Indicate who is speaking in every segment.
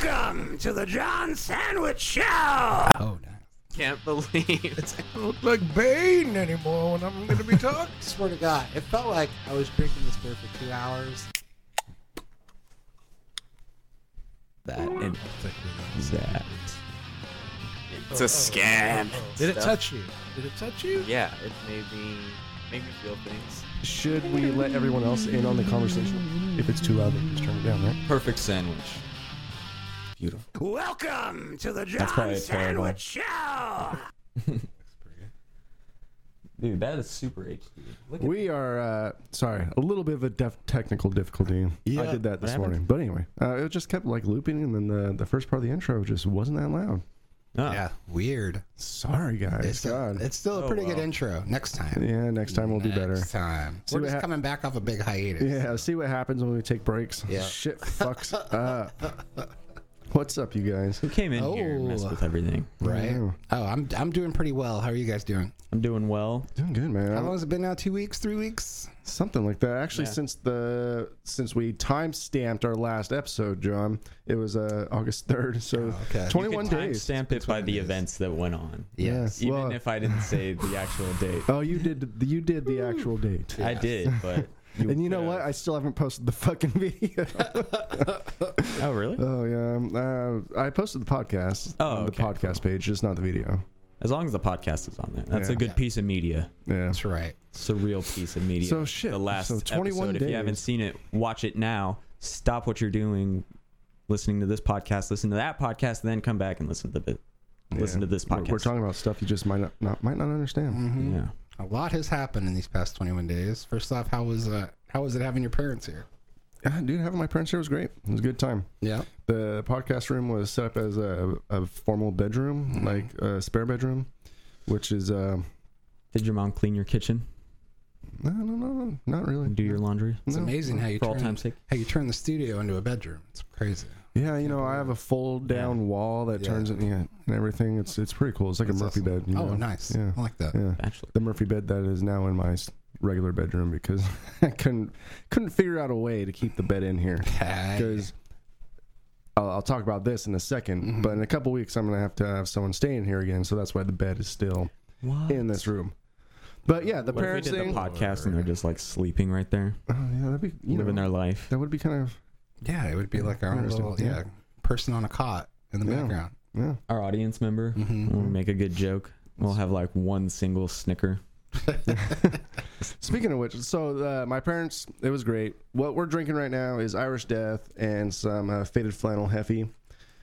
Speaker 1: to the John Sandwich Show.
Speaker 2: Oh, nice.
Speaker 3: Can't believe.
Speaker 2: It's, I don't look like Bane anymore when I'm going to be talking.
Speaker 4: Swear to God, it felt like I was drinking this beer for two hours.
Speaker 2: that and that.
Speaker 3: It's a scam.
Speaker 2: Did it
Speaker 3: Stuff.
Speaker 2: touch you? Did it touch you?
Speaker 3: Yeah, it made me made me feel things.
Speaker 5: Should we let everyone else in on the conversation? If it's too loud, they can just turn it down, right?
Speaker 6: Perfect sandwich. Beautiful.
Speaker 1: Welcome to the
Speaker 6: probably
Speaker 1: John
Speaker 6: a
Speaker 1: Sandwich Show.
Speaker 6: Dude, that is super HD. Look at
Speaker 5: We are uh, sorry, a little bit of a def- technical difficulty. I did that this morning, but anyway, uh, it just kept like looping, and then the, the first part of the intro just wasn't that loud.
Speaker 6: Ah,
Speaker 2: Yeah, weird.
Speaker 5: Sorry, guys.
Speaker 2: It's, a,
Speaker 5: God.
Speaker 2: it's still
Speaker 1: Oh,
Speaker 2: a pretty good
Speaker 6: well.
Speaker 2: intro. Next time.
Speaker 5: yeah, next time we'll do better.
Speaker 2: Next time.
Speaker 5: See
Speaker 2: We're
Speaker 5: what
Speaker 2: just
Speaker 5: hap-
Speaker 2: coming back off a big hiatus.
Speaker 5: Yeah, see what happens when we take breaks.
Speaker 2: Yeah.
Speaker 5: Shit fucks up. What's up, you guys?
Speaker 6: Who came in here and messed
Speaker 2: Oh.
Speaker 6: with everything?
Speaker 2: Right.
Speaker 5: Yeah.
Speaker 2: Oh, I'm I'm doing pretty well. How are you guys doing?
Speaker 6: I'm doing well.
Speaker 5: Doing good, man.
Speaker 2: How long has it been now? Two weeks? Three weeks?
Speaker 5: Something like that. Actually,
Speaker 6: Yeah.
Speaker 5: since the since we time stamped our last episode, John, it was uh, August third. So
Speaker 2: okay. You
Speaker 5: twenty
Speaker 6: Oh, You
Speaker 5: one
Speaker 6: can
Speaker 5: days.
Speaker 6: timestamp it by the events that went on.
Speaker 5: Yes.
Speaker 6: Even
Speaker 5: Well-
Speaker 6: if I didn't say the actual date.
Speaker 5: Oh, you did you did the actual date.
Speaker 6: I did, but.
Speaker 5: and you know what? I still haven't posted the fucking video.
Speaker 6: Oh, really?
Speaker 5: oh yeah, um, uh, I posted the podcast
Speaker 6: Oh,
Speaker 5: on
Speaker 6: okay,
Speaker 5: the podcast page, just not the video.
Speaker 6: As long as the podcast is on there. That's
Speaker 5: Yeah.
Speaker 6: a good piece of media.
Speaker 5: Yeah,
Speaker 2: That's right.
Speaker 6: It's a real piece of media.
Speaker 5: So, shit,
Speaker 6: The last
Speaker 5: so 21
Speaker 6: episode. If
Speaker 5: days.
Speaker 6: you haven't seen it, watch it now. Stop what you're doing, listening to this podcast, listen to that podcast, then come back and listen to the listen
Speaker 5: Yeah.
Speaker 6: to this
Speaker 5: We're-
Speaker 6: podcast. Mm-hmm.
Speaker 5: We're, talking about stuff you just might not, not might not understand.
Speaker 2: hmm
Speaker 6: Yeah.
Speaker 2: A lot has happened in these past 21 days. First off, how was uh, how was it having your parents here?
Speaker 5: Yeah, dude, having my parents here was great. It was a good time.
Speaker 2: Yeah.
Speaker 5: The podcast room was set up as a, a formal bedroom,
Speaker 2: Mm-hmm.
Speaker 5: like a spare bedroom, which is uh,
Speaker 6: Did your mom clean your kitchen
Speaker 5: no, no, no, no, not really.
Speaker 6: and do your laundry?
Speaker 2: It's
Speaker 5: No.
Speaker 2: amazing how you
Speaker 6: For all
Speaker 2: turn
Speaker 6: time's sake.
Speaker 2: how you turn the studio into a bedroom. It's crazy.
Speaker 5: Yeah, you know, I have a fold down wall that
Speaker 2: Yeah.
Speaker 5: turns it yeah, and everything. It's it's pretty cool. It's like
Speaker 2: That's
Speaker 5: a Murphy
Speaker 2: awesome.
Speaker 5: bed. you
Speaker 2: oh,
Speaker 5: know?
Speaker 2: nice.
Speaker 5: Yeah.
Speaker 2: I like that.
Speaker 5: Yeah,
Speaker 6: Bachelor.
Speaker 5: the Murphy bed that is now in my s- regular bedroom because I couldn't couldn't figure out a way to keep the bed in here
Speaker 2: Hey.
Speaker 5: because I'll, I'll talk about this in a 2nd
Speaker 2: Mm-hmm.
Speaker 5: But in a couple weeks, I'm gonna have to have someone staying here again, so that's why the bed is still
Speaker 6: What?
Speaker 5: in this room. But yeah, the
Speaker 6: What if we
Speaker 5: parents
Speaker 6: did the
Speaker 5: thing.
Speaker 6: podcast and they're just like sleeping right there,
Speaker 5: Oh, yeah, that'd be you
Speaker 6: living
Speaker 5: know,
Speaker 6: their life?
Speaker 5: that would be kind of
Speaker 2: Yeah, it would be like our own
Speaker 5: Interesting.
Speaker 2: little
Speaker 5: Yeah.
Speaker 2: yeah, person on a cot in the
Speaker 5: Yeah.
Speaker 2: background.
Speaker 5: yeah.
Speaker 6: Our audience member
Speaker 2: Mhm.
Speaker 5: Mm-hmm.
Speaker 6: will make a good joke. We'll have like one single snicker.
Speaker 5: Speaking of which, so uh, my parents, it was great. What we're drinking right now is Irish Death and some uh, faded flannel hefe.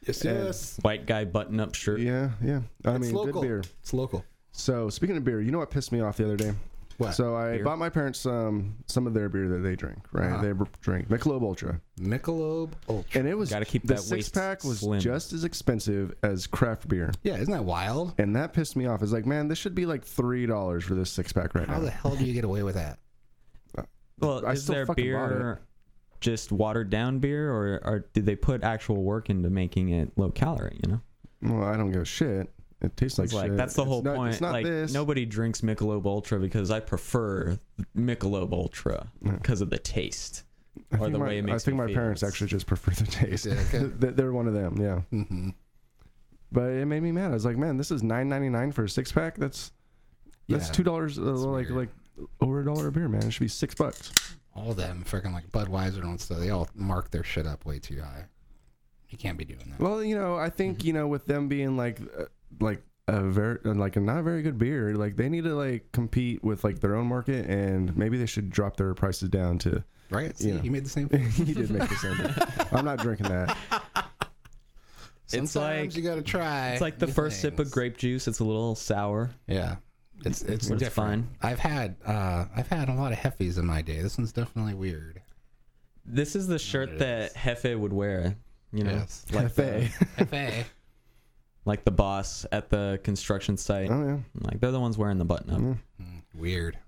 Speaker 2: Yes,
Speaker 5: And-
Speaker 2: yes.
Speaker 6: White guy button up shirt.
Speaker 5: Yeah, yeah. I
Speaker 2: It's
Speaker 5: mean,
Speaker 2: local.
Speaker 5: good beer.
Speaker 2: It's local.
Speaker 5: So speaking of beer, you know what pissed me off the other day?
Speaker 2: What?
Speaker 5: So I
Speaker 6: Beer? Ah.
Speaker 5: bought my parents some some of their beer that they drink. Right?
Speaker 2: Uh-huh.
Speaker 5: They br- drink Michelob Ultra,
Speaker 2: Michelob Ultra.
Speaker 5: and it was
Speaker 6: Gotta keep
Speaker 5: the
Speaker 6: that
Speaker 5: six
Speaker 6: waist
Speaker 5: pack was
Speaker 6: slim.
Speaker 5: just as expensive as craft beer,
Speaker 2: Yeah, isn't that wild?
Speaker 5: and that pissed me off. It's like, man, this should be like three dollars for this six pack right
Speaker 2: How
Speaker 5: now.
Speaker 2: the hell do you get away with that?
Speaker 6: Well,
Speaker 5: I
Speaker 6: is
Speaker 5: still
Speaker 6: their
Speaker 5: fucking bought
Speaker 6: beer just watered down beer, or, or did they put actual work into making it low calorie? You know,
Speaker 5: well, I don't give a shit. It tastes like,
Speaker 6: it's like
Speaker 5: shit.
Speaker 6: that's the
Speaker 5: It's
Speaker 6: whole
Speaker 5: not-
Speaker 6: point.
Speaker 5: It's not
Speaker 6: like
Speaker 5: this.
Speaker 6: nobody drinks Michelob Ultra because I prefer Michelob Ultra because of the taste
Speaker 5: I
Speaker 6: or
Speaker 5: think
Speaker 6: the
Speaker 5: my,
Speaker 6: way it makes.
Speaker 5: I think
Speaker 6: me
Speaker 5: my
Speaker 6: feel.
Speaker 5: parents
Speaker 6: It's-
Speaker 5: actually just prefer the taste.
Speaker 2: Yeah, okay.
Speaker 5: They- They're one of them, yeah.
Speaker 2: Mm-hmm.
Speaker 5: But it made me mad. I was like, man, this is nine ninety nine for a six pack. That's that's
Speaker 2: Yeah,
Speaker 5: two dollars, uh,
Speaker 2: it's
Speaker 5: like
Speaker 2: weird.
Speaker 5: like over a dollar a beer, man. It should be six bucks.
Speaker 2: All them freaking like Budweiser and stuff. They all mark their shit up way too high. You can't be doing that.
Speaker 5: Well, you know, I think you know with them being like uh, like a very like a not very good beer, like they need to like compete with like their own market, and maybe they should drop their prices down to.
Speaker 2: right? See,
Speaker 5: yeah.
Speaker 2: you made the same thing.
Speaker 5: he did make the same. thing. I'm not drinking that.
Speaker 2: Sometimes
Speaker 6: like-
Speaker 2: you gotta try.
Speaker 6: It's like the
Speaker 2: new
Speaker 6: first sip of
Speaker 2: things.
Speaker 6: grape juice. It's a little sour.
Speaker 2: Yeah. It's it's
Speaker 6: But it's
Speaker 2: different. I've had uh I've had a lot of heffies in my day. This one's definitely weird.
Speaker 6: This is the shirt that Hefe would wear. You know,
Speaker 2: Yes.
Speaker 6: like the,
Speaker 2: Hefe.
Speaker 6: like the boss at the construction site.
Speaker 5: Oh yeah.
Speaker 6: Like they're the ones wearing the button up.
Speaker 5: Mm.
Speaker 2: Weird.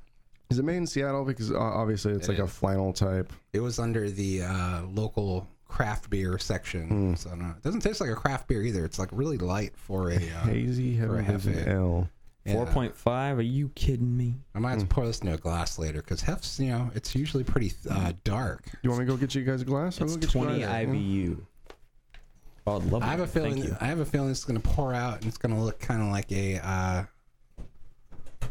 Speaker 5: Is it made in Seattle? Because uh, obviously it's
Speaker 2: It
Speaker 5: like a
Speaker 2: is.
Speaker 5: flannel type.
Speaker 2: It was under the uh, local craft beer
Speaker 6: Hmm.
Speaker 2: section. So I don't know. It doesn't taste like a craft beer either. It's like really light for a. Uh,
Speaker 5: Hazy heaven
Speaker 2: half
Speaker 5: is an
Speaker 2: it.
Speaker 5: L.
Speaker 2: yeah.
Speaker 6: Four point five? Are you kidding me?
Speaker 2: I might have to pour this into a glass later because Hef's, you know, it's usually pretty uh, dark.
Speaker 5: You want me to go get you guys a glass? I'll
Speaker 6: It's
Speaker 5: go get you
Speaker 6: twenty
Speaker 5: guys-
Speaker 6: IBU. called Lovely.
Speaker 2: I have a
Speaker 6: Thank
Speaker 2: feeling.
Speaker 6: you.
Speaker 2: I have a feeling it's going to pour out, and it's going to look kind of like a. Uh,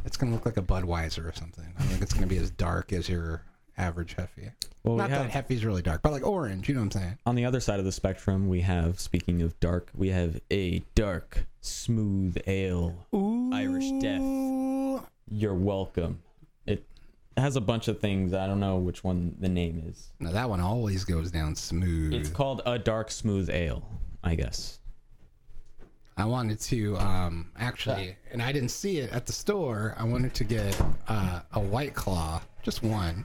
Speaker 2: it's going to look like a Budweiser or something. I think it's going to be as dark as your average Heffy.
Speaker 6: Well, we
Speaker 2: Not
Speaker 6: have,
Speaker 2: that Heffy's really dark, but like orange. You know what I'm saying?
Speaker 6: on the other side of the spectrum, we have, speaking of dark, we have a dark, smooth ale, Irish Death.
Speaker 2: Ooh.
Speaker 6: You're welcome. It has a bunch of things. I don't know which one the name is.
Speaker 2: Now that one always goes down smooth.
Speaker 6: It's called a dark, smooth ale, I guess.
Speaker 2: I wanted to um, actually, and I didn't see it at the store. I wanted to get uh, a White Claw, just one,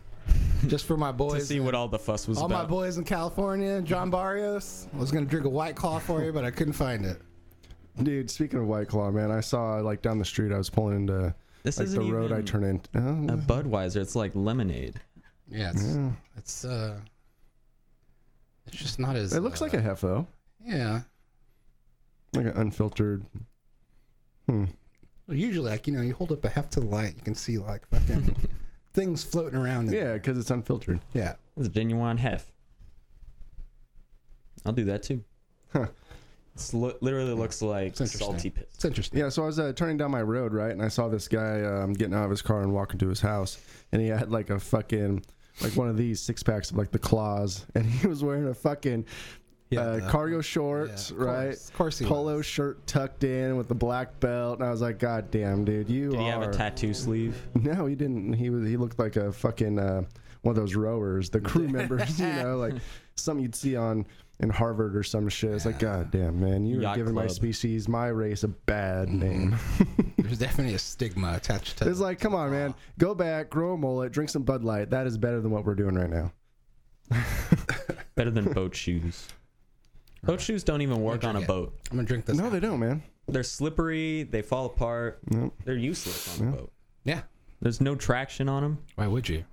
Speaker 2: just for my
Speaker 6: To
Speaker 2: boys.
Speaker 6: see what all the fuss was
Speaker 2: all my
Speaker 6: about.
Speaker 2: boys in California, John Barrios. I was gonna drink a White Claw for you, but I couldn't find it.
Speaker 5: Mm. Dude, speaking of White Claw, man, I saw like down the street. I was pulling into
Speaker 6: This
Speaker 5: like the
Speaker 6: isn't
Speaker 5: road I
Speaker 6: even
Speaker 5: turn in.
Speaker 6: a
Speaker 5: Oh,
Speaker 6: Budweiser. It's like lemonade.
Speaker 2: Yeah, it's, it's uh, it's just not as.
Speaker 5: it looks
Speaker 2: uh,
Speaker 5: like a hefo,
Speaker 2: yeah.
Speaker 5: like an unfiltered.
Speaker 2: Usually, like you know, you hold up a heft to the light, you can see like fucking things floating around. in-
Speaker 5: Yeah, because it's unfiltered.
Speaker 2: yeah.
Speaker 6: It's a genuine hef. I'll do that too.
Speaker 5: Huh.
Speaker 6: It's li- literally looks like
Speaker 2: It's interesting.
Speaker 6: salty piss.
Speaker 2: It's interesting.
Speaker 5: Yeah, so I was uh, turning down my road, right, and I saw this guy um, getting out of his car and walking to his house, and he had like a fucking like one of these six packs of like the claws, and he was wearing a fucking uh,
Speaker 2: the-
Speaker 5: cargo shorts,
Speaker 2: of
Speaker 5: right,
Speaker 2: course. Of course he
Speaker 5: polo
Speaker 2: was.
Speaker 5: shirt tucked in with the black belt, and I was like, God damn, dude, you
Speaker 6: Did
Speaker 5: are.
Speaker 6: he have a tattoo sleeve?
Speaker 5: No, he didn't. He was. He looked like a fucking uh, one of those rowers, the crew members. You know, like something you'd see on in Harvard or some shit. It's like, God damn, man, you are
Speaker 6: Yacht
Speaker 5: giving my
Speaker 6: club.
Speaker 5: species, my race, a bad name.
Speaker 2: There's definitely a stigma attached to.
Speaker 5: it's like, come on, man, go back, grow a mullet, drink some Bud Light. That is better than what we're doing right now.
Speaker 6: Better than boat shoes. Boat shoes don't even work on a
Speaker 2: drink it.
Speaker 6: boat.
Speaker 2: I'm gonna drink this.
Speaker 5: No, they don't, man.
Speaker 6: They're slippery. They fall apart. They're useless on a boat.
Speaker 2: Yeah.
Speaker 6: There's no traction on them
Speaker 2: Why would you?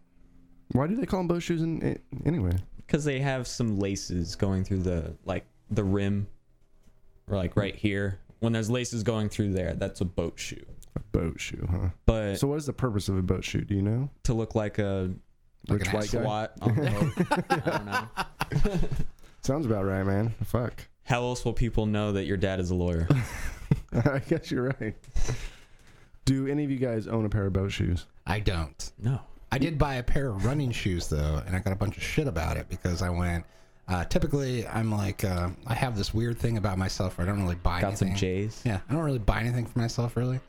Speaker 5: Why do they call them boat shoes? In, in, anyway,
Speaker 6: because they have some laces going through the like the rim, or like right here. When there's laces going through there, that's a boat shoe.
Speaker 5: a boat shoe, huh?
Speaker 6: But
Speaker 5: So, what is the purpose of a boat shoe? Do you know?
Speaker 6: to look like a
Speaker 2: Like
Speaker 5: Rich
Speaker 2: an
Speaker 5: white guy.
Speaker 6: SWAT on the boat. I don't know.
Speaker 5: Sounds about right, man. Fuck.
Speaker 6: How else will people know that your dad is a lawyer?
Speaker 5: I guess you're right. Do any of you guys own a pair of boat shoes?
Speaker 2: I don't.
Speaker 6: No.
Speaker 2: I did buy a pair of running shoes though, and I got a bunch of shit about it because I went. Uh, typically, I'm like, uh, I have this weird thing about myself where I don't really buy
Speaker 6: Got some
Speaker 2: anything.
Speaker 6: J's.
Speaker 2: Yeah, I don't really buy anything for myself really.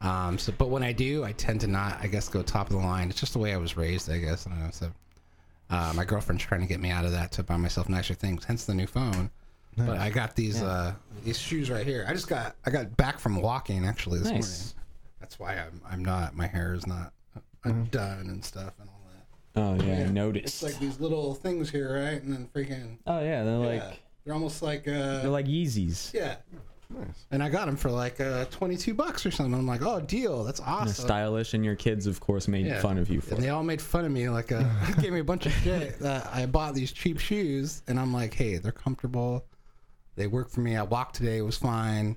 Speaker 2: Um, so, but when I do, I tend to not, I guess, go top of the line. It's just the way I was raised, I guess. I don't know. So, uh, my girlfriend's trying to get me out of that to buy myself nicer things. Hence the new phone. But I got these uh, these shoes right here. I just got I got back from walking actually this
Speaker 6: Nice.
Speaker 2: morning. That's why I'm I'm not my hair is not
Speaker 6: Mm-hmm.
Speaker 2: undone and stuff and all that.
Speaker 6: Oh yeah, I
Speaker 2: It's
Speaker 6: noticed.
Speaker 2: like these little things here, right? And then freaking
Speaker 6: oh yeah, they're like
Speaker 2: yeah, they're almost like uh,
Speaker 6: they're like Yeezys.
Speaker 2: yeah. And I got them for like uh, 22 bucks or something. I'm like, oh, deal. That's
Speaker 6: They're
Speaker 2: awesome.
Speaker 6: stylish, and your kids, of course, made
Speaker 2: Yeah.
Speaker 6: fun of you for
Speaker 2: And they
Speaker 6: it.
Speaker 2: all made fun of me. Like, uh, gave me a bunch of shit that I bought these cheap shoes. And I'm like, hey, they're comfortable. They work for me. I walked today. It was fine.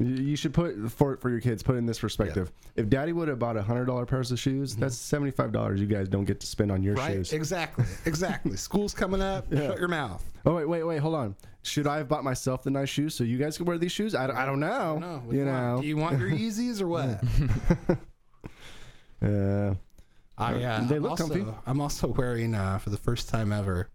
Speaker 5: You- You should put for for your kids. Put it in this perspective. If Daddy would have bought a hundred dollar pairs of shoes, that's seventy five dollars you guys don't get to spend on your
Speaker 2: Right?
Speaker 5: shoes.
Speaker 2: Exactly. Exactly. School's coming up. Shut your mouth.
Speaker 5: oh wait, wait, wait, hold on. Should I have bought myself the nice shoes so you guys could wear these shoes? I, don't- I don't know.
Speaker 2: No.
Speaker 5: you know.
Speaker 2: Do you want your Yeezys or what?
Speaker 5: Uh,
Speaker 2: I, uh,
Speaker 5: They
Speaker 2: I'm
Speaker 5: look
Speaker 2: also,
Speaker 5: comfy.
Speaker 2: I'm also wearing, uh, for the first time ever,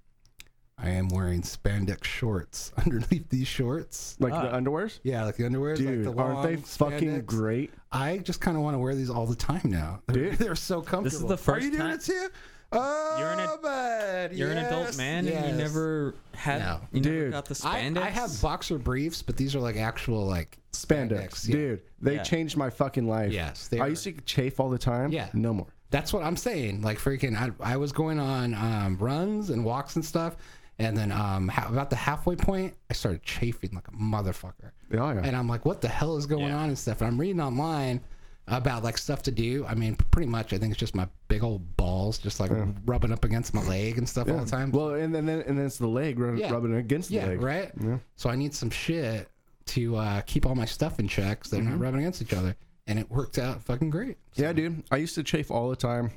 Speaker 2: I am wearing spandex shorts underneath these shorts.
Speaker 5: like the underwears.
Speaker 2: Yeah, like the underwear. is like
Speaker 5: Dude,
Speaker 2: the long
Speaker 5: aren't they fucking
Speaker 2: spandex.
Speaker 5: great?
Speaker 2: I just kind of want to wear these all the time now. They're,
Speaker 5: Dude.
Speaker 2: they're so comfortable.
Speaker 6: This is the first
Speaker 2: Are you doing
Speaker 6: time-
Speaker 2: it too? Oh,
Speaker 6: You're an ad-
Speaker 2: bud,
Speaker 6: You're an adult
Speaker 2: yes,
Speaker 6: man, and
Speaker 2: yes.
Speaker 6: you never had,
Speaker 2: No.
Speaker 6: you never
Speaker 5: Dude,
Speaker 6: got the
Speaker 2: I,
Speaker 6: spandex.
Speaker 2: I have boxer briefs, but these are like actual like
Speaker 5: Spandex,
Speaker 2: yeah.
Speaker 5: dude. They
Speaker 6: Yeah.
Speaker 5: changed my fucking life.
Speaker 2: Yes, they
Speaker 5: I
Speaker 2: are.
Speaker 5: used to chafe all the time.
Speaker 2: Yeah.
Speaker 5: no more.
Speaker 2: That's what I'm saying. Like freaking, I, I was going on um, runs and walks and stuff, and then um, ha- about the halfway point, I started chafing like a motherfucker.
Speaker 5: Yeah, yeah.
Speaker 2: And I'm like, what the hell is going on and stuff. And I'm reading online about like stuff to do. I mean, pretty much, I think it's just my big old balls just like rubbing up against my leg and stuff all the time.
Speaker 5: Well, and then and then it's the leg rub-
Speaker 2: Yeah.
Speaker 5: rubbing against the
Speaker 2: yeah,
Speaker 5: leg.
Speaker 2: right. So I need some shit to uh, keep all my stuff in check so they're
Speaker 5: Mm-hmm.
Speaker 2: not rubbing against each other. And it worked out fucking great.
Speaker 5: Yeah, dude. I used to chafe all the time.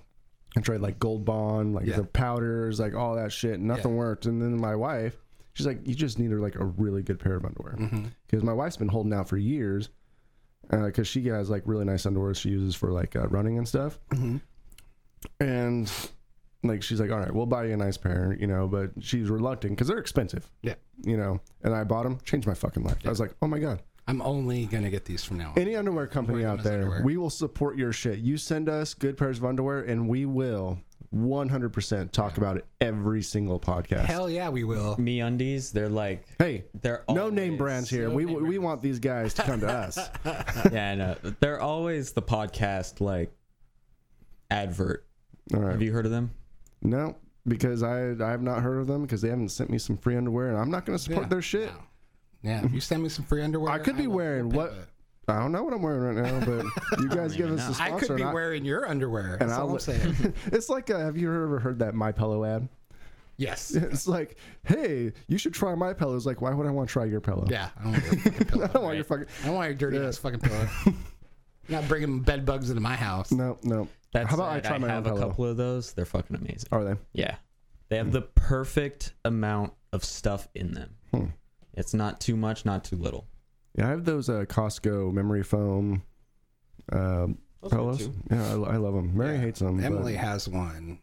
Speaker 5: I tried like Gold Bond, like the powders, like all that shit. Nothing worked. And then my wife, She's like, you just need like a really good pair of underwear because my wife's been holding out for years because she has like really nice underwear she uses for like uh, running and stuff. And like she's like, all right, we'll buy you a nice pair, you know, but she's reluctant because they're expensive,
Speaker 2: Yeah.
Speaker 5: you know. And I bought them, changed my fucking life. I was like, oh my god,
Speaker 2: I'm only gonna get these from now on.
Speaker 5: any underwear company
Speaker 2: them
Speaker 5: out
Speaker 2: as
Speaker 5: there,
Speaker 2: underwear.
Speaker 5: we will support your shit. You send us good pairs of underwear, and we will 100% talk about it every single podcast.
Speaker 2: Hell yeah, we will.
Speaker 6: Me undies, they're like
Speaker 5: hey,
Speaker 6: they're
Speaker 5: no name
Speaker 6: always-
Speaker 5: brands here. we we want these guys to come to us.
Speaker 6: Yeah, I know. They're always the podcast like advert.
Speaker 5: All right.
Speaker 6: Have you heard of them?
Speaker 5: No, because I I have not heard of them because they haven't sent me some free underwear, and I'm not going to support
Speaker 2: Yeah.
Speaker 5: their shit.
Speaker 2: No. Yeah, if you send me some free underwear,
Speaker 5: I could be
Speaker 2: will-
Speaker 5: wearing
Speaker 2: we'll
Speaker 5: what.
Speaker 2: pimp it.
Speaker 5: I don't know what I'm wearing right now, but you guys give us a
Speaker 2: I
Speaker 5: sponsor.
Speaker 2: could be
Speaker 5: and I-
Speaker 2: wearing your underwear. That's all
Speaker 5: I'll-
Speaker 2: I'm saying.
Speaker 5: it's like, uh have you ever heard that My Pillow ad?
Speaker 2: Yes.
Speaker 5: It's like, hey, you should try my pillow. It's like, why would I want to try your pillow?
Speaker 2: Yeah. I don't want your fucking
Speaker 5: I
Speaker 2: pillow.
Speaker 5: don't want your fucking.
Speaker 2: I don't want your dirty ass fucking pillow. Not bringing bed bugs into my house.
Speaker 5: No, no.
Speaker 6: That's
Speaker 5: How about I
Speaker 6: it.
Speaker 5: try my
Speaker 6: have
Speaker 5: own
Speaker 6: a
Speaker 5: pillow?
Speaker 6: couple of those. They're fucking amazing.
Speaker 5: Are they?
Speaker 6: Yeah. They have the perfect amount of stuff in them.
Speaker 5: Hmm.
Speaker 6: It's not too much, not too little.
Speaker 5: Yeah, I have those uh, Costco memory foam uh, pillows. Yeah, I, I love them. Mary
Speaker 2: Yeah.
Speaker 5: hates them. but-
Speaker 2: Emily has one.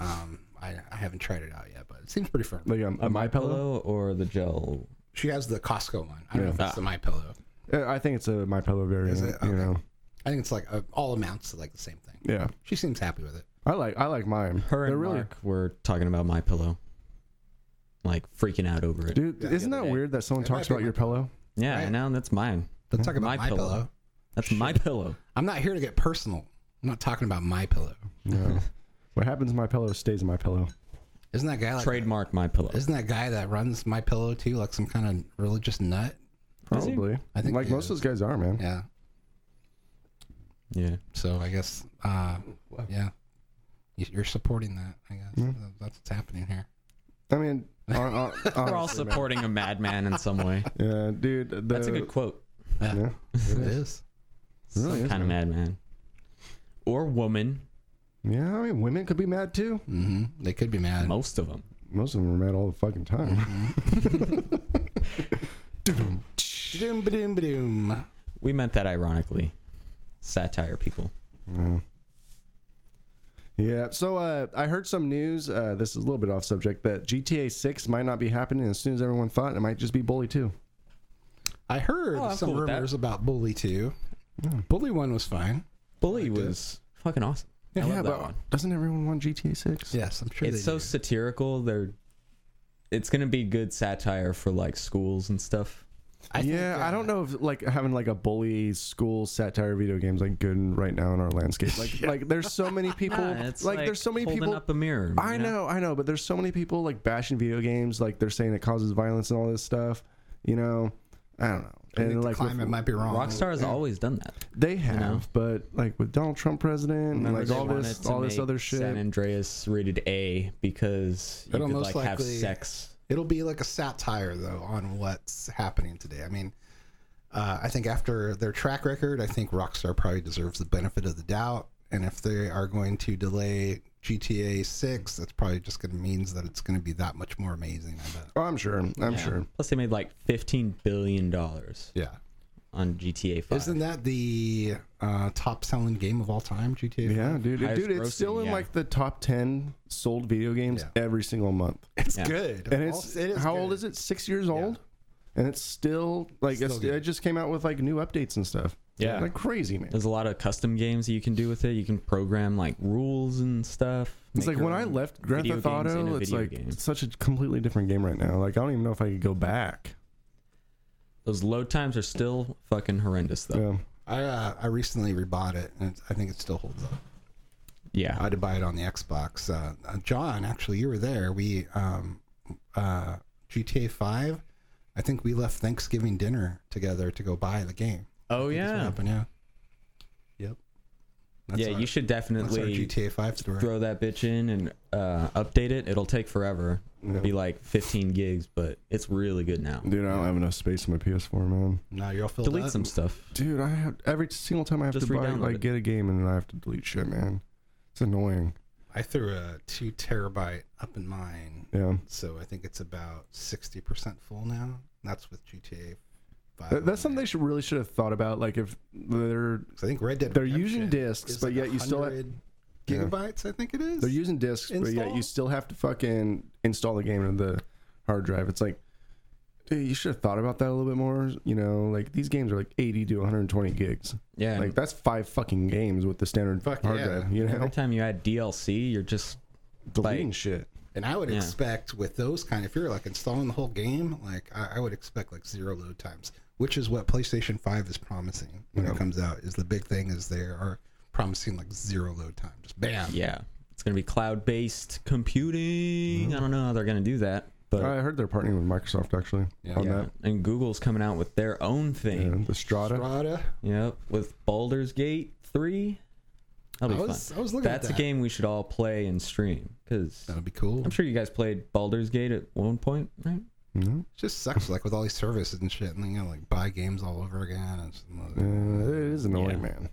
Speaker 2: Um, I, I haven't tried it out yet, but it seems pretty firm.
Speaker 5: Like um,
Speaker 6: A
Speaker 5: my pillow.
Speaker 6: pillow or the gel.
Speaker 2: She has the Costco one. I don't know if
Speaker 5: Yeah.
Speaker 2: it's the My Pillow.
Speaker 5: Yeah, I think it's a my pillow variant.
Speaker 2: Is it?
Speaker 5: You
Speaker 2: Okay.
Speaker 5: know.
Speaker 2: I think it's like uh, all amounts to like the same thing.
Speaker 5: Yeah,
Speaker 2: She seems happy with it.
Speaker 5: I like I like mine.
Speaker 6: Her and
Speaker 5: They're really,
Speaker 6: Mark were talking about my pillow, like freaking out over it.
Speaker 5: dude.
Speaker 2: Yeah, the
Speaker 5: isn't
Speaker 2: other
Speaker 5: that
Speaker 6: day.
Speaker 5: weird that someone
Speaker 2: It
Speaker 5: talks
Speaker 2: might be
Speaker 5: about
Speaker 2: my
Speaker 5: your pillow?
Speaker 6: yeah,
Speaker 2: Right.
Speaker 6: I know. That's mine.
Speaker 2: Let's talk about
Speaker 6: My
Speaker 2: My, pillow.
Speaker 6: Pillow. That's my pillow.
Speaker 2: I'm not here to get personal. I'm not talking about My Pillow.
Speaker 5: No. what happens to my pillow stays in my pillow.
Speaker 2: Isn't that guy like
Speaker 6: Trademark my pillow.
Speaker 2: Isn't that guy that runs My Pillow too like some kind of religious nut?
Speaker 6: he?
Speaker 5: Probably.
Speaker 2: I think
Speaker 5: like
Speaker 2: he
Speaker 5: most of those guys are, man.
Speaker 2: Yeah.
Speaker 6: Yeah.
Speaker 2: So I guess, uh, yeah, You- you're supporting that. I guess that's what's happening here.
Speaker 5: I mean, on, on,
Speaker 6: We're all
Speaker 5: honestly, man.
Speaker 6: supporting a madman in some way.
Speaker 5: Yeah, dude. The,
Speaker 6: That's a good quote.
Speaker 5: Yeah.
Speaker 2: It is.
Speaker 5: really
Speaker 6: some
Speaker 5: is,
Speaker 6: kind of madman. Or woman.
Speaker 5: Yeah, I mean, women could be mad too.
Speaker 2: hmm They could be mad.
Speaker 6: Most of them.
Speaker 5: Most of them are mad all the fucking time.
Speaker 2: Ba-doom, ba-doom, ba-doom.
Speaker 6: We meant that ironically. Satire people.
Speaker 5: yeah. So uh, I heard some news. Uh, this is a little bit off subject, but GTA 6 might not be happening as soon as everyone thought. It might just be Bully 2.
Speaker 2: I heard
Speaker 6: Oh, I'm
Speaker 2: some
Speaker 6: cool with that.
Speaker 2: rumors about Bully 2. Bully 1 was fine.
Speaker 6: Bully was fucking awesome. I love that one.
Speaker 5: doesn't everyone want GTA 6?
Speaker 2: Yes, I'm sure
Speaker 6: it's
Speaker 2: they
Speaker 6: so
Speaker 2: do.
Speaker 6: satirical. They're it's gonna be good satire for like schools and stuff.
Speaker 2: I think,
Speaker 5: yeah, I
Speaker 2: uh,
Speaker 5: don't know if like having like a bully school satire video games like good right now in our landscape. Like like there's so many people
Speaker 6: Nah, it's
Speaker 5: like, there's so many
Speaker 6: holding
Speaker 5: people
Speaker 6: up a mirror.
Speaker 5: I
Speaker 6: you know?
Speaker 5: know, I know, but there's so many people like bashing video games like they're saying it causes violence and all this stuff, you know. I don't know.
Speaker 2: I think
Speaker 5: and
Speaker 2: the
Speaker 5: like with-
Speaker 2: climate might be wrong.
Speaker 6: Rockstar has always done that.
Speaker 5: they have, but like with Donald Trump president and
Speaker 6: Remember
Speaker 5: like
Speaker 6: they
Speaker 5: all
Speaker 6: wanted
Speaker 5: this
Speaker 6: to
Speaker 5: all this
Speaker 6: make
Speaker 5: other
Speaker 6: San
Speaker 5: shit.
Speaker 6: Andreas rated A because you
Speaker 2: It'll
Speaker 6: could
Speaker 2: most
Speaker 6: like have
Speaker 2: likely-
Speaker 6: sex.
Speaker 2: It'll be like a satire though on what's happening today. I mean, uh, I think after their track record, I think Rockstar probably deserves the benefit of the doubt. And if they are going to delay GTA Six, that's probably just going to means that it's going to be that much more amazing. I bet.
Speaker 5: Oh, I'm sure. I'm sure.
Speaker 6: Plus they made like fifteen billion dollars
Speaker 2: Yeah.
Speaker 6: on GTA five.
Speaker 2: Isn't that the uh, top selling game of all time? GTA.
Speaker 5: Yeah, dude. It,
Speaker 6: Highest
Speaker 5: dude, it's still
Speaker 6: grossing,
Speaker 5: in
Speaker 6: yeah.
Speaker 5: like the top 10 sold video games
Speaker 2: Yeah.
Speaker 5: every single month.
Speaker 2: It's
Speaker 6: Yeah.
Speaker 2: good.
Speaker 5: and it's how old is it? Six years old, and it's still like
Speaker 2: Still
Speaker 5: it's,
Speaker 2: good.
Speaker 5: it just came out with like new updates and stuff.
Speaker 6: Yeah.
Speaker 5: like crazy man.
Speaker 6: There's a lot of custom games that you can do with it. You can program like rules and stuff.
Speaker 5: It's
Speaker 6: make
Speaker 5: like when
Speaker 6: your
Speaker 5: I
Speaker 6: own
Speaker 5: left Grand
Speaker 6: video
Speaker 5: Theft
Speaker 6: games in a
Speaker 5: Auto, it's
Speaker 6: video
Speaker 5: like
Speaker 6: game.
Speaker 5: such a completely different game right now. Like I don't even know if I could go back.
Speaker 6: those load times are still fucking horrendous though.
Speaker 5: Yeah,
Speaker 2: I uh, I recently rebought it, and it's, I think it still holds up.
Speaker 6: Yeah.
Speaker 2: I had to buy it on the Xbox. Uh, uh, John, actually, you were there. We um, uh, GTA Five. I think we left Thanksgiving dinner together to go buy the game. That's
Speaker 6: oh
Speaker 2: what
Speaker 6: yeah.
Speaker 2: happened, yeah. Yep. That's
Speaker 6: Yeah,
Speaker 2: our,
Speaker 6: you should
Speaker 2: that's our
Speaker 6: definitely
Speaker 2: GTA Five story.
Speaker 6: throw that bitch in and uh, update it. It'll take forever. It'll be like 15 gigs, but it's really good now.
Speaker 5: dude, I don't have enough space on my PS4, man.
Speaker 2: now you're all filled
Speaker 6: Delete
Speaker 2: up.
Speaker 6: some stuff.
Speaker 5: Dude, I have every single time I have
Speaker 6: Just
Speaker 5: to buy
Speaker 6: re-download
Speaker 5: like
Speaker 6: it.
Speaker 5: get a game and then I have to delete shit, man. It's annoying.
Speaker 2: I I threw a two terabyte up in mine,
Speaker 5: Yeah.
Speaker 2: so I think it's about sixty percent full now. That's with GTA. 5
Speaker 5: That- That's
Speaker 2: on
Speaker 5: something they should really should have thought about. Like if they're
Speaker 2: there. 'Cause I think Red Dead.
Speaker 5: they're using
Speaker 2: Redemption
Speaker 5: discs,
Speaker 2: is
Speaker 5: but
Speaker 2: like
Speaker 5: yet you still have-
Speaker 2: 100
Speaker 5: Yeah.
Speaker 2: gigabytes. I think it is.
Speaker 5: they're using discs, but yet
Speaker 2: Install?
Speaker 5: you still have to fucking install the game into the hard drive. It's like, dude, you should have thought about that a little bit more. You know, like these games are like eighty to one hundred and twenty gigs.
Speaker 6: Yeah.
Speaker 5: Like that's five fucking games with the standard
Speaker 2: Fuck
Speaker 5: hard
Speaker 2: yeah.
Speaker 5: drive. You
Speaker 6: every
Speaker 5: know,
Speaker 6: time you add DLC, you're just
Speaker 5: deleting
Speaker 6: like-
Speaker 5: shit.
Speaker 2: And I would
Speaker 6: Yeah.
Speaker 2: expect with those kind, if you're like installing the whole game, like I, I would expect like zero load times, which is what PlayStation Five is promising when it comes out. Is the big thing is they are promising like zero load time, just bam.
Speaker 6: yeah. It's gonna be cloud based computing.
Speaker 2: Mm-hmm.
Speaker 6: I don't know how they're gonna do that, but
Speaker 5: I heard they're partnering with Microsoft actually on
Speaker 6: yeah.
Speaker 5: that.
Speaker 6: And Google's coming out with their own
Speaker 5: Yeah,
Speaker 6: thing.
Speaker 5: the Strata.
Speaker 2: Strata.
Speaker 6: Yep, with Baldur's Gate three. That'll
Speaker 2: I
Speaker 6: be
Speaker 2: was
Speaker 6: fun.
Speaker 2: I was looking
Speaker 6: That's
Speaker 2: at
Speaker 6: a
Speaker 2: that.
Speaker 6: game we should all play and stream because
Speaker 2: That'd be cool.
Speaker 6: I'm sure you guys played Baldur's Gate at one point, right?
Speaker 5: No?
Speaker 2: It just sucks like with all these services and shit, and then you gotta like buy games all over again. And
Speaker 5: Uh, it is annoying,
Speaker 6: Yeah.
Speaker 5: man.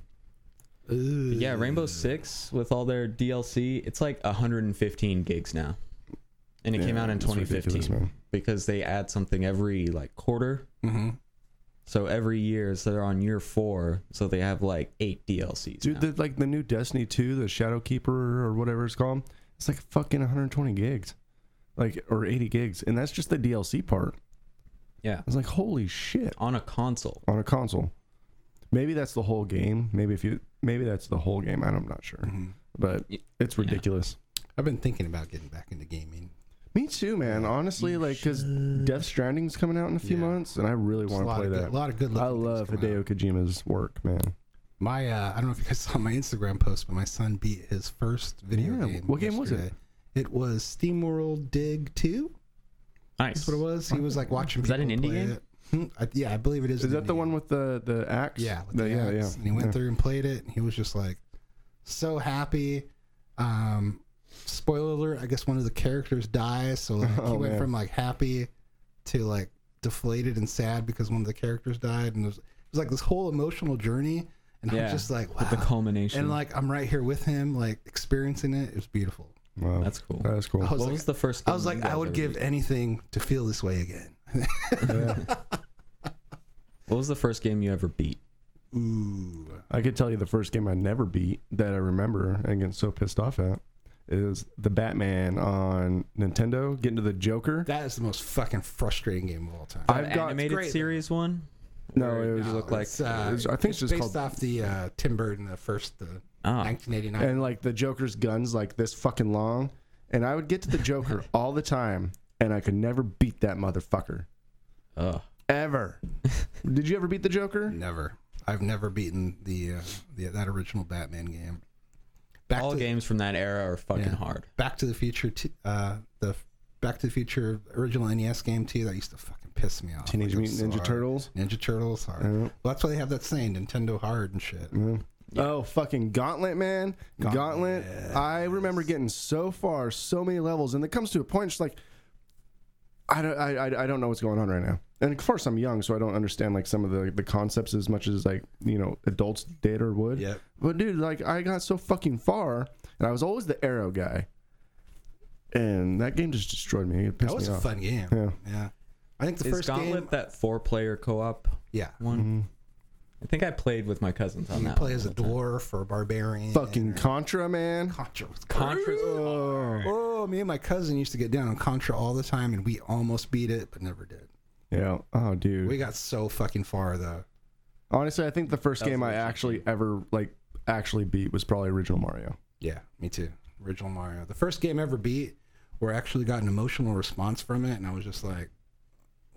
Speaker 6: Yeah, Rainbow Six with all their DLC, it's like 115 gigs now, and it came
Speaker 5: Yeah,
Speaker 6: out in
Speaker 5: it's ridiculous,
Speaker 6: 2015
Speaker 5: man.
Speaker 6: because they add something every like quarter.
Speaker 2: mm-hmm.
Speaker 6: So every year, so they're on year four, so they have like eight DLCs.
Speaker 5: Dude,
Speaker 6: now.
Speaker 5: the, like the new Destiny 2, the Shadow Keeper or whatever it's called, it's like fucking 120 gigs. Like or 80 gigs, and that's just the DLC part.
Speaker 6: yeah,
Speaker 5: I was like, "Holy shit."
Speaker 6: on a console.
Speaker 5: On a console. Maybe that's the whole game. Maybe if you maybe that's the whole game. I'm not sure.
Speaker 2: Mm-hmm.
Speaker 5: But
Speaker 6: Y-
Speaker 5: it's ridiculous.
Speaker 2: I've been thinking about getting back into gaming.
Speaker 5: Me too, man. Honestly, like cuz Death Stranding's coming out in a few
Speaker 2: Yeah.
Speaker 5: months and I really
Speaker 2: There's a
Speaker 5: want to
Speaker 2: lot
Speaker 5: play
Speaker 2: of good,
Speaker 5: that.
Speaker 2: lot of good.
Speaker 5: I
Speaker 2: looking things
Speaker 5: love
Speaker 2: coming out.
Speaker 5: Hideo Kojima's work, man.
Speaker 2: My, uh, I don't know if you guys saw my Instagram post, but my son beat his first video
Speaker 5: Yeah,
Speaker 2: game.
Speaker 5: what game was it?
Speaker 2: yesterday. It was SteamWorld Dig Two.
Speaker 6: Nice.
Speaker 2: That's what it was. He was like watching.
Speaker 6: Is that
Speaker 2: people
Speaker 6: an indie
Speaker 2: play
Speaker 6: game?
Speaker 2: it. Hmm, I, yeah, I believe it is.
Speaker 5: Is
Speaker 2: an
Speaker 5: that the
Speaker 2: indie
Speaker 5: one
Speaker 2: game.
Speaker 5: with the the axe?
Speaker 2: Yeah, with the
Speaker 5: yeah,
Speaker 2: axe.
Speaker 5: yeah.
Speaker 2: And he went
Speaker 5: yeah.
Speaker 2: through and played it, and he was just like so happy. Um, spoiler alert: I guess one of the characters dies, so like, he
Speaker 5: Oh,
Speaker 2: went
Speaker 5: man.
Speaker 2: from like happy to like deflated and sad because one of the characters died, and it was, it was like this whole emotional journey. And I
Speaker 6: Yeah,
Speaker 2: was just like, wow.
Speaker 6: With the culmination.
Speaker 2: and like I'm right here with him, like experiencing it. It was beautiful.
Speaker 5: Wow.
Speaker 6: that's cool.
Speaker 5: That is
Speaker 2: I
Speaker 5: cool.
Speaker 2: was
Speaker 6: what
Speaker 2: like,
Speaker 6: was the first?
Speaker 2: I
Speaker 6: game
Speaker 2: was
Speaker 6: you
Speaker 2: like,
Speaker 6: guys
Speaker 2: I would
Speaker 6: ever
Speaker 2: give
Speaker 6: beat?
Speaker 2: anything to feel this way again.
Speaker 6: What was the first game you ever beat?
Speaker 2: Ooh,
Speaker 5: I could tell you the first game I never beat that I remember and get so pissed off at is the Batman on Nintendo getting to the Joker.
Speaker 2: that is the most fucking frustrating game of all time.
Speaker 5: I've
Speaker 6: The
Speaker 5: got-
Speaker 6: animated
Speaker 2: great, though.
Speaker 6: series one.
Speaker 5: no,
Speaker 6: Or
Speaker 5: it was
Speaker 6: you look like
Speaker 2: It's, uh,
Speaker 5: it's- I think it's just
Speaker 2: based
Speaker 5: called-
Speaker 2: off the uh, Tim Burton, the first the
Speaker 6: ah,
Speaker 2: 1989.
Speaker 5: and like the Joker's guns like this fucking long, and I would get to the Joker all the time, and I could never beat that motherfucker
Speaker 6: ugh.
Speaker 5: ever. Did you ever beat the Joker?
Speaker 2: Never, I've never beaten the, uh, the that original Batman game. Back
Speaker 6: all
Speaker 2: to,
Speaker 6: games from that era are fucking
Speaker 2: Yeah.
Speaker 6: hard.
Speaker 2: Back to the Future, t- uh, the Back to the Future original NES game too. That used to fucking piss me off.
Speaker 5: Teenage
Speaker 2: Like, it was
Speaker 5: Mutant
Speaker 2: so
Speaker 5: Ninja
Speaker 2: hard.
Speaker 5: Turtles.
Speaker 2: Ninja Turtles hard.
Speaker 5: Yeah.
Speaker 2: Well, that's why they have that saying Nintendo hard and shit.
Speaker 5: Yeah. Oh, fucking Gauntlet, man. Gauntlet.
Speaker 2: Gauntlet,
Speaker 5: I remember getting so far, so many levels, and it comes to a point, it's like, I don't, I, I, I don't know what's going on right now. And of course, I'm young, so I don't understand like some of the, the concepts as much as like you know adults did or would.
Speaker 2: Yep.
Speaker 5: But dude, like I got so fucking far, and I was always the arrow guy, and that game just destroyed me. It pissed
Speaker 2: That was
Speaker 5: me
Speaker 2: a
Speaker 5: off.
Speaker 2: fun game.
Speaker 5: Yeah.
Speaker 2: I think the
Speaker 6: Is
Speaker 2: first
Speaker 6: Gauntlet
Speaker 2: game.
Speaker 6: that four-player co-op
Speaker 2: yeah.
Speaker 6: one?
Speaker 5: Mm-hmm.
Speaker 6: I think I played with my cousins on
Speaker 2: You
Speaker 6: that.
Speaker 2: play
Speaker 6: one
Speaker 2: as a
Speaker 6: all the time.
Speaker 2: dwarf or a barbarian.
Speaker 5: Fucking Contra, man.
Speaker 2: Contra was
Speaker 6: Contra's
Speaker 5: Oh.
Speaker 2: Oh, me and my cousin used to get down on Contra all the time, and we almost beat it, but never did.
Speaker 5: Yeah. Oh, dude.
Speaker 2: We got so fucking far though.
Speaker 5: Honestly, I think the first game I actually ever like actually beat was probably original Mario.
Speaker 2: Yeah, me too. Original Mario, the first game ever beat, where I actually got an emotional response from it, and I was just like,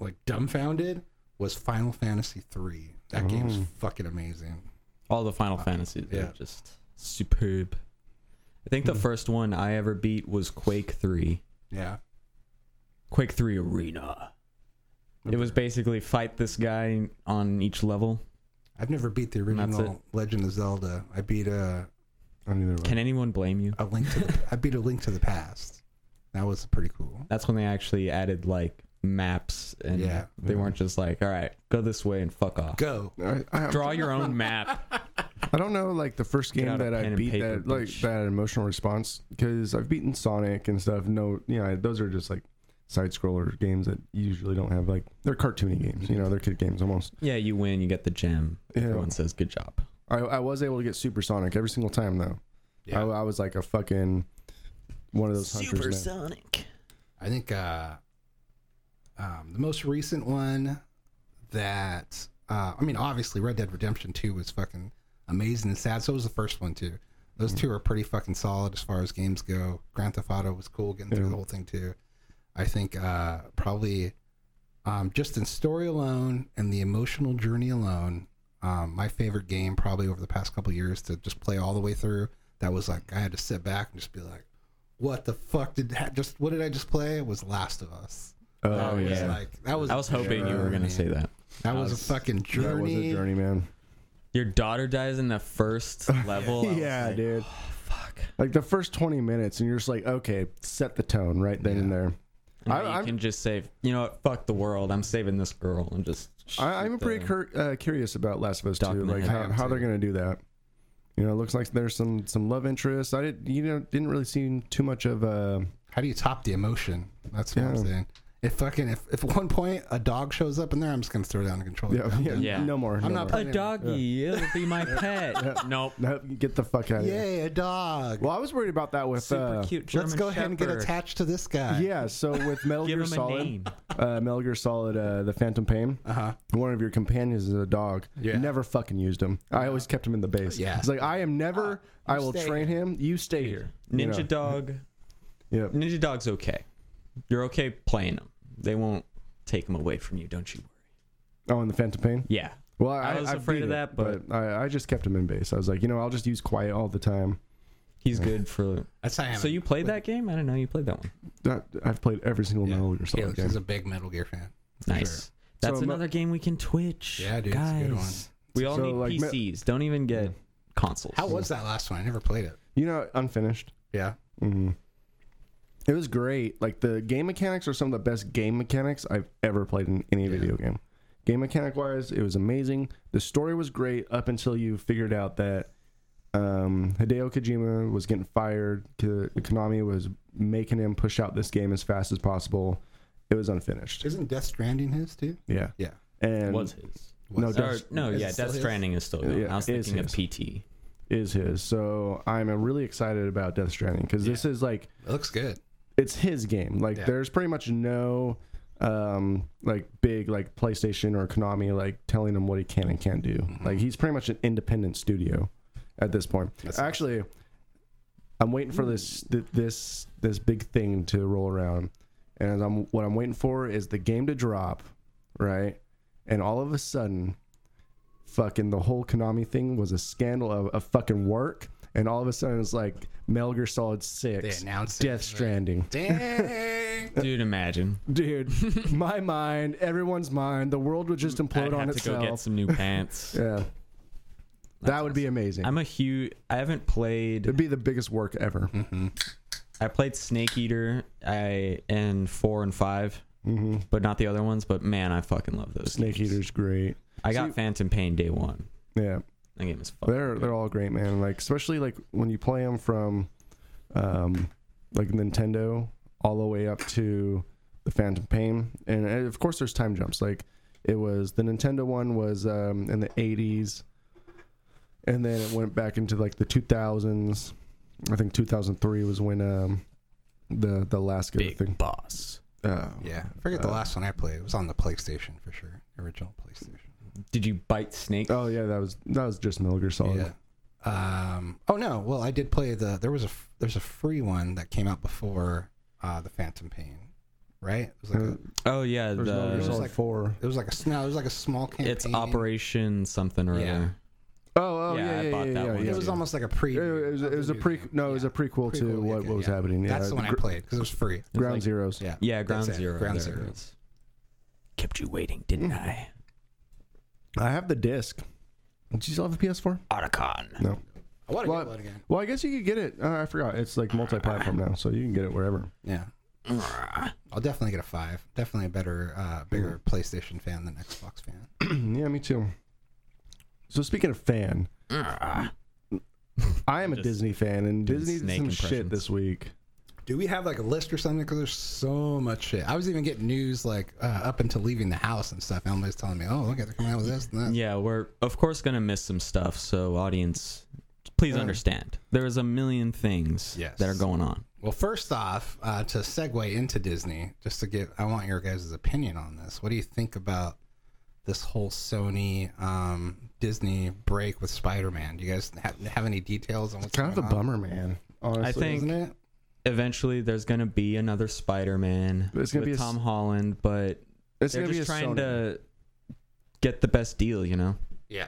Speaker 2: like dumbfounded. Was Final Fantasy three? That game's fucking amazing.
Speaker 6: all the Final Fantasies. Yeah,
Speaker 2: yeah.
Speaker 6: just superb. I think the
Speaker 5: Mm-hmm.
Speaker 6: first one I ever beat was Quake Three.
Speaker 2: Yeah,
Speaker 6: Quake Three Arena. It was basically fight this guy on each level.
Speaker 2: I've never beat the
Speaker 6: That's
Speaker 2: original Legend of Zelda. I beat a
Speaker 5: I don't either.
Speaker 6: Can anyone blame you?
Speaker 2: a link to the, I beat a Link to the Past. That was pretty cool.
Speaker 6: That's when they actually added like maps, and
Speaker 2: Yeah.
Speaker 6: they weren't just like, "All right, go this way and fuck off."
Speaker 2: Go.
Speaker 5: I, I,
Speaker 6: Draw your own map.
Speaker 5: I don't know, like the first
Speaker 6: Get
Speaker 5: game
Speaker 6: out a
Speaker 5: that I
Speaker 6: pen and
Speaker 5: beat
Speaker 6: paper,
Speaker 5: that like
Speaker 6: bitch.
Speaker 5: that emotional response because I've beaten Sonic and stuff. No, you know, those are just like side scroller games that usually don't have like they're cartoony games. You know, they're kid games almost.
Speaker 6: Yeah, you win, you get the gem.
Speaker 5: Yeah.
Speaker 6: Everyone says good job.
Speaker 5: I, I was able to get Super Sonic every single time though.
Speaker 2: Yeah.
Speaker 5: I, I was like a fucking one of those hunters. now.
Speaker 6: Sonic.
Speaker 2: I think uh, um, the most recent one that uh, I mean, obviously Red Dead Redemption Two was fucking amazing and sad. So was the first one too. Those two are pretty fucking solid as far as games go. Grand Theft Auto was cool getting through
Speaker 5: Yeah.
Speaker 2: the whole thing too. I think uh, probably um, just in story alone and the emotional journey alone, um, my favorite game probably over the past couple of years to just play all the way through. That was like I had to sit back and just be like, "What the fuck did ha- just what did I just play?" Was Last of Us.
Speaker 5: Oh,
Speaker 6: Oh,
Speaker 5: yeah,
Speaker 6: yeah.
Speaker 2: It's like that was
Speaker 6: I was hoping you were gonna say that.
Speaker 2: that was a
Speaker 6: That was-
Speaker 2: fucking
Speaker 5: that was
Speaker 2: journey.
Speaker 5: a journey, man.
Speaker 6: Your daughter dies in the first level. I Oh, was
Speaker 5: yeah,
Speaker 6: like,
Speaker 5: dude.
Speaker 6: Fuck.
Speaker 5: Like the first twenty minutes, and you're just like, okay, set the tone right then and there.
Speaker 6: And
Speaker 5: I-
Speaker 6: now you
Speaker 5: I'm-
Speaker 6: can just save. You know what? Fuck the world. I'm saving this girl and just.
Speaker 5: I, I'm
Speaker 6: shoot
Speaker 5: pretty
Speaker 6: the-
Speaker 5: cur- uh, curious about Last of Us Two,
Speaker 6: Document
Speaker 5: like
Speaker 6: it. I
Speaker 5: how,
Speaker 2: am
Speaker 5: how
Speaker 2: too.
Speaker 5: they're gonna do that. You know, it looks like there's some some love interest. I didn't, you know, didn't really see too much of. Uh,
Speaker 2: How do you top the emotion? That's what I'm
Speaker 5: Yeah.
Speaker 2: saying. If fucking if, if at one point a dog shows up in there, I'm just gonna throw down the controller.
Speaker 5: yeah, yeah,
Speaker 6: Yeah.
Speaker 5: no more.
Speaker 2: I'm
Speaker 5: no
Speaker 2: not
Speaker 5: more.
Speaker 6: A doggy. It'll be my pet. nope.
Speaker 5: No, get the fuck out of here.
Speaker 2: Yay, a dog!
Speaker 5: Well, I was worried about that with.
Speaker 6: Super
Speaker 5: Uh,
Speaker 6: cute. German
Speaker 2: Let's go ahead and get
Speaker 6: Shepherd.
Speaker 2: attached to this guy.
Speaker 5: yeah, so with Metal
Speaker 6: Give
Speaker 5: Gear
Speaker 6: him a
Speaker 5: Solid,
Speaker 6: name. Uh-huh.
Speaker 5: uh, Metal Gear Solid, uh, the Phantom Pain.
Speaker 2: Uh huh.
Speaker 5: One of your companions is a dog.
Speaker 2: Yeah.
Speaker 5: Never fucking used him. I always kept him in the base.
Speaker 2: Yeah.
Speaker 5: It's like I am never. I will
Speaker 2: Uh, stay
Speaker 5: train him. You stay here. You
Speaker 6: Ninja
Speaker 5: know.
Speaker 6: dog.
Speaker 5: Yep.
Speaker 6: Ninja dog's okay. You're okay playing them. They won't take them away from you. Don't you worry.
Speaker 5: Oh, and the Phantom Pain.
Speaker 6: Yeah.
Speaker 5: Well, I,
Speaker 6: was
Speaker 5: I
Speaker 6: afraid
Speaker 5: beat
Speaker 6: of
Speaker 5: it,
Speaker 6: that, but-
Speaker 5: I, I just kept him in base. I was like, you know, I'll just use quiet all the time.
Speaker 6: He's good for.
Speaker 2: That's how I am.
Speaker 6: So you played that game? I don't know. You played that one.
Speaker 5: That- I've played every single
Speaker 2: Yeah.
Speaker 5: Metal Gear Solid
Speaker 2: Caleb is
Speaker 5: game.
Speaker 2: a big Metal Gear fan. for
Speaker 6: Nice.
Speaker 2: sure.
Speaker 6: That's
Speaker 5: So, mo-
Speaker 6: another game we can Twitch.
Speaker 2: Yeah, dude, it's a
Speaker 6: Guys.
Speaker 2: good
Speaker 6: We all
Speaker 5: So,
Speaker 6: need
Speaker 5: like, me-
Speaker 6: PCs. Don't even get
Speaker 5: Yeah.
Speaker 6: consoles.
Speaker 2: How was that last one? I never played it.
Speaker 5: You know, unfinished.
Speaker 2: Yeah.
Speaker 5: hmm It was great. Like the game mechanics are some of the best game mechanics I've ever played in any video game. Game mechanic wise, it was amazing. The story was great up until you figured out that um, Hideo Kojima was getting fired. Ko- Konami was making him push out this game as fast as possible. It was unfinished.
Speaker 2: Isn't Death Stranding his too?
Speaker 5: Yeah.
Speaker 2: Yeah.
Speaker 5: And
Speaker 6: was his?
Speaker 5: no,
Speaker 2: Was
Speaker 5: Death-
Speaker 6: Or, no,
Speaker 2: is
Speaker 6: yeah,
Speaker 2: it still
Speaker 6: Death
Speaker 2: his?
Speaker 6: Stranding is still good.
Speaker 5: Yeah,
Speaker 6: I was
Speaker 5: it is
Speaker 6: thinking of
Speaker 5: his.
Speaker 6: PT.
Speaker 5: is his. So I'm uh, really excited about Death Stranding because this is like
Speaker 2: It looks good.
Speaker 5: it's his game. Like
Speaker 2: Yeah.
Speaker 5: there's pretty much no um like big like PlayStation or Konami like telling him what he can and can't do.
Speaker 2: Mm-hmm.
Speaker 5: Like he's pretty much an independent studio at this point. Actually, I'm waiting for this th- this this big thing to roll around, and I'm what I'm waiting for is the game to drop, right? And all of a sudden, fucking the whole Konami thing was a scandal of, of fucking work, and all of a sudden it's like Metal Gear Solid Six,
Speaker 2: They announced it,
Speaker 5: Death
Speaker 2: right?
Speaker 5: Stranding,
Speaker 2: Dang.
Speaker 6: Dude, imagine.
Speaker 5: dude. my mind, everyone's mind, the world would just implode
Speaker 6: I'd
Speaker 5: on
Speaker 6: have to
Speaker 5: itself.
Speaker 6: go get some new pants.
Speaker 5: yeah, that would be amazing.
Speaker 6: I'm a huge. I haven't played.
Speaker 5: It'd be the biggest work ever.
Speaker 6: I played Snake Eater. I and four and 5 but not the other ones. But man, I fucking love those.
Speaker 5: Mm-hmm. Snake
Speaker 6: games.
Speaker 5: Eater's great.
Speaker 6: I got Phantom Pain day one.
Speaker 5: Yeah.
Speaker 6: That game is fucking.
Speaker 5: They're they're all great, man. Like especially like when you play them from, um, like Nintendo all the way up to the Phantom Pain, and, and of course there's time jumps. Like it was the Nintendo one was um, in the 80s, and then it went back into like the 2000s. I think 2003 was when um, the the last good
Speaker 6: big
Speaker 5: thing.
Speaker 6: boss.
Speaker 5: Uh,
Speaker 2: yeah. I forget the last one I played. It was on the PlayStation for sure. Original PlayStation.
Speaker 6: Did you bite snake?
Speaker 5: Oh yeah, that was that was just Metal Gear Solid.
Speaker 2: Yeah. Um, oh no. Well, I did play the. There was a. f- There's a free one that came out before uh, the Phantom Pain, right? It was like
Speaker 5: Uh,
Speaker 2: a.
Speaker 6: Oh yeah,
Speaker 5: There's Metal Gear
Speaker 2: was
Speaker 6: the,
Speaker 5: Solid
Speaker 2: like-
Speaker 5: Four.
Speaker 2: It was like a. s- No, it was like a small campaign.
Speaker 6: it's Operation something or
Speaker 2: Yeah.
Speaker 6: other.
Speaker 5: Oh, oh
Speaker 6: Yeah,
Speaker 5: yeah,
Speaker 6: I
Speaker 5: yeah, yeah,
Speaker 6: bought that
Speaker 5: yeah,
Speaker 6: one
Speaker 5: yeah.
Speaker 2: It was almost like a pre.
Speaker 5: It was, it was a pre. No, it was a prequel to
Speaker 2: Prequel,
Speaker 5: what,
Speaker 2: okay,
Speaker 5: what was
Speaker 2: yeah.
Speaker 5: happening. Yeah,
Speaker 2: That's the one I
Speaker 5: Gr-
Speaker 2: played because it was free.
Speaker 6: It was
Speaker 5: Ground
Speaker 6: like-
Speaker 5: Zeroes.
Speaker 2: Yeah.
Speaker 6: Yeah, Ground
Speaker 2: That's it,
Speaker 6: Zero.
Speaker 2: Ground
Speaker 6: there it
Speaker 2: Zero. Mm.
Speaker 6: is. Kept you waiting, didn't I?
Speaker 5: I have the disc. Do you still have a PS4?
Speaker 6: Otacon.
Speaker 5: No.
Speaker 2: I want to
Speaker 5: Well,
Speaker 2: get one again.
Speaker 5: Well, I guess you could get it. Uh, I forgot. It's like multi-platform now, so you can get it wherever.
Speaker 2: Yeah. I'll definitely get a five.
Speaker 5: Mm.
Speaker 2: Definitely a better, uh, bigger PlayStation fan than Xbox fan.
Speaker 5: yeah, me too. So speaking of fan, I am a
Speaker 6: Ah. Just
Speaker 5: Disney fan, and
Speaker 6: doing
Speaker 5: Disney did
Speaker 6: snake
Speaker 5: some shit
Speaker 6: impressions.
Speaker 5: this week.
Speaker 2: Do we have like a list or something? Because there's so much shit. I was even getting news like uh, up until leaving the house and stuff. Emily's telling me, "Oh, look, they're coming out with this and that."
Speaker 6: Yeah, we're of course gonna miss some stuff. So audience, please understand. There is a million things
Speaker 2: Uh. Yes.
Speaker 6: that are going on.
Speaker 2: Well, first off, uh, to segue into Disney, just to get, I want your guys' opinion on this. What do you think about this whole Sony um, Disney break with Spider-Man? Do you guys have, have any details on what's
Speaker 5: Kind of a
Speaker 2: going on?
Speaker 5: bummer, man. Honestly,
Speaker 6: I think
Speaker 2: Isn't it?
Speaker 6: eventually there's gonna be another Spider-Man
Speaker 5: It's gonna
Speaker 6: with
Speaker 5: be a s-
Speaker 6: Tom Holland, but
Speaker 5: it's
Speaker 6: they're
Speaker 5: gonna be a
Speaker 6: just trying
Speaker 5: Sony.
Speaker 6: to get the best deal. You know,
Speaker 2: Yeah.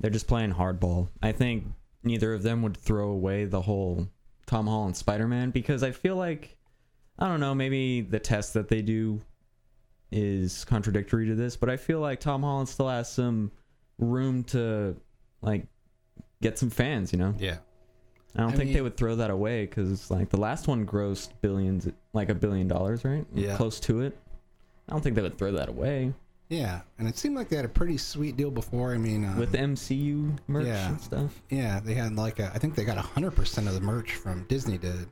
Speaker 6: they're just playing hardball. I think neither of them would throw away the whole Tom Holland Spider-Man because I feel like I don't know, maybe the test that they do is contradictory to this, but I feel like Tom Holland still has some room to like get some fans, you know.
Speaker 2: Yeah.
Speaker 6: I don't
Speaker 2: I
Speaker 6: think they
Speaker 2: mean-
Speaker 6: would throw that away because like the last one grossed billions, like a billion dollars, right?
Speaker 2: Yeah.
Speaker 6: close to it. I don't think they would throw that away
Speaker 2: Yeah. And it seemed like they had a pretty sweet deal before. I mean, um,
Speaker 6: with the MCU merch
Speaker 2: yeah.
Speaker 6: and stuff.
Speaker 2: Yeah, they had like a, I think they got hundred percent of the merch from Disney did,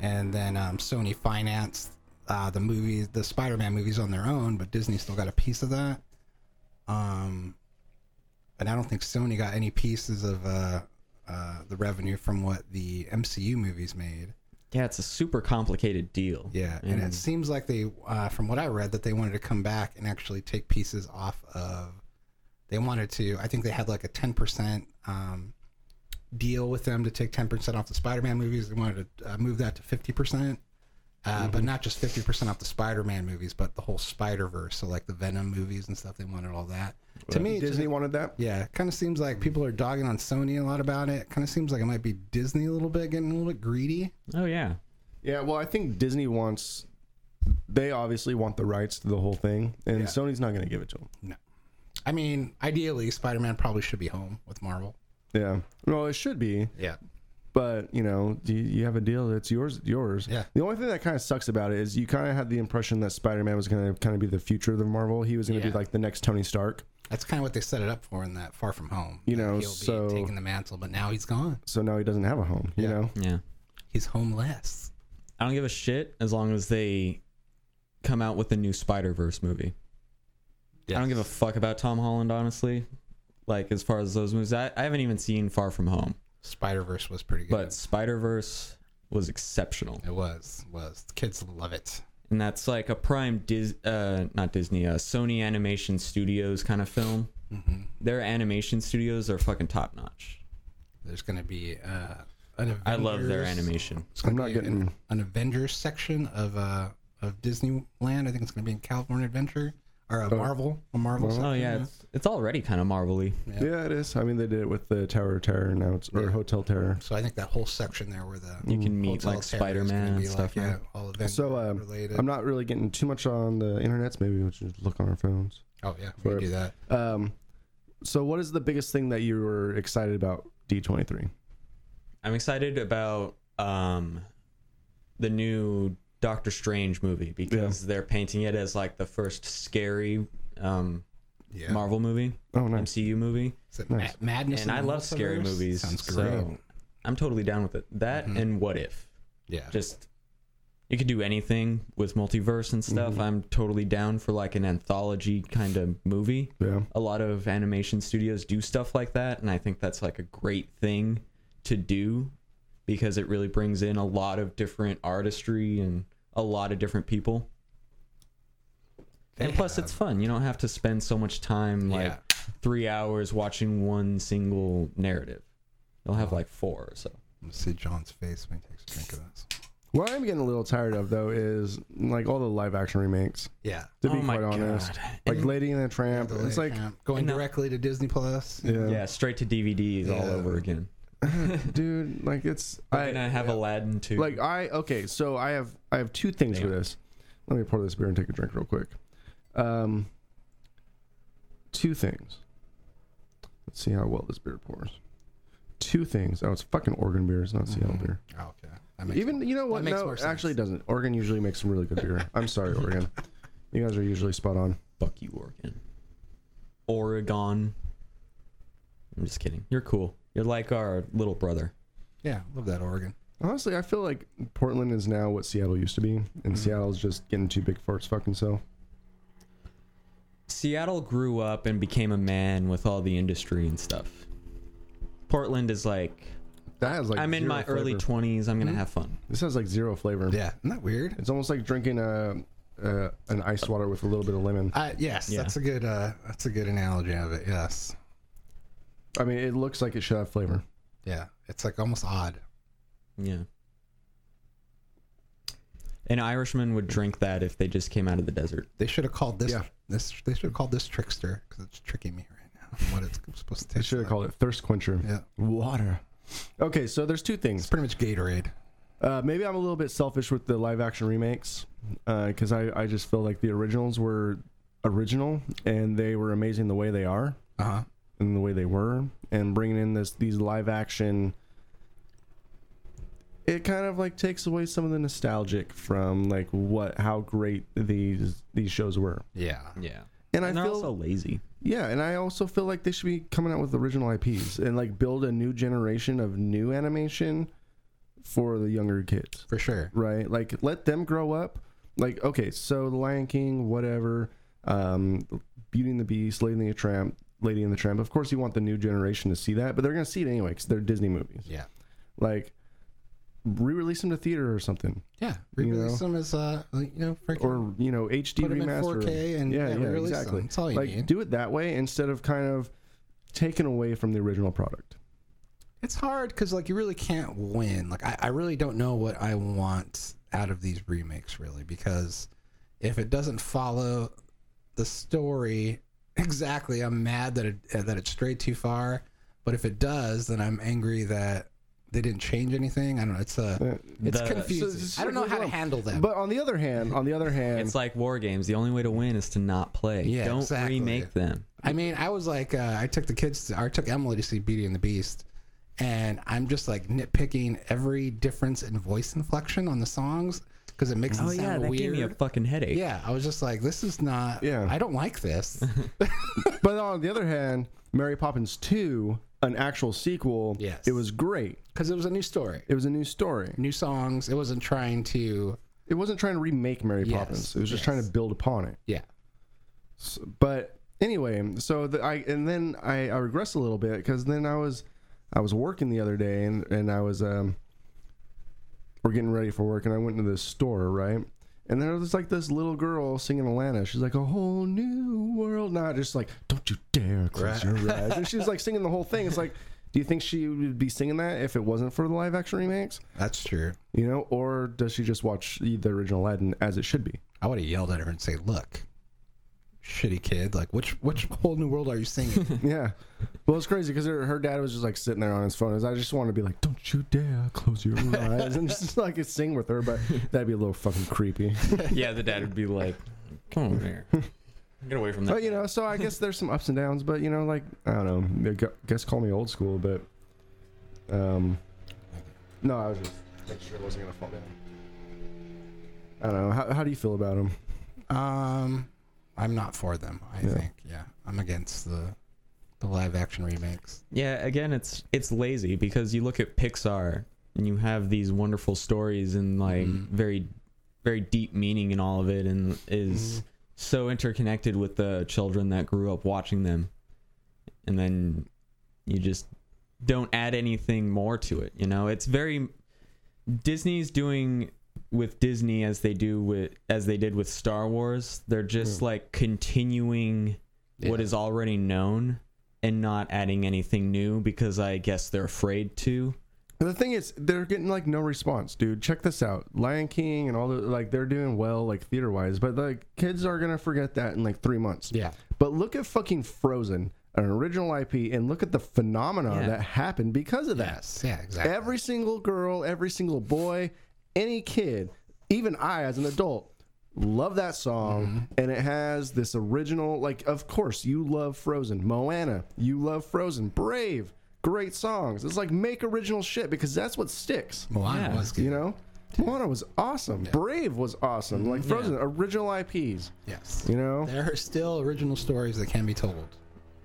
Speaker 2: and then um, Sony financed uh, the movies, the Spider-Man movies on their own, but Disney still got a piece of that. Um, and I don't think Sony got any pieces of uh, uh, the revenue from what the MCU movies made.
Speaker 6: Yeah, it's a super complicated deal.
Speaker 2: Yeah, and,
Speaker 6: and,
Speaker 2: it seems like they, uh, from what I read, that they wanted to come back and actually take pieces off of. They wanted to. I think they had like a ten percent um, deal with them to take ten percent off the Spider-Man movies. They wanted to uh, move that to fifty percent, uh, but not just fifty percent off the Spider-Man movies, but the whole Spider-Verse. So like the Venom movies and stuff. They wanted all that. to me, it just-
Speaker 5: Disney wanted that.
Speaker 2: yeah, it kind of seems like people are dogging on Sony a lot about it. Kind of seems like it might be Disney a little bit getting a little bit greedy.
Speaker 6: oh yeah,
Speaker 5: Yeah, well, I think Disney wants. They obviously want the rights to the whole thing, and Sony's not going to give it to them.
Speaker 2: I mean, ideally, Spider-Man probably should be home with Marvel.
Speaker 5: Yeah. Well, it should be,
Speaker 2: Yeah.
Speaker 5: but you know, you, you have a deal that's yours. Yours.
Speaker 2: Yeah.
Speaker 5: The only thing that kind of sucks about it is you kind of had the impression that Spider-Man was going to kind of be the future of the Marvel. He was going to
Speaker 2: Yeah.
Speaker 5: be like the next Tony Stark.
Speaker 2: That's kind of what they set it up for in that Far From Home.
Speaker 5: You
Speaker 2: that
Speaker 5: know,
Speaker 2: he'll
Speaker 5: so-
Speaker 2: be taking the mantle, but now he's gone.
Speaker 5: So now he doesn't have a home. You
Speaker 2: Yeah.
Speaker 5: know.
Speaker 6: yeah.
Speaker 2: He's homeless.
Speaker 6: I don't give a shit as long as they come out with a new Spider Verse movie. I don't give a fuck about Tom Holland, honestly. Like as far as those movies, I, I haven't even seen Far From Home,
Speaker 2: Spider Verse was pretty good.
Speaker 6: but Spider Verse was exceptional,
Speaker 2: it was was the kids love it.
Speaker 6: and that's like a prime Dis uh not Disney uh Sony Animation Studios kind of film.
Speaker 2: Mm-hmm.
Speaker 6: Their animation studios are fucking top notch.
Speaker 2: There's gonna be uh, an Avengers,
Speaker 6: I love their animation.
Speaker 2: It's gonna
Speaker 5: I'm not
Speaker 2: be an,
Speaker 5: getting-
Speaker 2: an Avengers section of uh of Disneyland. I think it's gonna be in California Adventure or a Marvel a Marvel.
Speaker 6: Oh
Speaker 2: section,
Speaker 6: yeah, it's, it's already kind of marvelly.
Speaker 2: Yeah.
Speaker 5: Yeah. it is. I mean, they did it with the Tower of Terror now, it's, or
Speaker 2: Yeah.
Speaker 5: Hotel Terror.
Speaker 2: So I think that whole section there where the
Speaker 6: You can meet
Speaker 2: hotel
Speaker 6: like
Speaker 2: terror is gonna
Speaker 6: Spider Man
Speaker 2: be
Speaker 6: and stuff.
Speaker 2: Like, yeah,
Speaker 6: now.
Speaker 2: all Avengers
Speaker 5: So um,
Speaker 2: related.
Speaker 5: I'm not really getting too much on the internets. Maybe we should look on our phones.
Speaker 2: oh yeah, we
Speaker 5: for-
Speaker 2: can do that.
Speaker 5: Um, so what is the biggest thing that you were excited about D23?
Speaker 6: I'm excited about um, the new Doctor Strange movie because they're painting it as like the first scary um,
Speaker 2: Yeah.
Speaker 6: Marvel movie,
Speaker 5: Oh, nice.
Speaker 6: MCU movie,
Speaker 2: Is it
Speaker 5: Nice.
Speaker 2: Ma- madness?
Speaker 6: and
Speaker 2: in
Speaker 6: I
Speaker 2: the
Speaker 6: love scary
Speaker 2: multiverse?
Speaker 6: movies.
Speaker 2: Sounds great. Mm-hmm.
Speaker 6: So I'm totally down with it. That and What If?
Speaker 2: yeah.
Speaker 6: Just you could do anything with multiverse and stuff.
Speaker 2: Mm-hmm.
Speaker 6: I'm totally down for like an anthology kind of movie.
Speaker 5: Yeah.
Speaker 6: a lot of animation studios do stuff like that and i think that's like a great thing to do because it really brings in a lot of different artistry and a lot of different people and
Speaker 2: They
Speaker 6: plus
Speaker 2: have-
Speaker 6: it's fun you don't have to spend so much time like
Speaker 2: Yeah.
Speaker 6: three hours watching one single narrative you'll have like four or so
Speaker 2: Let me see John's face when he takes a drink of this.
Speaker 5: What I'm getting a little tired of though is like all the live action remakes.
Speaker 2: Yeah.
Speaker 5: To be
Speaker 6: Oh my
Speaker 5: quite honest,
Speaker 6: God.
Speaker 5: like Lady and the Tramp. It's like
Speaker 2: Um, going
Speaker 6: No.
Speaker 2: directly to Disney Plus.
Speaker 5: yeah,
Speaker 6: yeah straight to dvds all
Speaker 2: Yeah.
Speaker 6: over again
Speaker 5: dude. Like it's
Speaker 6: i and
Speaker 5: I
Speaker 6: i have aladdin too
Speaker 5: like I okay. So I have I have two things for
Speaker 6: Damn.
Speaker 5: this. Let me pour this beer and take a drink real quick. Um, two things. Let's see how well this beer pours. Two things. Oh, it's fucking Oregon beer. It's not Seattle beer.
Speaker 2: Oh, okay. That makes
Speaker 5: Even you know what?
Speaker 2: makes
Speaker 5: No,
Speaker 2: more sense.
Speaker 5: actually, it doesn't. Oregon usually makes some really good beer. I'm sorry, Oregon. You guys are usually spot on.
Speaker 6: fuck you oregon oregon I'm just kidding. You're cool. You're like our little brother.
Speaker 2: Yeah, love that Oregon.
Speaker 5: Honestly, I feel like Portland is now what Seattle used to be, and
Speaker 2: Mm-hmm.
Speaker 5: Seattle's just getting too big for its fucking self.
Speaker 6: Seattle grew up and became a man with all the industry and stuff. Portland is like,
Speaker 5: That has like
Speaker 6: I'm in
Speaker 5: zero
Speaker 6: my early
Speaker 5: flavor.
Speaker 6: 20s. I'm going to have fun.
Speaker 5: This has like zero flavor.
Speaker 2: Yeah, isn't that weird?
Speaker 5: It's almost like drinking a, uh an iced water with a little bit of lemon.
Speaker 2: Uh, yes,
Speaker 6: Yeah.
Speaker 2: that's a good uh, that's a good analogy of it. Yes,
Speaker 5: I mean, it looks like it should have flavor.
Speaker 2: yeah, it's like almost odd.
Speaker 6: Yeah. An Irishman would drink that if they just came out of the desert.
Speaker 2: They should have called this
Speaker 5: Yeah.
Speaker 2: this they should have called this trickster because it's tricking me right now. on What it's supposed to taste?
Speaker 5: They should have
Speaker 2: like.
Speaker 5: called it thirst quencher.
Speaker 2: Yeah,
Speaker 5: Water. Okay, so there's two things.
Speaker 2: it's pretty much Gatorade.
Speaker 5: Uh, maybe I'm a little bit selfish with the live action remakes because I, I just feel like the originals were original and they were amazing the way they are
Speaker 2: Uh huh.
Speaker 5: and the way they were, and bringing in this these live action. It kind of like takes away some of the nostalgic from like what how great these these shows were,
Speaker 2: Yeah.
Speaker 6: Yeah.
Speaker 5: and,
Speaker 6: And
Speaker 5: I
Speaker 6: they're
Speaker 5: feel
Speaker 6: also lazy.
Speaker 5: yeah, and I also feel like they should be coming out with original IPs and like build a new generation of new animation for the younger kids
Speaker 2: for sure.
Speaker 5: right? Like let them grow up. Like okay, so The Lion King, whatever, um, Beauty and the Beast, Lady and the Tramp, Lady and the Tramp. Of course, you want the new generation to see that, but they're gonna see it anyway because they're Disney movies.
Speaker 2: Yeah.
Speaker 5: Like re-release them to theater or something,
Speaker 2: Yeah.
Speaker 5: You
Speaker 2: Re-release them as uh, like, you know, freaking
Speaker 5: or you know HD
Speaker 2: put them in
Speaker 5: remaster.
Speaker 2: 4K and
Speaker 5: yeah,
Speaker 2: yeah,
Speaker 5: yeah,
Speaker 2: re-release
Speaker 5: exactly.
Speaker 2: them. That's all you
Speaker 5: like
Speaker 2: need.
Speaker 5: do it that way instead of kind of taken away from the original product.
Speaker 2: it's hard because like you really can't win. Like I, I really don't know what I want out of these remakes really because if it doesn't follow the story exactly, I'm mad that it that it strayed too far. But if it does, then I'm angry that they didn't change anything. I don't know. It's a
Speaker 5: Uh,
Speaker 2: it's
Speaker 6: The-
Speaker 2: confusing.
Speaker 5: So it's
Speaker 2: I don't know how to
Speaker 5: overwhelmed.
Speaker 2: handle that.
Speaker 5: But on the other hand, on the other hand,
Speaker 6: It's like war games. The only way to win is to not play.
Speaker 2: Yeah,
Speaker 6: Don't
Speaker 2: exactly.
Speaker 6: remake them.
Speaker 2: I mean, I was like, uh, I took the kids, to, or I took Emily to see Beauty and the Beast, and I'm just like nitpicking every difference in voice inflection on the songs because it makes
Speaker 6: Oh
Speaker 2: it sound
Speaker 6: yeah, that
Speaker 2: weird.
Speaker 6: gave me a fucking headache.
Speaker 2: yeah, I was just like, this is not.
Speaker 5: Yeah.
Speaker 2: I don't like this.
Speaker 5: But on the other hand, Mary Poppins 2, an actual sequel,
Speaker 2: Yes.
Speaker 5: it was great.
Speaker 2: because it was a new story,
Speaker 5: It was a new story.
Speaker 2: new songs. It wasn't trying to.
Speaker 5: It wasn't trying to remake Mary
Speaker 2: Yes,
Speaker 5: Poppins. It was just
Speaker 2: yes.
Speaker 5: trying to build upon it.
Speaker 2: Yeah,
Speaker 5: S- But anyway, so the, I and then I, I regress a little bit because then I was I was working the other day and and I was um we're getting ready for work and I went into this store right and there was like this little girl singing Atlanta. She's like a whole new world. Not just like don't you dare close your eyes. And she's like singing the whole thing. It's like. Do you think she would be singing that if it wasn't for the live action remakes?
Speaker 2: that's true.
Speaker 5: You know, or does she just watch the the original Aladdin as it should be?
Speaker 2: I would have yelled at her and say, "Look, shitty kid! Like, which which whole new world are you singing?"
Speaker 5: Yeah. Well, it's crazy because her, her dad was just like sitting there on his phone. I just want to be like, don't you dare close your eyes and just like sing with her, but that'd be a little fucking creepy.
Speaker 6: yeah, the dad would be like, "Come over here, get away from that."
Speaker 5: But you know, so I guess there's some ups and downs, but you know, like, I don't know. I gu- guess call me old school, but. um, No, I was just making sure it wasn't going to fall down. I don't know. How, how do you feel about him?
Speaker 2: um, I'm not for them. I
Speaker 5: Yeah.
Speaker 2: think. Yeah, I'm against the the live action remakes.
Speaker 6: Yeah, again, it's it's lazy because you look at Pixar and you have these wonderful stories and like
Speaker 2: Mhm.
Speaker 6: very very deep meaning in all of it and is so interconnected with the children that grew up watching them. And then you just don't add anything more to it, you know? It's very Disney's doing with Disney as they do with as they did with Star Wars. They're just like continuing what
Speaker 2: Hmm. Yeah.
Speaker 6: is already known and not adding anything new because I guess they're afraid to.
Speaker 5: The thing is, they're getting like no response, dude. Check this out: Lion King and all the like, they're doing well, like theater wise, but like kids are gonna forget that in like three months.
Speaker 2: Yeah.
Speaker 5: But look at fucking Frozen, an original IP, and look at the phenomenon
Speaker 6: Yeah.
Speaker 5: that happened because of that.
Speaker 2: Yes. Yeah. Exactly.
Speaker 5: Every single girl, every single boy, any kid, even I as an adult, love that song. And it has this original, like, of course, you love Frozen. Moana, you love Frozen. Brave, great songs. It's like make original shit because that's what sticks,
Speaker 2: Moana
Speaker 6: Yeah.
Speaker 2: was good.
Speaker 5: you know? Moana was awesome. Brave was awesome. Like Frozen, original IPs,
Speaker 2: Yes.
Speaker 5: you know?
Speaker 2: There are still original stories that can be told.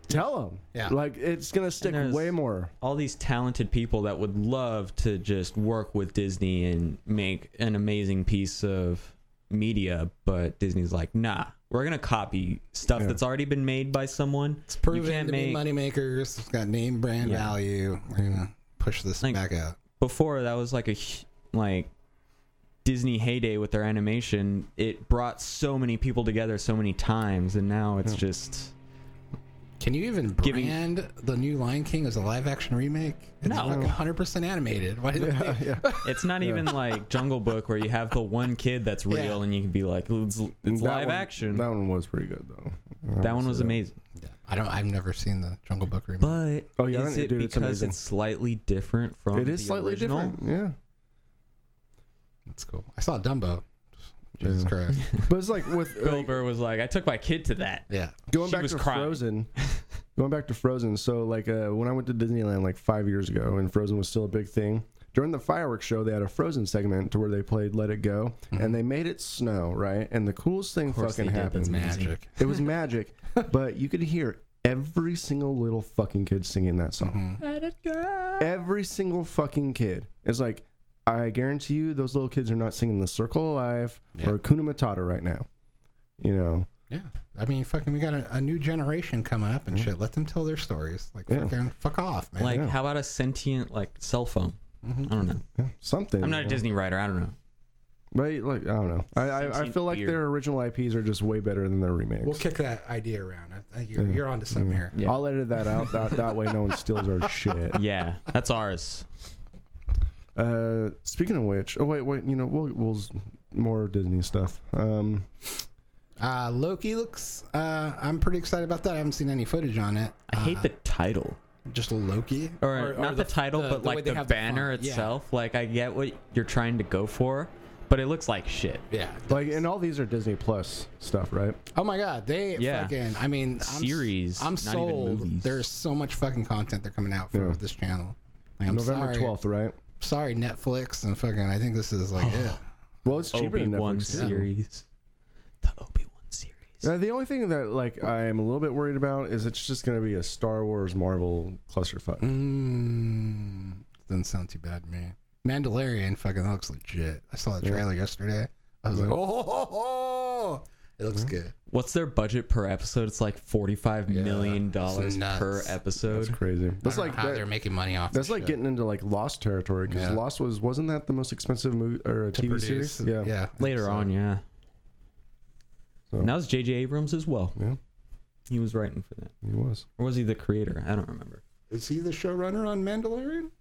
Speaker 5: Tell them.
Speaker 2: Yeah.
Speaker 5: Like it's gonna stick
Speaker 6: there's-
Speaker 5: way more.
Speaker 6: all these talented people that would love to just work with Disney and make an amazing piece of media, but Disney's like, nah, we're gonna copy stuff
Speaker 5: Yeah.
Speaker 6: that's already been made by someone.
Speaker 2: It's proven
Speaker 6: can't
Speaker 2: to be
Speaker 6: make-
Speaker 2: moneymakers. It's got name brand
Speaker 6: Yeah.
Speaker 2: value. We're gonna push this
Speaker 6: Like-
Speaker 2: back out.
Speaker 6: Before that was like a hu- like Disney heyday with their animation. It brought so many people together so many times, and now it's just
Speaker 2: Can you even
Speaker 6: Giving-
Speaker 2: brand the new Lion King as a live action remake? It's
Speaker 6: No.
Speaker 2: like 100% animated. Why do they
Speaker 5: Yeah, yeah.
Speaker 6: it's not even like Jungle Book where you have the one kid that's real
Speaker 2: Yeah.
Speaker 6: and you can be like, it's, it's
Speaker 5: That
Speaker 6: live
Speaker 5: one-
Speaker 6: action.
Speaker 5: That one was pretty good though. I
Speaker 6: that one
Speaker 5: would
Speaker 6: was
Speaker 5: say
Speaker 6: amazing.
Speaker 2: I don't. I've never seen the Jungle Book remake.
Speaker 6: But
Speaker 5: Oh, yeah,
Speaker 6: is
Speaker 5: it-
Speaker 6: it
Speaker 5: dude, it's
Speaker 6: because
Speaker 5: amazing.
Speaker 6: it's slightly different from
Speaker 5: It is
Speaker 6: the
Speaker 5: slightly
Speaker 6: original?
Speaker 5: different. Yeah.
Speaker 2: That's cool. I saw Dumbo. Jesus
Speaker 5: Yeah.
Speaker 2: Christ.
Speaker 5: But it's like with uh,
Speaker 6: Bill Burr was like, I took my kid to that.
Speaker 2: Yeah.
Speaker 5: going
Speaker 6: She
Speaker 5: back
Speaker 6: was
Speaker 5: to
Speaker 6: crying.
Speaker 5: Frozen. going back to Frozen. So like uh, when I went to Disneyland like five years ago, and Frozen was still a big thing. During the fireworks show, they had a Frozen segment to where they played "Let It Go," and they made it snow, right? And the coolest thing
Speaker 6: Mm-hmm. course
Speaker 5: fucking
Speaker 6: they did.
Speaker 5: happened.
Speaker 6: That's amazing.
Speaker 2: Magic.
Speaker 5: It was magic, but you could hear every single little fucking kid singing that song.
Speaker 6: Mm-hmm.
Speaker 5: Every single fucking kid. It's like, I guarantee you, those little kids are not singing "The Circle Alive"
Speaker 2: Yeah.
Speaker 5: or "Kuna Matata" right now. You know,
Speaker 2: Yeah. I mean, fucking, we got a, a new generation coming up and shit. Let them tell their stories. Like,
Speaker 5: Yeah.
Speaker 2: fucking, fuck off, man.
Speaker 6: Like,
Speaker 5: Yeah. Mm-hmm.
Speaker 6: how about a sentient like cell phone? I don't know.
Speaker 5: Yeah, something.
Speaker 6: I'm not a Disney writer. I don't know.
Speaker 5: But like, I don't know. I I, I
Speaker 6: Sentient
Speaker 5: feel like
Speaker 6: beer.
Speaker 5: their original IPs are just way better than their remakes.
Speaker 2: we'll kick that idea around. I think you're, you're onto something here.
Speaker 6: Yeah.
Speaker 5: I'll edit that out. That, that way, no one steals our shit.
Speaker 6: Yeah, that's ours.
Speaker 5: Uh, speaking of which, oh wait, wait. You know, we'll we'll s- more Disney stuff. Um,
Speaker 2: Uh, Loki looks. Uh, I'm pretty excited about that. I haven't seen any footage on it.
Speaker 6: I hate the title,
Speaker 2: Just Loki.
Speaker 6: or, not the, title, but
Speaker 2: the way
Speaker 6: like
Speaker 2: they
Speaker 6: the
Speaker 2: have the
Speaker 6: banner
Speaker 2: font. Yeah.
Speaker 6: itself. Like, I get what you're trying to go for, but it looks like shit.
Speaker 2: Yeah.
Speaker 5: like, and all these are Disney Plus stuff, right?
Speaker 2: Oh my god, they
Speaker 6: Yeah.
Speaker 2: fucking. I mean, I'm,
Speaker 6: Series,
Speaker 2: I'm
Speaker 6: not even
Speaker 2: sold.
Speaker 6: movies.
Speaker 2: There's so much fucking content they're coming out for
Speaker 5: Yeah.
Speaker 2: this channel. Like, I'm
Speaker 5: November
Speaker 2: sorry.
Speaker 5: twelfth, right?
Speaker 2: Sorry, Netflix and fucking. I think this is like it.
Speaker 5: Well, it's cheaper
Speaker 6: Obi
Speaker 5: than
Speaker 6: Wan
Speaker 5: Netflix. too.
Speaker 6: series. The Obi Wan series.
Speaker 5: Uh, the only thing that like I am a little bit worried about is it's just going to be a Star Wars Marvel clusterfuck.
Speaker 2: Mm, doesn't sound too bad to me. Mandalorian fucking that looks legit. I saw the trailer yesterday. I was like, oh, ho, ho, ho. it looks good.
Speaker 6: What's their budget per episode? It's like forty-five million dollars
Speaker 2: it's nuts.
Speaker 6: per episode.
Speaker 5: That's crazy.
Speaker 2: I don't
Speaker 5: That's like
Speaker 2: know how
Speaker 5: that-
Speaker 2: they're making money off.
Speaker 5: that's
Speaker 2: this
Speaker 5: like
Speaker 2: shit.
Speaker 5: getting into like Lost territory because
Speaker 2: Yeah.
Speaker 5: Lost was wasn't that the most expensive movie or a TV
Speaker 2: Produce.
Speaker 5: series? Yeah.
Speaker 2: yeah.
Speaker 6: Later on, yeah.
Speaker 5: So-
Speaker 6: And that was J.J. Abrams as well.
Speaker 5: Yeah.
Speaker 6: He was writing for that.
Speaker 5: He was.
Speaker 6: Or was he the creator? I don't remember.
Speaker 2: Is he the showrunner on Mandalorian?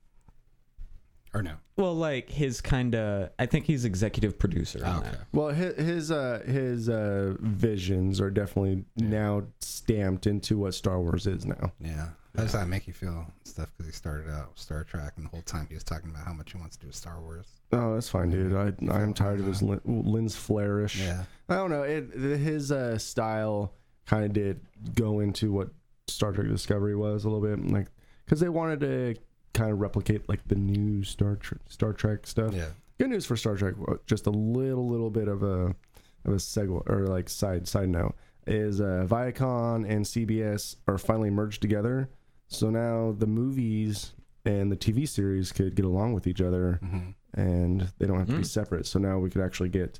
Speaker 2: Or no?
Speaker 6: Well, like his kind of. I think he's executive producer
Speaker 5: Oh,
Speaker 6: on
Speaker 2: okay.
Speaker 6: that.
Speaker 5: Well, his his, uh, his uh, visions are definitely now stamped into what Star Wars is now.
Speaker 2: Yeah. How does that make you feel? and Stuff because he started out with Star Trek, and the whole time he was talking about how much he wants to do with Star Wars.
Speaker 5: Oh, that's fine, dude. I I'm tired of his lin- lens flarish.
Speaker 2: Yeah.
Speaker 5: I don't know. It his uh, style kind of did go into what Star Trek Discovery was a little bit, like because they wanted to kind of replicate like the new Star Trek Star Trek stuff.
Speaker 2: Yeah.
Speaker 5: Good news for Star Trek. uh, Just a little little bit of a of a segue or like side side note is uh, Viacom and CBS are finally merged together. So now the movies and the TV series could get along with each other
Speaker 2: Mhm.
Speaker 5: and they don't have to be
Speaker 6: Mm.
Speaker 5: separate. So now we could actually get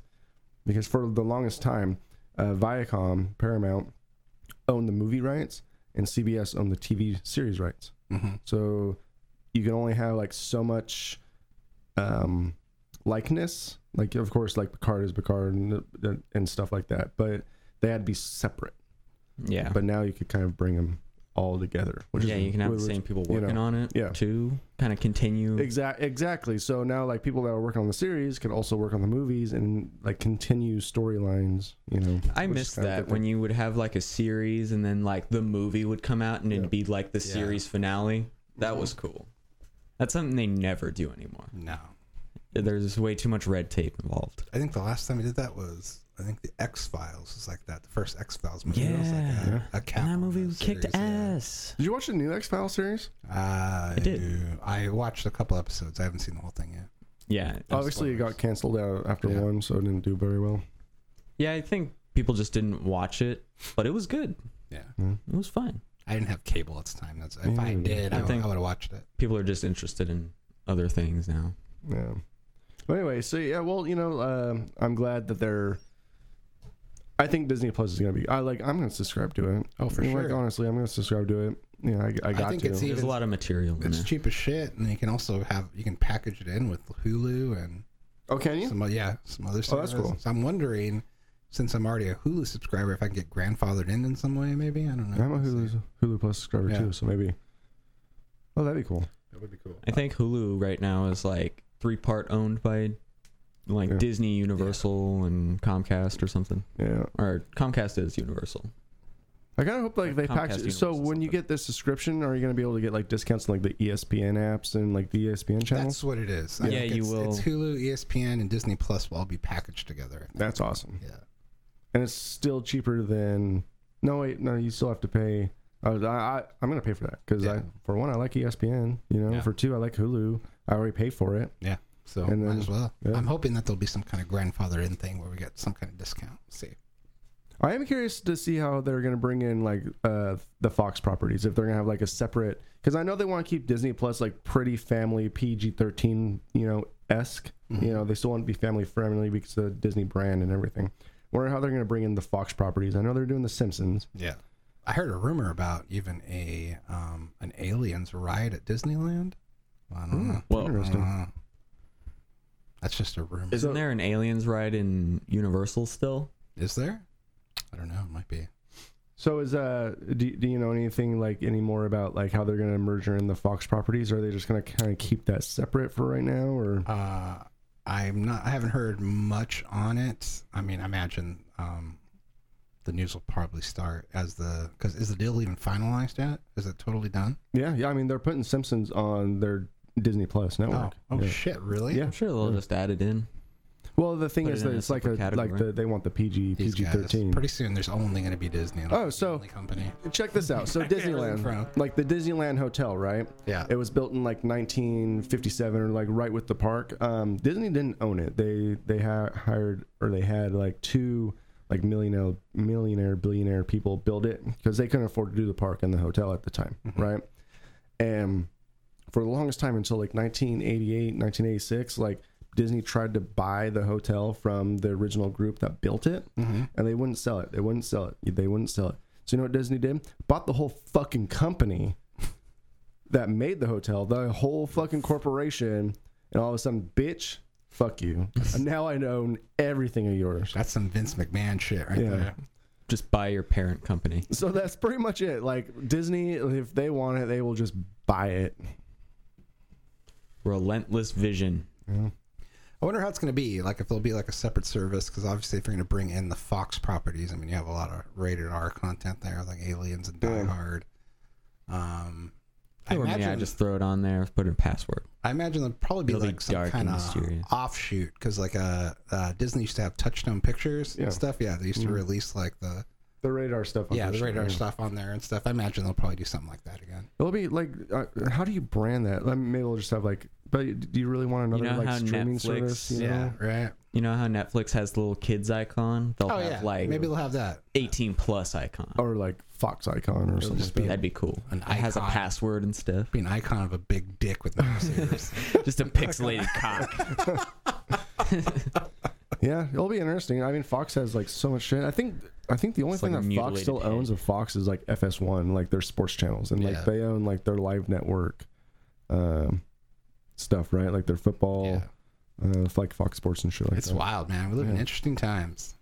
Speaker 5: because for the longest time, uh, Viacom Paramount owned the movie rights and CBS owned the TV series rights.
Speaker 6: Mm-hmm.
Speaker 2: Mhm.
Speaker 5: So you can only have like so much um, likeness, like of course like Picard is Picard and, uh, and stuff like that, but they had to be separate.
Speaker 6: Yeah.
Speaker 5: But now you could kind of bring them all together, which
Speaker 6: yeah,
Speaker 5: is
Speaker 6: you can have the
Speaker 5: which-
Speaker 6: same people
Speaker 5: you
Speaker 6: working
Speaker 5: know,
Speaker 6: on it
Speaker 5: yeah.
Speaker 6: to kind of continue.
Speaker 2: Mm-hmm.
Speaker 5: Exactly. Exactly. So now, like people that are working on the series can also work on the movies and like continue storylines. You know,
Speaker 6: I
Speaker 5: which is
Speaker 6: miss
Speaker 5: kind of
Speaker 6: that
Speaker 5: good
Speaker 6: when you would have like a series and then like the movie would come out and
Speaker 5: Yeah.
Speaker 6: it'd be like the
Speaker 2: Yeah. Mm-hmm.
Speaker 6: series finale. That was cool. That's something they never do anymore.
Speaker 2: No.
Speaker 6: There's way too much red tape involved.
Speaker 2: I think the last time we did that was I think the X Files was like that. The first X Files movie was like a,
Speaker 5: Yeah.
Speaker 2: a cap
Speaker 6: and that
Speaker 2: on
Speaker 6: movie
Speaker 2: the
Speaker 6: kicked
Speaker 2: series, yeah. Ah,
Speaker 6: ass.
Speaker 5: Did you watch the new X Files series?
Speaker 2: I
Speaker 6: did.
Speaker 2: I watched a couple episodes. I haven't seen the whole thing yet.
Speaker 6: Yeah.
Speaker 5: Obviously, it got canceled out after
Speaker 2: Yeah.
Speaker 5: one, so it didn't do very well.
Speaker 6: Yeah, I think people just didn't watch it, but it was good.
Speaker 2: Yeah.
Speaker 6: It was fun.
Speaker 2: I didn't have cable at the time. That's if I
Speaker 5: Mm.
Speaker 2: did, I,
Speaker 6: I
Speaker 2: would-
Speaker 6: think-
Speaker 2: I would have watched it.
Speaker 6: People are just interested in other things now.
Speaker 5: Yeah. But anyway, so yeah, well, you know, um I'm glad that they're. I think Disney Plus is gonna be. I like. I'm gonna subscribe to it.
Speaker 2: Oh, for
Speaker 5: Like,
Speaker 2: sure.
Speaker 5: honestly, I'm gonna subscribe to it. Yeah, I, I got
Speaker 2: think
Speaker 5: to.
Speaker 2: it's e-
Speaker 6: There's a
Speaker 2: Even-
Speaker 6: lot of material in
Speaker 2: It's
Speaker 6: there.
Speaker 2: cheap as shit, and you can also have you can package it in with Hulu and
Speaker 5: oh, can you?
Speaker 2: some o- yeah some other
Speaker 5: Oh, that's
Speaker 2: services.
Speaker 5: cool.
Speaker 2: So I'm wondering, since I'm already a Hulu subscriber, if I can get grandfathered in in some way. Maybe I don't know.
Speaker 5: I'm a Hulu Hulu Plus subscriber
Speaker 2: Yeah.
Speaker 5: too, so maybe. Oh, that'd be cool.
Speaker 2: That would be cool.
Speaker 6: I think Hulu right now is like three part owned by like
Speaker 5: Yeah.
Speaker 6: Disney, Universal, and Comcast or something.
Speaker 5: Yeah,
Speaker 6: Or Comcast is Universal.
Speaker 5: I kind of hope like
Speaker 6: Like
Speaker 5: they
Speaker 6: Comcast
Speaker 5: package.
Speaker 6: Universe
Speaker 5: So
Speaker 6: or
Speaker 5: when you
Speaker 6: something.
Speaker 5: get this subscription, are you gonna be able to get like discounts on like the E ESPN apps and like the E ESPN channels?
Speaker 2: That's what it is. I
Speaker 6: Yeah,
Speaker 2: think
Speaker 6: you
Speaker 2: it's,
Speaker 6: will.
Speaker 2: It's Hulu, E ESPN, and Disney Plus will all be packaged together.
Speaker 5: That's awesome.
Speaker 2: Yeah.
Speaker 5: and it's still cheaper than. No wait, no, you still have to pay. I, was- I, I I'm gonna pay for that because I
Speaker 2: Yeah.
Speaker 5: for one I like E ESPN, you know.
Speaker 2: Yeah.
Speaker 5: For two I like Hulu. I already pay for it.
Speaker 2: Yeah. So
Speaker 5: And
Speaker 2: might
Speaker 5: then-
Speaker 2: as well.
Speaker 5: yeah.
Speaker 2: I'm hoping that there'll be some kind of grandfather in thing where we get some kind of discount. Let's see.
Speaker 5: I am curious to see how they're gonna bring in like uh the Fox properties if they're gonna have like a separate because I know they want to keep Disney Plus like pretty family PG thirteen you know esque you know they still want to be family friendly because of the Disney brand and everything. Wonder how they're gonna bring in the Fox properties. I know they're doing the Simpsons.
Speaker 2: Yeah. I heard a rumor about even a um, an aliens ride at Disneyland. I don't know.
Speaker 6: Well,
Speaker 2: I don't
Speaker 5: Interesting.
Speaker 2: know. That's just a rumor. Is,
Speaker 6: Isn't there an Aliens ride in Universal still?
Speaker 2: there? I don't know. It might be.
Speaker 5: So is uh do, do you know anything like any more about like how they're gonna merger in the Fox properties? Or are they just gonna kind of keep that separate for right now? Or
Speaker 2: Uh, I'm not. I haven't heard much on it. I mean, I imagine um, the news will probably start as the because is the deal even finalized yet? Is it totally done?
Speaker 5: yeah, yeah. I mean they're putting Simpsons on their Disney Plus network.
Speaker 2: Oh, oh
Speaker 5: yeah.
Speaker 2: shit! Really?
Speaker 5: Yeah.
Speaker 6: I'm sure they'll just add it in.
Speaker 5: Well, the thing
Speaker 6: Put
Speaker 5: is
Speaker 6: it in
Speaker 5: that
Speaker 6: a
Speaker 5: it's like a
Speaker 6: separate
Speaker 5: like
Speaker 6: category.
Speaker 5: the, they want the PG
Speaker 2: These
Speaker 5: PG
Speaker 2: guys.
Speaker 5: thirteen.
Speaker 2: Pretty soon, there's only going to be Disney. and
Speaker 5: Oh,
Speaker 2: it's the
Speaker 5: so-
Speaker 2: only company.
Speaker 5: Check this out. So
Speaker 2: from.
Speaker 5: Disneyland, like the Disneyland Hotel, right?
Speaker 2: Yeah.
Speaker 5: It was built in like 1957 or like right with the park. Um, Disney didn't own it. They they ha- hired or they had like two like millionaire millionaire billionaire people build it because they couldn't afford to do the park and the hotel at the time,
Speaker 6: Mm-hmm.
Speaker 5: right? And for the longest time until like 1988, 1986, like Disney tried to buy the hotel from the original group that built it,
Speaker 2: Mm-hmm.
Speaker 5: and they wouldn't sell it. They wouldn't sell it. They wouldn't sell it. So you know what Disney did? Bought the whole fucking company that made the hotel, the whole fucking corporation, and all of a sudden, bitch, fuck you. now I own everything of yours.
Speaker 2: That's some Vince McMahon shit right
Speaker 5: Yeah.
Speaker 2: there.
Speaker 6: Just buy your parent company.
Speaker 5: So that's pretty much it. Like Disney, if they want it, they will just buy it.
Speaker 6: Relentless vision.
Speaker 2: I wonder how it's going to be. Like, if there'll be like a separate service, because obviously, if you're going to bring in the Fox properties, I mean, you have a lot of rated R content there, like Aliens and Die Hard. Um, I
Speaker 6: or
Speaker 2: imagine,
Speaker 6: may I just throw it on there, put in a password.
Speaker 2: I imagine there'll probably be
Speaker 6: It'll be
Speaker 2: like some
Speaker 6: dark
Speaker 2: kind
Speaker 6: and
Speaker 2: of
Speaker 6: mysterious.
Speaker 2: offshoot, because like uh, uh, Disney used to have Touchstone Pictures
Speaker 5: Yeah. Mm-hmm.
Speaker 2: and stuff. Yeah, they used to release like the
Speaker 5: The radar stuff.
Speaker 2: yeah the
Speaker 5: obviously.
Speaker 2: radar stuff on there and stuff. I imagine they'll probably do something like that again.
Speaker 5: It'll be like, uh, how do you brand that? Like, maybe we'll just have like, but do you really want another
Speaker 6: know how
Speaker 5: like streaming
Speaker 6: Netflix-
Speaker 5: service? You
Speaker 2: Yeah,
Speaker 5: know?
Speaker 2: right.
Speaker 6: You know how Netflix has the little kids icon? They'll
Speaker 2: Oh
Speaker 6: have
Speaker 2: yeah,
Speaker 6: like
Speaker 2: maybe they'll have that.
Speaker 6: 18 plus icon.
Speaker 5: Or like Fox Icon or something.
Speaker 2: just
Speaker 5: like
Speaker 2: be
Speaker 5: that.
Speaker 6: That'd be cool.
Speaker 2: An
Speaker 6: it has a
Speaker 2: icon.
Speaker 6: password and stuff.
Speaker 2: Be an icon of a big dick with no receivers.
Speaker 6: Just a pixelated cock.
Speaker 5: Yeah, it'll be interesting. I mean, Fox has like so much shit. I think I think the only
Speaker 6: It's like
Speaker 5: thing
Speaker 6: a
Speaker 5: that Fox
Speaker 6: mutilated
Speaker 5: still
Speaker 6: head.
Speaker 5: owns of Fox is like FS1, like their sports channels, and like
Speaker 2: Yeah.
Speaker 5: they own like their live network um, stuff, right? Like their football,
Speaker 2: Yeah.
Speaker 5: uh, like Fox Sports and shit like
Speaker 2: It's
Speaker 5: that.
Speaker 2: wild, man. We live in
Speaker 5: Yeah.
Speaker 2: interesting times.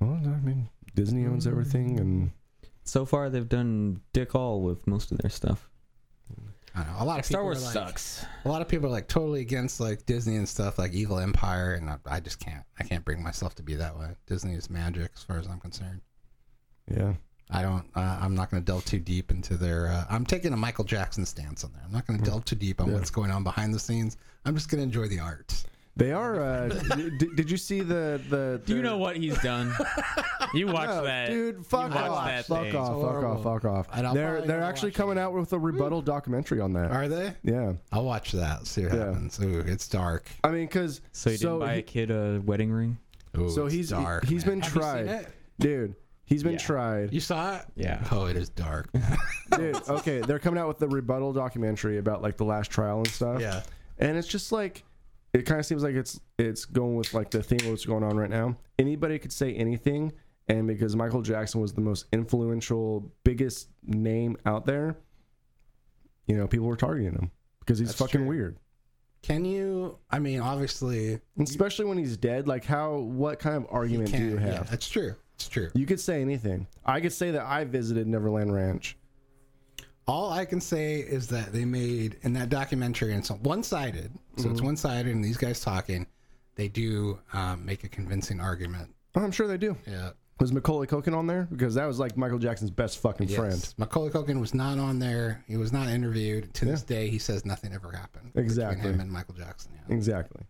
Speaker 5: Well, I mean, Disney owns everything, and
Speaker 6: so far, they've done dick all with most of their stuff.
Speaker 2: I don't know. A lot of
Speaker 6: Star
Speaker 2: people
Speaker 6: Wars
Speaker 2: are like,
Speaker 6: sucks.
Speaker 2: A lot of people are like totally against like Disney and stuff like Evil Empire, and I, I just can't. I can't bring myself to be that way. Disney is magic, as far as I'm concerned.
Speaker 5: yeah,
Speaker 2: I don't. Uh, I'm not going to delve too deep into their. Uh, I'm taking a Michael Jackson stance on there. I'm not going to delve too deep on
Speaker 5: Yeah.
Speaker 2: what's going on behind the scenes. I'm just going to enjoy the art.
Speaker 5: they are. Uh, d- d- did you see the the?
Speaker 6: Do you
Speaker 5: their-
Speaker 6: know what he's done? You watch
Speaker 5: No,
Speaker 6: that.
Speaker 5: Oh, dude. Fuck
Speaker 6: You watch
Speaker 5: off,
Speaker 6: that
Speaker 5: fuck
Speaker 6: thing.
Speaker 5: off,
Speaker 2: It's
Speaker 5: fuck off,
Speaker 2: horrible.
Speaker 5: fuck off,
Speaker 2: And I'll
Speaker 5: They're
Speaker 2: probably
Speaker 5: they're
Speaker 2: never
Speaker 5: actually
Speaker 2: watch it
Speaker 5: coming out with a rebuttal documentary on that.
Speaker 2: Are they?
Speaker 5: Yeah,
Speaker 2: I'll watch that. See what
Speaker 5: Yeah.
Speaker 2: happens. Ooh, it's dark.
Speaker 5: I mean, because
Speaker 6: So he didn't buy a kid a wedding ring?
Speaker 2: Ooh,
Speaker 5: So
Speaker 2: it's
Speaker 5: he's
Speaker 2: dark.
Speaker 5: he's
Speaker 2: man.
Speaker 5: been
Speaker 2: Have you seen
Speaker 5: tried,
Speaker 2: it?
Speaker 5: dude. He's been
Speaker 6: Yeah.
Speaker 5: tried.
Speaker 2: You saw it?
Speaker 6: Yeah.
Speaker 2: Oh, it is dark.
Speaker 5: Dude, okay, they're coming out with the rebuttal documentary about like the last trial and stuff.
Speaker 2: Yeah.
Speaker 5: and it's just like it kind of seems like it's it's going with like the theme of what's going on right now. Anybody could say anything, and because Michael Jackson was the most influential, biggest name out there, you know, people were targeting him because he's
Speaker 2: That's
Speaker 5: fucking
Speaker 2: true.
Speaker 5: weird.
Speaker 2: Can you? I mean, obviously,
Speaker 5: And Especially when he's dead, like how what kind of
Speaker 2: you
Speaker 5: argument do
Speaker 2: can't.
Speaker 5: you have?
Speaker 2: Yeah, that's true. It's true.
Speaker 5: You could say anything. I could say that I visited Neverland Ranch.
Speaker 2: All I can say is that they made in that documentary, and it's one-sided. So
Speaker 5: Mm-hmm.
Speaker 2: it's one-sided, and these guys talking, they do um, make a convincing argument.
Speaker 5: Oh, I'm sure they do.
Speaker 2: Yeah.
Speaker 5: Was Macaulay Culkin on there? Because that was like Michael Jackson's best fucking
Speaker 2: Yes.
Speaker 5: friend.
Speaker 2: Macaulay Culkin was not on there. He was not interviewed. To this day, he says nothing ever happened
Speaker 5: Exactly.
Speaker 2: between him and Michael Jackson. Yeah.
Speaker 5: Exactly.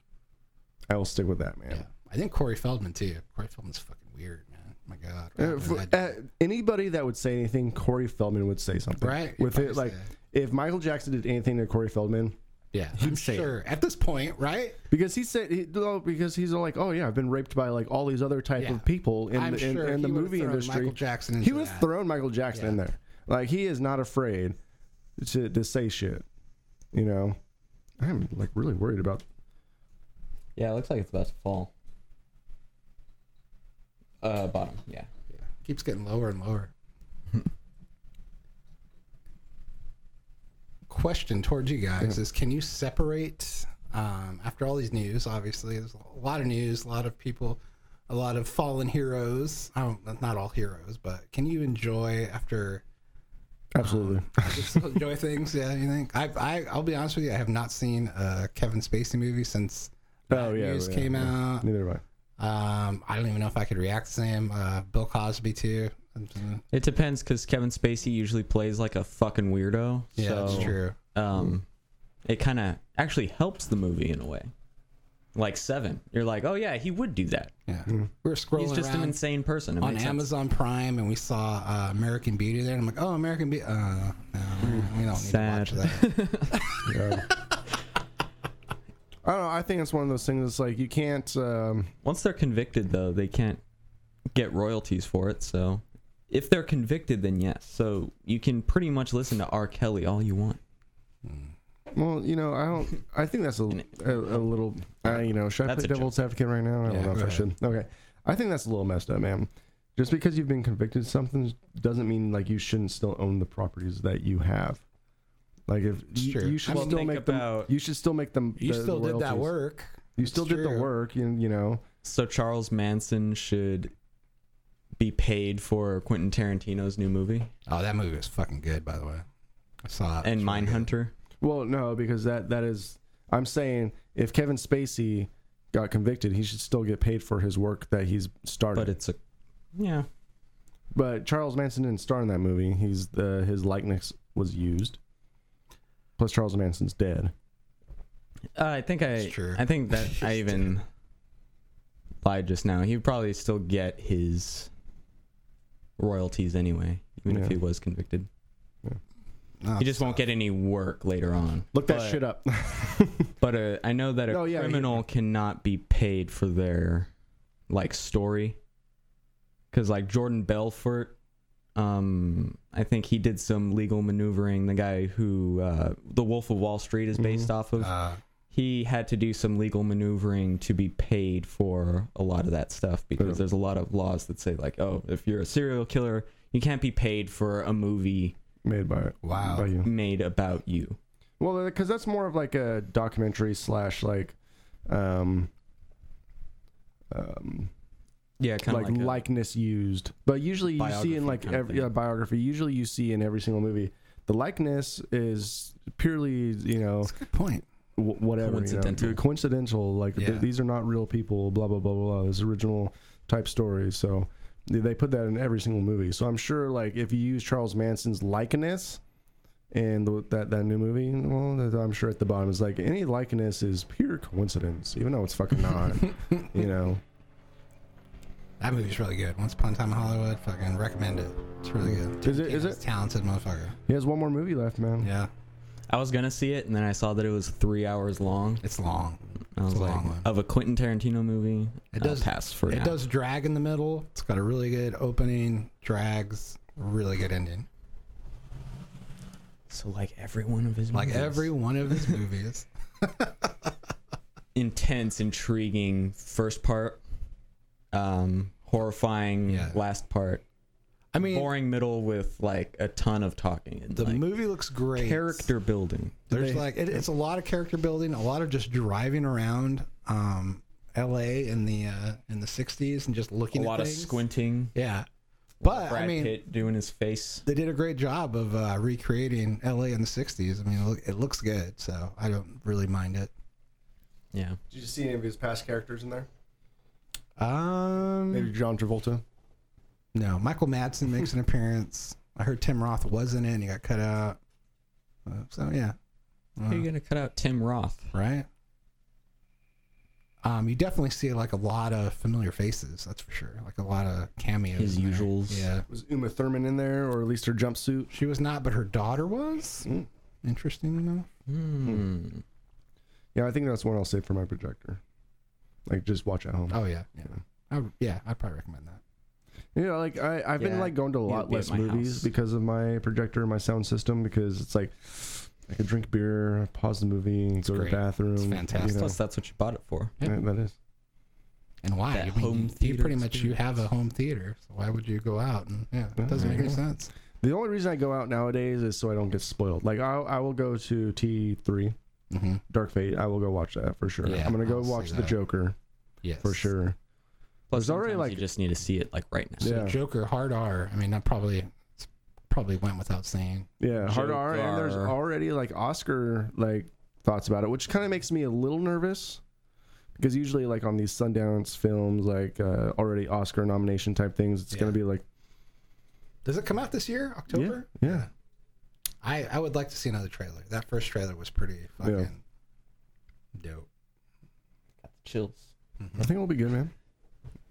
Speaker 5: I will stick with that, man.
Speaker 2: Yeah. I think Corey Feldman too. Corey Feldman's fucking weird, man. My God.
Speaker 5: Uh, for,
Speaker 2: Right?
Speaker 5: uh, anybody that would say anything, Corey Feldman would say something.
Speaker 2: Right? If
Speaker 5: With
Speaker 2: I
Speaker 5: it, like,
Speaker 2: said-
Speaker 5: if Michael Jackson did anything to Corey Feldman,
Speaker 2: yeah,
Speaker 5: he'd
Speaker 2: I'm
Speaker 5: say it.
Speaker 2: sure at this point, right?
Speaker 5: because he said, he, oh, because he's all like, oh yeah, I've been raped by like all these other type
Speaker 2: Yeah.
Speaker 5: of people in
Speaker 2: I'm
Speaker 5: the, in,
Speaker 2: sure
Speaker 5: in
Speaker 2: he
Speaker 5: the
Speaker 2: would've
Speaker 5: movie
Speaker 2: thrown
Speaker 5: industry.
Speaker 2: Michael Jackson
Speaker 5: he
Speaker 2: into
Speaker 5: would
Speaker 2: that.
Speaker 5: have thrown Michael Jackson in
Speaker 2: Yeah.
Speaker 5: there. Like he is not afraid to to say shit. You know, I'm like really worried about.
Speaker 6: Yeah, it looks like it's about to fall. Uh, bottom. Yeah.
Speaker 2: Yeah. Keeps getting lower and lower. Question towards you guys is: Can you separate? Um, after all these news, obviously, there's a lot of news, a lot of people, a lot of fallen heroes. I don't, not all heroes, but can you enjoy after
Speaker 5: Absolutely,
Speaker 2: just enjoy things? Yeah, you think? I, I, I'll be honest with you. I have not seen a Kevin Spacey movie since
Speaker 5: Oh,
Speaker 2: Bad
Speaker 5: yeah,
Speaker 2: news
Speaker 5: yeah,
Speaker 2: came
Speaker 5: yeah.
Speaker 2: out.
Speaker 5: neither do I.
Speaker 2: Um, I don't even know if I could react to him. Uh, Bill Cosby too. Mm-hmm.
Speaker 6: It depends because Kevin Spacey usually plays like a fucking weirdo.
Speaker 2: Yeah,
Speaker 6: so,
Speaker 2: that's true.
Speaker 6: Um, it kind of actually helps the movie in a way. Like Seven, you're like, oh yeah, he would do that.
Speaker 2: Yeah,
Speaker 5: mm-hmm.
Speaker 2: we were scrolling
Speaker 6: He's just an
Speaker 2: around
Speaker 6: insane person. It
Speaker 2: on
Speaker 6: makes sense.
Speaker 2: Amazon Prime and we saw uh, American Beauty there, and I'm like, oh, American Beauty. Uh, no, we don't need
Speaker 6: Sad.
Speaker 2: to watch that.
Speaker 5: Yeah. I don't know. I think it's one of those things. It's like you can't. Um,
Speaker 6: Once they're convicted, though, they can't get royalties for it. So, if they're convicted, then yes. So you can pretty much listen to R. Kelly all you want.
Speaker 5: Well, you know, I don't. I think that's a a, a little. Uh, you know, should I
Speaker 6: That's
Speaker 5: play
Speaker 6: a joke.
Speaker 5: devil's advocate right now? I don't
Speaker 2: Yeah,
Speaker 5: know if
Speaker 2: go
Speaker 5: I should. Okay, I think that's a little messed up, man. Just because you've been convicted of something doesn't mean like you shouldn't still own the properties that you have. Like if you,
Speaker 2: true.
Speaker 5: you should
Speaker 2: I mean,
Speaker 5: still
Speaker 6: think
Speaker 5: make them,
Speaker 6: about-
Speaker 5: you should still make them.
Speaker 2: You
Speaker 5: the- the
Speaker 2: still did that
Speaker 5: royalties.
Speaker 2: work.
Speaker 5: You still
Speaker 2: It's
Speaker 5: did the
Speaker 2: true.
Speaker 5: work. You, you know.
Speaker 6: So Charles Manson should be paid for Quentin Tarantino's new movie
Speaker 2: Oh, that movie was fucking good, by the way. I saw it.
Speaker 6: and
Speaker 2: It's really good.
Speaker 6: Mindhunter.
Speaker 5: Well, no, because that that is. I'm saying if Kevin Spacey got convicted, he should still get paid for his work that he's started.
Speaker 6: But it's a yeah.
Speaker 5: But Charles Manson didn't star in that movie. He's the his likeness was used. Plus, Charles Manson's dead.
Speaker 6: Uh, I think I
Speaker 2: It's true.
Speaker 6: I think that I even lied just now. He'd probably still get his royalties anyway, even
Speaker 5: Yeah.
Speaker 6: if he was convicted.
Speaker 2: No,
Speaker 6: He just won't get any work later on.
Speaker 5: Look that
Speaker 6: But-
Speaker 5: shit up.
Speaker 6: But uh, I know that a
Speaker 5: No, yeah, he-
Speaker 6: criminal cannot be paid for their like story, because like Jordan Belfort, um, I think he did some legal maneuvering. The guy who uh, the Wolf of Wall Street is based off of,
Speaker 2: Uh,
Speaker 6: he had to do some legal maneuvering to be paid for a lot of that stuff because
Speaker 5: Yeah.
Speaker 6: there's a lot of laws that say like, oh, if you're a serial killer, you can't be paid for a movie
Speaker 5: Made by it.
Speaker 2: Wow.
Speaker 5: By you.
Speaker 6: made about you.
Speaker 5: Well, because that's more of like a documentary slash like, um, um,
Speaker 6: Yeah, kind of
Speaker 5: like,
Speaker 6: like, a-
Speaker 5: likeness used. But usually you see in
Speaker 6: Biography
Speaker 5: like
Speaker 6: kind of
Speaker 5: every
Speaker 6: thing.
Speaker 5: yeah, biography. Usually you see in every single movie the likeness is purely you know
Speaker 2: that's a good point.
Speaker 5: w- whatever You know,
Speaker 6: Coincidental.
Speaker 5: coincidental like th-
Speaker 2: Yeah.
Speaker 5: these are not real people blah blah blah blah blah this original type story so they- they put that in every single movie so i'm sure like if you use charles manson's likeness and the, that that new movie well that- i'm sure at the bottom is like any likeness is pure coincidence even though it's fucking not you know
Speaker 2: That movie's really good. Once Upon a Time in Hollywood, fucking recommend it. It's really good.
Speaker 5: Is it- is
Speaker 2: Tarantino's a talented motherfucker?
Speaker 5: he has one more movie left man
Speaker 2: Yeah,
Speaker 6: I was gonna see it, and then I saw that it was three hours long.
Speaker 2: it's long.
Speaker 6: I was
Speaker 2: It's a
Speaker 6: like,
Speaker 2: long one.
Speaker 6: of a Quentin Tarantino movie,
Speaker 2: It
Speaker 6: I'll
Speaker 2: does-
Speaker 6: pass for
Speaker 2: it
Speaker 6: now.
Speaker 2: does drag in the middle. It's got a really good opening, drags, really good ending.
Speaker 6: So like every one of his
Speaker 2: Like
Speaker 6: movies.
Speaker 2: every one of his movies.
Speaker 6: intense, intriguing first part, um, horrifying
Speaker 2: Yeah.
Speaker 6: last part,
Speaker 2: I mean,
Speaker 6: boring middle with like a ton of talking and
Speaker 2: the
Speaker 6: like,
Speaker 2: movie looks great.
Speaker 6: character building.
Speaker 2: There's like it, it's a lot of character building, a lot of just driving around um, L.A. in the uh, in the '60s and just
Speaker 6: A
Speaker 2: looking. at
Speaker 6: lot of
Speaker 2: things.
Speaker 6: squinting.
Speaker 2: Yeah, but
Speaker 6: Brad
Speaker 2: I mean,
Speaker 6: Pitt doing his face.
Speaker 2: they did a great job of uh, recreating L.A. in the '60s. I mean, it, look, it looks good, so I don't really mind it.
Speaker 6: Yeah.
Speaker 5: Did you see any of his past characters in there?
Speaker 2: Um,
Speaker 5: Maybe John Travolta.
Speaker 2: no, Michael Madsen makes an appearance. I heard Tim Roth was in it and he got cut out. Uh, so yeah,
Speaker 6: How are you gonna cut out Tim Roth?
Speaker 2: right? Um, you definitely see like a lot of familiar faces. That's for sure. Like a lot of cameos.
Speaker 6: His
Speaker 2: in there.
Speaker 6: usuals.
Speaker 2: Yeah,
Speaker 5: Was Uma Thurman in there, or at least her jumpsuit?
Speaker 2: she was not, but her daughter was.
Speaker 5: Mm.
Speaker 2: Interesting enough.
Speaker 6: Hmm.
Speaker 5: Yeah, I think that's one I'll save for my projector. Like, just watch at home.
Speaker 2: Oh yeah, yeah. I would, yeah, I'd probably recommend that.
Speaker 5: Yeah, like I, I've been
Speaker 6: Yeah,
Speaker 5: like going to a
Speaker 6: need to
Speaker 5: lot
Speaker 6: be at
Speaker 5: less
Speaker 6: my
Speaker 5: movies
Speaker 6: house.
Speaker 5: because of my projector and my sound system because it's like I could drink beer, pause the movie, go
Speaker 2: great.
Speaker 5: to the bathroom.
Speaker 2: It's
Speaker 5: you
Speaker 2: fantastic.
Speaker 5: know.
Speaker 6: Plus, that's what you bought it for.
Speaker 2: Yep.
Speaker 5: Yeah, that is.
Speaker 2: And why?
Speaker 6: That
Speaker 2: I mean,
Speaker 6: home
Speaker 2: you
Speaker 6: theater
Speaker 2: pretty much you have a home theater, so why would you go out? And yeah, it doesn't make any
Speaker 5: Yeah.
Speaker 2: sense.
Speaker 5: The only reason I go out nowadays is so I don't get spoiled. Like I, I will go to T three
Speaker 2: Mm-hmm.
Speaker 5: Dark Fate. I will go watch that for sure.
Speaker 2: Yeah,
Speaker 5: I'm gonna go
Speaker 2: I'll see
Speaker 5: watch the
Speaker 2: that.
Speaker 5: Joker
Speaker 2: Yes,
Speaker 5: for sure.
Speaker 6: Plus,
Speaker 5: There's already,
Speaker 6: sometimes
Speaker 5: like-
Speaker 6: you just need to see it like right now.
Speaker 2: So
Speaker 5: Yeah.
Speaker 2: Joker, hard R. I mean, that probably it's probably went without saying.
Speaker 5: Yeah, hard R, and there's
Speaker 6: Joker.
Speaker 5: already like Oscar like thoughts about it, which kind of makes me a little nervous because usually like on these Sundance films, like uh, already Oscar nomination type things, it's gonna
Speaker 2: Yeah.
Speaker 5: be like
Speaker 2: Does it come out this year, October?
Speaker 5: yeah,
Speaker 2: I I would like to see another trailer. That first trailer was pretty fucking dope.
Speaker 6: Chills.
Speaker 5: I think it'll be good, man.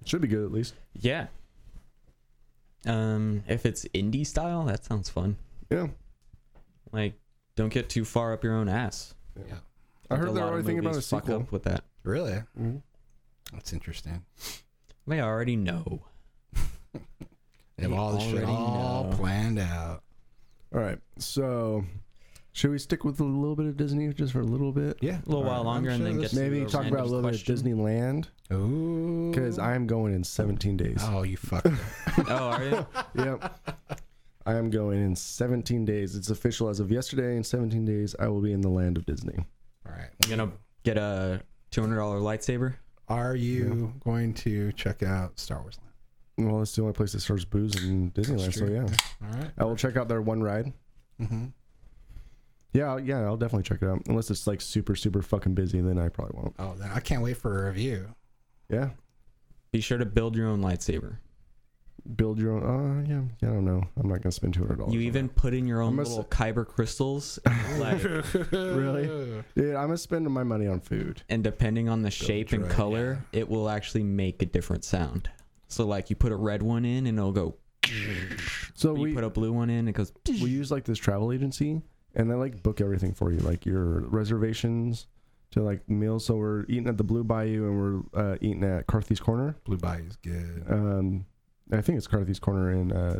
Speaker 5: It should be good at least.
Speaker 6: Yeah. Um, if it's indie style, that sounds fun.
Speaker 5: Yeah,
Speaker 6: Like, don't get too far up your own ass.
Speaker 2: Yeah.
Speaker 5: I
Speaker 6: Like,
Speaker 5: heard
Speaker 6: a
Speaker 5: they're
Speaker 6: lot of
Speaker 5: already thinking about a
Speaker 6: movies fuck
Speaker 5: sequel.
Speaker 6: up with that.
Speaker 2: Really?
Speaker 5: Mhm.
Speaker 2: That's interesting.
Speaker 6: They already know.
Speaker 2: They have
Speaker 6: They
Speaker 2: all this shit
Speaker 6: already uh,
Speaker 2: all
Speaker 6: know.
Speaker 2: planned out.
Speaker 5: All right, so should we stick with a little bit of Disney just for a little bit?
Speaker 2: Yeah.
Speaker 6: A little while longer and then get to
Speaker 5: Maybe
Speaker 6: the
Speaker 5: talk about a
Speaker 6: random
Speaker 5: little
Speaker 6: question.
Speaker 5: bit of Disneyland
Speaker 2: Ooh.
Speaker 5: because I am going in 17 days.
Speaker 2: Oh, you fucker.
Speaker 6: oh, are you?
Speaker 5: yep. I am going in 17 days. It's official as of yesterday. In 17 days, I will be in the land of Disney.
Speaker 2: all right.
Speaker 6: You gonna get a two hundred dollar lightsaber?
Speaker 2: Are you going to check out Star Wars Land?
Speaker 5: Well, it's the only place that serves booze in Disneyland. So
Speaker 2: true.
Speaker 5: yeah,
Speaker 2: All right.
Speaker 5: I will check out their one ride.
Speaker 2: Mm-hmm.
Speaker 5: Yeah, I'll- yeah, I'll definitely check it out. Unless it's like super, super fucking busy, then I probably won't.
Speaker 2: Oh, then I can't wait for a review.
Speaker 5: Yeah,
Speaker 6: Be sure to build your own lightsaber.
Speaker 5: build your own. Uh, yeah, yeah. I don't know. I'm not gonna spend two hundred dollars.
Speaker 6: You even put in your own
Speaker 5: must-
Speaker 6: little kyber crystals, and, like,
Speaker 5: Really? Dude, I'm gonna spend my money on food.
Speaker 6: and depending on the shape and
Speaker 2: right,
Speaker 6: color, it will actually make a different sound. So, like, you put a red one in, and it'll go.
Speaker 5: So
Speaker 6: you
Speaker 5: we
Speaker 6: put a blue one in, it goes.
Speaker 5: we use like this travel agency and they like book everything for you like your reservations to like meals so we're eating at the blue bayou and we're uh, eating at carthy's corner
Speaker 2: Blue Bayou's good.
Speaker 5: um i think it's carthy's corner in uh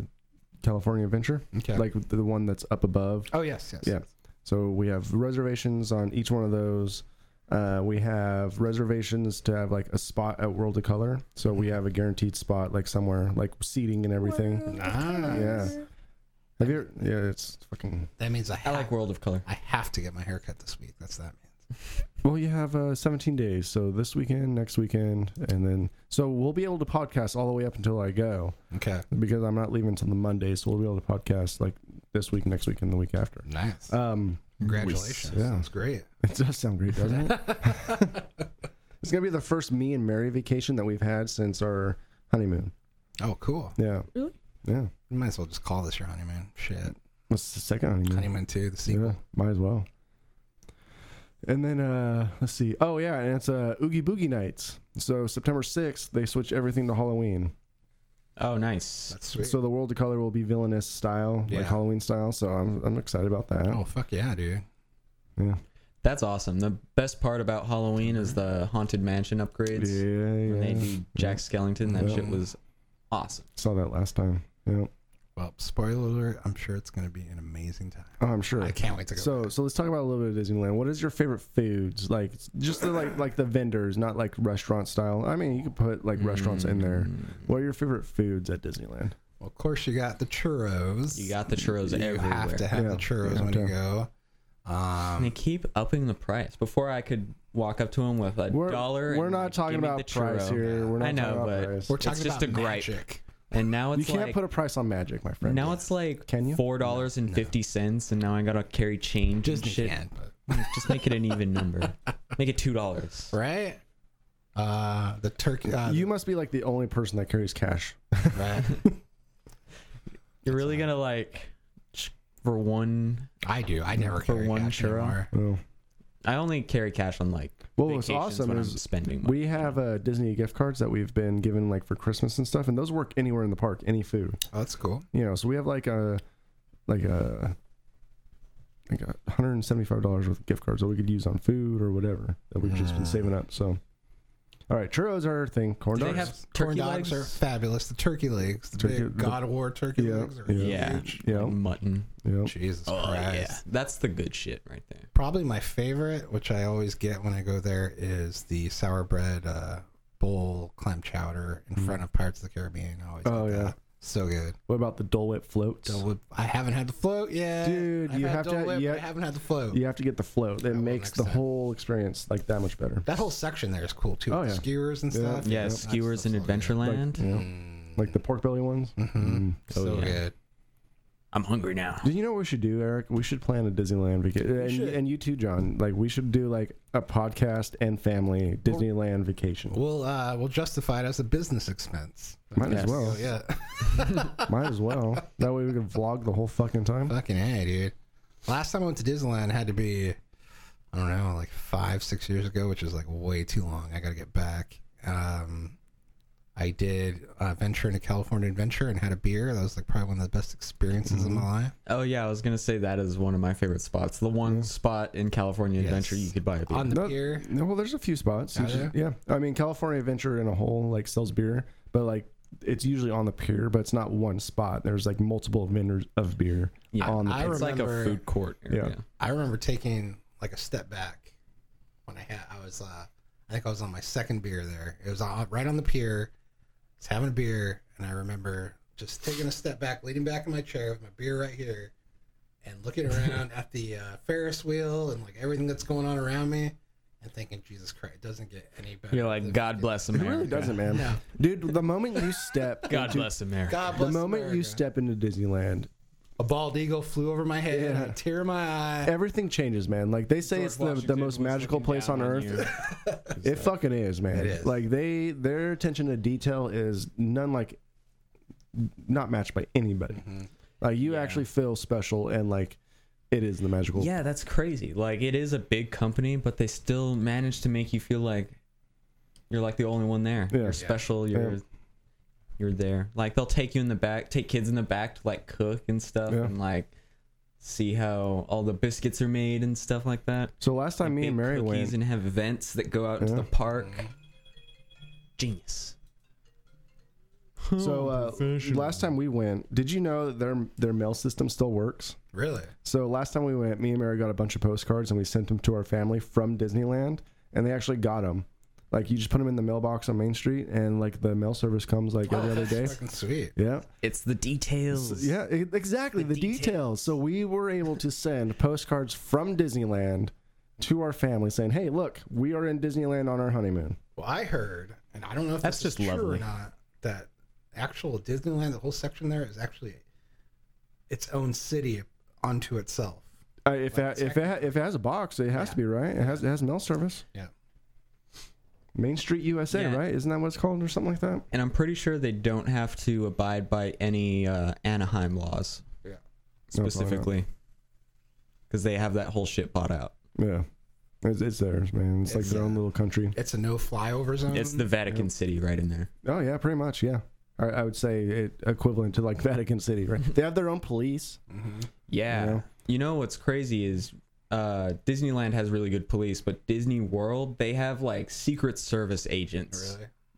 Speaker 5: california adventure
Speaker 2: Okay.
Speaker 5: like the one that's up above
Speaker 2: oh yes, yes.
Speaker 5: Yeah. so we have reservations on each one of those uh, we have reservations to have like a spot at World of Color, so we have a guaranteed spot like somewhere, like seating and everything.
Speaker 2: Nice.
Speaker 5: Yeah. Have you? ever- Yeah, it's fucking.
Speaker 2: That means I
Speaker 6: I
Speaker 2: have,
Speaker 6: like World of Color.
Speaker 2: I have to get my hair cut this week. That's that means.
Speaker 5: Well, you have uh, 17 days. So this weekend, next weekend, and then. So we'll be able to podcast all the way up until I go
Speaker 2: Okay.
Speaker 5: because I'm not leaving until the Monday. So we'll be able to podcast like this week, next week, and the week after.
Speaker 2: Nice.
Speaker 5: Um,
Speaker 2: Congratulations.
Speaker 5: yeah.
Speaker 2: Sounds great.
Speaker 5: it does sound great, doesn't it? it's going to be the first me and Mary vacation that we've had since our honeymoon.
Speaker 2: Oh, cool.
Speaker 5: Yeah.
Speaker 6: Really?
Speaker 5: Yeah.
Speaker 2: You might as well just call this your honeymoon. Shit.
Speaker 5: That's the second honeymoon.
Speaker 2: Honeymoon 2, the sequel.
Speaker 5: Yeah, might as well. And then uh let's see. Oh yeah, and it's uh Oogie Boogie Nights. So September sixth, they switch everything to Halloween.
Speaker 6: Oh, nice.
Speaker 2: That's sweet.
Speaker 5: So the world of color will be villainous style,
Speaker 2: Yeah.
Speaker 5: like Halloween style. So I'm I'm excited about that.
Speaker 2: oh, fuck yeah, dude.
Speaker 5: Yeah,
Speaker 6: That's awesome. The best part about Halloween is the haunted mansion
Speaker 5: yeah,
Speaker 6: upgrades.
Speaker 5: yeah.
Speaker 6: When they do Jack Skellington, that
Speaker 5: Yeah.
Speaker 6: shit was awesome.
Speaker 5: Saw that last time. Yeah,
Speaker 2: Well, spoiler alert, I'm sure it's going to be an amazing time.
Speaker 5: Oh, I'm sure.
Speaker 2: I can't wait to go.
Speaker 5: So, so let's talk about a little bit of Disneyland. What is your favorite foods? Like, just the, like like the vendors, not like restaurant style. I mean, you could put like restaurants in there.
Speaker 6: Mm.
Speaker 5: What are your favorite foods at Disneyland?
Speaker 2: well, of course, you got the churros.
Speaker 6: You got the churros
Speaker 2: You
Speaker 6: everywhere.
Speaker 2: have to have
Speaker 5: Yeah,
Speaker 2: the churros
Speaker 5: yeah,
Speaker 2: when you
Speaker 5: okay.
Speaker 2: go.
Speaker 6: And they
Speaker 2: Um,
Speaker 6: keep upping the price. Before I could walk up to him with a
Speaker 5: We're,
Speaker 6: dollar.
Speaker 5: We're
Speaker 6: and,
Speaker 5: not
Speaker 6: like,
Speaker 5: talking
Speaker 6: give me
Speaker 5: about
Speaker 6: the
Speaker 5: price
Speaker 6: churro.
Speaker 5: here. We're not
Speaker 6: I know,
Speaker 5: talking about
Speaker 6: but
Speaker 5: price.
Speaker 2: we're talking
Speaker 6: just
Speaker 2: about
Speaker 6: a gripe.
Speaker 2: magic.
Speaker 6: And now
Speaker 5: You
Speaker 6: it's
Speaker 5: can't
Speaker 6: like
Speaker 5: put a price on magic, my friend.
Speaker 6: now it's like
Speaker 5: Can you?
Speaker 6: four dollars and fifty cents, and now I gotta carry change
Speaker 2: Disney
Speaker 6: and shit.
Speaker 2: can, but-
Speaker 6: Just make it an even number. Make it two dollars.
Speaker 2: right? Uh, the turkey. Uh,
Speaker 5: you must be like the only person that carries cash.
Speaker 2: right?
Speaker 6: You're really gonna like ch- for one.
Speaker 2: I do. I never
Speaker 6: For
Speaker 2: carry
Speaker 6: one
Speaker 2: cash
Speaker 6: churro?
Speaker 2: anymore.
Speaker 5: Oh.
Speaker 6: I only carry cash on like
Speaker 5: Well, what's
Speaker 6: vacations
Speaker 5: awesome
Speaker 6: when I'm
Speaker 5: is
Speaker 6: spending. Money.
Speaker 5: we have uh, Disney gift cards that we've been given like for Christmas and stuff, and those work anywhere in the park, any food.
Speaker 2: Oh, that's cool.
Speaker 5: you know, so we have like a like a like a hundred and seventy five dollars worth of gift cards that we could use on food or whatever that we've just been saving up. So, all right, churros are our thing. Corn
Speaker 6: Do they
Speaker 5: dogs.
Speaker 6: have
Speaker 2: Corn
Speaker 6: turkey
Speaker 2: dogs
Speaker 6: legs?
Speaker 2: are fabulous. The turkey legs, the
Speaker 5: Turkey-
Speaker 2: big
Speaker 5: the-
Speaker 2: God of War turkey
Speaker 5: yeah,
Speaker 2: legs. Are
Speaker 6: yeah. Oh,
Speaker 2: Huge.
Speaker 5: you know,
Speaker 6: mutton.
Speaker 5: you know.
Speaker 2: Jesus Christ.
Speaker 6: that's the good shit right there.
Speaker 2: Probably my favorite, which I always get when I go there, is the sour bread uh, bowl clam chowder in front of Pirates of the Caribbean. I always
Speaker 5: Mm. Oh,
Speaker 2: get
Speaker 5: yeah.
Speaker 2: that. So good.
Speaker 5: What about the Dole Whip floats?
Speaker 2: Dole Whip- I haven't had the float yet.
Speaker 5: Dude,
Speaker 2: I've
Speaker 5: you
Speaker 2: had
Speaker 5: have to-
Speaker 2: Dole Whip,
Speaker 5: you
Speaker 2: but I
Speaker 5: have-
Speaker 2: haven't had the float.
Speaker 5: You have to get the float. It
Speaker 2: will
Speaker 5: makes
Speaker 2: next
Speaker 5: the
Speaker 2: time.
Speaker 5: whole experience like that much better.
Speaker 2: That whole section there is cool too.
Speaker 5: Oh,
Speaker 2: with
Speaker 5: yeah.
Speaker 2: Skewers and
Speaker 5: Yeah.
Speaker 2: stuff.
Speaker 6: Yeah,
Speaker 2: That
Speaker 6: skewers in
Speaker 2: stuff's all good.
Speaker 6: Adventureland.
Speaker 5: You know,
Speaker 2: Mm.
Speaker 5: like the pork belly ones.
Speaker 2: Mhm.
Speaker 5: Mm.
Speaker 2: So
Speaker 6: Oh, yeah.
Speaker 2: good.
Speaker 6: I'm hungry now.
Speaker 5: Do you know what we should do, Eric? We should plan a Disneyland vacation, and, and you too, John. Like we should do like a podcast and family Disneyland vacation.
Speaker 2: We'll uh, we'll justify it as a business expense.
Speaker 5: Might as well.
Speaker 2: Oh yeah,
Speaker 5: Might as well. That way we can vlog the whole fucking time.
Speaker 2: fucking hey, dude. Last time I went to Disneyland had to be, I don't know, like five six years ago, which is like way too long. I got to get back. Um, I did uh, venture into California Adventure and had a beer. That was like probably one of the best experiences of my life.
Speaker 6: Oh yeah, I was gonna say that is one of my favorite spots. The one spot in California Adventure you could buy a beer.
Speaker 2: On the
Speaker 5: No-
Speaker 2: pier,
Speaker 5: No, Uh, well, there's a few spots. You
Speaker 2: Are
Speaker 5: should- yeah, I mean California Adventure in a whole like sells beer, but like it's usually on the pier, but it's not one spot. There's like multiple vendors of beer
Speaker 6: Yeah.
Speaker 5: on the
Speaker 2: I
Speaker 5: pier.
Speaker 6: it's like a
Speaker 2: remember-
Speaker 6: food court area.
Speaker 5: Yeah.
Speaker 2: I remember taking like a step back when I had I was uh I think I was on my second beer there. It was on, right on the pier. I was having a beer and I remember just taking a step back, leaning back in my chair with my beer right here and looking around at the uh, Ferris wheel and like everything that's going on around me and thinking Jesus Christ, it doesn't get any better.
Speaker 6: You're like,
Speaker 2: than-
Speaker 6: God bless
Speaker 5: It
Speaker 6: America.
Speaker 5: really doesn't, man.
Speaker 2: No.
Speaker 5: Dude, the moment you step,
Speaker 6: God
Speaker 5: into,
Speaker 6: bless America.
Speaker 2: God
Speaker 5: the
Speaker 2: bless
Speaker 5: moment you
Speaker 2: America.
Speaker 5: step into Disneyland,
Speaker 2: a bald eagle flew over my head,
Speaker 5: Yeah.
Speaker 2: a tear in my eye.
Speaker 5: everything changes, man. Like they say,
Speaker 6: George
Speaker 5: it's the, the
Speaker 6: Washington
Speaker 5: most
Speaker 6: was
Speaker 5: magical
Speaker 6: looking
Speaker 5: place on
Speaker 6: down
Speaker 5: earth.
Speaker 6: you.
Speaker 5: It fucking is, man.
Speaker 2: It is.
Speaker 5: Like they their attention to detail is none like not matched by anybody. Like you actually feel special and like it is the magical.
Speaker 6: yeah, that's crazy. Like it is a big company, but they still manage to make you feel like you're like the only one there.
Speaker 5: Yeah. Yeah.
Speaker 6: You're special. You're
Speaker 5: Yeah.
Speaker 6: you're there. Like they'll take you in the back, take kids in the back to like cook and stuff,
Speaker 5: Yeah.
Speaker 6: and like see how all the biscuits are made and stuff like that.
Speaker 5: So last time me
Speaker 6: Bake
Speaker 5: and Mary
Speaker 6: cookies
Speaker 5: went,
Speaker 6: and have events that go out into
Speaker 5: Yeah.
Speaker 6: the park. Genius. Oh,
Speaker 5: so uh, last time we went, did you know that their their mail system still works?
Speaker 2: really?
Speaker 5: So last time we went, me and Mary got a bunch of postcards and we sent them to our family from Disneyland, and they actually got them. Like you just put them in the mailbox on Main Street, and like the mail service comes like every other day.
Speaker 2: Fucking sweet.
Speaker 5: Yeah.
Speaker 6: It's the details.
Speaker 5: Yeah, e- exactly. The, details. So we were able to send postcards from Disneyland to our family saying, "Hey, look, we are in Disneyland on our honeymoon."
Speaker 2: Well, I heard, and I don't know if
Speaker 6: That's
Speaker 2: this
Speaker 6: just
Speaker 2: is true
Speaker 6: lovely.
Speaker 2: or not, that actual Disneyland, the whole section there is actually its own city unto itself.
Speaker 5: Uh, if it, if it, ha- if it has a box, it has to be right. It has it has mail service.
Speaker 2: Yeah.
Speaker 5: Main Street USA,
Speaker 6: Yeah.
Speaker 5: right? Isn't that what it's called or something like that?
Speaker 6: and I'm pretty sure they don't have to abide by any uh, Anaheim laws.
Speaker 2: Yeah.
Speaker 5: probably not.
Speaker 6: Specifically, because they have that whole shit bought out.
Speaker 5: Yeah, it's, it's theirs, man. It's, like
Speaker 2: It's,
Speaker 5: their own
Speaker 2: uh,
Speaker 5: little country.
Speaker 2: It's a no flyover zone.
Speaker 6: It's
Speaker 5: Mm-hmm.
Speaker 6: the Vatican City right in there.
Speaker 5: Oh yeah, pretty much. Yeah, I, I would say it equivalent to like Vatican City, right? they have their own police.
Speaker 6: Yeah.
Speaker 5: Yeah.
Speaker 6: You know what's crazy is uh, Disneyland has really good police, but Disney World they have like Secret Service agents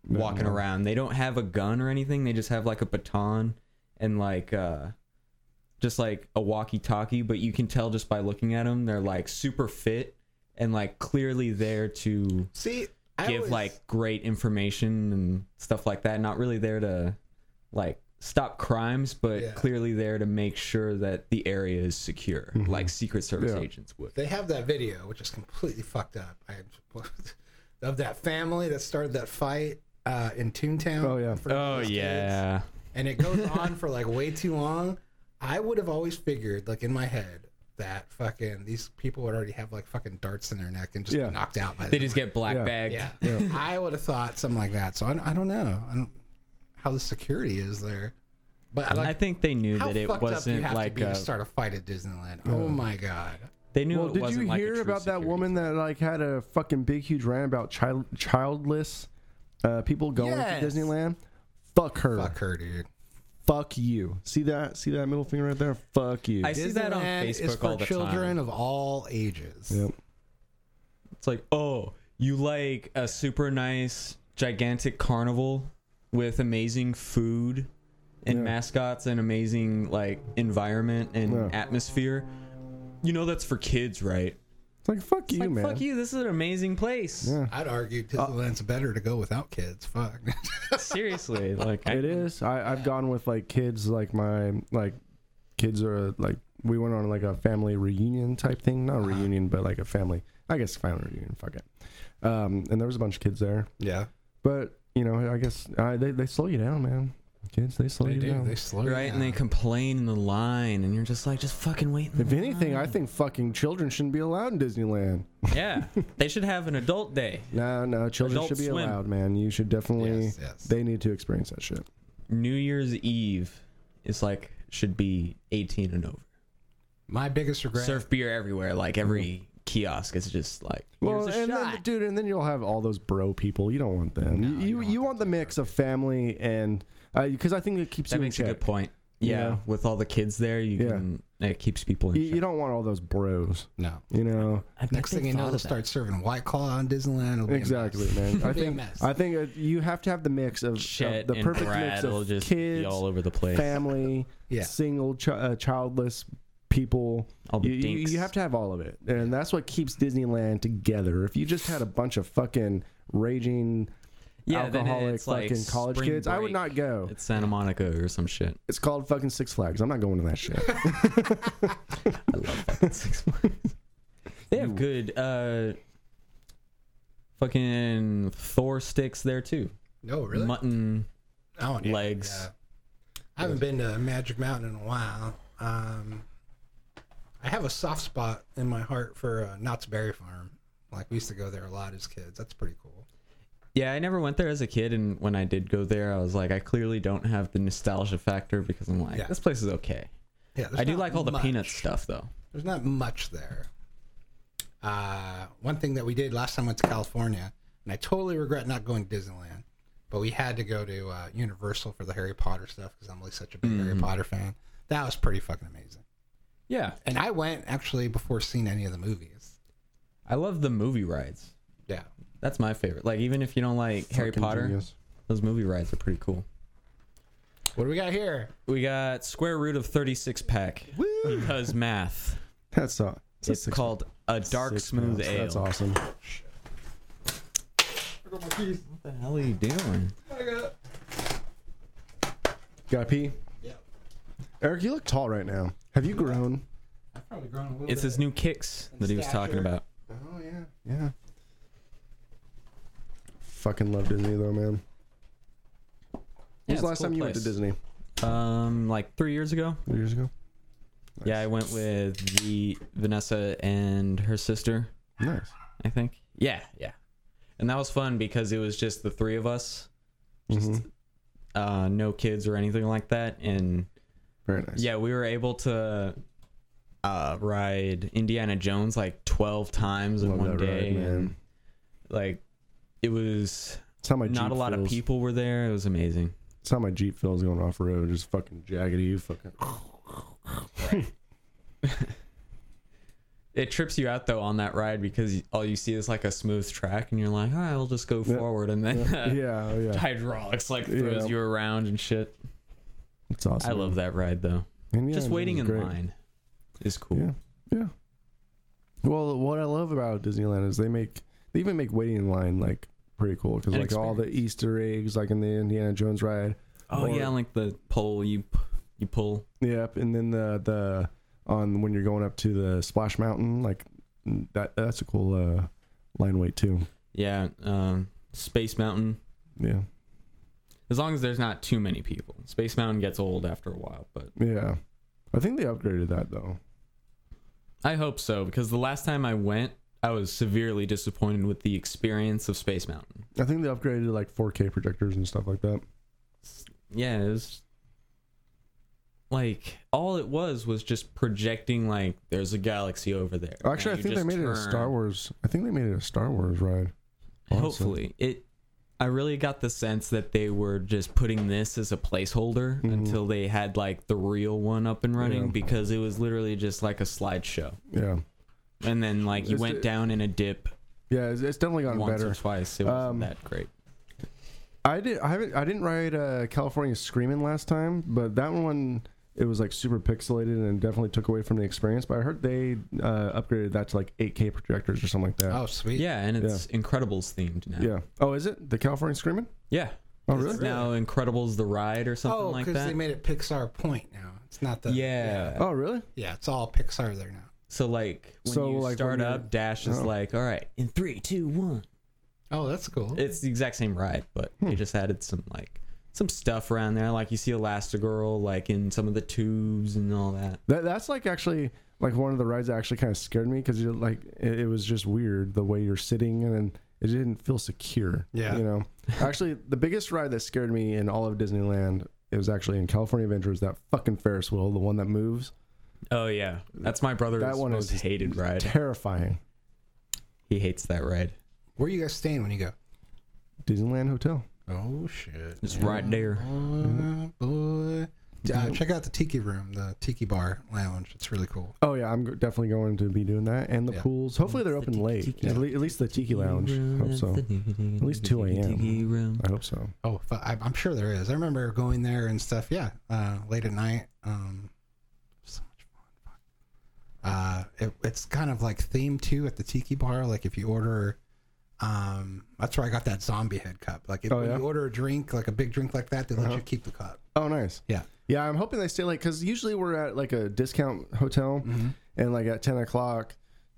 Speaker 2: really.
Speaker 6: walking around. They don't have a gun or anything. They just have like a baton and like uh just like a walkie-talkie, but you can tell just by looking at them they're like super fit and like clearly there to
Speaker 2: See, I
Speaker 6: give
Speaker 2: always-
Speaker 6: like great information and stuff like that. Not really there to like stop crimes, but
Speaker 2: Yeah.
Speaker 6: clearly there to make sure that the area is secure, like Secret Service
Speaker 5: Yeah.
Speaker 6: agents would.
Speaker 2: Mm-hmm. they have that video, which is completely fucked up. I, of that family that started that fight uh, in Toontown.
Speaker 5: Oh, yeah.
Speaker 2: for those kids. and it goes on for like way too long. I would have always figured, like in my head, that fucking these people would already have like fucking darts in their neck and just
Speaker 5: Yeah.
Speaker 2: be knocked out by
Speaker 6: They
Speaker 2: them.
Speaker 6: just get black
Speaker 5: Yeah.
Speaker 6: bagged.
Speaker 2: yeah. I would have thought something like that. So I, don't- I don't know. I don't how the security is there, but
Speaker 6: I
Speaker 2: like
Speaker 6: think they knew
Speaker 2: how
Speaker 6: that it
Speaker 2: fucked up you
Speaker 6: wasn't
Speaker 2: have to
Speaker 6: like
Speaker 2: be to
Speaker 6: a,
Speaker 2: start a fight at Disneyland. Oh my god.
Speaker 6: they knew
Speaker 5: Well,
Speaker 6: it
Speaker 5: did
Speaker 6: wasn't
Speaker 5: you
Speaker 6: like a
Speaker 5: hear
Speaker 6: true
Speaker 5: about that
Speaker 6: security.
Speaker 5: woman that like had a fucking big huge rant about child childless uh, people going to
Speaker 2: Yes.
Speaker 5: Disneyland? Fuck her.
Speaker 2: Fuck
Speaker 5: Fuck.
Speaker 2: her, dude.
Speaker 5: you. See that? See that middle finger right there? Fuck you.
Speaker 6: I see that on
Speaker 2: Disneyland is
Speaker 6: Facebook
Speaker 2: for
Speaker 6: all the
Speaker 2: children
Speaker 6: time.
Speaker 2: of all ages.
Speaker 5: Yep.
Speaker 6: It's like, oh, you like a super nice gigantic carnival with amazing food and
Speaker 5: Yeah.
Speaker 6: mascots and amazing like environment and
Speaker 5: Yeah.
Speaker 6: atmosphere. You know that's for kids, right?
Speaker 5: It's like fuck you,
Speaker 6: like,
Speaker 5: man.
Speaker 6: fuck you. This is an amazing place.
Speaker 5: Yeah.
Speaker 2: I'd argue
Speaker 6: Oh.
Speaker 2: Disneyland's better to go without kids. Fuck.
Speaker 6: Seriously, like I,
Speaker 5: It is. I, I've gone with like kids, like my like kids are like we went on like a family reunion type thing.
Speaker 2: Uh-huh.
Speaker 5: Not a reunion, but like a family. I guess family reunion. Fuck it. Um, and there was a bunch of kids there,
Speaker 2: yeah.
Speaker 5: but you know, I guess I, they they slow you down, man. Kids, they slow
Speaker 2: They
Speaker 5: you
Speaker 2: do.
Speaker 5: down.
Speaker 2: They slow you
Speaker 6: right, and they
Speaker 2: down.
Speaker 6: complain in the line, and you're just like, just fucking wait. in the
Speaker 5: If anything, I think fucking children shouldn't be allowed in Disneyland.
Speaker 6: line." yeah, they should have an adult day.
Speaker 5: No, no, children
Speaker 6: Adult
Speaker 5: should be
Speaker 6: swim.
Speaker 5: allowed, man. You should definitely.
Speaker 2: Yes, yes.
Speaker 5: They need to experience that shit.
Speaker 6: New Year's Eve is like should be 18 and over.
Speaker 2: My biggest regret.
Speaker 6: Surf beer everywhere, like every kiosk. It's just like
Speaker 5: Mm-hmm. Well,
Speaker 6: here's a
Speaker 5: and
Speaker 6: shot.
Speaker 5: then, dude, and then you'll have all those bro people. You don't want them. you you, you want the mix of family and because I think it keeps
Speaker 6: that
Speaker 5: you in
Speaker 6: makes a
Speaker 5: check.
Speaker 6: good point.
Speaker 5: You
Speaker 6: Yeah,
Speaker 5: know?
Speaker 6: with all the kids there, you
Speaker 5: Yeah.
Speaker 6: can it keeps people in
Speaker 5: You,
Speaker 6: check.
Speaker 5: you don't want all those bros.
Speaker 2: No.
Speaker 5: You know
Speaker 6: I bet
Speaker 2: Next
Speaker 6: they
Speaker 2: thing you know,
Speaker 6: thought
Speaker 2: they'll
Speaker 6: of that.
Speaker 2: start serving White Claw on Disneyland. It'll be a mess.
Speaker 5: exactly, man. I
Speaker 2: be a
Speaker 5: think
Speaker 2: mess.
Speaker 5: I think uh, you have to have the mix of, of
Speaker 6: Chet
Speaker 5: the
Speaker 6: and
Speaker 5: perfect
Speaker 6: Brad
Speaker 5: mix
Speaker 6: will
Speaker 5: of
Speaker 6: just
Speaker 5: kids,
Speaker 6: be all over the place.
Speaker 5: family,
Speaker 2: Yeah.
Speaker 5: single, chi- uh, childless people.
Speaker 6: All the
Speaker 5: You, you,
Speaker 6: dinks.
Speaker 5: you have to have all of it, and that's what keeps Disneyland together. If you just had a bunch of fucking raging
Speaker 6: yeah, then
Speaker 5: alcoholic
Speaker 6: it's like
Speaker 5: fucking college
Speaker 6: spring
Speaker 5: kids, I would
Speaker 6: break
Speaker 5: not go.
Speaker 6: at Santa Monica or some shit.
Speaker 5: It's called fucking Six Flags. I'm not going to that shit.
Speaker 6: I love fucking Six Flags. They have good uh, fucking Thor sticks there too.
Speaker 2: No, really.
Speaker 6: Mutton.
Speaker 2: oh, yeah,
Speaker 6: legs.
Speaker 2: yeah. I haven't been to Magic Mountain in a while. Um, I have a soft spot in my heart for uh, Knott's Berry Farm. Like we used to go there a lot as kids. That's pretty cool.
Speaker 6: Yeah, I never went there as a kid, and when I did go there, I was like, I clearly don't have the nostalgia factor because I'm like,
Speaker 2: Yeah.
Speaker 6: this place is okay.
Speaker 2: Yeah, there's
Speaker 6: I do
Speaker 2: not
Speaker 6: like all the
Speaker 2: much-
Speaker 6: peanut stuff though.
Speaker 2: There's not much there. Uh, one thing that we did last time I went to California, and I totally regret not going to Disneyland, but we had to go to uh, Universal for the Harry Potter stuff because I'm like such a big
Speaker 6: Mm.
Speaker 2: Harry Potter fan. That was pretty fucking amazing.
Speaker 6: Yeah,
Speaker 2: And I went actually before seeing any of the movies.
Speaker 6: I love the movie rides.
Speaker 2: Yeah.
Speaker 6: That's my favorite. Like even if you don't like Harry
Speaker 5: Fucking
Speaker 6: Potter,
Speaker 5: genius.
Speaker 6: those movie rides are pretty cool.
Speaker 2: What do we got here?
Speaker 6: We got square root of 36 pack because math.
Speaker 5: That's uh, that's
Speaker 6: It's
Speaker 5: six-
Speaker 6: called a dark
Speaker 5: six
Speaker 6: smooth
Speaker 5: pounds.
Speaker 6: ale.
Speaker 5: That's awesome.
Speaker 6: What the hell are you doing?
Speaker 5: Got pee? Yeah. Eric, you look tall right now. Have you grown?
Speaker 2: I've probably grown a little
Speaker 6: It's his new kicks that he was talking
Speaker 2: Stature.
Speaker 6: about.
Speaker 5: Oh yeah, yeah. Fucking love Disney though, man.
Speaker 6: Yeah,
Speaker 5: When's
Speaker 6: it's a
Speaker 5: the last
Speaker 6: cool
Speaker 5: time you went to
Speaker 6: place.
Speaker 5: Disney?
Speaker 6: Um, like three years ago.
Speaker 5: Three years ago.
Speaker 6: Yeah, I went with the Vanessa and her sister.
Speaker 5: Nice.
Speaker 6: I think. Yeah, yeah. And that was fun because it was just the three of us, just
Speaker 5: Mm-hmm.
Speaker 6: uh, no kids or anything like that. And
Speaker 5: Very nice.
Speaker 6: yeah, we were able to uh, ride Indiana Jones like twelve times in
Speaker 5: Love
Speaker 6: one
Speaker 5: that
Speaker 6: day.
Speaker 5: ride, man.
Speaker 6: and, like it was
Speaker 5: It's how my Jeep
Speaker 6: not a lot
Speaker 5: feels.
Speaker 6: of people were there. It was amazing.
Speaker 5: It's how my Jeep feels going off road. Just fucking jaggedy. Fucking.
Speaker 6: Uh, It trips you out though on that ride because all you see is like a smooth track, and you're like, "All right, I'll just go
Speaker 5: Yeah.
Speaker 6: forward," and then uh,
Speaker 5: yeah, yeah.
Speaker 6: hydraulics like throws
Speaker 5: Yeah.
Speaker 6: you around and shit.
Speaker 5: It's awesome.
Speaker 6: I love that ride though.
Speaker 5: And yeah,
Speaker 6: Just
Speaker 5: it
Speaker 6: waiting
Speaker 5: was
Speaker 6: in
Speaker 5: great.
Speaker 6: line is cool.
Speaker 5: Yeah. Well, what I love about Disneyland is they make they even make waiting in line like pretty cool because
Speaker 6: An
Speaker 5: like all the Easter eggs like in the Indiana Jones ride.
Speaker 6: Oh
Speaker 5: Or-
Speaker 6: yeah, like the pole you p- you pull.
Speaker 5: Yep, and then the the on when you're going up to the Splash Mountain like that that's a cool uh, line wait too.
Speaker 6: Yeah, um, Space Mountain.
Speaker 5: Yeah.
Speaker 6: As long as there's not too many people. Space Mountain gets old after a while, but
Speaker 5: Yeah. I think they upgraded that though.
Speaker 6: I hope so because the last time I went, I was severely disappointed with the experience of Space Mountain.
Speaker 5: I think they upgraded like 4K projectors and stuff like that.
Speaker 6: Yeah, it was like all it was was just projecting like there's a galaxy over there.
Speaker 5: Actually,
Speaker 6: and
Speaker 5: I
Speaker 6: you
Speaker 5: think they
Speaker 6: just
Speaker 5: made it a
Speaker 6: turn.
Speaker 5: Star Wars. I think they made it a Star Wars ride. also.
Speaker 6: Hopefully, it. I really got the sense that they were just putting this as a placeholder
Speaker 5: Mhm.
Speaker 6: until they had like the real one up and running
Speaker 5: Yeah.
Speaker 6: because it was literally just like a slideshow,
Speaker 5: Yeah.
Speaker 6: and then like you
Speaker 5: It's
Speaker 6: went
Speaker 5: the-
Speaker 6: down in a dip
Speaker 5: Yeah, it's, it's definitely gotten
Speaker 6: once
Speaker 5: better.
Speaker 6: or twice. It wasn't
Speaker 5: Um,
Speaker 6: that great.
Speaker 5: I did. I haven't. I didn't ride uh, California Screaming last time, but that one it was like super pixelated and definitely took away from the experience. But I heard they uh, upgraded that to like 8K projectors or something like that.
Speaker 2: Oh, sweet.
Speaker 6: Yeah, and it's Incredibles themed now.
Speaker 5: yeah. Oh, is it the California Screaming?
Speaker 6: Yeah.
Speaker 5: Oh,
Speaker 6: It's
Speaker 5: really?
Speaker 6: Now Incredibles the ride or something
Speaker 2: Oh,
Speaker 6: like
Speaker 2: because
Speaker 6: that.
Speaker 2: they made it Pixar Point now. It's not the
Speaker 6: yeah.
Speaker 5: Oh, really?
Speaker 2: yeah. It's all Pixar there now.
Speaker 6: So like when
Speaker 5: So,
Speaker 6: you
Speaker 5: like, when
Speaker 6: start
Speaker 5: you're-
Speaker 6: up, Dash is
Speaker 5: Oh.
Speaker 6: like, all right, in three, two, one.
Speaker 2: Oh, that's cool.
Speaker 6: It's the exact same ride, but they just added some like some stuff around there. Like you see Elastigirl like in some of the tubes and all that.
Speaker 5: That that's like actually like one of the rides that actually kind of scared me because you're like it, it was just weird the way you're sitting and then it didn't feel secure.
Speaker 2: Yeah.
Speaker 5: You know, actually the biggest ride that scared me in all of Disneyland it was actually in California Adventures that fucking Ferris wheel, the one that moves.
Speaker 6: Oh yeah, that's my brother's
Speaker 5: That one
Speaker 6: most
Speaker 5: is
Speaker 6: hated ride.
Speaker 5: Terrifying.
Speaker 6: He hates that ride.
Speaker 2: Where you guys staying when you go?
Speaker 5: Disneyland Hotel.
Speaker 2: Oh shit!
Speaker 6: It's right there. Mm-hmm.
Speaker 2: Oh, boy. Uh, check out the Tiki Room, the Tiki Bar Lounge. It's really cool.
Speaker 5: Oh yeah, I'm go- definitely going to be doing that and the
Speaker 2: Yeah.
Speaker 5: pools. Hopefully they're
Speaker 6: The
Speaker 5: open
Speaker 6: tiki-
Speaker 5: late.
Speaker 6: tiki-
Speaker 5: at, le- at least the Tiki Lounge. Hope so.
Speaker 6: At
Speaker 5: least 2 a.m.. I hope so.
Speaker 2: Oh, fu- I, I'm sure there is. I remember going there and stuff. Yeah, uh, late at night. Um, so much fun. Fuck. Uh, it, it's kind of like themed too at the tiki bar. Like if you order, um, that's where I got that zombie head cup. Like if
Speaker 5: Oh,
Speaker 2: when
Speaker 5: yeah?
Speaker 2: you order a drink, like a big drink like that, they let
Speaker 5: Uh-huh.
Speaker 2: you keep the cup.
Speaker 5: Oh nice.
Speaker 2: Yeah.
Speaker 5: Yeah, I'm hoping they stay late because usually we're at like a discount hotel. and like at 10 o'clock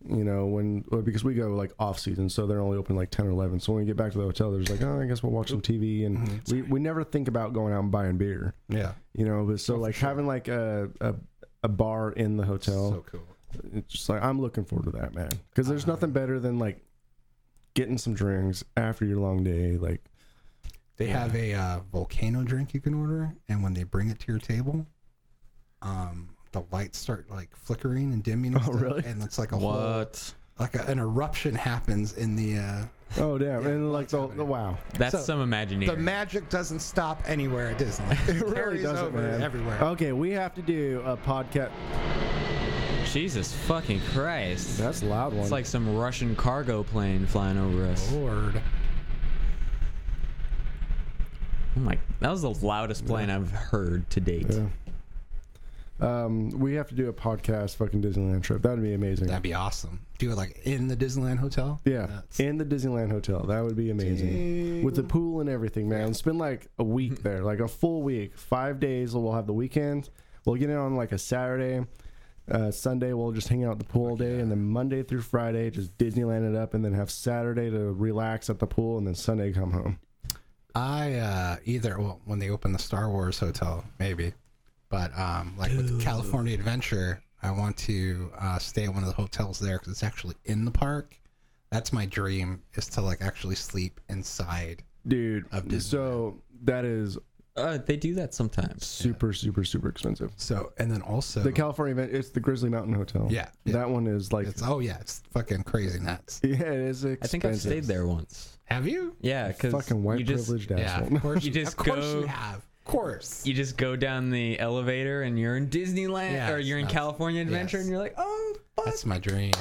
Speaker 5: you know when well, because we go like off season so they're only open like 10 or 11 so when we get back to the hotel there's like oh i guess we'll watch some tv and
Speaker 2: Mhm.
Speaker 5: we, we never think about going out and buying beer
Speaker 2: Yeah,
Speaker 5: you know but so like having like a, a a bar in the hotel
Speaker 2: so cool.
Speaker 5: it's just like i'm looking forward to that man because there's
Speaker 2: Uh,
Speaker 5: nothing better than like getting some drinks after your long day like
Speaker 2: They have a uh, volcano drink you can order, and when they bring it to your table, um, the lights start like flickering and dimming. And
Speaker 5: Oh,
Speaker 2: stuff,
Speaker 5: really?
Speaker 2: And it's like a whole,
Speaker 6: What?
Speaker 2: like a, an eruption happens in the. Uh,
Speaker 5: oh damn
Speaker 2: Yeah,
Speaker 5: and like
Speaker 2: what's
Speaker 5: the,
Speaker 2: happening?
Speaker 5: the wow
Speaker 6: That's
Speaker 2: So,
Speaker 6: some
Speaker 2: the
Speaker 6: imagination.
Speaker 2: magic doesn't stop anywhere at Disneyland. It,
Speaker 5: really
Speaker 2: carries
Speaker 5: doesn't,
Speaker 2: over
Speaker 5: man. Oh.
Speaker 2: everywhere.
Speaker 5: okay we have to do a podcast
Speaker 6: Jesus fucking Christ.
Speaker 5: that's a loud one
Speaker 6: It's like some Russian cargo plane flying over us. Oh
Speaker 2: Lord.
Speaker 6: my, that was the loudest plane I've heard to date.
Speaker 5: Yeah. Um, we have to do a podcast fucking Disneyland trip. That'd be amazing.
Speaker 2: That'd be awesome. Do it like in the Disneyland hotel.
Speaker 5: yeah,
Speaker 2: That's-
Speaker 5: in the Disneyland hotel. That would be amazing. With the pool and everything, man. Spend like a week there, like a full week, five days. We'll have the weekend. We'll get in on like a Saturday. Uh, Sunday, we'll just hang out at the pool all day, and then Monday through Friday, just Disneyland it up, and then have Saturday to relax at the pool, and then Sunday come home.
Speaker 2: I uh, either well when they open the Star Wars hotel maybe, but um, like with California Adventure, I want to uh, stay at one of the hotels there because it's actually in the park. That's my dream is to like actually sleep inside.
Speaker 5: Dude,
Speaker 2: Of Disneyland.
Speaker 5: so that is
Speaker 6: Uh, they do that sometimes.
Speaker 5: super, super, super expensive.
Speaker 2: So and then also
Speaker 5: The California event, it's the Grizzly Mountain Hotel.
Speaker 2: Uh-huh. yeah, yeah.
Speaker 5: That one is like
Speaker 2: it's oh yeah it's fucking crazy nuts.
Speaker 5: Yeah, it is expensive.
Speaker 6: I think I've stayed there once.
Speaker 2: Have you?
Speaker 6: Yeah, because
Speaker 5: Fucking white
Speaker 6: you just,
Speaker 5: privileged
Speaker 2: Yeah,
Speaker 5: asshole.
Speaker 2: of course
Speaker 6: You just
Speaker 2: of course
Speaker 6: go-
Speaker 2: you have. Of course.
Speaker 6: You just go down the elevator and you're in Disneyland
Speaker 2: Yeah,
Speaker 6: or you're in
Speaker 2: that's-
Speaker 6: California Adventure
Speaker 2: yes.
Speaker 6: and you're like, oh, fuck.
Speaker 2: That's my dream.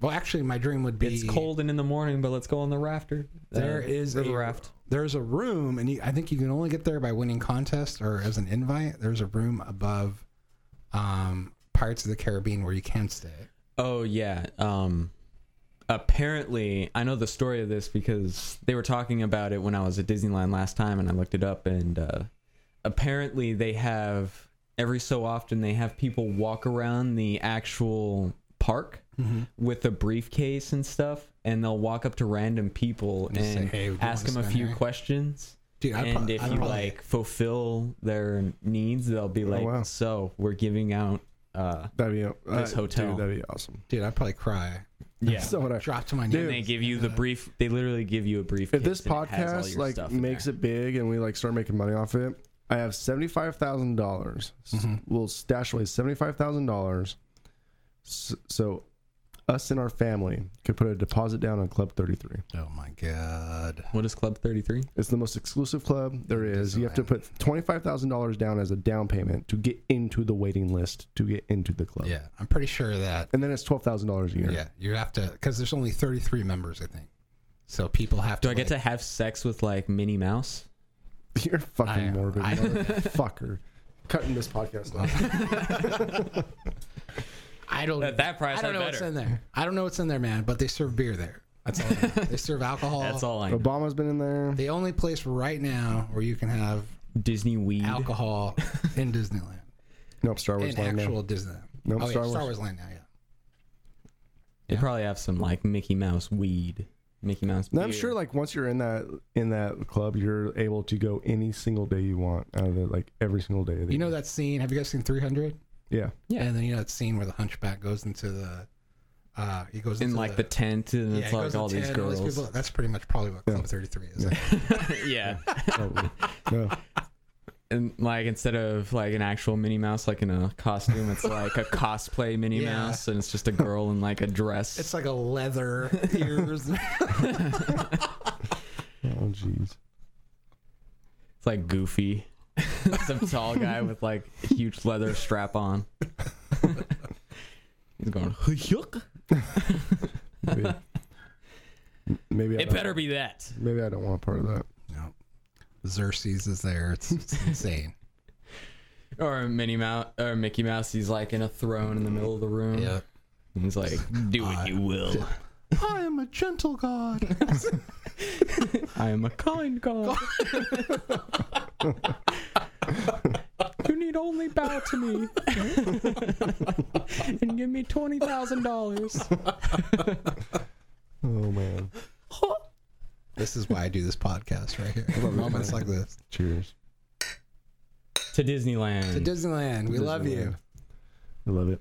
Speaker 2: Well, actually, my dream would be
Speaker 6: It's cold and in the morning, but let's go on the rafter.
Speaker 2: There
Speaker 6: Uh,
Speaker 2: is
Speaker 6: river
Speaker 2: a-
Speaker 6: raft.
Speaker 2: There's a room, and you, I think you can only get there by winning contest or as an invite. There's a room above um, Pirates of the Caribbean where you can stay.
Speaker 6: Oh yeah. Um apparently I know the story of this because they were talking about it when I was at Disneyland last time and I looked it up and uh apparently they have every so often they have people walk around the actual park
Speaker 2: Mm-hmm.
Speaker 6: with a briefcase and stuff and they'll walk up to random people
Speaker 2: just say,
Speaker 6: and
Speaker 2: "Hey, would you
Speaker 6: ask
Speaker 2: wanna
Speaker 6: them a
Speaker 2: spend
Speaker 6: few
Speaker 2: here?"
Speaker 6: questions
Speaker 2: Dude, I'd
Speaker 6: and
Speaker 2: prob-
Speaker 6: if
Speaker 2: I'd
Speaker 6: you
Speaker 2: probably- Oh,
Speaker 6: like fulfill their needs they'll be like
Speaker 5: wow.
Speaker 6: so we're giving out uh
Speaker 5: That'd be uh,
Speaker 6: This hotel.
Speaker 5: Dude, that'd be awesome.
Speaker 2: dude, I'd probably cry.
Speaker 6: yeah
Speaker 5: So what I,
Speaker 2: Drop to my
Speaker 5: Dude.
Speaker 6: And
Speaker 2: knees.
Speaker 6: they give you the brief. They literally give you a brief.
Speaker 5: if this podcast like makes it big and we like start making money off it, I have seventy five thousand dollars.
Speaker 2: Mm-hmm.
Speaker 5: We'll stash away seventy five thousand dollars, so us and our family could put a deposit down on Club Thirty Three.
Speaker 2: Oh my god.
Speaker 6: what is Club Thirty Three?
Speaker 5: It's the most exclusive club there is. You have to put twenty five thousand dollars down as a down payment to get into the waiting list to get into the club.
Speaker 2: Yeah, I'm pretty sure that.
Speaker 5: and then it's twelve thousand dollars a year.
Speaker 2: Yeah, you have to because there's only 33 members, I think. So people have
Speaker 6: Do
Speaker 2: to.
Speaker 6: I get to have sex with like Minnie Mouse?
Speaker 5: You're a fucking
Speaker 2: I-
Speaker 5: morbid,
Speaker 2: I-
Speaker 5: motherfucker. Cutting this podcast off.
Speaker 2: I don't.
Speaker 6: At that price,
Speaker 2: I don't
Speaker 6: I
Speaker 2: know what's
Speaker 6: better.
Speaker 2: in there. I don't know what's in there, man. But they serve beer there. That's all. I know. they serve alcohol.
Speaker 6: That's all I. Know.
Speaker 5: Obama's been in there.
Speaker 2: The only place right now where you can have
Speaker 6: Disney weed.
Speaker 2: alcohol in Disneyland,
Speaker 5: Nope, Star Wars
Speaker 2: in
Speaker 5: Land. now.
Speaker 2: actual Disneyland.
Speaker 5: Nope,
Speaker 2: oh
Speaker 5: Star
Speaker 2: yeah, Star
Speaker 5: Wars.
Speaker 2: Wars Land now. Yeah.
Speaker 6: They probably have some like Mickey Mouse weed. Mickey Mouse.
Speaker 5: No, I'm
Speaker 6: beer.
Speaker 5: sure like once you're in that in that club, you're able to go any single day you want out of it, like every single day. Of the
Speaker 2: You know that scene? Have you guys seen 300?
Speaker 5: year.
Speaker 6: Yeah.
Speaker 2: And then you know that scene where the hunchback goes into the, uh, he goes
Speaker 6: in
Speaker 2: into
Speaker 6: like the tent, and
Speaker 2: yeah,
Speaker 6: it's
Speaker 2: he
Speaker 6: like
Speaker 2: goes
Speaker 6: all
Speaker 2: into
Speaker 6: these
Speaker 2: tent, all
Speaker 6: girls.
Speaker 2: people- that's pretty much probably what Club 33 is. like.
Speaker 6: yeah,
Speaker 5: yeah, no,
Speaker 6: and like instead of like an actual Minnie Mouse, like in a costume, it's like a cosplay Minnie
Speaker 2: Yeah.
Speaker 6: Mouse, and it's just a girl in like a dress.
Speaker 2: It's like a leather ears.
Speaker 5: oh jeez.
Speaker 6: It's like Goofy, some tall guy with like a huge leather strap on. He's going. "Hyuk."
Speaker 5: Maybe, maybe I
Speaker 6: It
Speaker 5: don't-
Speaker 6: better be that.
Speaker 5: maybe I don't want part of that.
Speaker 2: no. Xerxes is there. It's, it's insane.
Speaker 6: Or Minnie Mouse, or Mickey Mouse. He's like in a throne in the middle of the room.
Speaker 2: yeah.
Speaker 6: And He's like, do what you will.
Speaker 2: I am a gentle god.
Speaker 6: I am a kind god. you need only bow to me and give me twenty thousand dollars.
Speaker 5: Oh man.
Speaker 2: this is why I do this podcast right here. Moments like this.
Speaker 5: Cheers.
Speaker 6: To Disneyland.
Speaker 2: To Disneyland. We love you.
Speaker 5: Disneyland. I love it.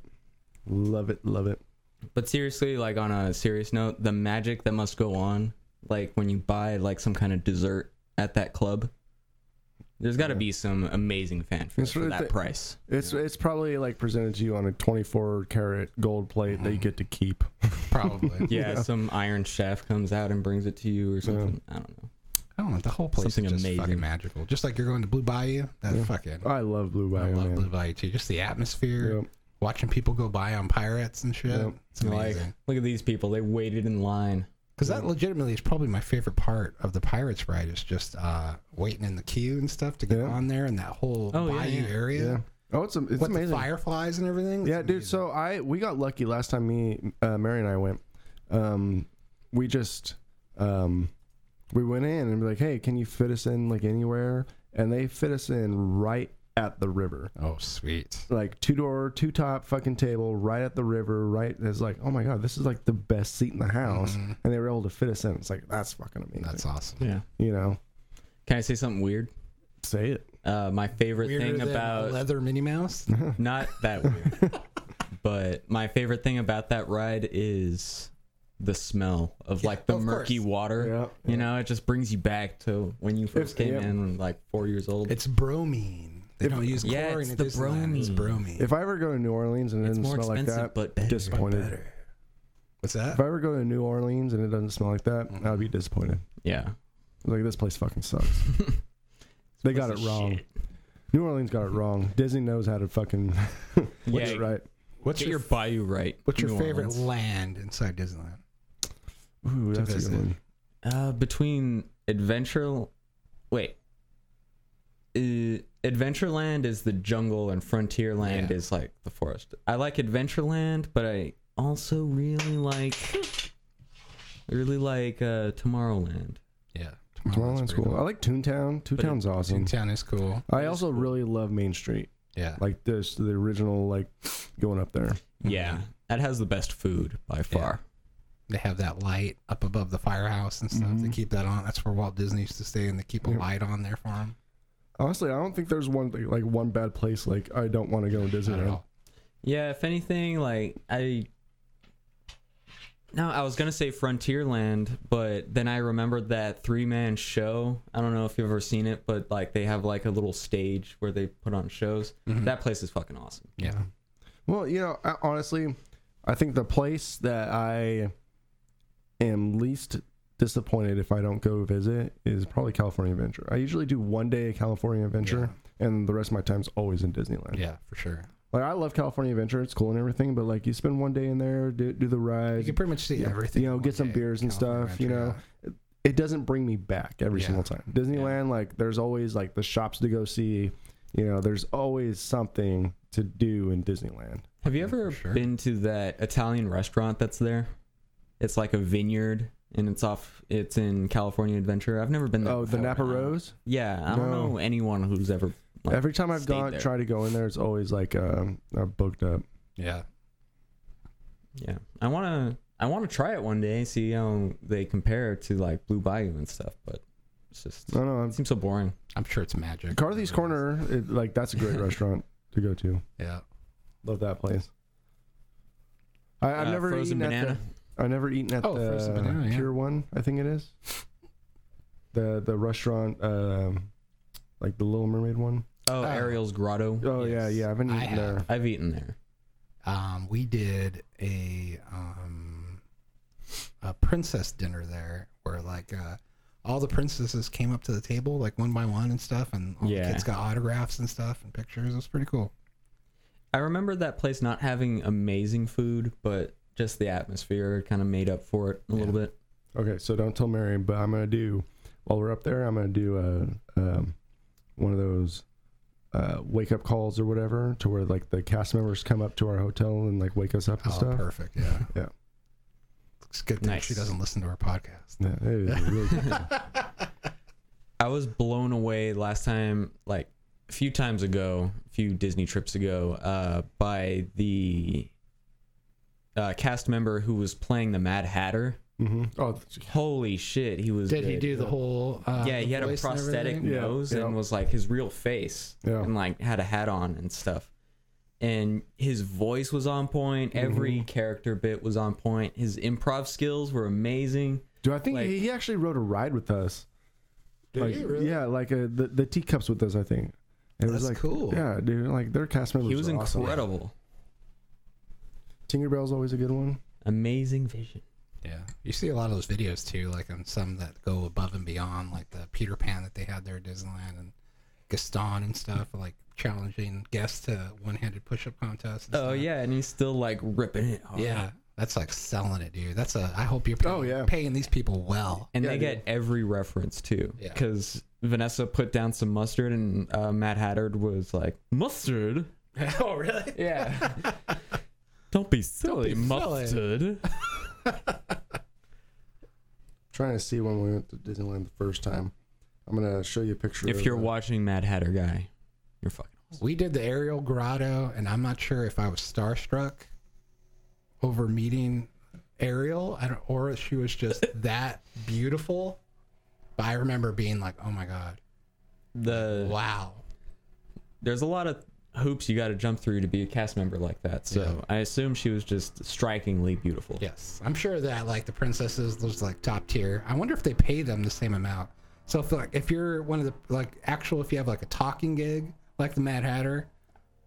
Speaker 5: Love it. Love it.
Speaker 6: But seriously, like on a serious note, the magic that must go on, like when you buy like some kind of dessert at that club, there's got to be some amazing fanfare
Speaker 5: It's
Speaker 6: for
Speaker 5: really
Speaker 6: that
Speaker 5: the-
Speaker 6: price.
Speaker 5: It's it's probably like presented to you on a 24 karat gold plate that
Speaker 2: Mm-hmm.
Speaker 5: you get to keep.
Speaker 2: Probably.
Speaker 6: Yeah, some Iron Chef comes out and brings it to you or something. I don't know.
Speaker 2: I don't know. The whole place
Speaker 6: Something
Speaker 2: is just
Speaker 6: amazing.
Speaker 2: fucking magical. Just like you're going to Blue Bayou. That fucking.
Speaker 5: I love Blue
Speaker 2: I
Speaker 5: Bayou.
Speaker 2: love
Speaker 5: man.
Speaker 2: Blue Bayou too. Just the atmosphere.
Speaker 5: Yep.
Speaker 2: Watching people go by on pirates and shit.
Speaker 5: Yep.
Speaker 2: It's amazing.
Speaker 6: Like, look at these people. They waited in line.
Speaker 2: Because that legitimately is probably my favorite part of the Pirates ride is just uh, waiting in the queue and stuff to get
Speaker 5: Yeah.
Speaker 2: on there and that whole
Speaker 6: Oh, yeah,
Speaker 2: bayou
Speaker 6: yeah.
Speaker 2: area.
Speaker 5: Yeah. Oh, it's am- it's
Speaker 2: With
Speaker 5: amazing.
Speaker 2: the fireflies and everything.
Speaker 5: Yeah, dude. So I we got lucky last time me uh, Mary and I went. Um, we just um, we went in and be like, hey, can you fit us in like anywhere? And they fit us in right at the river,
Speaker 2: Oh, sweet.
Speaker 5: like two door, two top fucking table, right at the river. Right, it's like, oh my god, this is like the best seat in the house, and they were able to fit us in. It's like Mm-hmm. that's fucking amazing.
Speaker 2: That's awesome.
Speaker 6: Yeah.
Speaker 5: you know,
Speaker 6: Can I say something weird?
Speaker 5: say it.
Speaker 6: Uh, my favorite
Speaker 2: Weirder
Speaker 6: thing
Speaker 2: than
Speaker 6: about
Speaker 2: a leather Minnie Mouse.
Speaker 6: Not that weird. but my favorite thing about that ride is the smell of like the
Speaker 2: of
Speaker 6: murky
Speaker 2: course.
Speaker 6: water.
Speaker 5: Yeah,
Speaker 6: You know, it just brings you back to when you first
Speaker 5: If-
Speaker 6: came
Speaker 5: yeah.
Speaker 6: in, like four years old.
Speaker 2: It's bromine. They don't use
Speaker 6: yeah,
Speaker 2: chlorine
Speaker 6: it's
Speaker 2: at
Speaker 6: the
Speaker 2: Disneyland. It's
Speaker 6: bromine.
Speaker 2: bromine.
Speaker 5: If I ever go to New Orleans and it
Speaker 6: It's
Speaker 5: doesn't
Speaker 6: more
Speaker 5: smell like
Speaker 6: expensive,
Speaker 5: that,
Speaker 6: but better.
Speaker 5: disappointed.
Speaker 2: Better. What's that?
Speaker 5: If I ever go to New Orleans and it doesn't smell like that, I would be disappointed.
Speaker 6: yeah.
Speaker 5: Like this place fucking sucks. they got it
Speaker 6: Piece of
Speaker 5: wrong.
Speaker 6: shit.
Speaker 5: New Orleans got it wrong. Disney knows how to fucking
Speaker 6: Yeah,
Speaker 5: get it right.
Speaker 2: What's
Speaker 6: Get
Speaker 2: your
Speaker 6: your bayou right.
Speaker 2: What's your
Speaker 6: New
Speaker 2: favorite
Speaker 6: Orleans.
Speaker 2: land inside Disneyland?
Speaker 5: Ooh,
Speaker 2: To
Speaker 5: that's a
Speaker 2: visit.
Speaker 5: good one.
Speaker 6: Uh, between Adventure, wait, uh, Adventureland is the jungle and Frontierland
Speaker 2: Yeah.
Speaker 6: is like the forest. I like Adventureland, but I also really like, I really like uh, Tomorrowland.
Speaker 2: Yeah,
Speaker 5: Tomorrowland's cool. Mm. I like Toontown. Toontown's awesome.
Speaker 2: Town is cool.
Speaker 5: I also really love Main Street.
Speaker 2: Yeah,
Speaker 5: Like this, the original, like going up there.
Speaker 6: Yeah, that has the best food by far.
Speaker 2: they have that light up above the firehouse and stuff. They keep that on. That's where Walt Disney used to stay, and they keep a light on there for him.
Speaker 5: Honestly, I don't think there's one thing- like one bad place like I don't want to go to
Speaker 2: Not at
Speaker 5: Disneyland.
Speaker 2: all.
Speaker 6: Yeah, if anything, like I. No, I was gonna say Frontierland, but then I remembered that three-man show. I don't know if you've ever seen it, but like they have like a little stage where they put on shows.
Speaker 5: Mm-hmm.
Speaker 6: That place is fucking awesome.
Speaker 2: Yeah,
Speaker 5: Well, you know, I, honestly, I think the place that I am least disappointed if I don't go visit is probably California Adventure. I usually do one day at California Adventure, and the rest of my time's always in Disneyland.
Speaker 2: yeah, for sure.
Speaker 5: Like I love California Adventure; it's cool and everything, but like you spend one day in there, do, do the
Speaker 2: You
Speaker 5: rides,
Speaker 2: can pretty much see everything.
Speaker 5: you know,
Speaker 2: in
Speaker 5: get
Speaker 2: one
Speaker 5: some
Speaker 2: day.
Speaker 5: beers and
Speaker 2: California
Speaker 5: stuff. You know,
Speaker 2: Adventure,
Speaker 5: it, it doesn't bring me back every
Speaker 2: Yeah.
Speaker 5: single time. Disneyland, like, there's always like the shops to go see. You know, there's always something to do in Disneyland.
Speaker 6: Have you ever
Speaker 2: sure.
Speaker 6: been to that Italian restaurant that's there? It's like a vineyard, and it's off. It's in California Adventure. I've never been there.
Speaker 5: Oh, the
Speaker 6: before,
Speaker 5: Napa
Speaker 6: and I don't-
Speaker 5: Rose.
Speaker 6: Yeah, I don't
Speaker 5: No.
Speaker 6: know anyone who's ever. Like,
Speaker 5: every time I've
Speaker 6: stayed
Speaker 5: gone,
Speaker 6: there.
Speaker 5: tried to go in there, it's always like um, uh, booked up.
Speaker 2: Yeah,
Speaker 6: Yeah, I wanna I wanna try it one day, see how they compare to like Blue Bayou and stuff. But it's just
Speaker 5: I don't know.
Speaker 6: it seems so boring.
Speaker 2: I'm sure it's magic.
Speaker 5: Carthy's Corner, it, like, that's a great restaurant to go to.
Speaker 2: Yeah,
Speaker 5: Love that place. I, I've
Speaker 6: Uh,
Speaker 5: never
Speaker 6: frozen
Speaker 5: eaten
Speaker 6: banana.
Speaker 5: at the. I've never eaten at
Speaker 2: Oh,
Speaker 5: the
Speaker 2: frozen banana, yeah.
Speaker 5: Pier One. I think it is. The the restaurant, um, like the Little Mermaid one.
Speaker 6: Oh,
Speaker 2: Ah.
Speaker 6: Ariel's Grotto.
Speaker 5: Oh yeah,
Speaker 6: Yes.
Speaker 5: yeah. I've been
Speaker 2: I
Speaker 5: eating
Speaker 2: have.
Speaker 5: there.
Speaker 6: I've eaten there.
Speaker 2: um, we did a um, a princess dinner there where like uh, all the princesses came up to the table like one by one and stuff, and all
Speaker 6: Yeah.
Speaker 2: the kids got autographs and stuff and pictures. It was pretty cool.
Speaker 6: I remember that place not having amazing food, but just the atmosphere kind of made up for it a little bit.
Speaker 5: Okay, so don't tell Mary, but I'm gonna do while we're up there. I'm gonna do a um, one of those uh, wake up calls or whatever to where like the cast members come up to our hotel and like wake us up and
Speaker 2: oh,
Speaker 5: stuff.
Speaker 2: perfect. Yeah,
Speaker 5: Yeah.
Speaker 2: It's good thing she
Speaker 6: Nice.
Speaker 2: doesn't listen to our podcast.
Speaker 5: Yeah, it is really good.
Speaker 6: I was blown away last time, like a few times ago, a few Disney trips ago, uh, by the uh, cast member who was playing the Mad Hatter.
Speaker 5: hmm Oh,
Speaker 6: Holy shit, he was.
Speaker 2: Did he
Speaker 6: good.
Speaker 2: do the whole? Uh,
Speaker 6: yeah, he had a prosthetic
Speaker 5: Yeah,
Speaker 6: nose
Speaker 5: yeah.
Speaker 6: and was like his real face
Speaker 5: Yeah.
Speaker 6: and like had a hat on and stuff. And his voice was on point. Every character bit was on point. His improv skills were amazing.
Speaker 5: do I think
Speaker 6: Like-
Speaker 5: he he actually rode a ride with us? Like,
Speaker 2: he really?
Speaker 5: Yeah, like uh the the teacups with us. I think. It was
Speaker 2: That's
Speaker 5: like
Speaker 2: cool.
Speaker 5: Yeah, dude. Like their cast members.
Speaker 6: He was
Speaker 5: were awesome.
Speaker 6: incredible.
Speaker 5: Tinkerbell's always a good one.
Speaker 6: Amazing vision.
Speaker 2: Yeah, you see a lot of those videos too, like on some that go above and beyond, like the Peter Pan that they had there at Disneyland and Gaston and stuff, like challenging guests to one-handed push-up contests. and
Speaker 6: Oh
Speaker 2: stuff.
Speaker 6: yeah, and he's still like ripping it. Hard.
Speaker 2: yeah, Oh, that's like selling it, dude. That's a. I hope you're paying,
Speaker 5: Oh, yeah.
Speaker 2: paying these people well.
Speaker 6: and
Speaker 5: Yeah,
Speaker 6: they
Speaker 5: dude.
Speaker 6: get every reference too.
Speaker 2: Yeah.
Speaker 6: Because Vanessa put down some mustard, and uh, Matt Hattard was like, "Mustard?
Speaker 2: oh really?
Speaker 6: Yeah, don't be silly,
Speaker 2: be silly."
Speaker 6: mustard."
Speaker 5: trying to see when we went to Disneyland the first time. I'm gonna show you a picture.
Speaker 6: If
Speaker 5: of
Speaker 6: you're
Speaker 5: the-
Speaker 6: watching Mad Hatter guy, you're fucking.
Speaker 2: We did the aerial grotto, and I'm not sure if I was starstruck over meeting Ariel, I don't, or if she was just that beautiful. But I remember being like, "Oh my god,
Speaker 6: The
Speaker 2: wow!"
Speaker 6: there's a lot of hoops you got to jump through to be a cast member like that. So I assume she was just strikingly beautiful.
Speaker 2: Yes, I'm sure that like the princesses, those like top tier. I wonder if they pay them the same amount. So if like if you're one of the like actual, if you have like a talking gig like the Mad Hatter,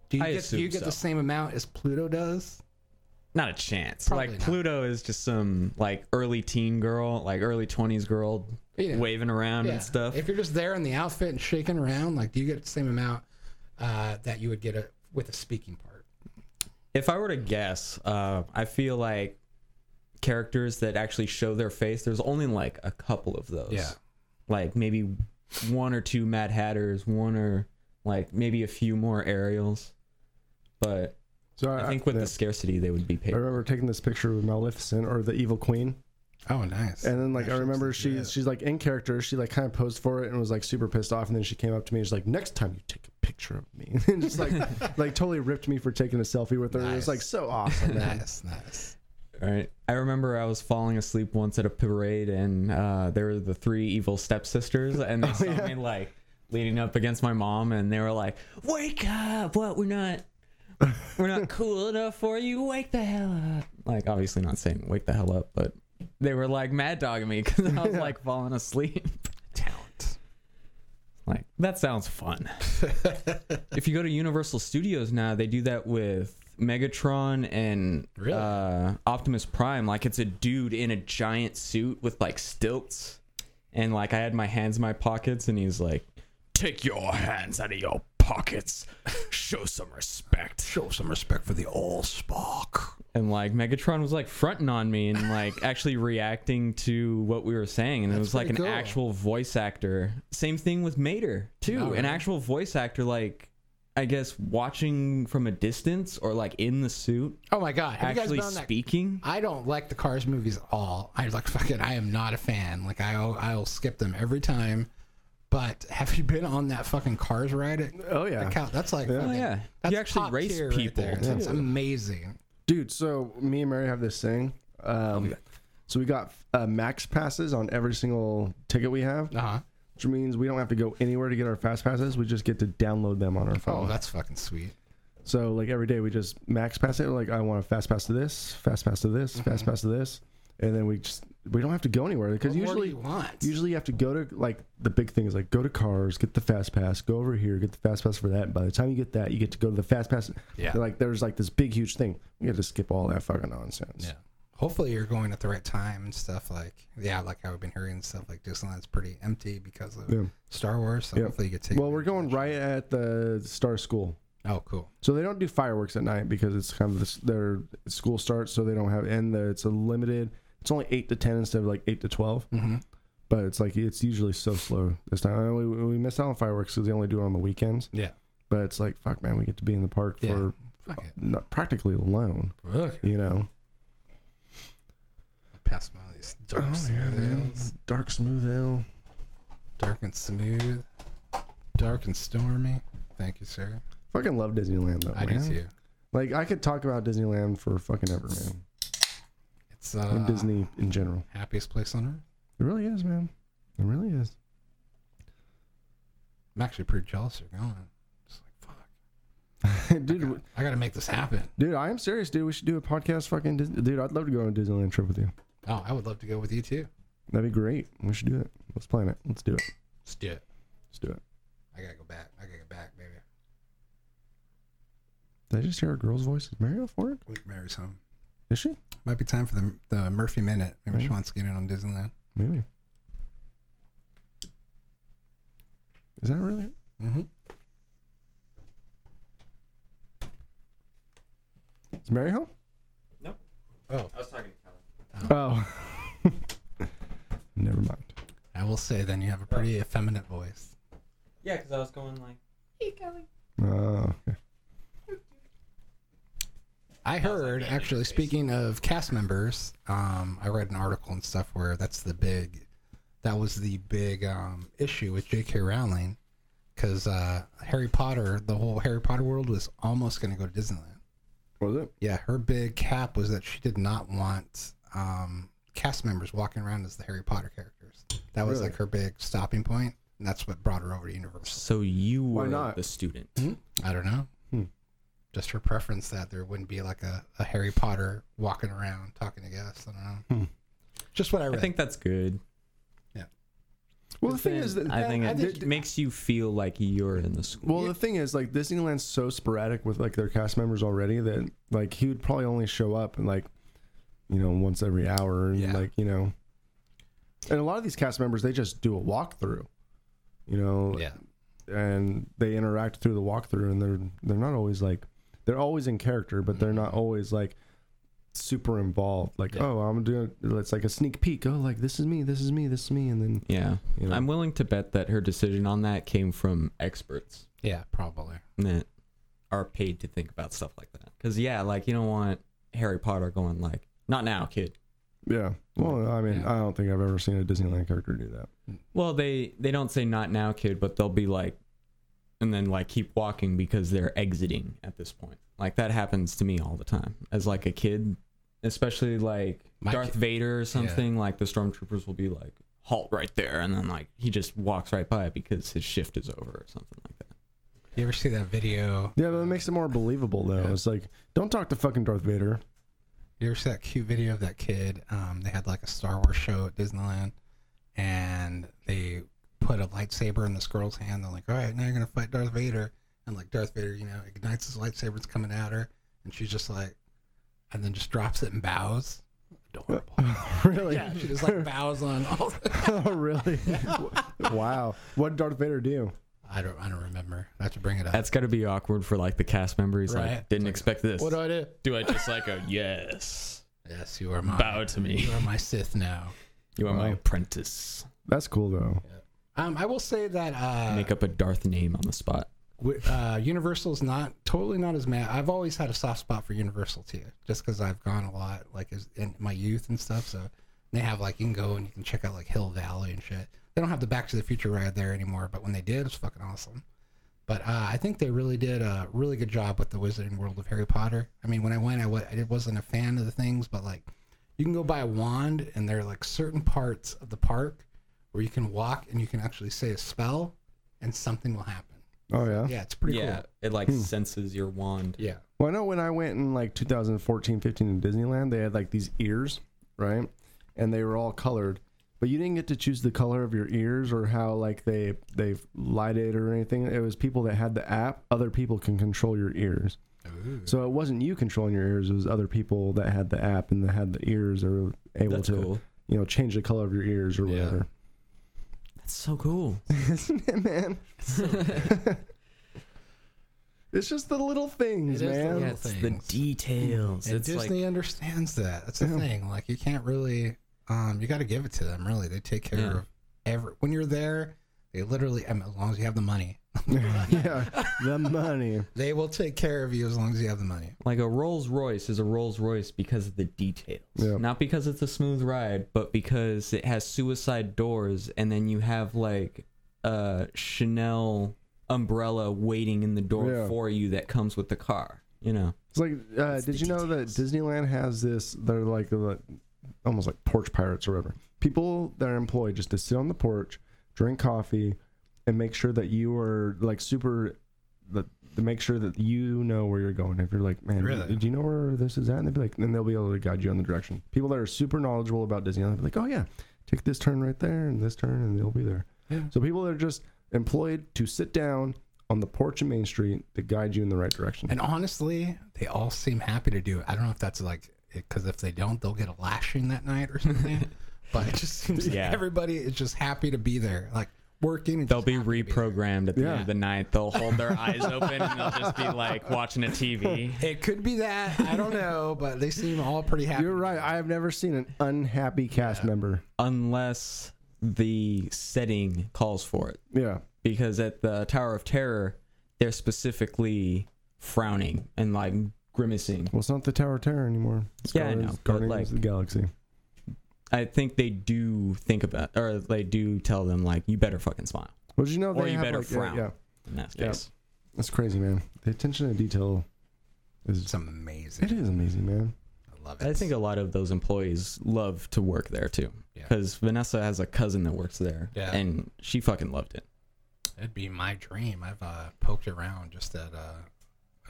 Speaker 2: do you
Speaker 6: I
Speaker 2: get do you
Speaker 6: assume
Speaker 2: get the
Speaker 6: so.
Speaker 2: same amount as Pluto does?
Speaker 6: Not a chance.
Speaker 2: Probably
Speaker 6: like
Speaker 2: not.
Speaker 6: Pluto is just some like early teen girl, like early twenties girl,
Speaker 2: Yeah.
Speaker 6: waving around and stuff.
Speaker 2: If you're just there in the outfit and shaking around, like do you get the same amount uh, that you would get a, with a speaking part?
Speaker 6: if I were to guess, uh, I feel like characters that actually show their face, there's only like a couple of those.
Speaker 2: Yeah.
Speaker 6: Like maybe one or two Mad Hatters, one or like maybe a few more Ariels. But
Speaker 5: So
Speaker 6: I think with
Speaker 5: yeah.
Speaker 6: the scarcity, they would be
Speaker 5: I
Speaker 6: paid.
Speaker 5: remember taking this picture with Maleficent or the Evil Queen,
Speaker 2: Oh, nice.
Speaker 5: and then like I
Speaker 2: Actually,
Speaker 5: remember
Speaker 2: it's
Speaker 5: she
Speaker 2: legit.
Speaker 5: she's like in character. She like kind of posed for it and was like super pissed off. And then she came up to me and she's like, "Next time you take a picture of me," and just like like totally ripped me for taking a selfie with her. It
Speaker 2: Nice.
Speaker 5: was like so awesome, man.
Speaker 2: nice, nice.
Speaker 6: Right. I remember I was falling asleep once at a parade, and uh, there were the three evil stepsisters, and they saw me like leaning up against my mom, and they were like, "Wake up! What? We're not, we're not cool enough for you. Wake the hell up!" Like, obviously not saying "wake the hell up," but they were like mad dogging me because I was like falling asleep.
Speaker 2: Talent.
Speaker 6: Like, that sounds fun. if you go to Universal Studios now, they do that with Megatron and
Speaker 2: Really?
Speaker 6: uh, Optimus Prime. Like, it's a dude in a giant suit with like stilts. And like, I had my hands in my pockets, and he's like, Take your hands out of your pockets. Show some respect.
Speaker 2: Show some respect for the old Spock.
Speaker 6: And like, Megatron was like fronting on me and like actually reacting to what we were saying. And it was like an
Speaker 2: pretty cool.
Speaker 6: actual voice actor. Same thing with Mater, too.
Speaker 2: Oh,
Speaker 6: An
Speaker 2: really?
Speaker 6: actual voice actor, like, I guess watching from a distance or like in the suit.
Speaker 2: Oh my God! Have you guys
Speaker 6: actually
Speaker 2: been on that-
Speaker 6: speaking.
Speaker 2: I don't like the Cars movies at all. I like fucking. I am not a fan. Like I, I'll skip them every time. But have you been on that fucking Cars ride? At,
Speaker 5: Oh yeah,
Speaker 2: at Cal- that's like.
Speaker 5: Yeah.
Speaker 6: Oh
Speaker 2: fucking-
Speaker 6: yeah,
Speaker 2: That's
Speaker 6: you actually
Speaker 2: top
Speaker 6: race
Speaker 2: tier right
Speaker 6: people.
Speaker 2: there. That's amazing.
Speaker 5: dude. So me and Mary have this thing. Um, so we got uh, max passes on every single ticket we have,
Speaker 2: Uh huh.
Speaker 5: which means we don't have to go anywhere to get our fast passes. We just get to download them on our
Speaker 2: Oh,
Speaker 5: phone.
Speaker 2: that's fucking sweet.
Speaker 5: So like every day we just max pass it. We're like I want a fast pass to this, fast pass to this, fast pass to this, and then we just we don't have to go anywhere because
Speaker 2: Mm-hmm. What more do
Speaker 5: usually
Speaker 2: you want.
Speaker 5: usually you have to go to like the big thing is like go to cars, get the fast pass, go over here, get the fast pass for that. And by the time you get that, you get to go to the fast pass.
Speaker 2: Yeah.
Speaker 5: They're Like there's like this big huge thing. We got to skip all that fucking nonsense.
Speaker 2: Yeah. Hopefully you're going at the right time and stuff like yeah, like I've been hearing stuff like Disneyland's pretty empty because of
Speaker 5: Yeah.
Speaker 2: Star Wars. So
Speaker 5: Yeah.
Speaker 2: hopefully you get taken.
Speaker 5: Well, we're going right at the Star School,
Speaker 2: Oh, cool.
Speaker 5: so they don't do fireworks at night because it's kind of this, their school starts, so they don't have and the, it's a limited. It's only eight to ten instead of like eight to twelve.
Speaker 2: Mm-hmm.
Speaker 5: But it's like it's usually so slow this time. I- We, we miss out on fireworks because they only do it on the weekends.
Speaker 2: Yeah.
Speaker 5: But it's like fuck, man, we get to be in the park
Speaker 2: Yeah.
Speaker 5: for
Speaker 2: Fuck it.
Speaker 5: not practically alone.
Speaker 2: Look.
Speaker 5: You know,
Speaker 2: Pass one of these
Speaker 6: Oh,
Speaker 2: dark scenarios.
Speaker 5: Oh, dark smooth ale.
Speaker 2: Dark and smooth. Dark and stormy. Thank you, sir.
Speaker 5: Fucking love Disneyland though.
Speaker 2: I do
Speaker 5: man.
Speaker 2: too.
Speaker 5: Like I could talk about Disneyland for fucking ever, man.
Speaker 2: It's uh
Speaker 5: And Disney in general.
Speaker 2: happiest place on earth.
Speaker 5: It really is, man. It really is.
Speaker 2: I'm actually pretty jealous you're going. Just like fuck.
Speaker 5: dude, w-
Speaker 2: I gotta make this happen.
Speaker 5: dude, I am serious, dude. We should do a podcast. Fucking Dis- dude, I'd love to go on a Disneyland trip with you.
Speaker 2: Oh, I would love to go with you too.
Speaker 5: That'd be great. We should do it. Let's plan it. Let's do it.
Speaker 2: Let's do it.
Speaker 5: Let's do it.
Speaker 2: I gotta go back. I gotta go back, baby.
Speaker 5: Did I just hear a girl's voice? Is Mario for it?
Speaker 2: Luke Mary's home.
Speaker 5: Is she?
Speaker 2: Might be time for the the Murphy Minute. Maybe she
Speaker 5: Right.
Speaker 2: wants to get in on Disneyland.
Speaker 5: Maybe. Is that really?
Speaker 2: Mm-hmm.
Speaker 5: Is Mary home?
Speaker 2: Oh,
Speaker 6: I was talking to
Speaker 5: Oh. Never mind.
Speaker 2: I will say then you have a pretty effeminate voice.
Speaker 6: Yeah, because I was going like,
Speaker 5: Oh, okay.
Speaker 2: I heard actually. Speaking of cast members, um, I read an article and stuff where that's the big, that was the big um, issue with J.K. Rowling, because uh, Harry Potter, the whole Harry Potter world was almost going to go to Disneyland.
Speaker 5: Was it?
Speaker 2: Yeah, her big cap was that she did not want um, cast members walking around as the Harry Potter characters. That was
Speaker 5: Really?
Speaker 2: like her big stopping point, and that's what brought her over to Universal.
Speaker 6: "So you
Speaker 5: Why
Speaker 6: were
Speaker 5: not?
Speaker 6: the student."
Speaker 2: I don't know.
Speaker 5: Hmm.
Speaker 2: Just her preference that there wouldn't be like a, a Harry Potter walking around talking to guests. I don't know.
Speaker 5: Hmm.
Speaker 2: Just what I read.
Speaker 6: I think that's good.
Speaker 5: Well, the thing
Speaker 6: Then
Speaker 5: is that
Speaker 6: I think
Speaker 2: I
Speaker 6: it
Speaker 2: think-
Speaker 6: makes you feel like you're in the school.
Speaker 5: well, the thing is like Disneyland's so sporadic with like their cast members already that like he would probably only show up and like you know once every hour and
Speaker 2: Yeah.
Speaker 5: like you know, and a lot of these cast members they just do a walkthrough, you know,
Speaker 2: yeah.
Speaker 5: and they interact through the walkthrough and they're they're not always like they're always in character, but they're not always like super involved. Like, oh, I'm doing it's like a sneak peek. Oh, like this is me, this is me, this is me, and then
Speaker 6: Yeah.
Speaker 5: you know.
Speaker 6: I'm willing to bet that her decision on that came from experts
Speaker 2: Yeah, probably.
Speaker 6: that are paid to think about stuff like that. Because, yeah, like, you don't want Harry Potter going, like, not now, kid.
Speaker 5: yeah. Well, I mean,
Speaker 2: Yeah.
Speaker 5: I don't think I've ever seen a Disneyland character do that.
Speaker 6: Well, they, they don't say not now, kid, but they'll be like, and then like keep walking because they're exiting at this point. Like, that happens to me all the time as like a kid, especially like
Speaker 2: My
Speaker 6: Darth
Speaker 2: ki-
Speaker 6: Vader or something. Like, the stormtroopers will be like, halt right there. And then like he just walks right by because his shift is over or something like that.
Speaker 2: You ever see that video?
Speaker 5: Yeah, but it makes it more believable though.
Speaker 2: Yeah.
Speaker 5: It's like, don't talk to fucking Darth Vader.
Speaker 2: You ever see that cute video of that kid? Um, they had like a Star Wars show at Disneyland, and they put a lightsaber in this girl's hand. They're like, "All right, now you're gonna fight Darth Vader," and like Darth Vader, you know, ignites his lightsaber, it's coming at her, and she's just like, and then just drops it and bows. Adorable.
Speaker 5: really?
Speaker 2: yeah, she just like bows on all.
Speaker 5: oh, really? wow. What did Darth Vader do?
Speaker 2: I don't, I don't remember. I have to bring it up.
Speaker 6: That's got to be awkward for like the cast member. He's
Speaker 2: Right.
Speaker 6: like, didn't expect this.
Speaker 2: what do I do?
Speaker 7: Do I just like a yes?
Speaker 2: Yes, you are my
Speaker 7: Bow to me.
Speaker 2: You are my Sith now.
Speaker 6: you are my
Speaker 5: Wow.
Speaker 6: apprentice.
Speaker 5: That's cool though.
Speaker 2: Um, I will say that uh,
Speaker 6: Make up a Darth name on the spot.
Speaker 2: Wi- uh, Universal's not totally not as mad. I've always had a soft spot for Universal too, just because I've gone a lot, like as, in my youth and stuff. So they have like you can go and you can check out like Hill Valley and shit. They don't have the Back to the Future ride there anymore, but when they did, it's fucking awesome. But uh, I think they really did a really good job with the Wizarding World of Harry Potter. I mean, when I went, I w- I wasn't a fan of the things, but like you can go buy a wand, and there are like certain parts of the park where you can walk and you can actually say a spell, and something will happen.
Speaker 5: Oh yeah.
Speaker 2: Yeah, it's pretty
Speaker 6: yeah,
Speaker 2: cool.
Speaker 6: it like
Speaker 5: Hmm.
Speaker 6: senses your wand.
Speaker 2: Yeah.
Speaker 5: Well, I know when I went in like 2014, 15 in Disneyland, they had like these ears, right? And they were all colored, but you didn't get to choose the color of your ears or how like they they light it or anything. It was people that had the app. Other people can control your ears, so it wasn't you controlling your ears. It was other people that had the app and that had the ears or were able
Speaker 6: That's
Speaker 5: to
Speaker 6: cool.
Speaker 5: you know change the color of your ears or
Speaker 2: Yeah.
Speaker 5: whatever.
Speaker 6: That's so cool.
Speaker 5: Isn't it, man? it's just the little things,
Speaker 2: It is the
Speaker 5: man.
Speaker 2: little
Speaker 6: Yeah, it's the
Speaker 2: things.
Speaker 6: details.
Speaker 2: And
Speaker 6: it's
Speaker 2: Disney
Speaker 6: like
Speaker 2: understands that. That's the
Speaker 5: Yeah.
Speaker 2: thing. Like you can't really um you gotta give it to them, really. They take care
Speaker 6: Yeah.
Speaker 2: of every when you're there, they literally I mean, as long as you have the money.
Speaker 5: yeah, the money.
Speaker 2: They will take care of you as long as you have the money.
Speaker 6: like a Rolls Royce is a Rolls Royce because of the details,
Speaker 5: Yeah.
Speaker 6: not because it's a smooth ride, but because it has suicide doors, and then you have like a Chanel umbrella waiting in the door
Speaker 5: Yeah.
Speaker 6: for you that comes with the car. You know.
Speaker 5: It's like, uh,
Speaker 6: It's
Speaker 5: did
Speaker 6: the
Speaker 5: you know that Disneyland has this? They're like, uh, almost like porch pirates or whatever. People that are employed just to sit on the porch, drink coffee, and make sure that you are like super. That to make sure that you know where you're going. If you're like, man,
Speaker 2: Really?
Speaker 5: do you know where this is at? And they'd be like, and they'll be able to guide you on the direction. People that are super knowledgeable about Disneyland, be like, oh yeah, take this turn right there and this turn, and they'll be there.
Speaker 2: Yeah.
Speaker 5: So people that are just employed to sit down on the porch in Main Street to guide you in the right direction.
Speaker 2: And honestly, they all seem happy to do it. I don't know if that's like because if they don't, they'll get a lashing that night or something. but it just seems
Speaker 6: Yeah.
Speaker 2: like everybody is just happy to be there, like working. And
Speaker 6: They'll
Speaker 2: just
Speaker 6: be
Speaker 2: happy to there.
Speaker 6: reprogrammed at the end
Speaker 5: Yeah.
Speaker 6: of the night. They'll hold their eyes open and they'll just be like watching a TV.
Speaker 2: It could be that I don't know, but they seem all pretty happy.
Speaker 5: You're right. I have never seen an unhappy cast member.
Speaker 6: Unless the setting calls for it.
Speaker 5: Yeah.
Speaker 6: Because at the Tower of Terror, they're specifically frowning and like grimacing.
Speaker 5: Well, it's not the Tower of Terror anymore. It's
Speaker 6: Yeah, I know, but,
Speaker 5: Guardians
Speaker 6: like-
Speaker 5: of the Galaxy.
Speaker 6: I think they do think about, or they do tell them, like, you better fucking smile
Speaker 5: Well, did you know
Speaker 6: Or
Speaker 5: they
Speaker 6: you
Speaker 5: have,
Speaker 6: better
Speaker 5: like, yeah,
Speaker 6: frown.
Speaker 5: Yeah,
Speaker 6: in that
Speaker 5: Yeah.
Speaker 6: case.
Speaker 5: that's crazy, man. The attention to detail is
Speaker 2: It's amazing.
Speaker 5: it is amazing, man.
Speaker 2: I love it.
Speaker 6: I think a lot of those employees love to work there too.
Speaker 2: Yeah.
Speaker 6: Because Vanessa has a cousin that works there
Speaker 2: Yeah.
Speaker 6: and she fucking loved it.
Speaker 2: it'd be my dream. I've uh, poked around just at uh,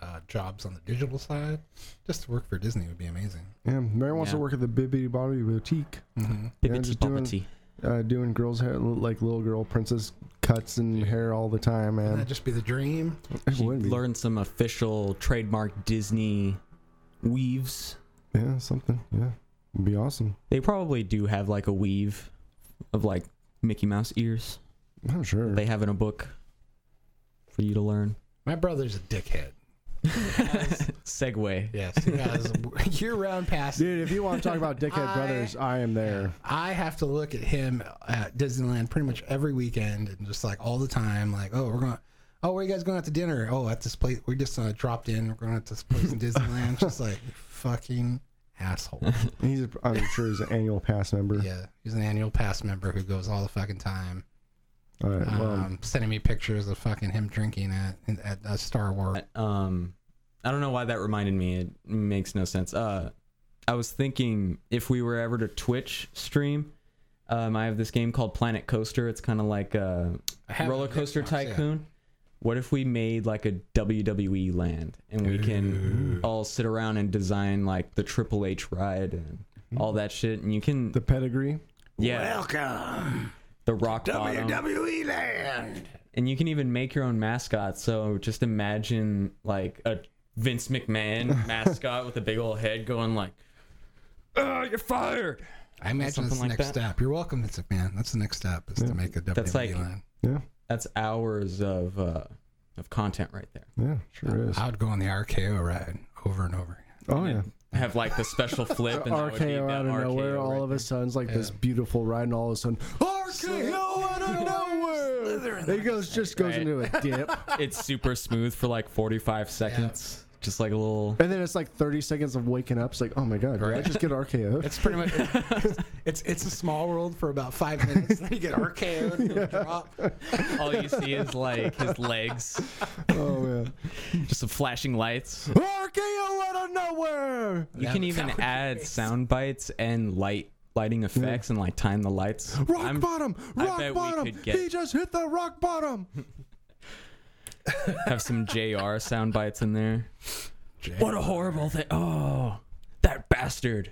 Speaker 2: uh, jobs on the digital side. Just to work for Disney would be amazing.
Speaker 5: Yeah, Mary wants to
Speaker 6: Yeah.
Speaker 5: work at the Bibbidi Bobbidi Boutique,
Speaker 2: Mm-hmm.
Speaker 5: Yeah,
Speaker 6: Bibbidi
Speaker 5: just doing-
Speaker 6: bobbidi.
Speaker 5: uh, doing girls' hair, like little girl princess cuts and hair all the time,
Speaker 2: Wouldn't that
Speaker 5: man.
Speaker 2: just be the dream?
Speaker 5: It
Speaker 6: She
Speaker 5: would be.
Speaker 6: learned some official trademark Disney weaves.
Speaker 5: Yeah, something. Yeah, it'd be awesome.
Speaker 6: They probably do have like a weave of like Mickey Mouse ears
Speaker 5: I'm sure.
Speaker 6: they have in a book for you to learn.
Speaker 2: My brother's a dickhead.
Speaker 6: Segway.
Speaker 2: Yes, he has year-round passes.
Speaker 5: Dude, if you want to talk about dickhead
Speaker 2: I-
Speaker 5: brothers, I am there.
Speaker 2: I have to look at him at Disneyland pretty much every weekend and just like all the time. Like, oh, we're going. Oh, where you guys going out to dinner? Oh, at this place. We just uh, dropped in. We're going out to this place in Disneyland. just like fucking asshole.
Speaker 5: He's, a, I'm sure, he's an annual pass member.
Speaker 2: Yeah, he's an annual pass member who goes all the fucking time.
Speaker 5: All right, well,
Speaker 2: Um, sending me pictures of fucking him drinking at at uh, Star Wars.
Speaker 6: Um, I don't know why that reminded me. It makes no sense. Uh, I was thinking if we were ever to Twitch stream, um, I have this game called Planet Coaster. It's kind of like a
Speaker 2: I have it on
Speaker 6: roller coaster
Speaker 2: Xbox, yeah.
Speaker 6: tycoon. What if we made like a WWE land and we can all sit around and design like the Triple H ride and all that shit? And you can,
Speaker 5: the pedigree.
Speaker 6: yeah,
Speaker 2: Oh,
Speaker 1: Welcome,
Speaker 6: the rock
Speaker 2: E
Speaker 6: bottom.
Speaker 1: WWE Land.
Speaker 6: and you can even make your own mascot. So just imagine like a Vince McMahon mascot with a big old head going like, "Oh, you're fired."
Speaker 2: I imagine that's the
Speaker 6: something like
Speaker 2: next
Speaker 6: that.
Speaker 2: step. You're welcome, Vince McMahon. That's the next step is to make a WWE
Speaker 6: That's like-
Speaker 2: line.
Speaker 5: Yeah,
Speaker 6: That's hours of uh, of content right there.
Speaker 5: yeah, sure is.
Speaker 2: I would go on the RKO ride over and over.
Speaker 5: Oh yeah,
Speaker 6: Have like the special flip and that would be
Speaker 5: RKO
Speaker 6: that
Speaker 5: out of
Speaker 6: RKO
Speaker 5: nowhere.
Speaker 6: right
Speaker 5: All of a sudden, it's like this beautiful ride, and all of a sudden, RKO out of nowhere. It goes just goes
Speaker 6: Right.
Speaker 5: into a dip,
Speaker 6: there. it's super smooth for like 45 seconds, just like a little.
Speaker 5: and then it's like 30 seconds of waking up. It's like, oh my god, did I
Speaker 2: Right.
Speaker 5: just get RKO?
Speaker 2: It's pretty much it's it's a small world for about five minutes. then you get RKO and you drop.
Speaker 6: All you see is like his legs,
Speaker 5: Oh man,
Speaker 6: just some flashing lights.
Speaker 5: RKO out of nowhere.
Speaker 6: You
Speaker 2: Yeah,
Speaker 6: can
Speaker 2: that
Speaker 6: even
Speaker 2: would be
Speaker 6: add sound bites and light lighting effects and like time the lights.
Speaker 5: Rock
Speaker 6: I'm-
Speaker 5: bottom,
Speaker 6: I
Speaker 5: rock
Speaker 6: bet we
Speaker 5: bottom.
Speaker 6: could get-
Speaker 5: He just hit the rock bottom.
Speaker 6: have some JR sound bites in there.
Speaker 2: J-
Speaker 6: What a horrible thing! Oh, that bastard!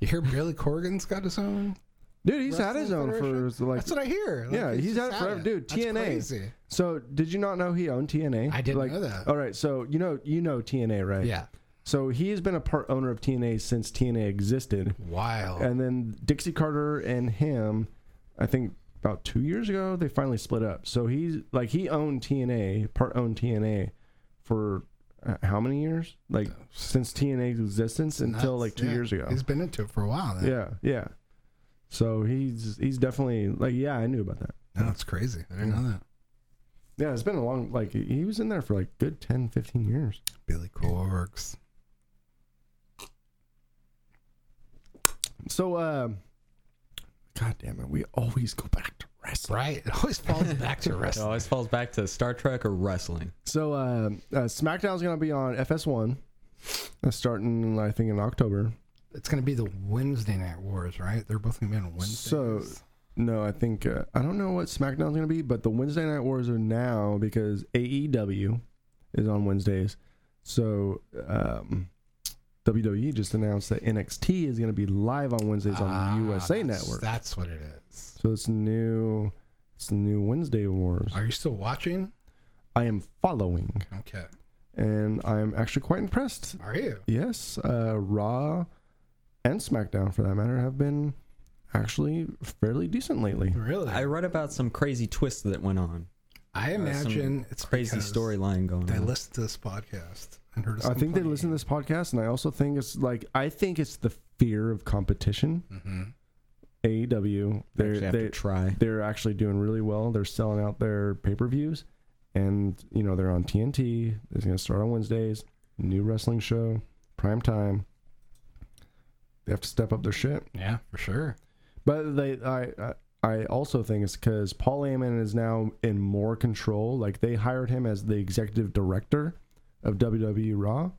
Speaker 2: You hear Billy Corgan's got his own?
Speaker 5: Dude, he's had his
Speaker 2: Wrestling
Speaker 5: own for
Speaker 2: Federation?
Speaker 5: like.
Speaker 2: That's what I hear. Like,
Speaker 5: yeah,
Speaker 2: it's
Speaker 5: he's
Speaker 2: just
Speaker 5: had it forever, dude.
Speaker 2: That's
Speaker 5: TNA.
Speaker 2: crazy.
Speaker 5: So, did you not know he owned TNA?
Speaker 2: I didn't
Speaker 5: like,
Speaker 2: know that.
Speaker 5: All right, so you know you know TNA, right?
Speaker 2: Yeah,
Speaker 5: So he has been a part owner of TNA since TNA existed,
Speaker 2: wild.
Speaker 5: and then Dixie Carter and him, I think about two years ago they finally split up. So he's like he owned TNA, part owned TNA, for uh, how many years? Like since TNA's existence until
Speaker 2: Nuts,
Speaker 5: like two
Speaker 2: yeah.
Speaker 5: years ago.
Speaker 2: He's been into it for a while. Then.
Speaker 5: Yeah, yeah. So he's he's definitely like yeah, I knew about that.
Speaker 2: no, it's crazy. I didn't know that.
Speaker 5: Yeah, it's been a long like he was in there for like good 10, 15 years.
Speaker 2: Billy Corgs.
Speaker 5: So um God damn it, we always go back to wrestling.
Speaker 2: Right. It always falls back to
Speaker 6: It
Speaker 2: wrestling.
Speaker 6: always falls back to Star Trek or wrestling.
Speaker 5: So um uh, SmackDown's gonna be on FS1, uh, starting I think in October.
Speaker 2: It's gonna be the Wednesday night wars, right? They're both gonna be on Wednesday.
Speaker 5: So no, I think uh, I don't know what SmackDown's gonna be, but the Wednesday Night Wars are now because AEW is on Wednesdays. So um, WWE just announced that NXT is gonna be live on Wednesdays on USA Network.
Speaker 2: Ah, That's what it is.
Speaker 5: So it's new. It's the new Wednesday Wars.
Speaker 2: Are you still watching?
Speaker 5: I am following,
Speaker 2: Okay.
Speaker 5: and I'm actually quite impressed.
Speaker 2: Are you?
Speaker 5: Yes, uh, Raw and SmackDown, for that matter, have been actually fairly decent lately.
Speaker 2: Really?
Speaker 6: I
Speaker 2: I,
Speaker 6: read about some crazy twist that went on,
Speaker 5: uh,
Speaker 2: imagine it's
Speaker 6: crazy
Speaker 2: because
Speaker 6: storyline going
Speaker 2: They
Speaker 6: on.
Speaker 2: listened to this podcast and heard us.
Speaker 5: I think they listen to this podcast, and I also think it's like I think it's the fear of competition.
Speaker 2: Mm-hmm.
Speaker 5: AEW,
Speaker 6: They
Speaker 5: they're
Speaker 6: actually have
Speaker 5: they,
Speaker 6: to try.
Speaker 5: they're actually doing really well. They're selling out their pay per views, and you know they're on TNT. It's going to start on Wednesdays. New wrestling show, prime time. They have to step up their shit.
Speaker 2: Yeah, for sure.
Speaker 5: But they, I, I- I also think it's because Paul Heyman is now in more control. Like they hired him as the executive director of WWE Raw.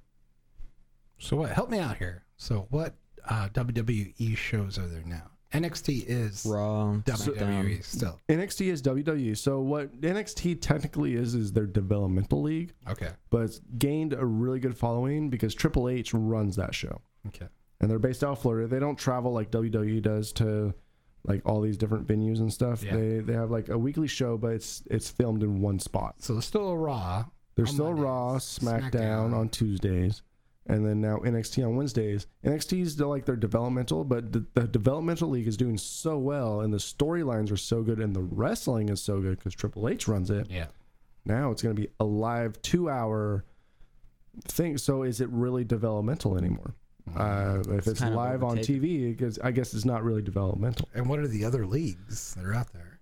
Speaker 2: So what? Help me out here. So what uh, WWE shows are there now? NXT is
Speaker 6: Raw,
Speaker 2: WWE
Speaker 5: um,
Speaker 2: still.
Speaker 5: NXT is WWE. So what NXT technically is is their developmental league,
Speaker 2: Okay.
Speaker 5: but it's gained a really good following because Triple H runs that show,
Speaker 2: Okay.
Speaker 5: and they're based out of Florida. They don't travel like WWE does to like all these different venues and stuff.
Speaker 2: Yeah.
Speaker 5: They they have like a weekly show, but it's it's filmed in one spot.
Speaker 2: So there's still a Raw.
Speaker 5: There's
Speaker 2: on
Speaker 5: still
Speaker 2: Mondays,
Speaker 5: Raw, SmackDown, on Tuesdays, and then now NXT on Wednesdays. NXT's still like their developmental, but the, the developmental league is doing so well, and the storylines are so good, and the wrestling is so good because Triple H runs it.
Speaker 2: Yeah.
Speaker 5: Now it's going to be a live two hour thing. So is it really developmental anymore? Uh, if it's,
Speaker 6: kind of
Speaker 5: live on
Speaker 6: overtaken.
Speaker 5: TV, it gets, I guess it's not really developmental.
Speaker 2: And what are the other leagues that are out there?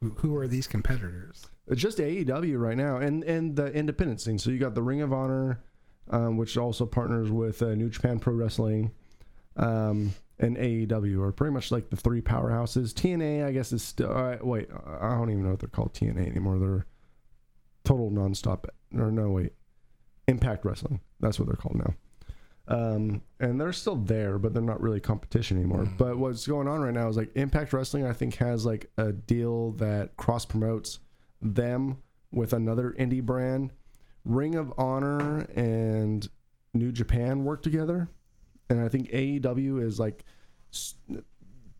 Speaker 2: Who, who are these competitors?
Speaker 5: It's just AEW right now, and and the independent scene. So you got the Ring of Honor, um, which also partners with uh, New Japan Pro Wrestling, um, and AEW are pretty much like the three powerhouses. TNA, I guess, is still. Uh, wait, I don't even know what they're called TNA anymore. They're total nonstop. Or no, wait, Impact Wrestling. That's what they're called now. Um, and they're still there, but they're not really competition anymore. But what's going on right now is like Impact Wrestling. I think has like a deal that cross promotes them with another indie brand. Ring of Honor and New Japan work together, and I think AEW is like s-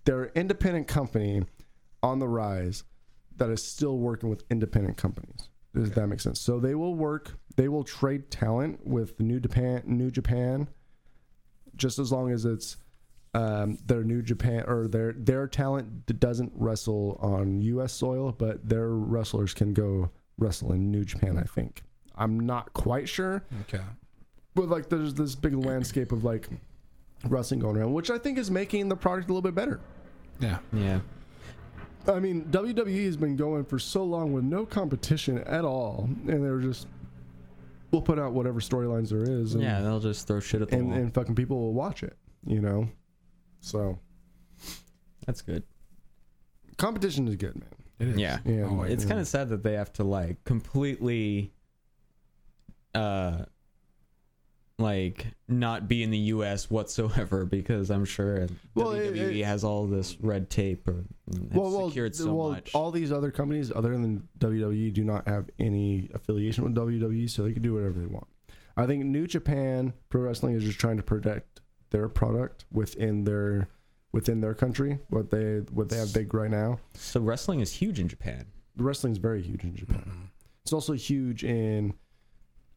Speaker 5: they're an independent company on the rise that is still working with independent companies. Does that make sense? So they will work, they will trade talent with New Japan, New Japan, just as long as it's um, their New Japan or their their talent d- doesn't wrestle on U.S. soil, but their wrestlers can go wrestle in New Japan. I think I'm not quite sure,
Speaker 2: Okay.
Speaker 5: but like there's this big landscape of like wrestling going around, which I think is making the product a little bit better.
Speaker 2: Yeah.
Speaker 6: Yeah.
Speaker 5: I mean, WWE has been going for so long with no competition at all, and they're just we'll put out whatever storylines there is, and,
Speaker 6: Yeah, they'll just throw shit at the
Speaker 5: and
Speaker 6: wall.
Speaker 5: and fucking people will watch it, you know. So
Speaker 6: That's good.
Speaker 5: competition is good, man.
Speaker 2: It is.
Speaker 6: Yeah.
Speaker 5: Yeah,
Speaker 2: Oh,
Speaker 6: It's kind of sad that they have to like completely uh like not be in the US whatsoever because I'm sure
Speaker 5: Well, it-
Speaker 6: WWE
Speaker 5: it-
Speaker 6: has all this red tape or has secured
Speaker 5: th-
Speaker 6: so
Speaker 5: well,
Speaker 6: much.
Speaker 5: All these other companies, other than WWE, do not have any affiliation with WWE, so they can do whatever they want. I think New Japan Pro Wrestling is just trying to protect their product within their within their country. What they what they have big right now.
Speaker 6: so wrestling is huge in Japan.
Speaker 5: Wrestling's very huge in Japan.
Speaker 6: Mm-hmm.
Speaker 5: It's also huge in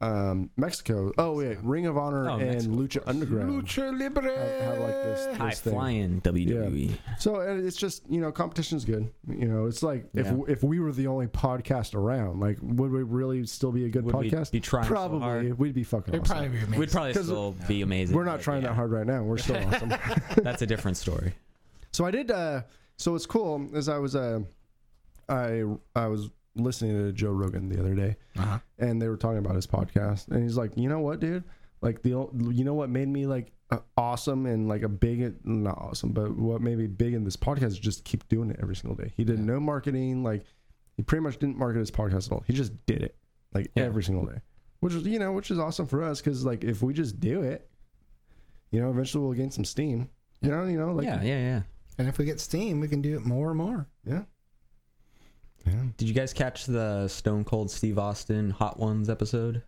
Speaker 5: um, Mexico. Oh yeah, Ring of Honor
Speaker 6: Oh,
Speaker 5: and
Speaker 6: Mexico, of
Speaker 5: Lucha Underground
Speaker 2: Lucha
Speaker 5: have,
Speaker 2: Libre.
Speaker 5: have like this, this
Speaker 6: High
Speaker 5: thing.
Speaker 6: flying E. WWE.
Speaker 5: So uh, it's just you know competition's good. You know it's like if
Speaker 6: Yeah.
Speaker 5: if we were the only podcast around, like would we really still be a good
Speaker 6: Would we
Speaker 5: podcast?
Speaker 6: be trying so
Speaker 5: Probably
Speaker 6: hard?
Speaker 5: we'd be fucking.
Speaker 2: It'd
Speaker 5: awesome.
Speaker 2: probably be amazing.
Speaker 6: We'd probably
Speaker 5: 'Cause
Speaker 6: still be amazing.
Speaker 5: we're not
Speaker 6: but
Speaker 5: trying
Speaker 6: yeah,
Speaker 5: that hard right now. We're still awesome.
Speaker 6: That's a different story.
Speaker 5: So I did. Uh, so what's cool is I was uh, I I was listening to Joe Rogan the other day,
Speaker 2: Uh-huh.
Speaker 5: and they were talking about his podcast, and he's like, you know what, dude, like the ol- you know what made me like uh, awesome and like a big not awesome, but what made me big in this podcast is just keep doing it every single day. He did no marketing, like he pretty much didn't market his podcast at all. He just did it like
Speaker 6: Yeah.
Speaker 5: every single day, which is you know which is awesome for us because like if we just do it, you know, eventually we'll gain some steam. You know, you know, like
Speaker 6: yeah, yeah, yeah.
Speaker 2: And if we get Steam, we can do it more and more.
Speaker 5: yeah. Yeah.
Speaker 6: Did you guys catch the Stone Cold Steve Austin Hot Ones episode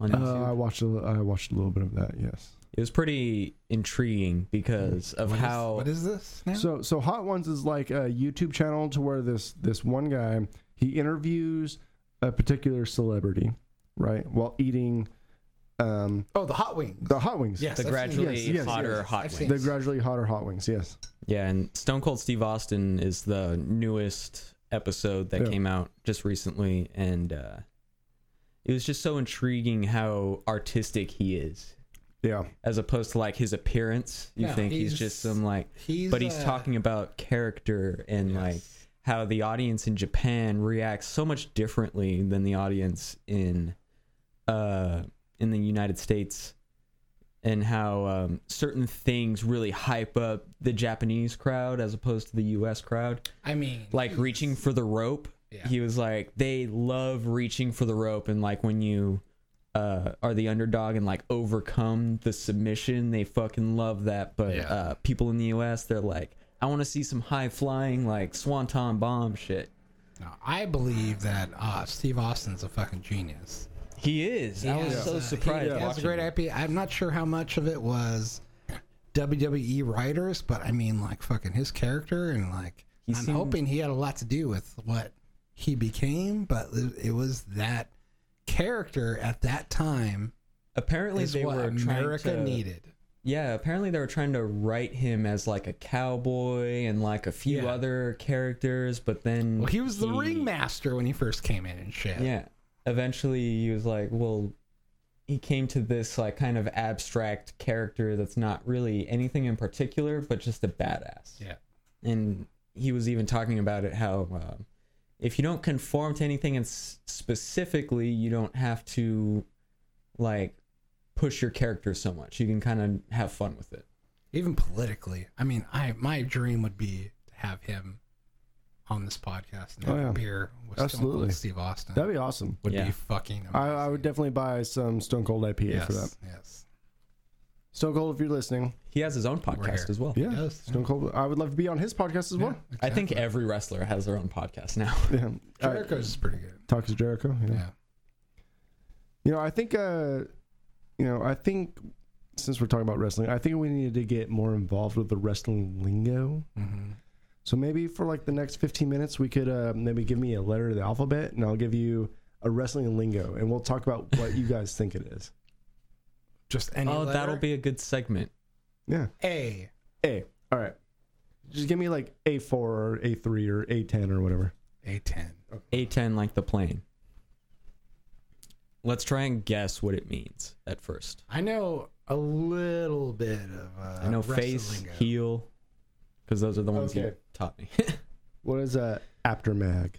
Speaker 6: on
Speaker 5: Uh,
Speaker 6: YouTube?
Speaker 5: I watched a, li- I watched a little bit of that. Yes.
Speaker 6: it was pretty intriguing because of
Speaker 2: What is-
Speaker 6: how
Speaker 2: what is this now?
Speaker 5: So so Hot Ones is like a YouTube channel to where this this one guy he interviews a particular celebrity, right, while eating um
Speaker 2: oh, the hot wings.
Speaker 5: the hot wings.
Speaker 2: Yes, I've
Speaker 6: the
Speaker 2: seen
Speaker 6: gradually
Speaker 2: these.
Speaker 5: yes,
Speaker 6: hotter
Speaker 2: yes.
Speaker 6: hot
Speaker 2: I've
Speaker 6: wings.
Speaker 2: seen
Speaker 5: The gradually hotter hot wings. Yes.
Speaker 6: Yeah, and Stone Cold Steve Austin is the newest episode that
Speaker 5: Yeah.
Speaker 6: came out just recently, and uh, it was just so intriguing how artistic he is,
Speaker 5: Yeah.
Speaker 6: as opposed to like his appearance. You
Speaker 2: Yeah,
Speaker 6: think he's,
Speaker 2: he's-
Speaker 6: just some like,
Speaker 2: He's,
Speaker 6: but he's
Speaker 2: uh,
Speaker 6: talking about character and like how the audience in Japan reacts so much differently than the audience in uh in the United States and how um, certain things really hype up the Japanese crowd as opposed to the US crowd
Speaker 2: I mean,
Speaker 6: like
Speaker 2: he's-
Speaker 6: reaching for the rope
Speaker 2: Yeah.
Speaker 6: he was like they love reaching for the rope and like when you uh, are the underdog and like overcome the submission they fucking love that but
Speaker 2: Yeah.
Speaker 6: uh, people in the us they're like i want to see some high flying like swanton bomb shit
Speaker 2: No, I believe that uh, Steve Austin's a fucking genius.
Speaker 6: he is i was
Speaker 2: has, uh,
Speaker 6: so surprised
Speaker 2: He has a
Speaker 6: watching
Speaker 2: great
Speaker 6: him.
Speaker 2: IP. I'm not sure how much of it was WWE writers, but I mean, like fucking his character, and like
Speaker 6: He
Speaker 2: I'm
Speaker 6: seemed-
Speaker 2: hoping he had a lot to do with what he became. But it, it was that character at that time
Speaker 6: apparently
Speaker 2: is
Speaker 6: they
Speaker 2: what
Speaker 6: were
Speaker 2: America
Speaker 6: trying to,
Speaker 2: needed.
Speaker 6: yeah apparently they were trying to write him as like a cowboy and like a few
Speaker 2: Yeah.
Speaker 6: other characters but then
Speaker 2: Well, he was the
Speaker 6: he-
Speaker 2: ringmaster when he first came in and shit.
Speaker 6: Yeah. Eventually, he was like, "Well, he came to this like kind of abstract character that's not really anything in particular, but just a badass.
Speaker 2: Yeah.
Speaker 6: And he was even talking about it how uh, if you don't conform to anything and s- specifically, you don't have to like push your character so much. You can kind of have fun with it.
Speaker 2: even politically. I mean, I my dream would be to have him on this podcast and
Speaker 5: Oh,
Speaker 2: have a
Speaker 5: yeah.
Speaker 2: beer with Stone Cold
Speaker 5: Absolutely.
Speaker 2: Steve Austin.
Speaker 5: That'd be awesome.
Speaker 2: would
Speaker 6: Yeah.
Speaker 2: be fucking. Amazing.
Speaker 5: I, I would definitely buy some Stone Cold IPA
Speaker 2: yes,
Speaker 5: for that.
Speaker 2: Yes,
Speaker 5: Stone Cold, if you're listening,
Speaker 6: He has his own
Speaker 2: here.
Speaker 6: podcast as well.
Speaker 5: yeah,
Speaker 2: Yes.
Speaker 5: Stone Cold. I would love to be on his podcast as well.
Speaker 6: I think every wrestler has their own podcast now.
Speaker 5: Yeah, Uh,
Speaker 2: Jericho's is pretty good.
Speaker 5: talk is Jericho. Yeah.
Speaker 2: Yeah.
Speaker 5: You know, I think, uh, you know, I think since we're talking about wrestling, I think we needed to get more involved with the wrestling lingo.
Speaker 2: hmm
Speaker 5: So maybe for like the next 15 minutes, we could uh, maybe give me a letter of the alphabet and I'll give you a wrestling lingo and we'll talk about what you guys think it is.
Speaker 2: Just any.
Speaker 6: oh,
Speaker 2: letter?
Speaker 6: that'll be a good segment.
Speaker 5: Yeah.
Speaker 2: A.
Speaker 5: A. All right. Just give me like A4 or A3 or A10 or whatever.
Speaker 2: A ten.
Speaker 6: A10 like the plane. Let's try and guess what it means at first.
Speaker 2: I know a little bit of. Uh,
Speaker 6: I know
Speaker 2: wrestling
Speaker 6: face,
Speaker 2: lingo.
Speaker 6: heel, because those are the ones you
Speaker 5: Okay.
Speaker 6: taught me.
Speaker 5: What is a aftermag?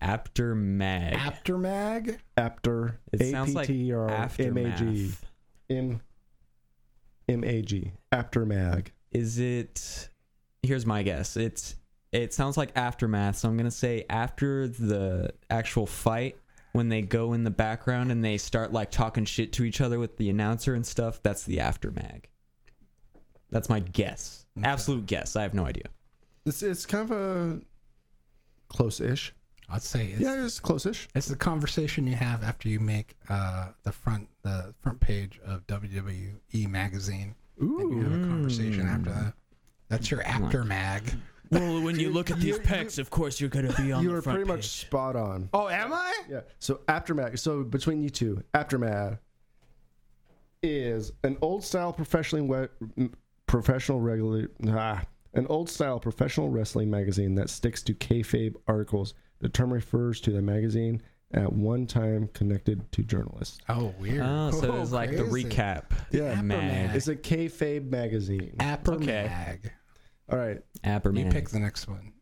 Speaker 6: After mag.
Speaker 2: Aftermag.
Speaker 5: After
Speaker 6: it sounds like
Speaker 5: APT or
Speaker 6: aftermath.
Speaker 5: MAG. M MAG. Aftermag.
Speaker 6: Is it? Here's my guess. It's. It sounds like aftermath. So I'm gonna say after the actual fight, when they go in the background and they start like talking shit to each other with the announcer and stuff. That's the aftermag. That's my guess. Absolute guess. I have no idea.
Speaker 5: It's it's kind of a close-ish.
Speaker 2: I'd say it's,
Speaker 5: yeah, it's close-ish.
Speaker 2: it's the conversation you have after you make uh, the front the front page of WWE magazine. and you have a conversation after that. That's your after mag.
Speaker 7: Well, when you look at these pecs, of course you're gonna be on
Speaker 5: You
Speaker 7: the
Speaker 5: were
Speaker 7: front
Speaker 5: pretty much
Speaker 7: page.
Speaker 5: spot on.
Speaker 2: Oh, am I?
Speaker 5: Yeah. So aftermath. So between you two, aftermath is an old style professionally we- professional regular ah, an old style professional wrestling magazine that sticks to kayfabe articles. The term refers to the magazine at one time connected to journalists.
Speaker 2: Oh, weird.
Speaker 6: Oh, so it's like the
Speaker 2: crazy.
Speaker 6: recap.
Speaker 5: Yeah.
Speaker 6: Mag.
Speaker 5: It's a kayfabe magazine.
Speaker 2: After
Speaker 6: Okay.
Speaker 2: mag.
Speaker 5: All right.
Speaker 6: Aftermag.
Speaker 2: You pick the next one.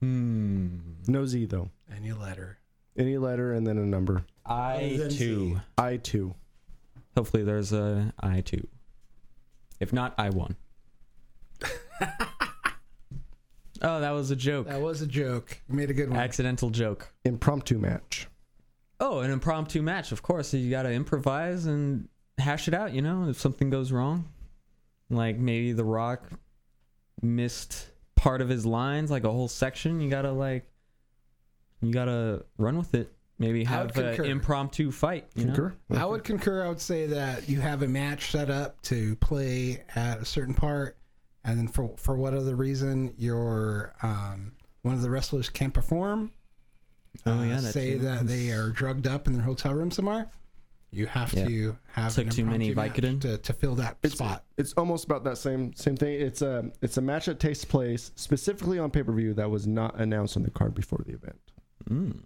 Speaker 6: Hmm.
Speaker 5: No Z though.
Speaker 2: Any letter.
Speaker 5: Any letter and then a number.
Speaker 6: I two.
Speaker 5: I two.
Speaker 6: Hopefully, there's a I two. If not, I one. oh, that was a joke.
Speaker 2: That was a joke. You made a good one.
Speaker 6: Accidental joke.
Speaker 5: Impromptu match.
Speaker 6: Oh, an impromptu match. Of course, you got to improvise and hash it out. You know, if something goes wrong, like maybe The Rock missed part of his lines, like a whole section. You gotta like, you gotta run with it. Maybe
Speaker 2: I would
Speaker 6: have an
Speaker 2: concur.
Speaker 6: impromptu fight. You know?
Speaker 5: Concur?
Speaker 2: I would concur. I would say that you have a match set up to play at a certain part, and then for for what other reason your um, one of the wrestlers can't perform.
Speaker 6: Oh, yeah, that's
Speaker 2: Uh, say
Speaker 6: true.
Speaker 2: that they are drugged up in their hotel room somewhere. You have
Speaker 6: Yeah.
Speaker 2: to have
Speaker 6: Took
Speaker 2: an
Speaker 6: too many
Speaker 2: impromptu match
Speaker 6: Vicodin.
Speaker 2: to, to fill that
Speaker 5: It's-
Speaker 2: spot.
Speaker 5: It's almost about that same same thing. It's a it's a match that takes place specifically on pay per view that was not announced on the card before the event.
Speaker 6: Mm.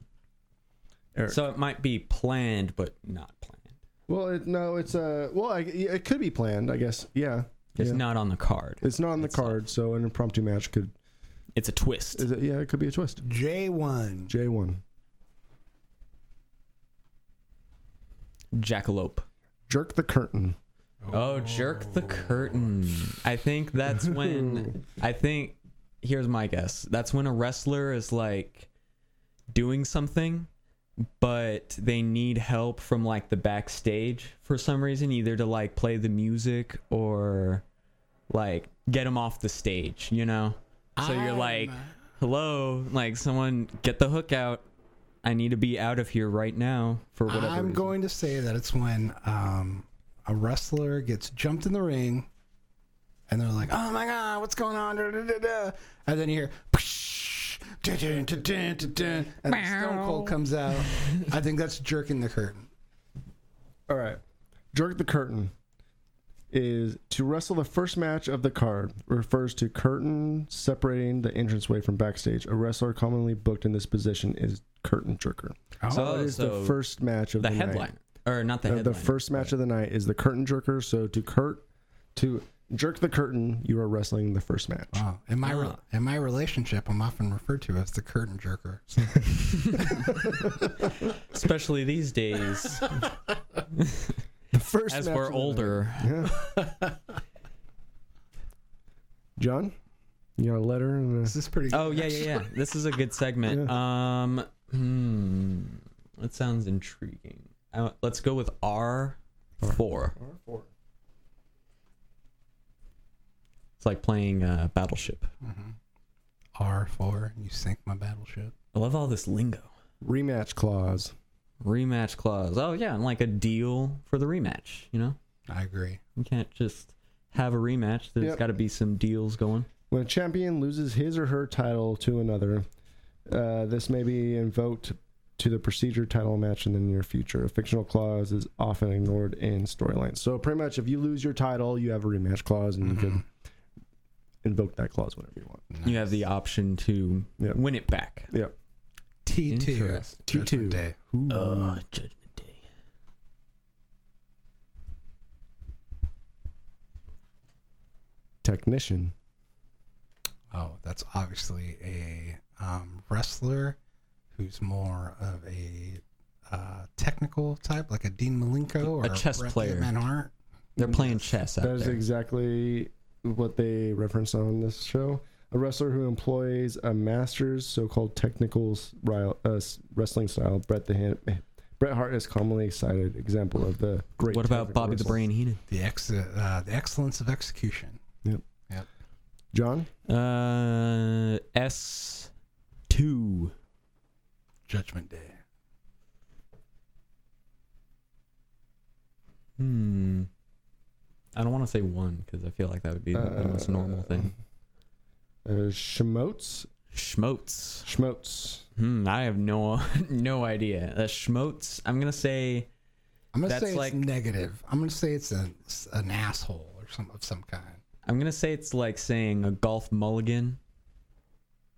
Speaker 5: Eric.
Speaker 6: So it might be planned, but not planned.
Speaker 5: Well, it, no, it's a well, I, it could be planned, I guess. Yeah,
Speaker 6: It's
Speaker 5: Yeah.
Speaker 6: not on the card.
Speaker 5: It's not on the
Speaker 6: It's not.
Speaker 5: card, so an impromptu match could.
Speaker 6: It's a twist.
Speaker 5: Is it, yeah, it could be a twist.
Speaker 2: J one.
Speaker 5: J one
Speaker 6: Jackalope.
Speaker 5: jerk the curtain.
Speaker 6: Oh, jerk the curtain. I think that's when I think here's my guess. That's when a wrestler is like doing something but they need help from like the backstage for some reason either to like play the music or like get them off the stage, you know? So you're like, "Hello, like someone get the hook out. I need to be out of here right now for whatever."
Speaker 2: I'm
Speaker 6: reason."
Speaker 2: going to say that it's when um, a wrestler gets jumped in the ring, and they're like, "Oh my god, what's going on?" Da, da, da, da. And then you hear, "Psh, dun, dun, dun, dun, dun, dun," and then Stone Cold comes out. I think that's jerking the curtain.
Speaker 5: All right, jerk the curtain is to wrestle the first match of the card refers to curtain separating the entranceway from backstage. A wrestler commonly booked in this position is curtain jerker.
Speaker 2: Oh,
Speaker 6: So-
Speaker 5: That is the
Speaker 6: so
Speaker 5: first match of
Speaker 6: the
Speaker 5: the, night. Uh,
Speaker 6: headline. or not the
Speaker 5: The, the
Speaker 6: headliner.
Speaker 5: first match of the night is the curtain jerker. So to curt, to jerk the curtain, you are wrestling the first match.
Speaker 2: Wow. In my re-
Speaker 6: Ah.
Speaker 2: in my relationship, I'm often referred to as the curtain jerker.
Speaker 6: especially these days
Speaker 5: The first
Speaker 6: as
Speaker 5: match of
Speaker 6: we're
Speaker 5: the night.
Speaker 6: older.
Speaker 5: Yeah. John, you got a letter and a,
Speaker 2: This is pretty.
Speaker 6: Oh yeah, yeah, yeah. This is a good segment. Um, hmm, that sounds intriguing. Uh, let's go with R four. It's like playing uh, Battleship.
Speaker 2: R four. You sank my battleship.
Speaker 6: I love all this lingo.
Speaker 5: rematch clause.
Speaker 6: Rematch clause. Oh yeah, and like a deal for the rematch. You know,
Speaker 2: I agree.
Speaker 6: you can't just have a rematch. There's
Speaker 5: Yep.
Speaker 6: got to be some deals going.
Speaker 5: When a champion loses his or her title to another, uh, this may be invoked to the procedure title match in the near future. A fictional clause is often ignored in storylines. So pretty much, if you lose your title, you have a rematch clause, and you can invoke that clause whenever you want.
Speaker 6: You have the option to
Speaker 5: Yep.
Speaker 6: win it back.
Speaker 5: Yep.
Speaker 2: T two.
Speaker 6: Interesting.
Speaker 2: T two
Speaker 5: T2.
Speaker 2: day.
Speaker 7: Oh, Judgment Day.
Speaker 5: Technician.
Speaker 2: Oh, that's obviously a um, wrestler who's more of a uh, technical type, like a Dean Malenko or
Speaker 6: chess
Speaker 2: Bret
Speaker 6: player.
Speaker 2: Hitman Hart.
Speaker 6: They're playing chess out
Speaker 5: That is
Speaker 6: there.
Speaker 5: exactly what they reference on this show. A wrestler who employs a master's so-called technical s- ri- uh, s- wrestling style. Bret the Hand- Bret Hart is commonly cited example of the great.
Speaker 6: what about
Speaker 5: technical
Speaker 6: Bobby the
Speaker 5: wrestler.
Speaker 6: Brain Heenan?
Speaker 2: The ex, uh, the excellence of execution.
Speaker 5: John?
Speaker 6: Uh, S two.
Speaker 2: Judgment Day.
Speaker 6: Hmm. I don't want to say one because I feel like that would be the most normal thing.
Speaker 5: Uh, Schmotes.
Speaker 6: Schmotes.
Speaker 5: Schmotes.
Speaker 6: Hmm. I have no no idea. Uh, Schmotes. I'm gonna say
Speaker 2: I'm gonna
Speaker 6: That's
Speaker 2: say it's
Speaker 6: like-
Speaker 2: negative. I'm gonna say it's a, an asshole or some of some kind.
Speaker 6: I'm gonna say it's like saying a golf mulligan,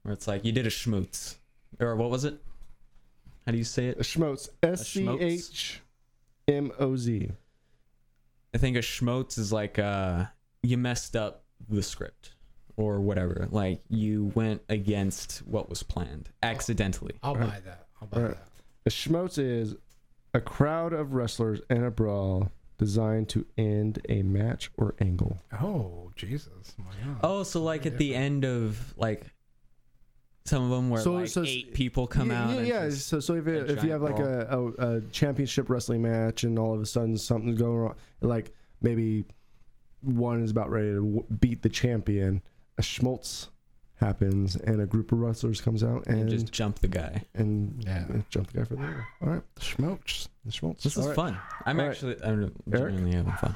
Speaker 6: where it's like you did a schmoots, or what was it? How do you say it?
Speaker 5: Schmotes. S C H M O Z.
Speaker 6: I think a schmotes is like uh, you messed up the script or whatever. Like you went against what was planned accidentally.
Speaker 2: I'll
Speaker 5: Right.
Speaker 2: buy that. I'll buy
Speaker 5: Right.
Speaker 2: that.
Speaker 5: A schmotes is a crowd of wrestlers in a brawl designed to end a match or angle.
Speaker 2: Oh Jesus! My God.
Speaker 6: Oh, so like at the end of like some of them where
Speaker 5: So-
Speaker 6: like
Speaker 5: so it's-
Speaker 6: eight people come
Speaker 5: yeah,
Speaker 6: out.
Speaker 5: Yeah,
Speaker 6: and
Speaker 5: yeah.
Speaker 6: just-
Speaker 5: So, so if,
Speaker 6: a
Speaker 5: it, if
Speaker 6: giant
Speaker 5: you have like a, a, a championship wrestling match and all of a sudden something's going wrong, like maybe one is about ready to w- beat the champion, a schmaltz happens and a group of wrestlers comes out
Speaker 6: and
Speaker 5: and
Speaker 6: just jump the guy.
Speaker 5: and
Speaker 2: Yeah.
Speaker 5: and jump the guy for the win. All right,
Speaker 2: Smokes.
Speaker 5: the schmaltz.
Speaker 6: This is
Speaker 5: All right.
Speaker 6: fun. I'm
Speaker 5: All right.
Speaker 6: actually I'm genuinely having fun.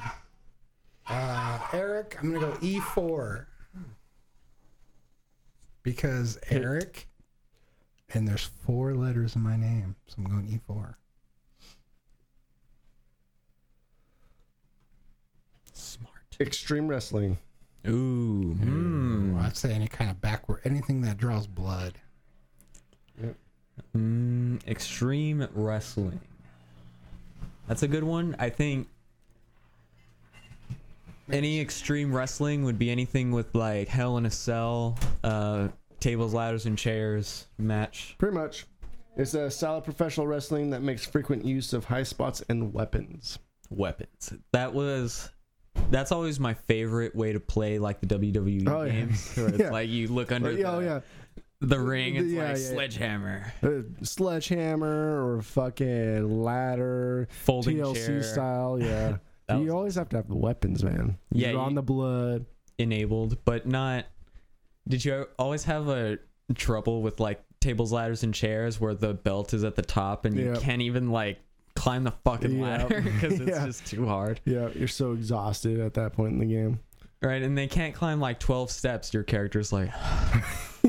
Speaker 2: Uh, Eric, I'm gonna go E E4 because Eric, and there's four letters in my name, so I'm going E E4.
Speaker 6: Smart.
Speaker 5: Extreme wrestling.
Speaker 6: Ooh.
Speaker 2: Well,
Speaker 6: Mm.
Speaker 2: I'd say any kind of backward, anything that draws blood.
Speaker 6: Mm, extreme wrestling. That's a good one. I think any extreme wrestling would be anything with like Hell in a Cell, uh, tables, ladders, and chairs match.
Speaker 5: Pretty much, it's a style of professional wrestling that makes frequent use of high spots and weapons.
Speaker 6: Weapons. That was. That's always my favorite way to play like the WWE
Speaker 5: Oh, yeah.
Speaker 6: games. Where it's
Speaker 5: Yeah.
Speaker 6: like you look under
Speaker 5: But, yeah,
Speaker 6: the,
Speaker 5: oh yeah,
Speaker 6: the ring, it's
Speaker 5: Yeah,
Speaker 6: like
Speaker 5: yeah.
Speaker 6: sledgehammer,
Speaker 5: Uh, sledgehammer or fucking ladder.
Speaker 6: folding
Speaker 5: TLC
Speaker 6: chair,
Speaker 5: style, yeah.
Speaker 6: That
Speaker 5: you
Speaker 6: was-
Speaker 5: always have to have the weapons, man.
Speaker 6: Yeah,
Speaker 5: Drawn
Speaker 6: you-
Speaker 5: the blood.
Speaker 6: enabled, but not. Did you always have a trouble with like tables, ladders, and chairs where the belt is at the top and
Speaker 5: Yep.
Speaker 6: you can't even like climb the fucking
Speaker 5: Yep.
Speaker 6: ladder because it's
Speaker 5: Yeah.
Speaker 6: just too hard,
Speaker 5: Yeah, you're so exhausted at that point in the game.
Speaker 6: right? And they can't climb like twelve steps. Your character's like,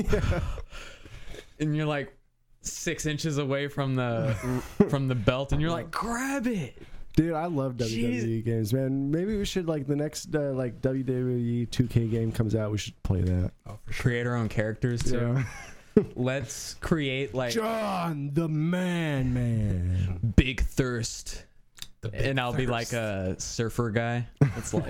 Speaker 6: and you're like six inches away from the from the belt, and you're like, grab it.
Speaker 5: Dude, I love WWE
Speaker 6: Jeez.
Speaker 5: games, man. Maybe we should like the next uh, like WWE 2K game comes out, we should play that.
Speaker 2: Oh, for sure.
Speaker 6: Create our own characters too.
Speaker 5: Yeah.
Speaker 6: Let's create like
Speaker 5: John the Man Man.
Speaker 6: big thirst.
Speaker 1: The big
Speaker 6: and I'll be like
Speaker 1: thirst.
Speaker 6: a surfer guy. It's like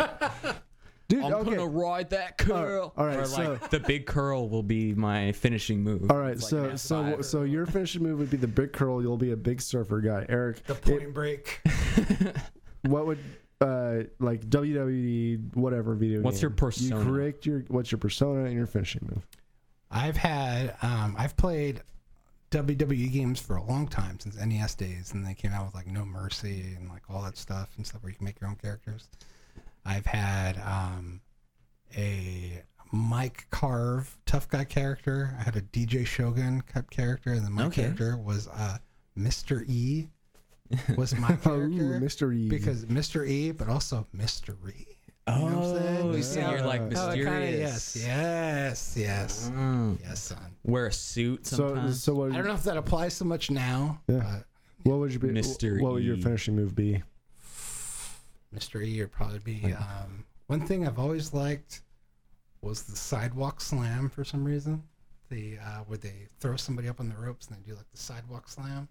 Speaker 5: Dude,
Speaker 6: I'm
Speaker 5: okay.
Speaker 6: gonna ride that curl.
Speaker 5: all right,
Speaker 6: or like
Speaker 5: so-
Speaker 6: the big curl will be my finishing move.
Speaker 5: All right, so so so your finishing move would be the big curl. You'll be a big surfer guy, Eric.
Speaker 1: the point break.
Speaker 5: What would uh like WWE whatever video?
Speaker 6: What's
Speaker 5: game,
Speaker 6: your persona?
Speaker 5: You create your what's your persona and your finishing move.
Speaker 2: I've had um, I've played WWE games for a long time since NES days, and they came out with like No Mercy and like all that stuff and stuff where you can make your own characters. I've had um, a Mike Carve tough guy character. I had a DJ Shogun cup character, and then my
Speaker 6: Okay.
Speaker 2: character was uh, Mr. E. Was my
Speaker 5: Oh, Ooh,
Speaker 2: character
Speaker 5: mystery.
Speaker 2: because Mr. E, but also E. mystery.
Speaker 6: Oh,
Speaker 2: know what I'm saying? You
Speaker 6: so
Speaker 2: see
Speaker 6: you're
Speaker 5: how-
Speaker 6: like
Speaker 5: how it
Speaker 2: Oh, it
Speaker 6: mysterious.
Speaker 2: kinda- yes, yes, yes,
Speaker 6: Mm.
Speaker 2: yes, son.
Speaker 6: Wear a suit
Speaker 5: so
Speaker 6: sometimes.
Speaker 5: so what?
Speaker 2: I don't know if that applies so much now,
Speaker 5: Yeah. What would you be?
Speaker 6: Mr.
Speaker 5: What would your
Speaker 6: E.
Speaker 5: finishing move be?
Speaker 2: but Mr. E would probably be. Um, one thing I've always liked was the sidewalk slam for some reason. The uh, where they throw somebody up on the ropes and they do like the sidewalk slam.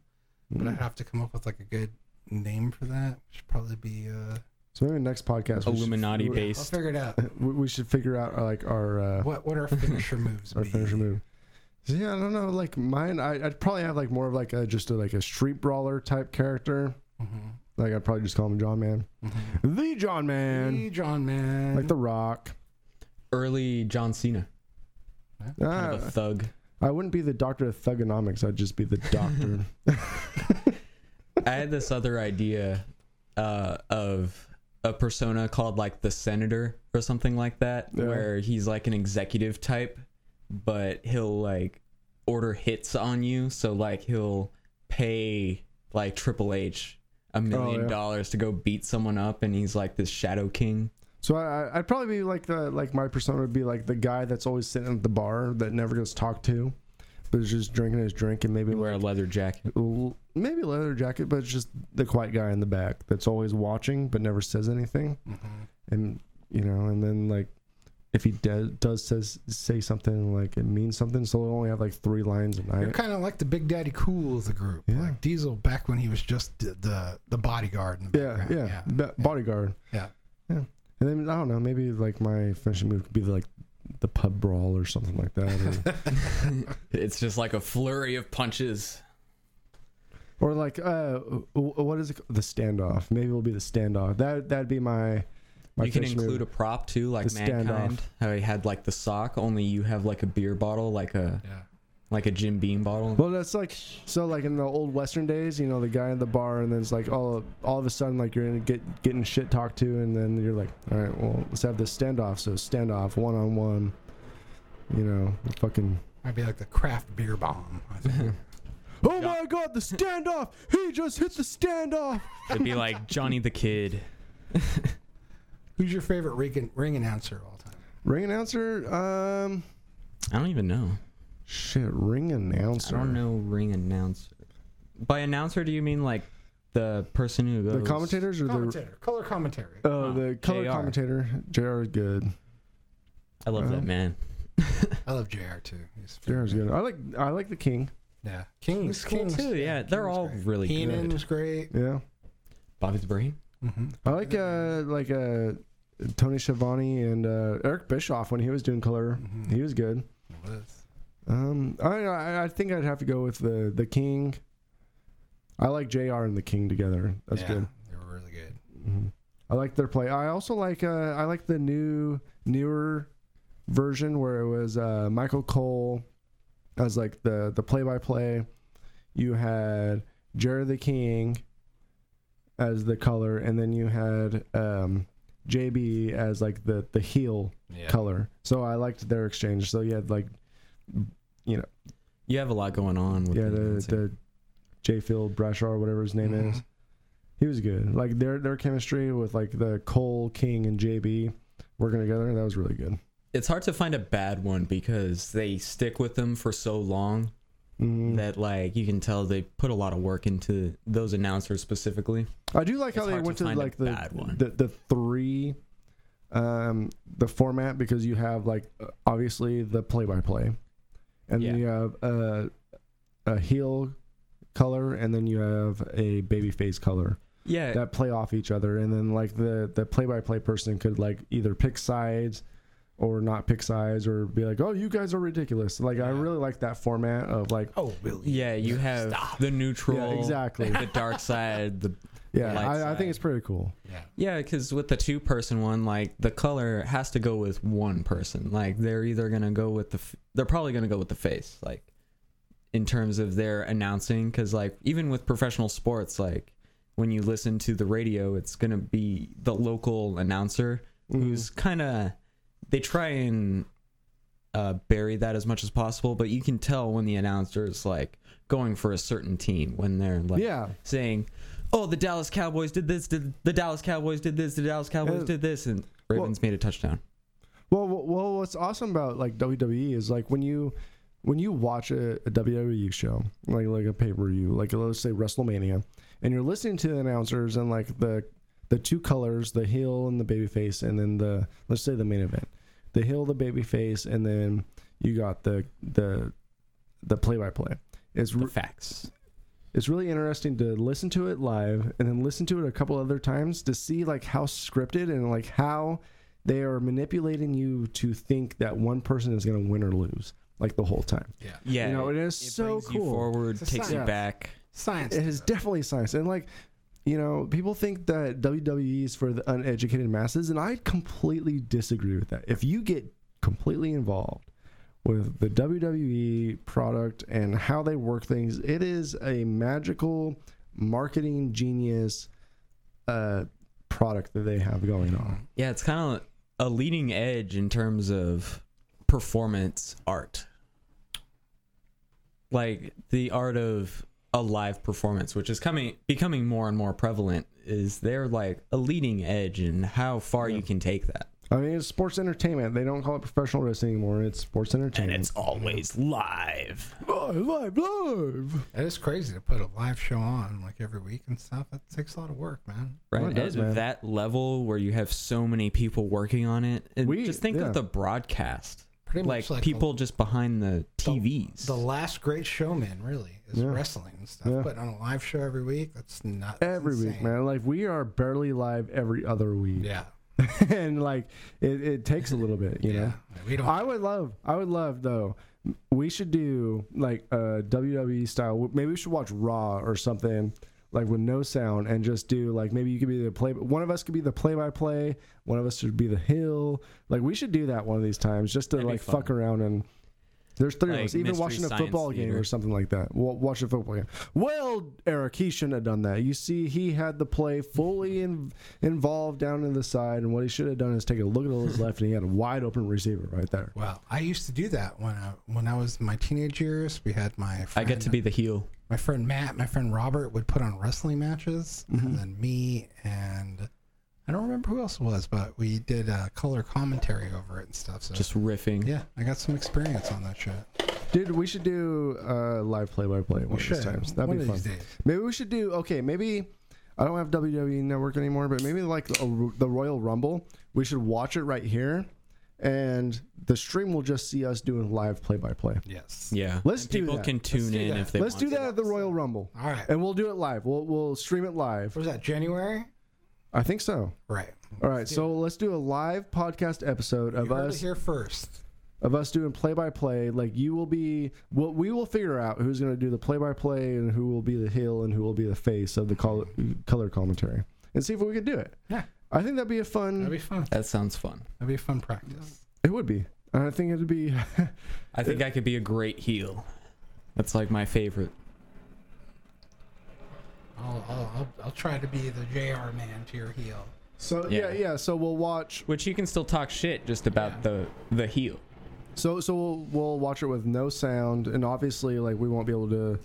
Speaker 5: Mm.
Speaker 2: But I'd have to come up with like a good name for that. Should probably be. Uh,
Speaker 5: So maybe next podcast we should-
Speaker 6: Illuminati
Speaker 5: we-
Speaker 2: I'll
Speaker 6: based.
Speaker 2: figure it out.
Speaker 5: We, we should figure out uh, like our uh,
Speaker 2: What what are finisher moves?
Speaker 5: our
Speaker 2: be?
Speaker 5: finisher move. See, I don't know. Like mine, I, I'd probably have like more of like a just a, like a street brawler type character.
Speaker 2: Mhm,
Speaker 5: Like I'd probably just call him John Man,
Speaker 2: mhm.
Speaker 5: the John Man,
Speaker 2: Hey, John man.
Speaker 5: like The Rock.
Speaker 6: Early John Cena, kind
Speaker 5: Ah,
Speaker 6: of a thug.
Speaker 5: I wouldn't be the Doctor of Thugonomics. I'd just be the Doctor.
Speaker 6: I had this other idea uh, of a persona called like the senator or something like that,
Speaker 5: Yeah.
Speaker 6: where he's like an executive type, but he'll like order hits on you. So like he'll pay like Triple H a million
Speaker 5: Oh, yeah.
Speaker 6: dollars to go beat someone up, and he's like this Shadow King.
Speaker 5: so I, I- I'd probably be like the like my persona would be like the guy that's always sitting at the bar that never gets talked to, but is just drinking his drink and maybe
Speaker 6: You wear a leather jacket.
Speaker 5: l- maybe a leather jacket, but it's just the quiet guy in the back that's always watching but never says anything. And you know, and then like if he does does says say something like it means something, so he'll only have like three lines a
Speaker 2: You're
Speaker 5: night.
Speaker 2: kind of like the Big Daddy Cool of the group,
Speaker 5: Yeah.
Speaker 2: like Diesel back when he was just the the, the bodyguard. In the
Speaker 5: Yeah,
Speaker 2: background.
Speaker 5: yeah, Ba- bodyguard.
Speaker 2: Yeah.
Speaker 5: yeah. And then I don't know, maybe like my finishing move could be like the pub brawl or something like that,
Speaker 6: It's just like a flurry of punches.
Speaker 5: or, or like uh, wh- what is it? Called? The standoff. Maybe it'll be the standoff. That that'd be my. my
Speaker 6: you can
Speaker 5: finishing move.
Speaker 6: include a prop too, like
Speaker 5: The standoff.
Speaker 6: mankind. How he had like the sock, only you have like a beer bottle, like a
Speaker 2: yeah.
Speaker 6: like a Jim Beam bottle.
Speaker 5: Well, that's like so, like in the old Western days, you know, the guy in the bar, and then it's like all all of a sudden, like you're gonna get getting shit talked to, and then you're like, all right, well, let's have this standoff. So standoff, one on one, you know, the fucking.
Speaker 2: Might be like the craft beer bomb. I think.
Speaker 5: Oh my God, the standoff! He just hit the standoff.
Speaker 6: It'd be like Johnny the Kid.
Speaker 2: Who's your favorite ring, ring announcer of all time?
Speaker 5: Ring announcer, um,
Speaker 6: I don't even know.
Speaker 5: shit, ring
Speaker 6: I
Speaker 5: announcer.
Speaker 6: don't know ring announcer. By announcer, do you mean like the person who goes?
Speaker 5: The commentators or the
Speaker 2: Commentator, color commentary.
Speaker 5: oh the color
Speaker 6: JR.
Speaker 5: commentator, JR is good.
Speaker 6: I love that man.
Speaker 2: I love JR too. He's
Speaker 5: JR is
Speaker 2: favorite.
Speaker 5: good. I like I like the king.
Speaker 2: Yeah, Kings, Kings
Speaker 6: too. Yeah, they're
Speaker 2: King's
Speaker 6: all
Speaker 2: great.
Speaker 6: really
Speaker 2: Heenan
Speaker 6: good.
Speaker 2: was great.
Speaker 5: Yeah.
Speaker 6: Bobby's brain.
Speaker 2: Mm-hmm.
Speaker 5: I like uh like uh Tony Schiavone and uh, Eric Bischoff when he was doing color.
Speaker 6: Mm-hmm.
Speaker 2: Mhm.
Speaker 5: He was good. Um, I I I think I'd have to go with the the King. I like Jr. and the King together. That's good.
Speaker 2: They were really good.
Speaker 5: Mhm. I like their play. I also like uh I like the new newer version where it was uh Michael Cole as like the the play by play. You had Jerry the King as the color, and then you had um JB as like the the heel
Speaker 2: Yeah.
Speaker 5: color. So I liked their exchange. So you had like
Speaker 6: You have a lot going on with
Speaker 5: yeah
Speaker 6: the Mm-hmm.
Speaker 5: the
Speaker 6: announcing.
Speaker 5: the J Field Brashaw or whatever his name is.
Speaker 2: Mhm.
Speaker 5: he was good. Like their their chemistry with like the Cole King and JB working together, that was really good.
Speaker 6: It's hard to find a bad one because they stick with them for so long
Speaker 5: Mm.
Speaker 6: that like you can tell they put a lot of work into those announcers specifically.
Speaker 5: I do like how
Speaker 6: it's
Speaker 5: they
Speaker 6: hard to
Speaker 5: went to,
Speaker 6: find a
Speaker 5: like the,
Speaker 6: bad one.
Speaker 5: the the three, um, the format because you have like uh, obviously the play by play, and
Speaker 6: Yeah.
Speaker 5: then you have a a heel color, and then you have a baby face color.
Speaker 6: Yeah,
Speaker 5: that play off each other and then like the the play-by-play person could like either pick sides or not pick sides or be like oh you guys are ridiculous like i really like that format of like
Speaker 1: Oh, will you?
Speaker 6: yeah. You have the neutral,
Speaker 5: yeah exactly
Speaker 6: the dark side, the
Speaker 5: yeah
Speaker 6: Light
Speaker 5: I, I
Speaker 6: side.
Speaker 5: think it's pretty cool
Speaker 6: Yeah, because with the two person one, like the color has to go with one person. Like they're either gonna go with the, f- they're probably gonna go with the face. Like in terms of their announcing, because like even with professional sports, like when you listen to the radio, it's gonna be the local announcer who's kind of they try and uh, bury that as much as possible, but you can tell when the announcer is like going for a certain team when they're like
Speaker 5: yeah
Speaker 6: saying, "Oh, the Dallas Cowboys did this. Did the Dallas Cowboys did this? The Dallas Cowboys
Speaker 5: Uh,
Speaker 6: did this?" And Ravens made a touchdown.
Speaker 5: Well, well, well, what's awesome about like WWE is like when you when you watch a, a WWE show, like like a pay per view, like let's say WrestleMania, and you're listening to the announcers and like the the two colors, the heel and the babyface, and then the let's say the main event, the heel, the babyface, and then you got the the the play by play. It's
Speaker 6: The
Speaker 5: re-
Speaker 6: facts.
Speaker 5: it's really interesting to listen to it live and then listen to it a couple other times to see like how scripted and like how they are manipulating you to think that one person is going to win or lose like the whole time.
Speaker 6: Yeah,
Speaker 5: you know, it is
Speaker 6: it
Speaker 5: so
Speaker 6: brings you
Speaker 5: cool.
Speaker 6: forward,
Speaker 2: It's a
Speaker 6: takes you
Speaker 5: science.
Speaker 6: back.
Speaker 2: Science.
Speaker 5: It is definitely science. And like, you know, people think that WWE is for the uneducated masses and I completely disagree with that. If you get completely involved with the WWE product and how they work things, it is a magical marketing genius uh, product that they have going on.
Speaker 6: Yeah, it's kind of a leading edge in terms of performance art. Like the art of a live performance, which is coming becoming more and more prevalent, is they're like a leading edge in how far you can take that.
Speaker 5: I mean, it's sports entertainment. They don't call it professional wrestling anymore. It's sports entertainment.
Speaker 6: always live.
Speaker 5: live, live, live.
Speaker 2: It is crazy to put a live show on like every week and stuff. That takes a lot of work, man.
Speaker 6: Right.
Speaker 5: Well, it does,
Speaker 6: At
Speaker 5: man.
Speaker 6: that level where you have so many people working on it. And
Speaker 5: We-
Speaker 6: just think
Speaker 5: yeah.
Speaker 6: of the broadcast.
Speaker 2: Pretty
Speaker 6: Like,
Speaker 2: much like
Speaker 6: people just behind the
Speaker 2: the-
Speaker 6: TVs.
Speaker 2: The last great showman really is
Speaker 5: Yeah.
Speaker 2: wrestling and stuff.
Speaker 5: Yeah.
Speaker 2: Putting on a live show every week, that's not that's
Speaker 5: every week,
Speaker 2: insane.
Speaker 5: man. Like we are barely live every other week,
Speaker 2: Yeah.
Speaker 5: and like it, it takes a little bit, you know.
Speaker 2: We don't
Speaker 5: I would love, I would love though. We should do like a WWE style. Maybe we should watch Raw or something, like with no sound, and just do like maybe you could be the play. One of us could be the play-by-play. One of us should be the hill. Like we should do that one of these times, just to
Speaker 6: That'd be
Speaker 5: like
Speaker 6: fun.
Speaker 5: fuck around and. There's three
Speaker 6: Like
Speaker 5: of us, even
Speaker 6: Mystery
Speaker 5: watching a
Speaker 6: Science
Speaker 5: football game
Speaker 6: Theater.
Speaker 5: or something like that. Wa- Watch a football game. Well, Eric, he shouldn't have done that. You see, he had the play fully in, involved down to the side, and what he should have done is take a look at his left, and he had a wide open receiver right there.
Speaker 2: Well, I used to do that when I when I was in my teenage years. We had my
Speaker 6: I
Speaker 2: friend,
Speaker 6: get to be the heel.
Speaker 2: my friend Matt, my friend Robert would put on wrestling matches,
Speaker 6: Mm-hmm.
Speaker 2: and then me and I don't remember who else it was, but we did uh, color commentary over it and stuff. So
Speaker 6: Just riffing.
Speaker 2: yeah, I got some experience on that shit.
Speaker 5: Dude, we should do uh, live play-by-play one
Speaker 2: We
Speaker 5: of these
Speaker 2: should
Speaker 5: times. That'd
Speaker 2: one
Speaker 5: be
Speaker 2: of
Speaker 5: fun.
Speaker 2: these days.
Speaker 5: Maybe we should do. Okay, maybe I don't have WWE Network anymore, but maybe like a, the Royal Rumble, we should watch it right here, and the stream will just see us doing live play-by-play.
Speaker 2: Yes.
Speaker 6: Yeah.
Speaker 5: Let's
Speaker 6: And
Speaker 5: do
Speaker 6: people
Speaker 5: that.
Speaker 6: can tune
Speaker 2: do
Speaker 6: in
Speaker 2: that.
Speaker 6: if they
Speaker 5: Let's
Speaker 6: want.
Speaker 5: do that at the Royal Rumble,
Speaker 2: All right. What
Speaker 5: and we'll do it live. We'll we'll stream it live.
Speaker 2: was that January?
Speaker 5: I think so.
Speaker 2: Right.
Speaker 5: All right, so let's do a live podcast episode of
Speaker 2: You heard it
Speaker 5: us
Speaker 2: here first.
Speaker 5: of us doing play by play. Like you will be, well, we will figure out who's going to do the play by play and who will be the heel and who will be the face of the col- color commentary, and see if we could do it.
Speaker 2: Yeah.
Speaker 5: I think that'd be a fun.
Speaker 2: That'd be fun.
Speaker 6: That sounds fun.
Speaker 2: That'd be a fun practice.
Speaker 5: it would be. And I think it'd be.
Speaker 6: I think I could be a great heel. That's like my favorite.
Speaker 2: I'll, I'll, I'll, I'll try to be the JR man to your heel.
Speaker 5: so yeah.
Speaker 6: Yeah.
Speaker 5: yeah, So we'll watch.
Speaker 6: Which you can still talk shit just about the the heel.
Speaker 5: So so we'll, we'll watch it with no sound, and obviously like we won't be able to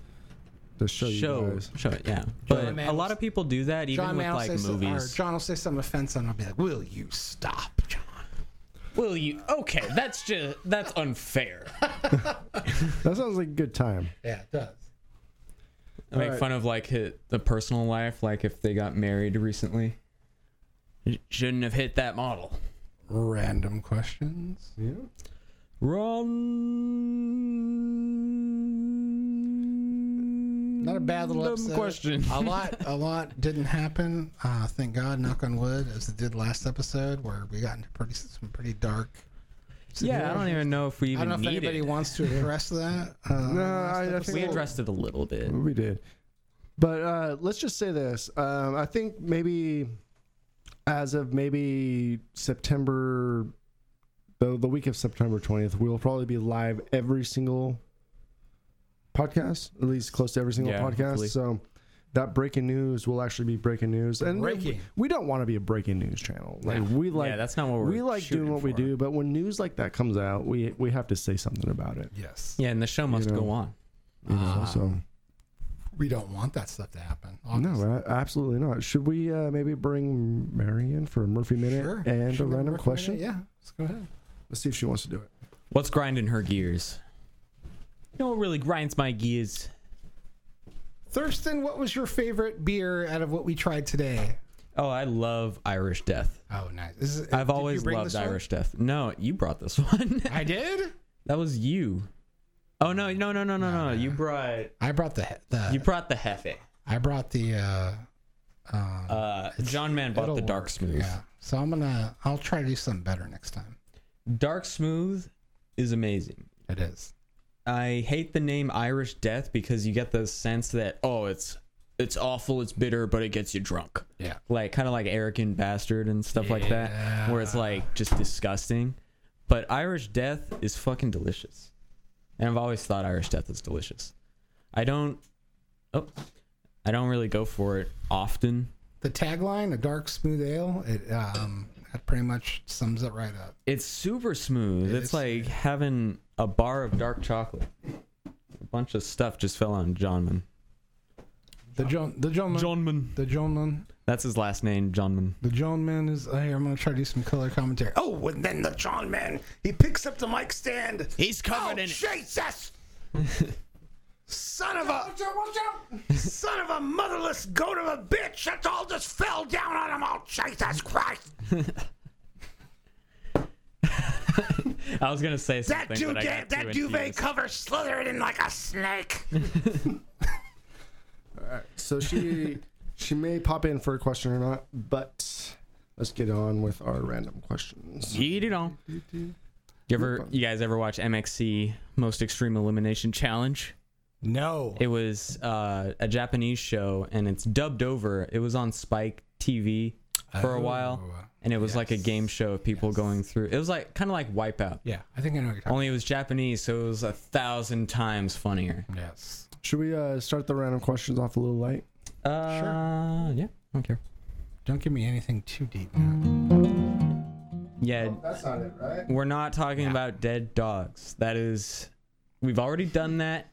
Speaker 5: to show, Oh, you
Speaker 6: Show,
Speaker 5: guys.
Speaker 6: show it, yeah. But a
Speaker 2: Mann-
Speaker 6: lot of people do that even
Speaker 2: John
Speaker 6: with
Speaker 2: man will
Speaker 6: like
Speaker 2: say
Speaker 5: uh,
Speaker 2: some- or
Speaker 6: movies.
Speaker 2: John will say some offense, and I'll be like, "Will you stop, John?"
Speaker 6: Will you? Okay, that's just that's unfair.
Speaker 5: That sounds like a good time.
Speaker 2: Yeah, it does.
Speaker 6: make
Speaker 5: Alright.
Speaker 6: fun of like hit the personal life, like if they got married recently. Shouldn't have hit that model.
Speaker 2: Random questions.
Speaker 5: Yeah.
Speaker 6: Run.
Speaker 2: Not a bad little
Speaker 6: Dumb
Speaker 2: episode.
Speaker 6: question.
Speaker 2: a lot, a lot didn't happen. Uh, thank God, knock on wood, as it did last episode, where we got into pretty some pretty dark.
Speaker 6: yeah, I don't even know if we
Speaker 2: I
Speaker 6: even
Speaker 2: don't know if
Speaker 6: need
Speaker 2: anybody
Speaker 6: it.
Speaker 2: wants to address that. Uh,
Speaker 5: No,
Speaker 2: last
Speaker 5: I- I
Speaker 2: episode.
Speaker 5: think
Speaker 6: Um, We addressed it a little bit.
Speaker 5: We did. But uh, let's just say this. Um, I think maybe as of maybe September, the, the week of September 20th, we'll probably be live every single podcast, at least close to every single
Speaker 6: Yeah,
Speaker 5: podcast.
Speaker 6: hopefully.
Speaker 5: So that breaking news will actually be breaking news. And
Speaker 2: Breaking.
Speaker 5: we don't want to be a breaking news channel. Like we like
Speaker 6: yeah, that's not what we're
Speaker 5: we like doing
Speaker 6: shooting
Speaker 5: what we
Speaker 6: for.
Speaker 5: do, but when news like that comes out, we we have to say something about it.
Speaker 2: Yes,
Speaker 6: Yeah, and the show must
Speaker 5: know.
Speaker 6: go on.
Speaker 5: You know,
Speaker 6: Ah.
Speaker 5: so
Speaker 2: we don't want that stuff to happen. obviously.
Speaker 5: No, a- absolutely not. Should we uh, maybe bring Mary in for a Murphy minute
Speaker 2: Sure.
Speaker 5: and
Speaker 2: Sure,
Speaker 5: a
Speaker 2: we're
Speaker 5: random
Speaker 2: working on it.
Speaker 5: question?
Speaker 2: Yeah, let's go ahead.
Speaker 5: Let's see if she wants to do it.
Speaker 6: What's grinding her gears? You know what really grinds my gears?
Speaker 2: Thurston, what was your favorite beer out of what we tried today?
Speaker 6: Oh, I love Irish Death.
Speaker 2: Oh, nice. This is- did
Speaker 6: I've
Speaker 2: you
Speaker 6: always
Speaker 2: bring
Speaker 6: loved
Speaker 2: this one?
Speaker 6: Irish Death. No, you brought this one.
Speaker 2: I did.
Speaker 6: that was you. Oh no, no, no, no, no, no. You brought
Speaker 2: I brought the the.
Speaker 6: you brought the hefe.
Speaker 2: I brought the. uh um,
Speaker 6: Uh, John Man bought
Speaker 2: It'll
Speaker 6: the dark
Speaker 2: work,
Speaker 6: smooth.
Speaker 2: Yeah. So I'm gonna I'll try to do something better next time.
Speaker 6: Dark smooth is amazing.
Speaker 2: It is.
Speaker 6: I hate the name Irish Death because you get the sense that oh, it's it's awful, it's bitter, but it gets you drunk.
Speaker 2: Yeah.
Speaker 6: like kind of like arrogant bastard and stuff like that, where it's like just disgusting. But Irish Death is fucking delicious, and I've always thought Irish Death is delicious. I don't, oh, I don't really go for it often.
Speaker 2: The tagline, a dark smooth ale, it um that pretty much sums it right up.
Speaker 6: It's super smooth.
Speaker 2: It
Speaker 6: it's
Speaker 2: is
Speaker 6: like having a bar of dark chocolate. A bunch of stuff just fell on Johnman.
Speaker 2: The John the Johnman
Speaker 6: Johnman.
Speaker 2: the Johnman
Speaker 6: That's his last name, Johnman.
Speaker 2: the Johnman is uh, here. I'm gonna try to do some color commentary. Oh, and then the John man he picks up the mic stand.
Speaker 6: He's
Speaker 2: Oh,
Speaker 6: covered
Speaker 2: Jesus! Son of a son of a motherless goat of a bitch! That's all just fell down on him. Oh, Jesus Christ!
Speaker 6: I was gonna say something.
Speaker 1: That
Speaker 6: but I
Speaker 1: duvet,
Speaker 6: got too
Speaker 1: that duvet
Speaker 6: infused.
Speaker 1: cover slithered in like a snake.
Speaker 5: So she she may pop in for a question or not, but let's get on with our random questions.
Speaker 6: Yeet it on. You ever, you guys ever watch MXC Most Extreme Elimination Challenge?
Speaker 2: No,
Speaker 6: It was uh, a Japanese show, and it's dubbed over. It was on Spike TV for a while,
Speaker 2: Oh.
Speaker 6: and it was like a game show of people going through. It was like kind of like Wipeout,
Speaker 2: yeah, I think I know what you're talking.
Speaker 6: only it was Japanese, so it was a thousand times funnier.
Speaker 2: about. Yes.
Speaker 5: Should we uh, start the random questions off a little light?
Speaker 6: Uh, sure. Yeah, I don't care.
Speaker 2: Don't give me anything too deep. Now.
Speaker 6: Yeah,
Speaker 5: That's not it, right?
Speaker 6: we're not talking about dead dogs. That is, we've already done that.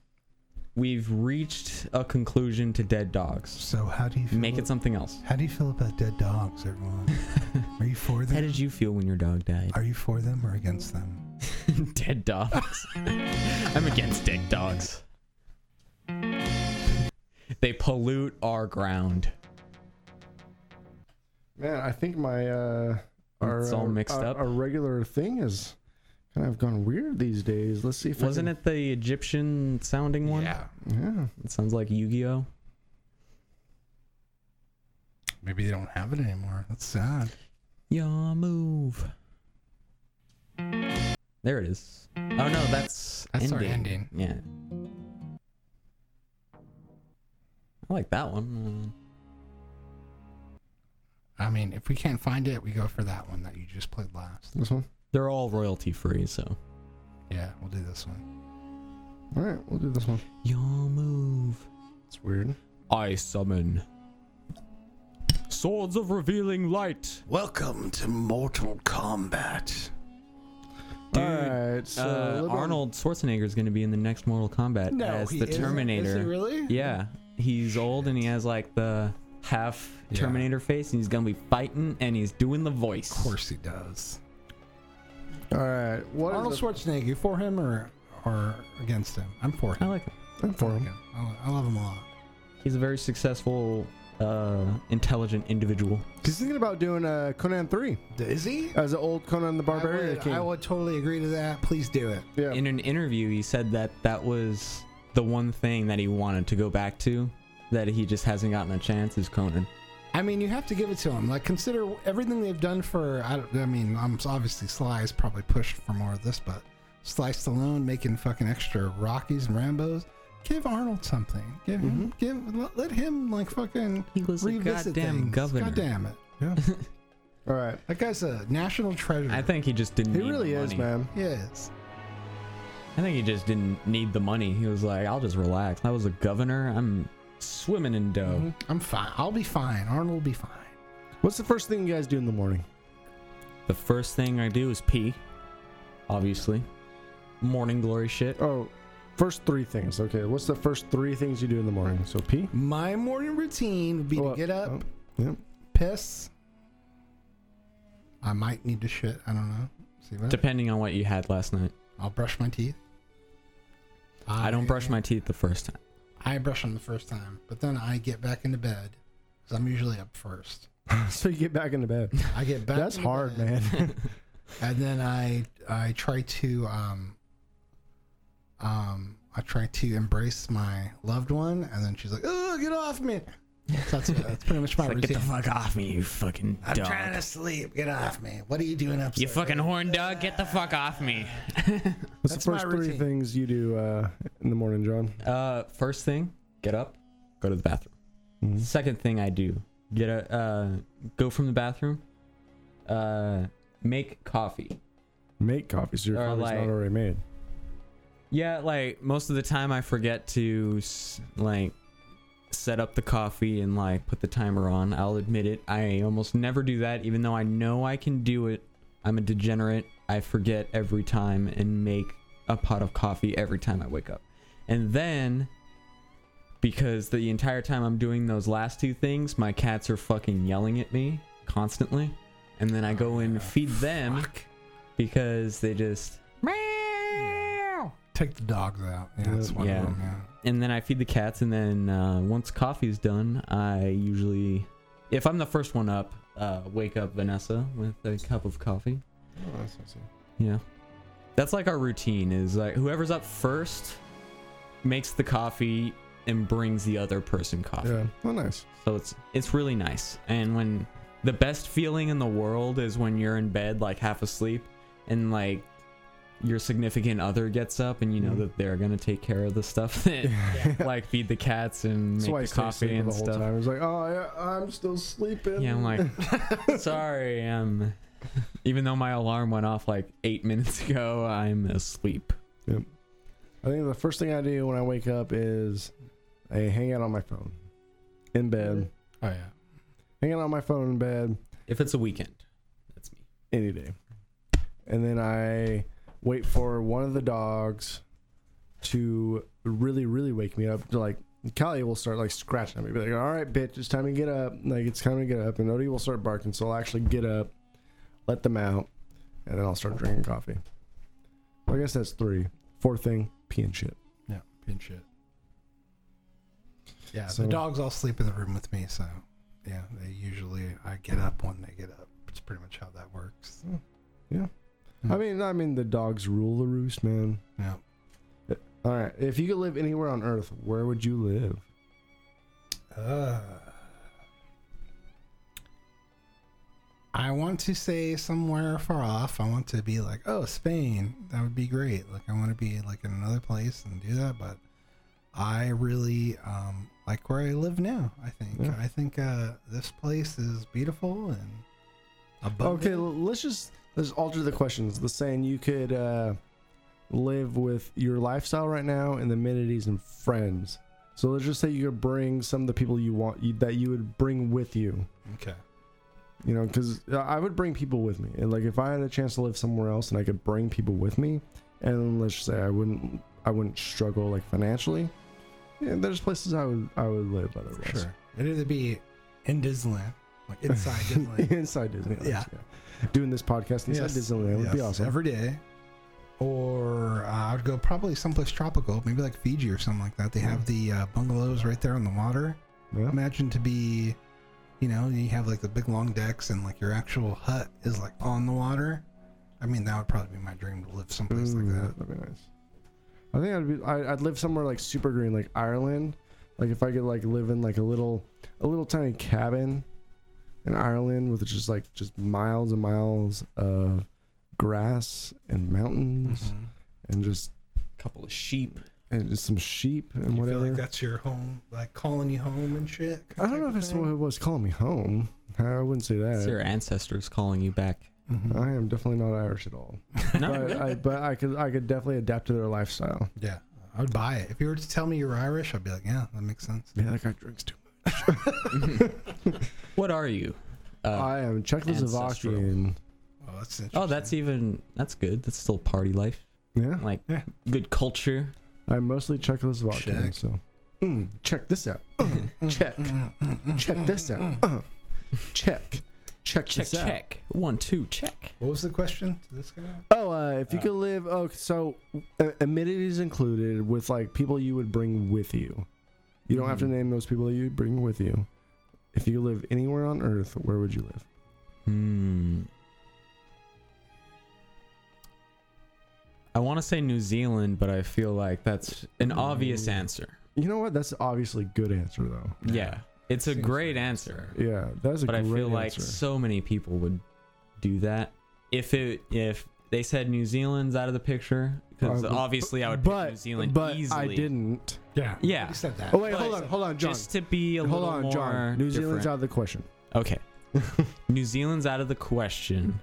Speaker 6: We've reached a conclusion to dead dogs.
Speaker 2: So how do you feel
Speaker 6: Make it something else.
Speaker 2: How do you feel about dead dogs, everyone? Are you for
Speaker 6: How
Speaker 2: them?
Speaker 6: did you feel when your dog died?
Speaker 2: Are you for them or against them?
Speaker 6: dead dogs. I'm against dead dogs. They pollute our ground.
Speaker 5: Man, I think my uh, our,
Speaker 6: It's all mixed
Speaker 5: our,
Speaker 6: up.
Speaker 5: Our regular thing is kind of gone weird these days. Let's see if I
Speaker 6: Wasn't
Speaker 5: can-
Speaker 6: it the Egyptian sounding one?
Speaker 5: Yeah.
Speaker 6: It sounds like Yu Gi Oh!
Speaker 2: Maybe they don't have it anymore. That's sad.
Speaker 6: Yaw move. There it is. Oh no, that's
Speaker 2: That's our
Speaker 6: ending.
Speaker 2: ending.
Speaker 6: Yeah. I like that one.
Speaker 2: I mean, if we can't find it, we go for that one that you just played last.
Speaker 5: This one.
Speaker 6: They're all royalty free, so.
Speaker 2: Yeah, we'll do this one.
Speaker 5: All right, we'll do this one.
Speaker 6: Yaw move.
Speaker 5: It's weird.
Speaker 6: I summon swords of revealing light.
Speaker 1: Welcome to Mortal Kombat.
Speaker 6: Dude,
Speaker 5: All right, so
Speaker 6: uh,
Speaker 5: Libon-
Speaker 6: Arnold Schwarzenegger is going to be in the next Mortal Kombat as the Terminator.
Speaker 2: really?
Speaker 6: Yeah, he's old and he has like the half
Speaker 2: Yeah.
Speaker 6: Terminator face, and he's going to be fighting and he's doing the voice.
Speaker 2: Of course he does.
Speaker 5: All right, what is
Speaker 2: Arnold
Speaker 5: the-
Speaker 2: Schwarzenegger, you for him or or against him? I'm for
Speaker 6: I
Speaker 2: him.
Speaker 6: like him.
Speaker 5: I'm for him.
Speaker 2: Okay. I I love him a lot.
Speaker 6: He's a very successful, uh, intelligent individual.
Speaker 5: He's thinking about doing uh, Conan three
Speaker 2: Is he?
Speaker 5: as an old Conan the
Speaker 2: I
Speaker 5: Barbarian
Speaker 2: would,
Speaker 5: king.
Speaker 2: I would totally agree to that. Please do it.
Speaker 5: yeah,
Speaker 6: In an interview, he said that that was the one thing that he wanted to go back to that he just hasn't gotten a chance is Conan.
Speaker 2: I mean, you have to give it to them. Like, consider everything they've done for. I, don't, I mean, I'm obviously Sly is probably pushed for more of this, but Sly Stallone making fucking extra Rockies and Rambo's. Give Arnold something. Give him. Give. Let, let him like fucking.
Speaker 6: He was Mm-hmm. a
Speaker 2: revisit
Speaker 6: goddamn
Speaker 2: things.
Speaker 6: governor.
Speaker 2: God damn it.
Speaker 5: All right.
Speaker 2: That guy's a national treasure.
Speaker 6: I think he just didn't.
Speaker 5: He
Speaker 6: need
Speaker 5: really
Speaker 6: the
Speaker 5: is,
Speaker 6: money.
Speaker 5: man.
Speaker 2: Yes.
Speaker 6: I think he just didn't need the money. He was like, I'll just relax. I was a governor. I'm swimming in dough.
Speaker 2: Mhm. I'm fine. I'll be fine. Arnold will be fine.
Speaker 5: What's the first thing you guys do in the morning?
Speaker 6: The first thing I do is pee. Obviously, morning glory shit.
Speaker 5: Oh, first three things. Okay. What's the first three things you do in the morning? So pee.
Speaker 2: My morning routine would be
Speaker 5: Oh,
Speaker 2: to get up,
Speaker 5: oh, yeah.
Speaker 2: piss. I might need to shit. I don't know. See what?
Speaker 6: Depending on what you had last night.
Speaker 2: I'll brush my teeth.
Speaker 6: I don't brush my teeth the first time.
Speaker 2: I brush them the first time, but then I get back into bed because I'm usually up first.
Speaker 5: so you get back into bed.
Speaker 2: I get back.
Speaker 5: That's
Speaker 2: into
Speaker 5: hard,
Speaker 2: bed,
Speaker 5: man.
Speaker 2: And then I I try to um um I try to embrace my loved one, and then she's like, "Oh, get off me!" So that's that's pretty much my
Speaker 6: Like,
Speaker 2: routine.
Speaker 6: get the fuck off me, you fucking
Speaker 2: I'm
Speaker 6: dog.
Speaker 2: trying to sleep. Get off me. What are you doing upstairs?
Speaker 6: You fucking horn dog, get the fuck off me.
Speaker 5: What's
Speaker 2: That's
Speaker 5: the
Speaker 2: my
Speaker 5: first three
Speaker 2: routine.
Speaker 5: things you do uh, in the morning, John?
Speaker 6: Uh, first thing, get up, go to the bathroom.
Speaker 5: Mhm.
Speaker 6: Second thing I do, get a uh, go from the bathroom, uh, make coffee.
Speaker 5: Make coffee. So your
Speaker 6: Or
Speaker 5: coffee's
Speaker 6: like-
Speaker 5: not already made.
Speaker 6: Yeah, like most of the time I forget to s- like set up the coffee and like put the timer on. I'll admit it. I almost never do that even though I know I can do it. I'm a degenerate. I forget every time and make a pot of coffee every time I wake up. And then because the entire time I'm doing those last two things, my cats are fucking yelling at me constantly. And then I go and feed them because they just meow.
Speaker 2: Take the dogs out. Yeah, that's one
Speaker 6: Yeah.
Speaker 2: of them. Yeah.
Speaker 6: and then I feed the cats, and then uh, once coffee's done, I usually, if I'm the first one up, uh, wake up Vanessa with a cup of coffee.
Speaker 5: Oh, that's awesome.
Speaker 6: Yeah, that's like our routine. Is like whoever's up first makes the coffee and brings the other person coffee.
Speaker 5: Yeah. Well, nice.
Speaker 6: So it's it's really nice. And when the best feeling in the world is when you're in bed like half asleep and like your significant other gets up and you know
Speaker 5: Mhm.
Speaker 6: that they're gonna take care of the stuff that like feed the cats and
Speaker 5: That's why I
Speaker 6: make the
Speaker 5: stay
Speaker 6: coffee
Speaker 5: sleeping
Speaker 6: and
Speaker 5: the whole
Speaker 6: stuff.
Speaker 5: time. It's like, oh, I, I'm still sleeping.
Speaker 6: Yeah, I'm like, sorry, um even though my alarm went off like eight minutes ago, I'm asleep.
Speaker 5: I think the first thing I do when I wake up is I hang out on my phone in bed.
Speaker 2: Oh yeah.
Speaker 5: Hang out on my phone in bed
Speaker 6: If it's a weekend, that's me.
Speaker 5: any day. And then I wait for one of the dogs to really, really wake me up. To like, Callie will start like scratching at me, be like, all right, bitch, it's time to get up. Like, it's time to get up. And Odie will start barking. So I'll actually get up, let them out, and then I'll start drinking coffee. I guess that's three. Fourth thing, pee and shit.
Speaker 2: Yeah. Pinch shit. Yeah.
Speaker 5: So-
Speaker 2: the dogs all sleep in the room with me, so yeah, they usually I get up when they get up. It's pretty much how that works.
Speaker 5: I mean, I mean, the dogs rule the roost, man.
Speaker 2: Yeah.
Speaker 5: All right, if you could live anywhere on Earth, where would you live?
Speaker 2: Uh, I want to say somewhere far off. I want to be like, oh, Spain. That would be great. Like, I want to be like in another place and do that. But I really um, like where I live now. I think.
Speaker 5: Yeah.
Speaker 2: I think uh, this place is beautiful and abundant.
Speaker 5: Okay, l- let's just let's alter the questions. Let's saying you could uh, live with your lifestyle right now and the amenities and friends. So let's just say you could bring some of the people you want you, that you would bring with you.
Speaker 2: Okay.
Speaker 5: You know, because I would bring people with me, and like if I had a chance to live somewhere else and I could bring people with me, and let's just say I wouldn't I wouldn't struggle like financially. Yeah, there's places I would I would live otherwise.
Speaker 2: Sure. It'd either be in Disneyland, like inside Disneyland.
Speaker 5: inside Disneyland.
Speaker 2: Yeah.
Speaker 5: Doing this podcast inside
Speaker 2: Yes.
Speaker 5: Disneyland would be
Speaker 2: Yes,
Speaker 5: awesome.
Speaker 2: every day. Or uh, I would go probably someplace tropical, maybe like Fiji or something like that. They have the uh, bungalows right there on the water.
Speaker 5: Yeah.
Speaker 2: Imagine to be, you know, you have like the big long decks and like your actual hut is like on the water. I mean, that would probably be my dream to live someplace
Speaker 5: Ooh,
Speaker 2: like that.
Speaker 5: That'd be nice. I I think I'd be I, I'd live somewhere like super green, like Ireland. Like if I could like live in like a little a little tiny cabin in Ireland with just like just miles and miles of grass and mountains
Speaker 2: Mm-hmm.
Speaker 5: and just
Speaker 2: couple of sheep.
Speaker 5: and just some sheep and
Speaker 2: You
Speaker 5: whatever.
Speaker 2: feel like that's your home, like calling you home and shit.
Speaker 5: I don't know if it's what it was calling me home. I wouldn't say that.
Speaker 6: It's your ancestors calling you back.
Speaker 5: I am definitely not Irish at all. but, I, but I could I could definitely adapt to their lifestyle.
Speaker 2: Yeah, I would buy it. If you were to tell me you're Irish, I'd be like, yeah, that makes sense.
Speaker 5: Yeah, that guy drinks too much.
Speaker 6: What are you? Uh,
Speaker 5: I am Czechoslovakian.
Speaker 2: Oh, that's interesting.
Speaker 6: oh, that's even that's good. That's still party life.
Speaker 5: Yeah,
Speaker 6: Like
Speaker 2: Yeah.
Speaker 6: good culture.
Speaker 5: I'm mostly Czechoslovakian.
Speaker 2: Czech.
Speaker 5: So, mm, check this out. Uh, check, check this out. Uh, check, check,
Speaker 6: Check
Speaker 5: this out.
Speaker 6: check. One two check.
Speaker 2: What was the question to this guy?
Speaker 5: Oh, uh, if you could live, oh, so uh, amenities included with like people you would bring with you. You don't have to name those people that you bring with you. If you could live anywhere on Earth, where would you live?
Speaker 6: Hmm. I want to say New Zealand, but I feel like that's an obvious answer.
Speaker 5: You know what? That's obviously a good answer though.
Speaker 6: Yeah,
Speaker 2: Yeah.
Speaker 6: it's a
Speaker 2: Seems
Speaker 6: great
Speaker 2: like-
Speaker 6: answer.
Speaker 5: Yeah, that's a
Speaker 6: but I
Speaker 5: great
Speaker 6: feel like
Speaker 5: answer.
Speaker 6: so many people would do that if it if they said New Zealand's out of the picture because
Speaker 5: Uh, but-
Speaker 6: obviously I would
Speaker 5: but
Speaker 6: pick New Zealand
Speaker 5: but
Speaker 6: easily.
Speaker 5: I didn't.
Speaker 2: Yeah.
Speaker 6: Yeah.
Speaker 2: You said that.
Speaker 5: Oh wait,
Speaker 6: But-
Speaker 5: hold on, hold on, John.
Speaker 6: Just to be a
Speaker 5: hold
Speaker 6: little
Speaker 5: on,
Speaker 6: more
Speaker 5: John. New Zealand's out
Speaker 6: different.
Speaker 5: of the question.
Speaker 6: Okay, New Zealand's out of the question.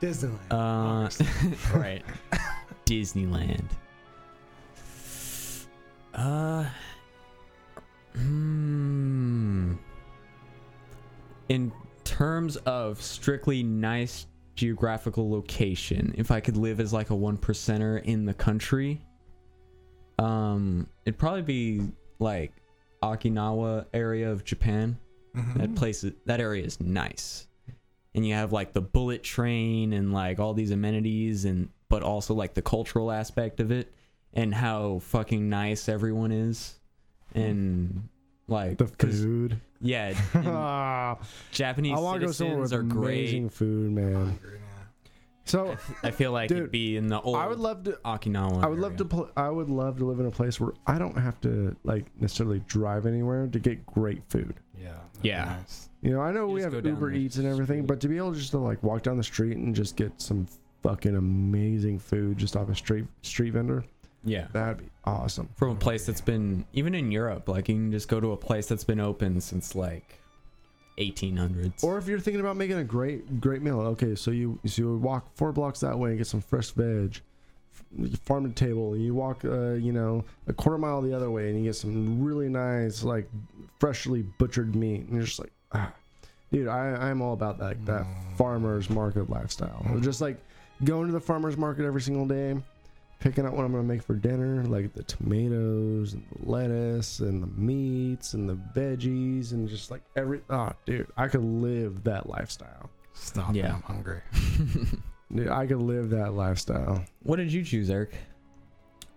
Speaker 2: Disneyland.
Speaker 6: Uh, right, Disneyland. Uh, hmm. In terms of strictly nice geographical location, if I could live as like a one percenter in the country, um, it'd probably be like Okinawa area of Japan.
Speaker 5: Mm-hmm.
Speaker 6: That place, is- that area is nice and you have like the bullet train and like all these amenities and but also like the cultural aspect of it and how fucking nice everyone is and like
Speaker 5: The
Speaker 6: 'cause-
Speaker 5: food.
Speaker 6: yeah and
Speaker 5: Ah,
Speaker 6: japanese
Speaker 5: I want to go somewhere
Speaker 6: citizens
Speaker 5: with
Speaker 6: are
Speaker 5: amazing
Speaker 6: great
Speaker 5: food, man. So
Speaker 6: i feel like
Speaker 5: Dude,
Speaker 6: it'd be in the old
Speaker 5: I would love to.
Speaker 6: okinawa
Speaker 5: I would love to.
Speaker 6: area.
Speaker 5: Pl- I would love to live in a place where I don't have to like necessarily drive anywhere to get great food.
Speaker 2: yeah. that'd be
Speaker 6: yeah.
Speaker 2: nice.
Speaker 5: You know, I know
Speaker 6: You
Speaker 5: we
Speaker 6: just
Speaker 5: have
Speaker 6: go down
Speaker 5: Uber
Speaker 6: the
Speaker 5: Eats and everything,
Speaker 6: street.
Speaker 5: but to be able just to like walk down the street and just get some fucking amazing food just off a street street vendor,
Speaker 6: yeah
Speaker 5: that'd be awesome.
Speaker 6: from a place that's been even in europe like you can just go to a place that's been open since like 1800s
Speaker 5: Or if you're thinking about making a great great meal, okay, so you so you walk four blocks that way and get some fresh veg, f- farm to table. You walk, uh, you know, a quarter mile the other way and you get some really nice like freshly butchered meat, and you're just like, ah, dude, I I'm all about that like, that farmers market lifestyle. Just like going to the farmers market every single day. Picking out what I'm gonna make for dinner, like the tomatoes and the lettuce and the meats and the veggies and just like every oh dude, I could live that lifestyle.
Speaker 2: Stop.
Speaker 6: Yeah.
Speaker 2: Yeah. I'm hungry.
Speaker 5: Dude, I could live that lifestyle.
Speaker 6: what did you choose eric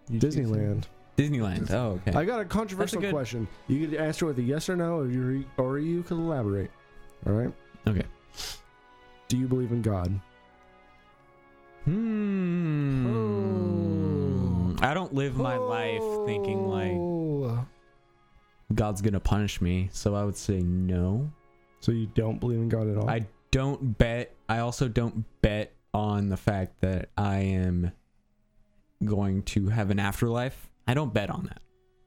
Speaker 6: You choose-
Speaker 5: Disneyland.
Speaker 6: disneyland oh okay
Speaker 5: I got a controversial
Speaker 6: good-
Speaker 5: question. You could answer with a yes or no, or you re- or you could elaborate. All right.
Speaker 6: Okay.
Speaker 5: Do you believe in God?
Speaker 6: Hmm. I don't live my life thinking like
Speaker 2: Oh.
Speaker 6: God's gonna punish me, so I would say no.
Speaker 5: So you don't believe in God at all?
Speaker 6: I don't bet. I also don't bet on the fact that I am going to have an afterlife. I don't bet on that.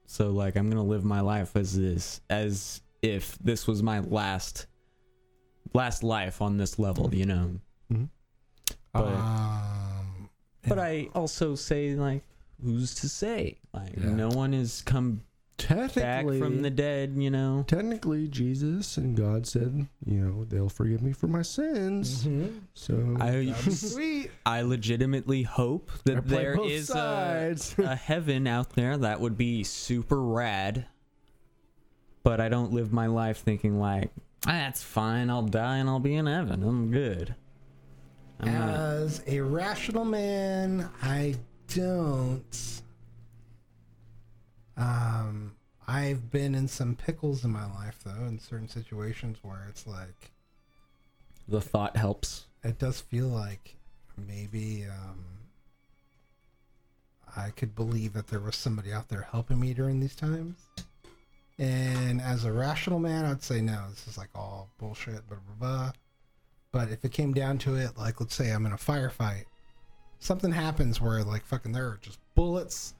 Speaker 6: So like I'm going to live my life as this as if this was my last last life on this level, you know.
Speaker 5: Mhm.
Speaker 6: But
Speaker 2: Uh, Um,
Speaker 6: but
Speaker 2: yeah.
Speaker 6: I also say like who's to say? Like
Speaker 2: Yeah.
Speaker 6: no one has come back
Speaker 5: technically
Speaker 6: from the dead, you know.
Speaker 5: technically Jesus and God said, you know, they'll forgive me for my sins. So
Speaker 6: Mm-hmm. I
Speaker 5: sweet.
Speaker 6: I legitimately hope
Speaker 5: I
Speaker 6: that
Speaker 5: play
Speaker 6: there
Speaker 5: both
Speaker 6: is a,
Speaker 5: sides.
Speaker 6: a heaven out there that would be super rad. But I don't live my life thinking like that's fine. I'll die and I'll be in heaven. I'm good. I'm not.
Speaker 2: As a rational man, I don't. Um, I've been in some pickles in my life though, in certain situations where it's like
Speaker 6: The thought helps.
Speaker 2: it does feel like maybe um, I I could believe that there was somebody out there helping me during these times. And as a rational man, I'd say no, this is like all bullshit, blah, blah, blah. But if it came down to it, like let's say I'm in a firefight, something happens where like fucking there are just bullets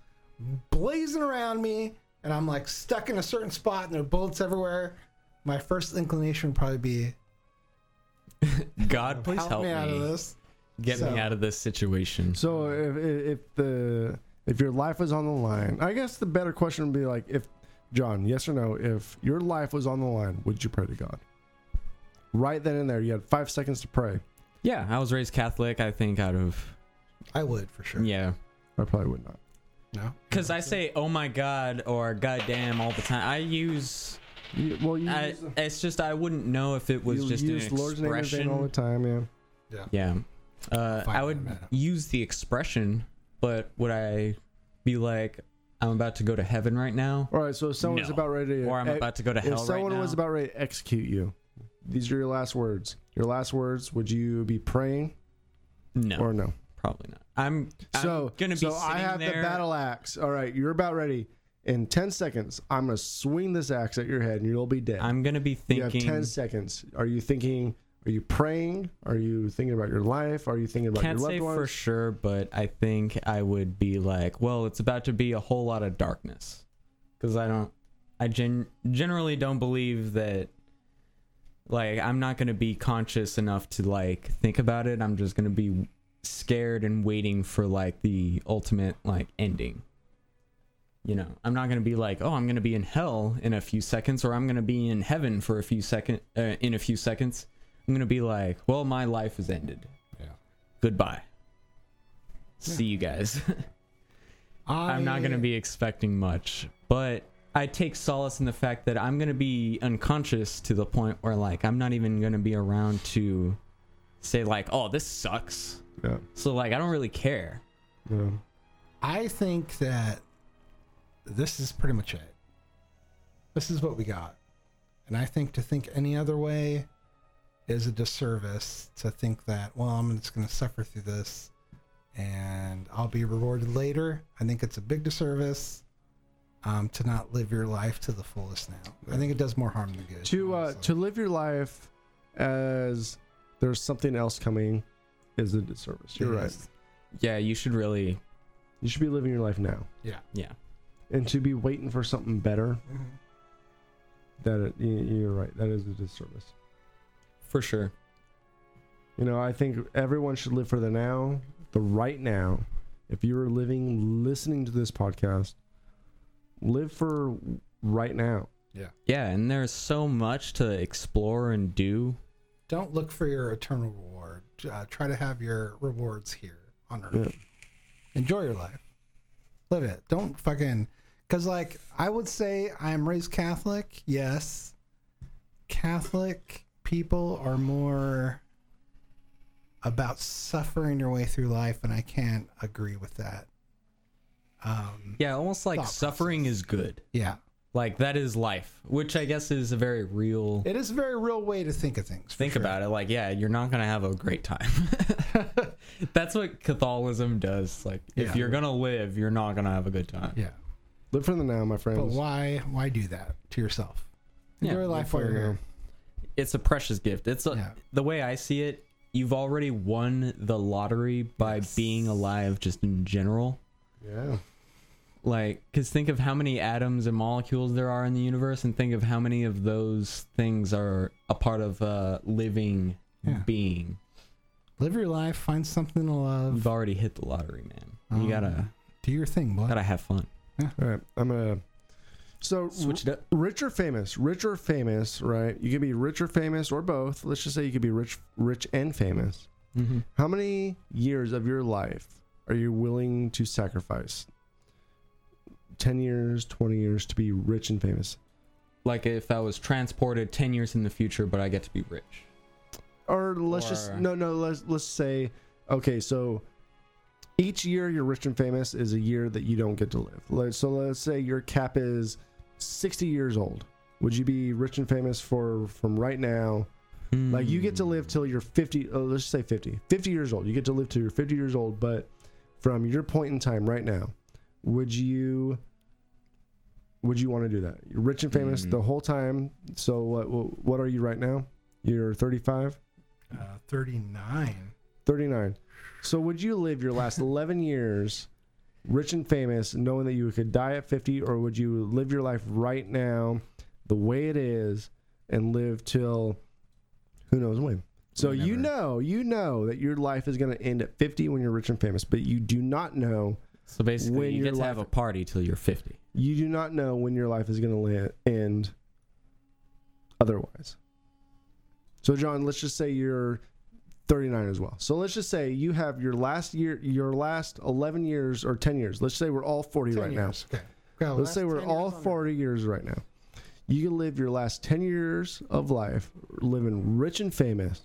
Speaker 2: blazing around me, and I'm like stuck in a certain spot and there are bullets everywhere. My first inclination would probably be "Oh,
Speaker 6: God, please
Speaker 2: help,
Speaker 6: help
Speaker 2: me,
Speaker 6: me.
Speaker 2: out of this.
Speaker 6: Get
Speaker 2: So-
Speaker 6: me out of this situation.
Speaker 5: So if, if if the if your life was on the line, I guess the better question would be like if John, yes or no, if your life was on the line, would you pray to God? Right then and there, you had five seconds to pray.
Speaker 6: yeah, I was raised Catholic. I think out of
Speaker 2: I would for sure.
Speaker 6: yeah,
Speaker 5: I probably would not.
Speaker 8: No.
Speaker 6: because I say "oh my god" or "god damn" all the time. I use.
Speaker 5: You, well, you
Speaker 6: I,
Speaker 5: use,
Speaker 6: it's just I wouldn't know if it was
Speaker 5: you
Speaker 6: just an
Speaker 5: use Lord's name and thing all the
Speaker 6: expression.
Speaker 5: time, yeah.
Speaker 6: Yeah, uh,
Speaker 8: Fine,
Speaker 6: I would
Speaker 8: man.
Speaker 6: use the expression, but would I be like, "I'm about to go to heaven right now,"
Speaker 5: All right, so if someone's
Speaker 6: No.
Speaker 5: about ready to,
Speaker 6: or "I'm
Speaker 5: eh,
Speaker 6: about to go to
Speaker 5: if
Speaker 6: hell right
Speaker 5: someone
Speaker 6: now"?
Speaker 5: was about ready to execute you, these are your last words. Your last words. Would you be praying
Speaker 6: no,
Speaker 5: or no?
Speaker 6: probably not. I'm
Speaker 5: So
Speaker 6: I'm gonna be
Speaker 5: so
Speaker 6: sitting
Speaker 5: I have
Speaker 6: there.
Speaker 5: the battle axe. All right, you're about ready. In ten seconds, I'm gonna swing this axe at your head, and you'll be dead.
Speaker 6: I'm gonna be
Speaker 5: you have
Speaker 6: thinking.
Speaker 5: ten seconds. Are you thinking? Are you praying? Are you thinking about your life? Are you thinking about
Speaker 6: Can't
Speaker 5: your
Speaker 6: say
Speaker 5: loved ones?
Speaker 6: for sure, but I think I would be like, well, it's about to be a whole lot of darkness, because I don't, I gen- generally don't believe that. Like, I'm not gonna be conscious enough to like think about it. I'm just gonna be scared and waiting for like the ultimate like ending. You know, I'm not gonna be like, oh, I'm gonna be in hell in a few seconds, or I'm gonna be in heaven for a few second uh, in a few seconds. I'm gonna be like, well, my life is ended goodbye. See you guys.
Speaker 8: I,
Speaker 6: I'm not going to be expecting much, but I take solace in the fact that I'm going to be unconscious to the point where, like, I'm not even going to be around to say, like, oh, this sucks.
Speaker 5: Yeah,
Speaker 6: So, like, I don't really care.
Speaker 5: yeah.
Speaker 2: I think that this is pretty much it. This is what we got. And I think to think any other way is a disservice to think that, well, I'm just going to suffer through this and I'll be rewarded later. I think it's a big disservice um, to not live your life to the fullest now. I think it does more harm than good.
Speaker 5: To uh,
Speaker 2: honestly.
Speaker 5: to live your life as there's something else coming is a disservice. You're right.
Speaker 6: Yeah, you should really.
Speaker 5: You should be living your life now,
Speaker 6: Yeah.
Speaker 5: and to be waiting for something better.
Speaker 2: Mhm.
Speaker 5: That it, you- you're right. That is a disservice.
Speaker 6: For sure.
Speaker 5: You know, I think everyone should live for the now, the right now. If you are living, listening to this podcast, live for right now.
Speaker 6: Yeah, and there's so much to explore and do.
Speaker 2: Don't look for your eternal reward. Uh, try to have your rewards here on earth.
Speaker 5: Yeah.
Speaker 2: enjoy your life live it don't fucking because like i would say i'm raised catholic yes catholic people are more about suffering your way through life and i can't agree with that um
Speaker 6: Yeah, almost like
Speaker 2: Thought
Speaker 6: suffering is good.
Speaker 2: yeah
Speaker 6: Like, that is life, which I guess is a very real.
Speaker 2: it is a very real way to think of things for
Speaker 6: think
Speaker 2: sure.
Speaker 6: about it like yeah you're not gonna have a great time that's what catholicism does like if
Speaker 2: Yeah.
Speaker 6: you're gonna live you're not gonna have a good time
Speaker 2: yeah
Speaker 5: Live for the now, my friends.
Speaker 2: but why why do that to yourself
Speaker 6: Yeah,
Speaker 2: enjoy life while you're here
Speaker 6: it's a precious gift it's a,
Speaker 2: Yeah.
Speaker 6: the way i see it you've already won the lottery by being alive just in general
Speaker 5: Yeah.
Speaker 6: like because think of how many atoms and molecules there are in the universe and think of how many of those things are a part of a living
Speaker 2: Yeah.
Speaker 6: being
Speaker 2: live your life find something to love
Speaker 6: you've already hit the lottery man you
Speaker 2: Um,
Speaker 6: gotta
Speaker 2: do your thing bud.
Speaker 6: gotta have fun
Speaker 5: All right. I'm going to. So,
Speaker 6: switch it up
Speaker 5: rich or famous? Rich or famous, right? You can be rich or famous or both. Let's just say you could be rich, rich and famous.
Speaker 6: mm-hmm.
Speaker 5: How many years of your life are you willing to sacrifice? 10 years, 20 years to be rich and famous?
Speaker 6: like if I was transported 10 years in the future, but I get to be rich.
Speaker 5: or let's just
Speaker 6: Or-
Speaker 5: no no let's let's say okay so each year you're rich and famous is a year that you don't get to live Let- so let's say your cap is 60 years old would you be rich and famous for from right now
Speaker 6: Hmm.
Speaker 5: like you get to live till you're 50 oh, let's just say 50 50 years old you get to live till you're 50 years old but from your point in time right now would you would you want to do that? You're rich and famous the whole time. So what what what are you right now? You're 35,
Speaker 2: Uh, 39.
Speaker 5: 39. So would you live your last 11 years rich and famous knowing that you could die at 50 or would you live your life right now the way it is and live till who knows when? So you know, you know that your life is going to end at 50 when you're rich and famous, but you do not know
Speaker 6: So basically,
Speaker 5: When
Speaker 6: you
Speaker 5: your
Speaker 6: get to have a
Speaker 5: life-
Speaker 6: party till you're 50.
Speaker 5: you do not know when your life is going to end otherwise so john let's just say you're 39 as well so let's just say you have your last year your last 11 years or 10 years let's say we're all 40
Speaker 2: 10
Speaker 5: right
Speaker 2: years. Okay. Okay,
Speaker 5: now
Speaker 2: last
Speaker 5: let's say we're
Speaker 2: 10 years
Speaker 5: all
Speaker 2: on
Speaker 5: 40 years right now you can live your last 10 years of life living rich and famous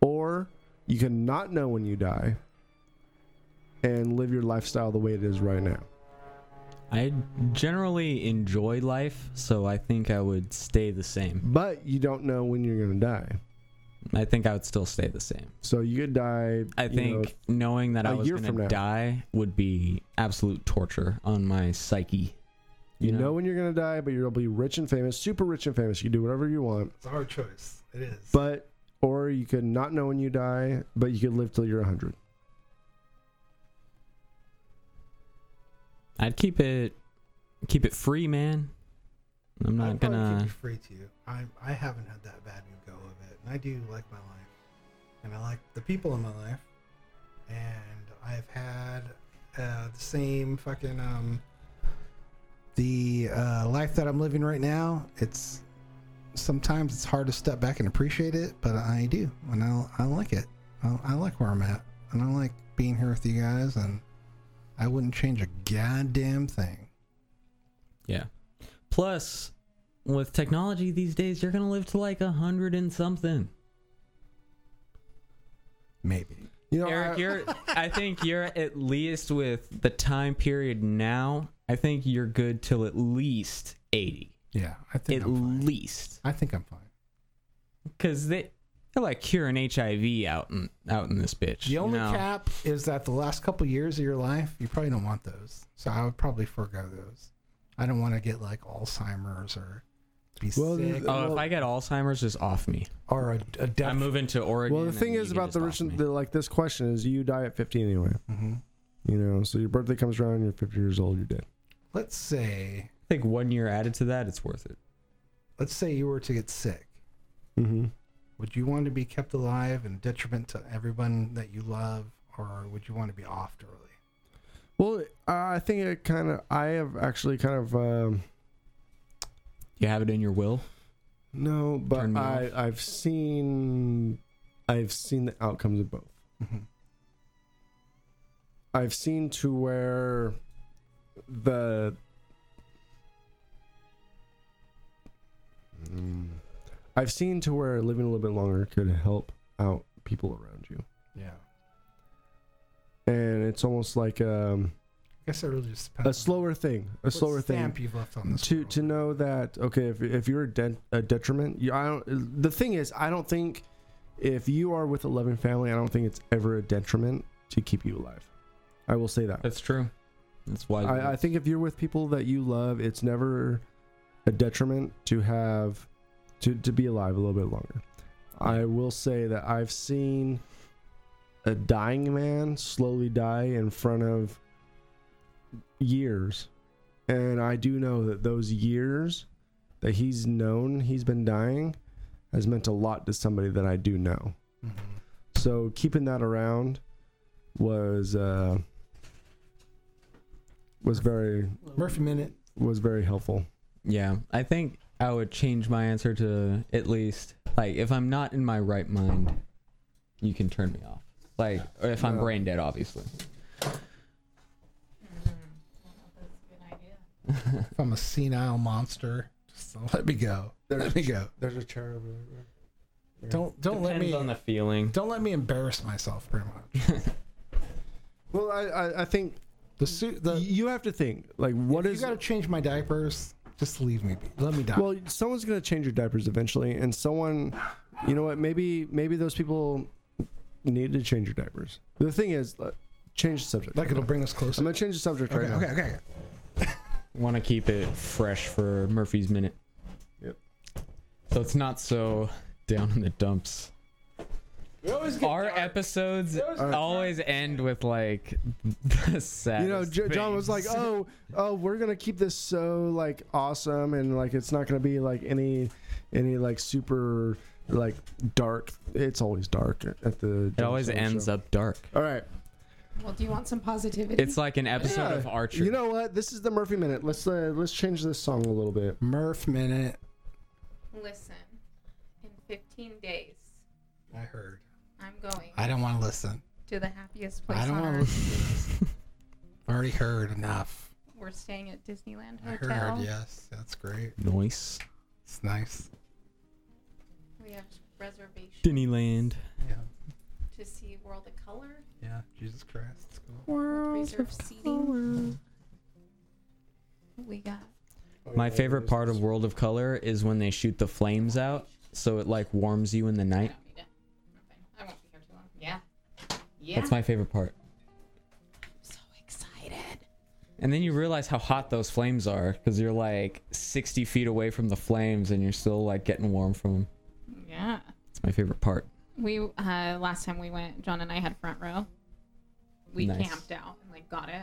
Speaker 5: or you can not know when you die and live your lifestyle the way it is right now
Speaker 6: I generally enjoy life, so I think I would stay the same.
Speaker 5: but you don't know when you're going to die
Speaker 6: I think I would still stay the same.
Speaker 5: So you could die.
Speaker 6: I
Speaker 5: you know,
Speaker 6: think knowing that
Speaker 5: a
Speaker 6: I was
Speaker 5: year
Speaker 6: going
Speaker 5: from
Speaker 6: to
Speaker 5: now.
Speaker 6: die would be absolute torture on my psyche.
Speaker 5: you know, when you're gonna die, but you'll be rich and famous, super rich and famous. You can do whatever you want,
Speaker 2: It's a hard choice. It is.
Speaker 5: but or you could not know when you die, but you could live till you're 100.
Speaker 6: I'd keep it keep it free, man. I'm
Speaker 2: I'd
Speaker 6: not
Speaker 2: probably keep
Speaker 6: gonna
Speaker 2: it free to you. I I haven't had that bad of a go of it, and I do like my life, and I like the people in my life, and I've had uh, the same fucking um the uh, life that I'm living right now. It's sometimes it's hard to step back and appreciate it, but I do, and I I like it. I, I like where I'm at, and I like being here with you guys, and I wouldn't change a goddamn thing.
Speaker 6: Yeah. Plus, with technology these days, you're gonna live to like a hundred and something.
Speaker 2: Maybe.
Speaker 5: You know,
Speaker 6: Eric,
Speaker 5: I-
Speaker 6: you're. I think you're at least with the time period now. I think you're good till at least eighty.
Speaker 2: Yeah, I think
Speaker 6: At
Speaker 2: I'm fine.
Speaker 6: least,
Speaker 2: I think I'm fine.
Speaker 6: because they they're like curing HIV out in out in this bitch.
Speaker 2: The only
Speaker 6: you know?
Speaker 2: cap is that the last couple years of your life, you probably don't want those. So I would probably forego those. I don't want to get like Alzheimer's or be
Speaker 5: Well, the-
Speaker 2: sick
Speaker 6: Oh, if I get Alzheimer's, just off me.
Speaker 2: or a, a death.
Speaker 6: I'm moving to Oregon.
Speaker 5: well, the
Speaker 6: and
Speaker 5: thing
Speaker 6: you
Speaker 5: is
Speaker 6: can
Speaker 5: about
Speaker 6: just
Speaker 5: the
Speaker 6: off
Speaker 5: rich and
Speaker 6: me.
Speaker 5: the, like this question is you die at 50 anyway.
Speaker 2: Mhm.
Speaker 5: You know, so your birthday comes around, you're 50 years old, you're dead.
Speaker 2: Let's say,
Speaker 6: I think one year added to that, it's worth it.
Speaker 2: let's say you were to get sick.
Speaker 5: Mm-hmm.
Speaker 2: Would you want to be kept alive and detriment to everyone that you love, or would you want to be off early?
Speaker 5: Well, uh, I think it kind of. I have actually kind of. Um,
Speaker 6: You have it in your will.
Speaker 5: No, but
Speaker 6: Turn me
Speaker 5: I I've seen I've seen the outcomes of both.
Speaker 2: Mhm.
Speaker 5: I've seen to where the Mm. I've seen to where living a little bit longer could help out people around you.
Speaker 2: Yeah, I
Speaker 5: And it's almost like um,
Speaker 2: guess it really just depends.
Speaker 5: a slower thing, a
Speaker 2: what
Speaker 5: slower thing.
Speaker 2: stamp you've left on this
Speaker 5: to
Speaker 2: world.
Speaker 5: to know that okay if, if you're a, de- a detriment you I don't the thing is I don't think if you are with a loving family I don't think it's ever a detriment to keep you alive I will say that
Speaker 6: That's true. That's why
Speaker 5: I, I think if you're with people that you love it's never a detriment to have to, to be alive a little bit longer I will say that I've seen a dying man slowly die in front of years. And I do know that those years that he's known he's been dying has meant a lot to somebody that I do know.
Speaker 2: Mm-hmm.
Speaker 5: So keeping that around was uh, was very
Speaker 2: Murphy minute.
Speaker 5: was very helpful.
Speaker 6: Yeah, I think I would change my answer to at least like if I'm not in my right mind, you can turn me off. Like or if I'm
Speaker 5: No.
Speaker 6: brain dead, obviously.
Speaker 2: If I'm a senile monster, just let me go. Let me go.
Speaker 5: There's a chair over there.
Speaker 2: Don't don't let me
Speaker 6: the feeling.
Speaker 2: don't let me embarrass myself pretty much.
Speaker 5: Well, I, I, I think
Speaker 2: The suit the
Speaker 5: you have to think like what
Speaker 2: you
Speaker 5: is-
Speaker 2: gotta change my diapers, just leave me be. Let me die.
Speaker 5: Well, someone's gonna change your diapers eventually, and someone, you know what? Maybe maybe those people need to change your diapers. The thing is, uh, change the subject.
Speaker 9: Like it'll bring us
Speaker 5: I'm
Speaker 9: closer.
Speaker 5: gonna change the subject right
Speaker 9: Okay,
Speaker 5: now.
Speaker 9: okay, okay.
Speaker 6: Want to keep it fresh for Murphy's minute.
Speaker 5: Yep.
Speaker 6: So it's not so down in the dumps. Our episodes
Speaker 5: dark.
Speaker 6: always end with like the sad.
Speaker 5: You know, J- John was like, "Oh, oh, we're gonna keep this so like awesome, and like it's not gonna be like any, any like super like dark. It's always dark at the.
Speaker 6: It always ends up dark.
Speaker 5: All right,
Speaker 10: Well, do you want some positivity?
Speaker 6: It's like an episode
Speaker 5: Yeah.
Speaker 6: of Archer.
Speaker 5: You know what? This is the Murphy minute. Let's uh, let's change this song a little bit.
Speaker 2: Murph minute.
Speaker 10: Listen, in 15 days,
Speaker 9: I heard.
Speaker 10: I'm going
Speaker 2: I don't want to listen.
Speaker 10: to the happiest place
Speaker 2: I don't
Speaker 10: on
Speaker 2: want to
Speaker 10: earth.
Speaker 2: listen to this. I've already heard enough.
Speaker 10: We're staying at Disneyland
Speaker 2: I
Speaker 10: Hotel.
Speaker 2: heard. Yes, that's great.
Speaker 6: Noise.
Speaker 2: It's nice.
Speaker 10: We have reservations
Speaker 6: Disneyland.
Speaker 9: Yeah.
Speaker 10: to see World of Color,
Speaker 9: Yeah. Jesus Christ. It's cool.
Speaker 10: reserve seating. We got
Speaker 6: My favorite part of World of Color is when they shoot the flames out, so it like warms you in the
Speaker 10: I
Speaker 6: night.
Speaker 10: don't need it. I'm fine. I won't be here too long. Yeah. Yeah.
Speaker 6: That's my favorite part.
Speaker 10: I'm so excited.
Speaker 6: And then you realize how hot those flames are because you're like 60 feet away from the flames and you're still like getting warm from them.
Speaker 10: Yeah.
Speaker 6: It's my favorite part.
Speaker 10: We uh last time we went, John and I had front row. We
Speaker 6: Nice.
Speaker 10: camped out and like got it.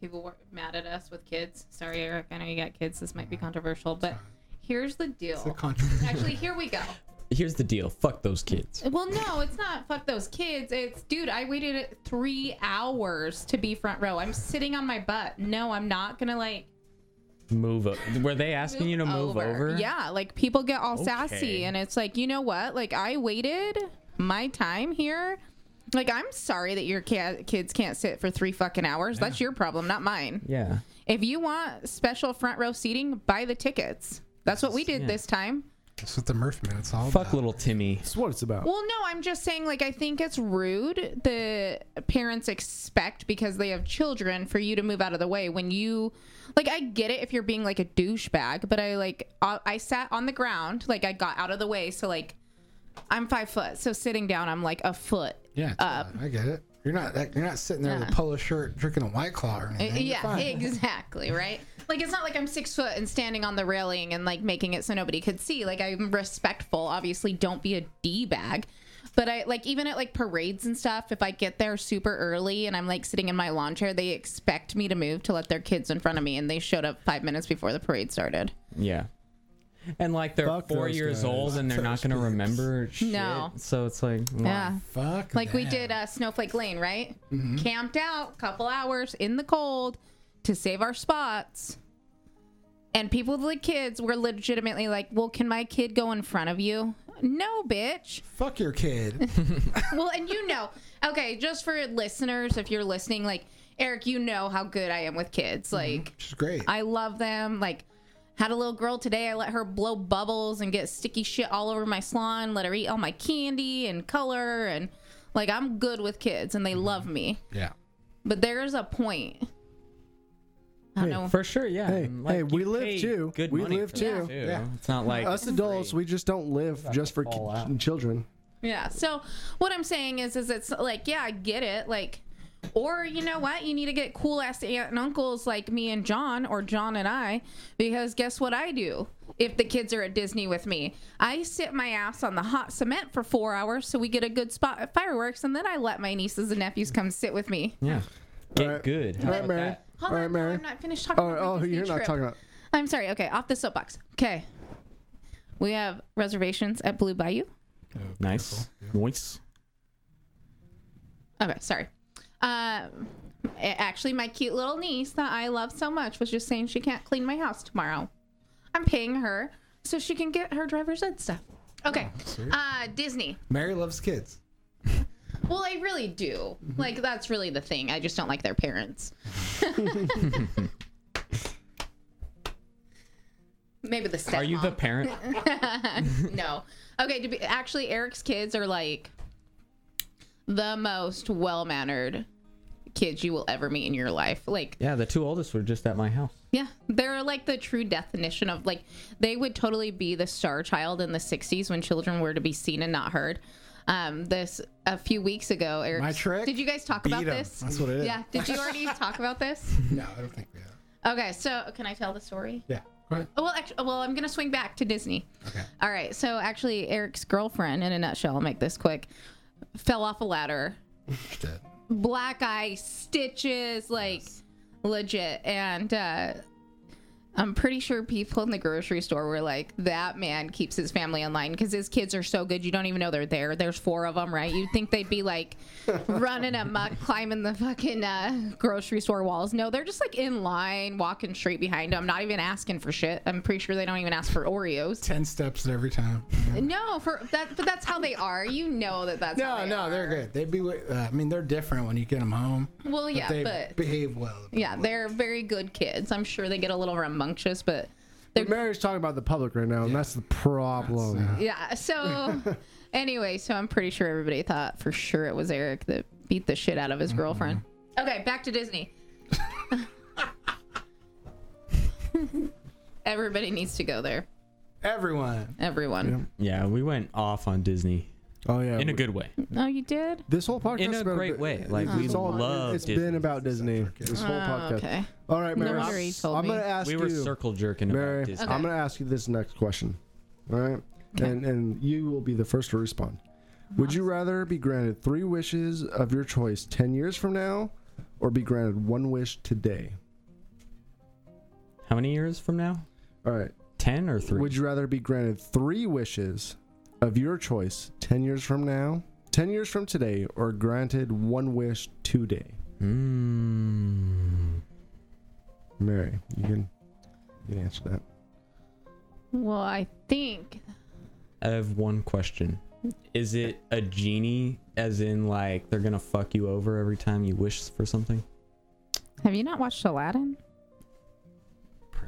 Speaker 10: People were mad at us with kids. Sorry, Eric. I know you got kids. This might be controversial, but here's the
Speaker 9: It's a
Speaker 10: deal.
Speaker 9: controversy.
Speaker 10: Actually, here we go.
Speaker 6: Here's the deal fuck those kids.
Speaker 10: Well, no, it's not. Fuck those kids. It's dude. I waited three hours to be front row. I'm sitting on my butt. No, I'm not gonna like
Speaker 6: Move up. Were they asking you to move over?
Speaker 10: Yeah, like people get all sassy,
Speaker 6: Okay.
Speaker 10: and it's like, you know what? Like I waited my time here. Like I'm sorry that your ca- kids can't sit for three fucking hours. That's your problem, not mine.
Speaker 6: Yeah.
Speaker 10: If you want special front row seating, buy the tickets. That's what we did
Speaker 6: Yeah.
Speaker 10: this time.
Speaker 2: That's what the Murph minute's all
Speaker 6: Fuck
Speaker 2: about.
Speaker 6: little Timmy.
Speaker 5: That's what it's about.
Speaker 10: Well, no, I'm just saying, like, I think it's rude that parents expect because they have children for you to move out of the way when you, like, I get it if you're being like a douchebag, but I, like, I, I sat on the ground, like, I got out of the way. So, like, I'm five foot. So sitting down, I'm like a foot.
Speaker 2: Yeah,
Speaker 10: Uh,
Speaker 2: totally. I get it. You're not that, you're not sitting there with a polo shirt drinking a white claw or
Speaker 10: Uh,
Speaker 2: anything. You're
Speaker 10: yeah,
Speaker 2: fine.
Speaker 10: exactly, right? Like, it's not like I'm six foot and standing on the railing and, like, making it so nobody could see. Like, I'm respectful. Obviously, don't be a D bag. But I, like, even at, like, parades and stuff, if I get there super early and I'm, like, sitting in my lawn chair, they expect me to move to let their kids in front of me. And they showed up five minutes before the parade started.
Speaker 6: Yeah. And like they're
Speaker 5: Fuck
Speaker 6: four
Speaker 5: those
Speaker 6: years
Speaker 5: guys.
Speaker 6: old and they're not going to remember shit.
Speaker 10: No.
Speaker 6: So it's like, wow.
Speaker 10: Yeah.
Speaker 2: Fuck.
Speaker 10: Like, we
Speaker 2: that.
Speaker 10: did uh, Snowflake Lane, right? Camped out, couple hours in the cold to save our spots. And people with like kids were legitimately like, "Well, can my kid go in front of you?" No, bitch.
Speaker 2: Fuck your kid.
Speaker 10: well, and you know, okay, just for listeners, if you're listening, like Eric, you know how good I am with kids. Like,
Speaker 2: She's great.
Speaker 10: I love them. Like, had a little girl today. I let her blow bubbles and get sticky shit all over my salon. Let her eat all my candy and color. And like, I'm good with kids and they love me.
Speaker 2: yeah.
Speaker 10: But there is a point. I don't know.
Speaker 6: For sure, yeah.
Speaker 5: Hey,
Speaker 6: And,
Speaker 5: hey,
Speaker 6: you
Speaker 5: we live
Speaker 6: pay
Speaker 5: too.
Speaker 6: Good
Speaker 5: We
Speaker 6: money
Speaker 5: live
Speaker 6: for that,
Speaker 5: too.
Speaker 2: Yeah.
Speaker 6: It's not like
Speaker 5: Us adults, we just don't live just for
Speaker 6: fall
Speaker 5: ki-
Speaker 6: out.
Speaker 5: children.
Speaker 10: Yeah. So what I'm saying is, is it's like, yeah, I get it. Like, or you know what? You need to get cool ass aunt and uncles like me and John, or John and I, because guess what I do? If the kids are at Disney with me, I sit my ass on the hot cement for four hours so we get a good spot at fireworks, and then I let my nieces and nephews come sit with me.
Speaker 6: yeah. Get
Speaker 5: Alright.
Speaker 6: good. How
Speaker 5: All right,
Speaker 6: about
Speaker 5: Mary.
Speaker 6: that?
Speaker 10: Hold
Speaker 5: All right,
Speaker 10: on, no,
Speaker 5: Mary.
Speaker 10: I'm not finished talking.
Speaker 5: All right,
Speaker 10: about
Speaker 5: oh,
Speaker 10: my Disney
Speaker 5: you're not
Speaker 10: trip.
Speaker 5: talking about.
Speaker 10: I'm sorry. Okay, off the soapbox. Okay, we have reservations at Blue Bayou.
Speaker 6: Nice. Nice.
Speaker 10: Okay, sorry. Um, a- actually, my cute little niece that I love so much was just saying she can't clean my house tomorrow. I'm paying her so she can get her driver's ed stuff. Okay.
Speaker 6: Oh,
Speaker 10: Uh, Disney.
Speaker 2: Mary loves kids.
Speaker 10: Well, I really do.
Speaker 6: Mm-hmm.
Speaker 10: Like, that's really the thing. I just don't like their parents. Maybe the stepmom.
Speaker 6: Are you the parent?
Speaker 10: no. Okay, to be actually Eric's kids are like the most well-mannered kids you will ever meet in your life. Like
Speaker 6: yeah, the two oldest were just at my house.
Speaker 10: yeah, they're like the true definition of like they would totally be the star child in the 60s when children were to be seen and not heard. um, this a few weeks ago. Eric,
Speaker 9: My trick?
Speaker 10: Did you guys talk
Speaker 9: Beat
Speaker 10: about
Speaker 9: 'em.
Speaker 10: this?
Speaker 9: That's what it is.
Speaker 10: Yeah. Did you already talk about this?
Speaker 9: No, I don't think we have.
Speaker 10: Okay, so can I tell the story?
Speaker 9: Yeah. Go ahead.
Speaker 10: Oh, well, actually, well, I'm gonna swing back to Disney.
Speaker 9: Okay.
Speaker 10: All right. So actually, Eric's girlfriend, in a nutshell, I'll make this quick, fell off a ladder,
Speaker 9: She's dead.
Speaker 10: black eye stitches, like legit. And uh, I'm pretty sure people in the grocery store were like, "That man keeps his family in line because his kids are so good. You don't even know they're there. There's four of them, right? You'd think they'd be like running amok, climbing the fucking uh, grocery store walls. No, they're just like in line, walking straight behind them, not even asking for shit. I'm pretty sure they don't even ask for Oreos.
Speaker 9: Ten steps every time.
Speaker 10: No, for that, but that's how they are. You know that that's how
Speaker 9: No,
Speaker 10: they
Speaker 9: no,
Speaker 10: are.
Speaker 9: they're good. They be. wi- Uh, I mean, they're different when you get them home.
Speaker 10: Well, yeah,
Speaker 9: they
Speaker 10: but
Speaker 9: behave well.
Speaker 10: yeah, they're very good kids. I'm sure they get a little rambunctious, but they're
Speaker 5: Mary's talking about the public right now, and that's the problem.
Speaker 10: yeah. So anyway, so I'm pretty sure everybody thought for sure it was Eric that beat the shit out of
Speaker 6: Mm-hmm.
Speaker 10: his girlfriend. Okay, back to Disney. everybody needs to go there.
Speaker 9: Everyone.
Speaker 10: Everyone.
Speaker 6: Yeah, we went off on Disney
Speaker 5: Oh yeah,
Speaker 6: in a good way.
Speaker 10: Oh, you did?
Speaker 5: This whole podcast
Speaker 6: In a
Speaker 5: is about
Speaker 6: great
Speaker 5: Di-
Speaker 6: way. Like,
Speaker 5: it's
Speaker 6: we
Speaker 5: all-
Speaker 6: love
Speaker 5: It's
Speaker 6: Disney.
Speaker 5: been about Disney. This whole
Speaker 10: Oh,
Speaker 5: podcast.
Speaker 10: okay.
Speaker 5: All right,
Speaker 10: No
Speaker 5: Mary.
Speaker 10: wonder he told
Speaker 5: I'm
Speaker 10: me.
Speaker 5: gonna ask
Speaker 6: We were
Speaker 5: you,
Speaker 6: circle jerking
Speaker 5: Mary.
Speaker 6: about Disney.
Speaker 10: Okay.
Speaker 5: I'm gonna ask you this next question. All right, and and you will be the first to respond. Would you rather be granted three wishes of your choice ten years from now, or be granted one wish today?
Speaker 6: How many years from now?
Speaker 5: All right.
Speaker 6: Ten or three?
Speaker 5: Would you rather be granted three wishes of your choice 10 years from now, 10 years from today, or granted one wish today?
Speaker 6: Mm.
Speaker 5: Mary, you can, you can answer that.
Speaker 10: Well, I think
Speaker 6: I have one question. Is it a genie, as in like they're gonna fuck you over every time you wish for something?
Speaker 10: have you not watched Aladdin?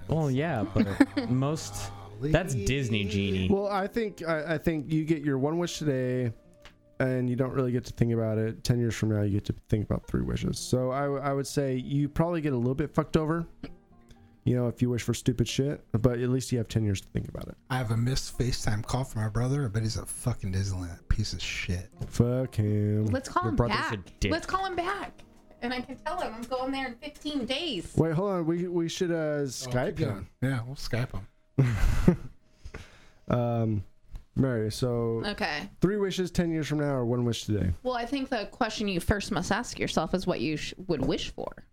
Speaker 6: Well, yeah, but most that's Disney genie.
Speaker 5: Well, I think I, I think you get your one wish today, and you don't really get to think about it. 10 years from now, you get to think about three wishes. So I, w- I would say you probably get a little bit fucked over. You know, if you wish for stupid shit, but at least you have 10 years to think about it.
Speaker 9: I have a missed FaceTime call from my brother. I bet he's a fucking Disneyland piece of shit.
Speaker 5: Fuck him.
Speaker 10: Let's call
Speaker 6: Mm. Your
Speaker 10: him
Speaker 6: brother's a
Speaker 10: back.
Speaker 6: dick.
Speaker 10: Let's call him back. And I can tell him I'm going there in 15 days.
Speaker 5: Wait, hold on. We we should uh, Skype
Speaker 9: Oh, Keep
Speaker 5: him.
Speaker 9: going. Yeah, we'll Skype him.
Speaker 5: Um, Mary. So
Speaker 10: Okay.
Speaker 5: three wishes ten years from now, or one wish today.
Speaker 10: Well, I think the question you first must ask yourself is what you sh- would wish for.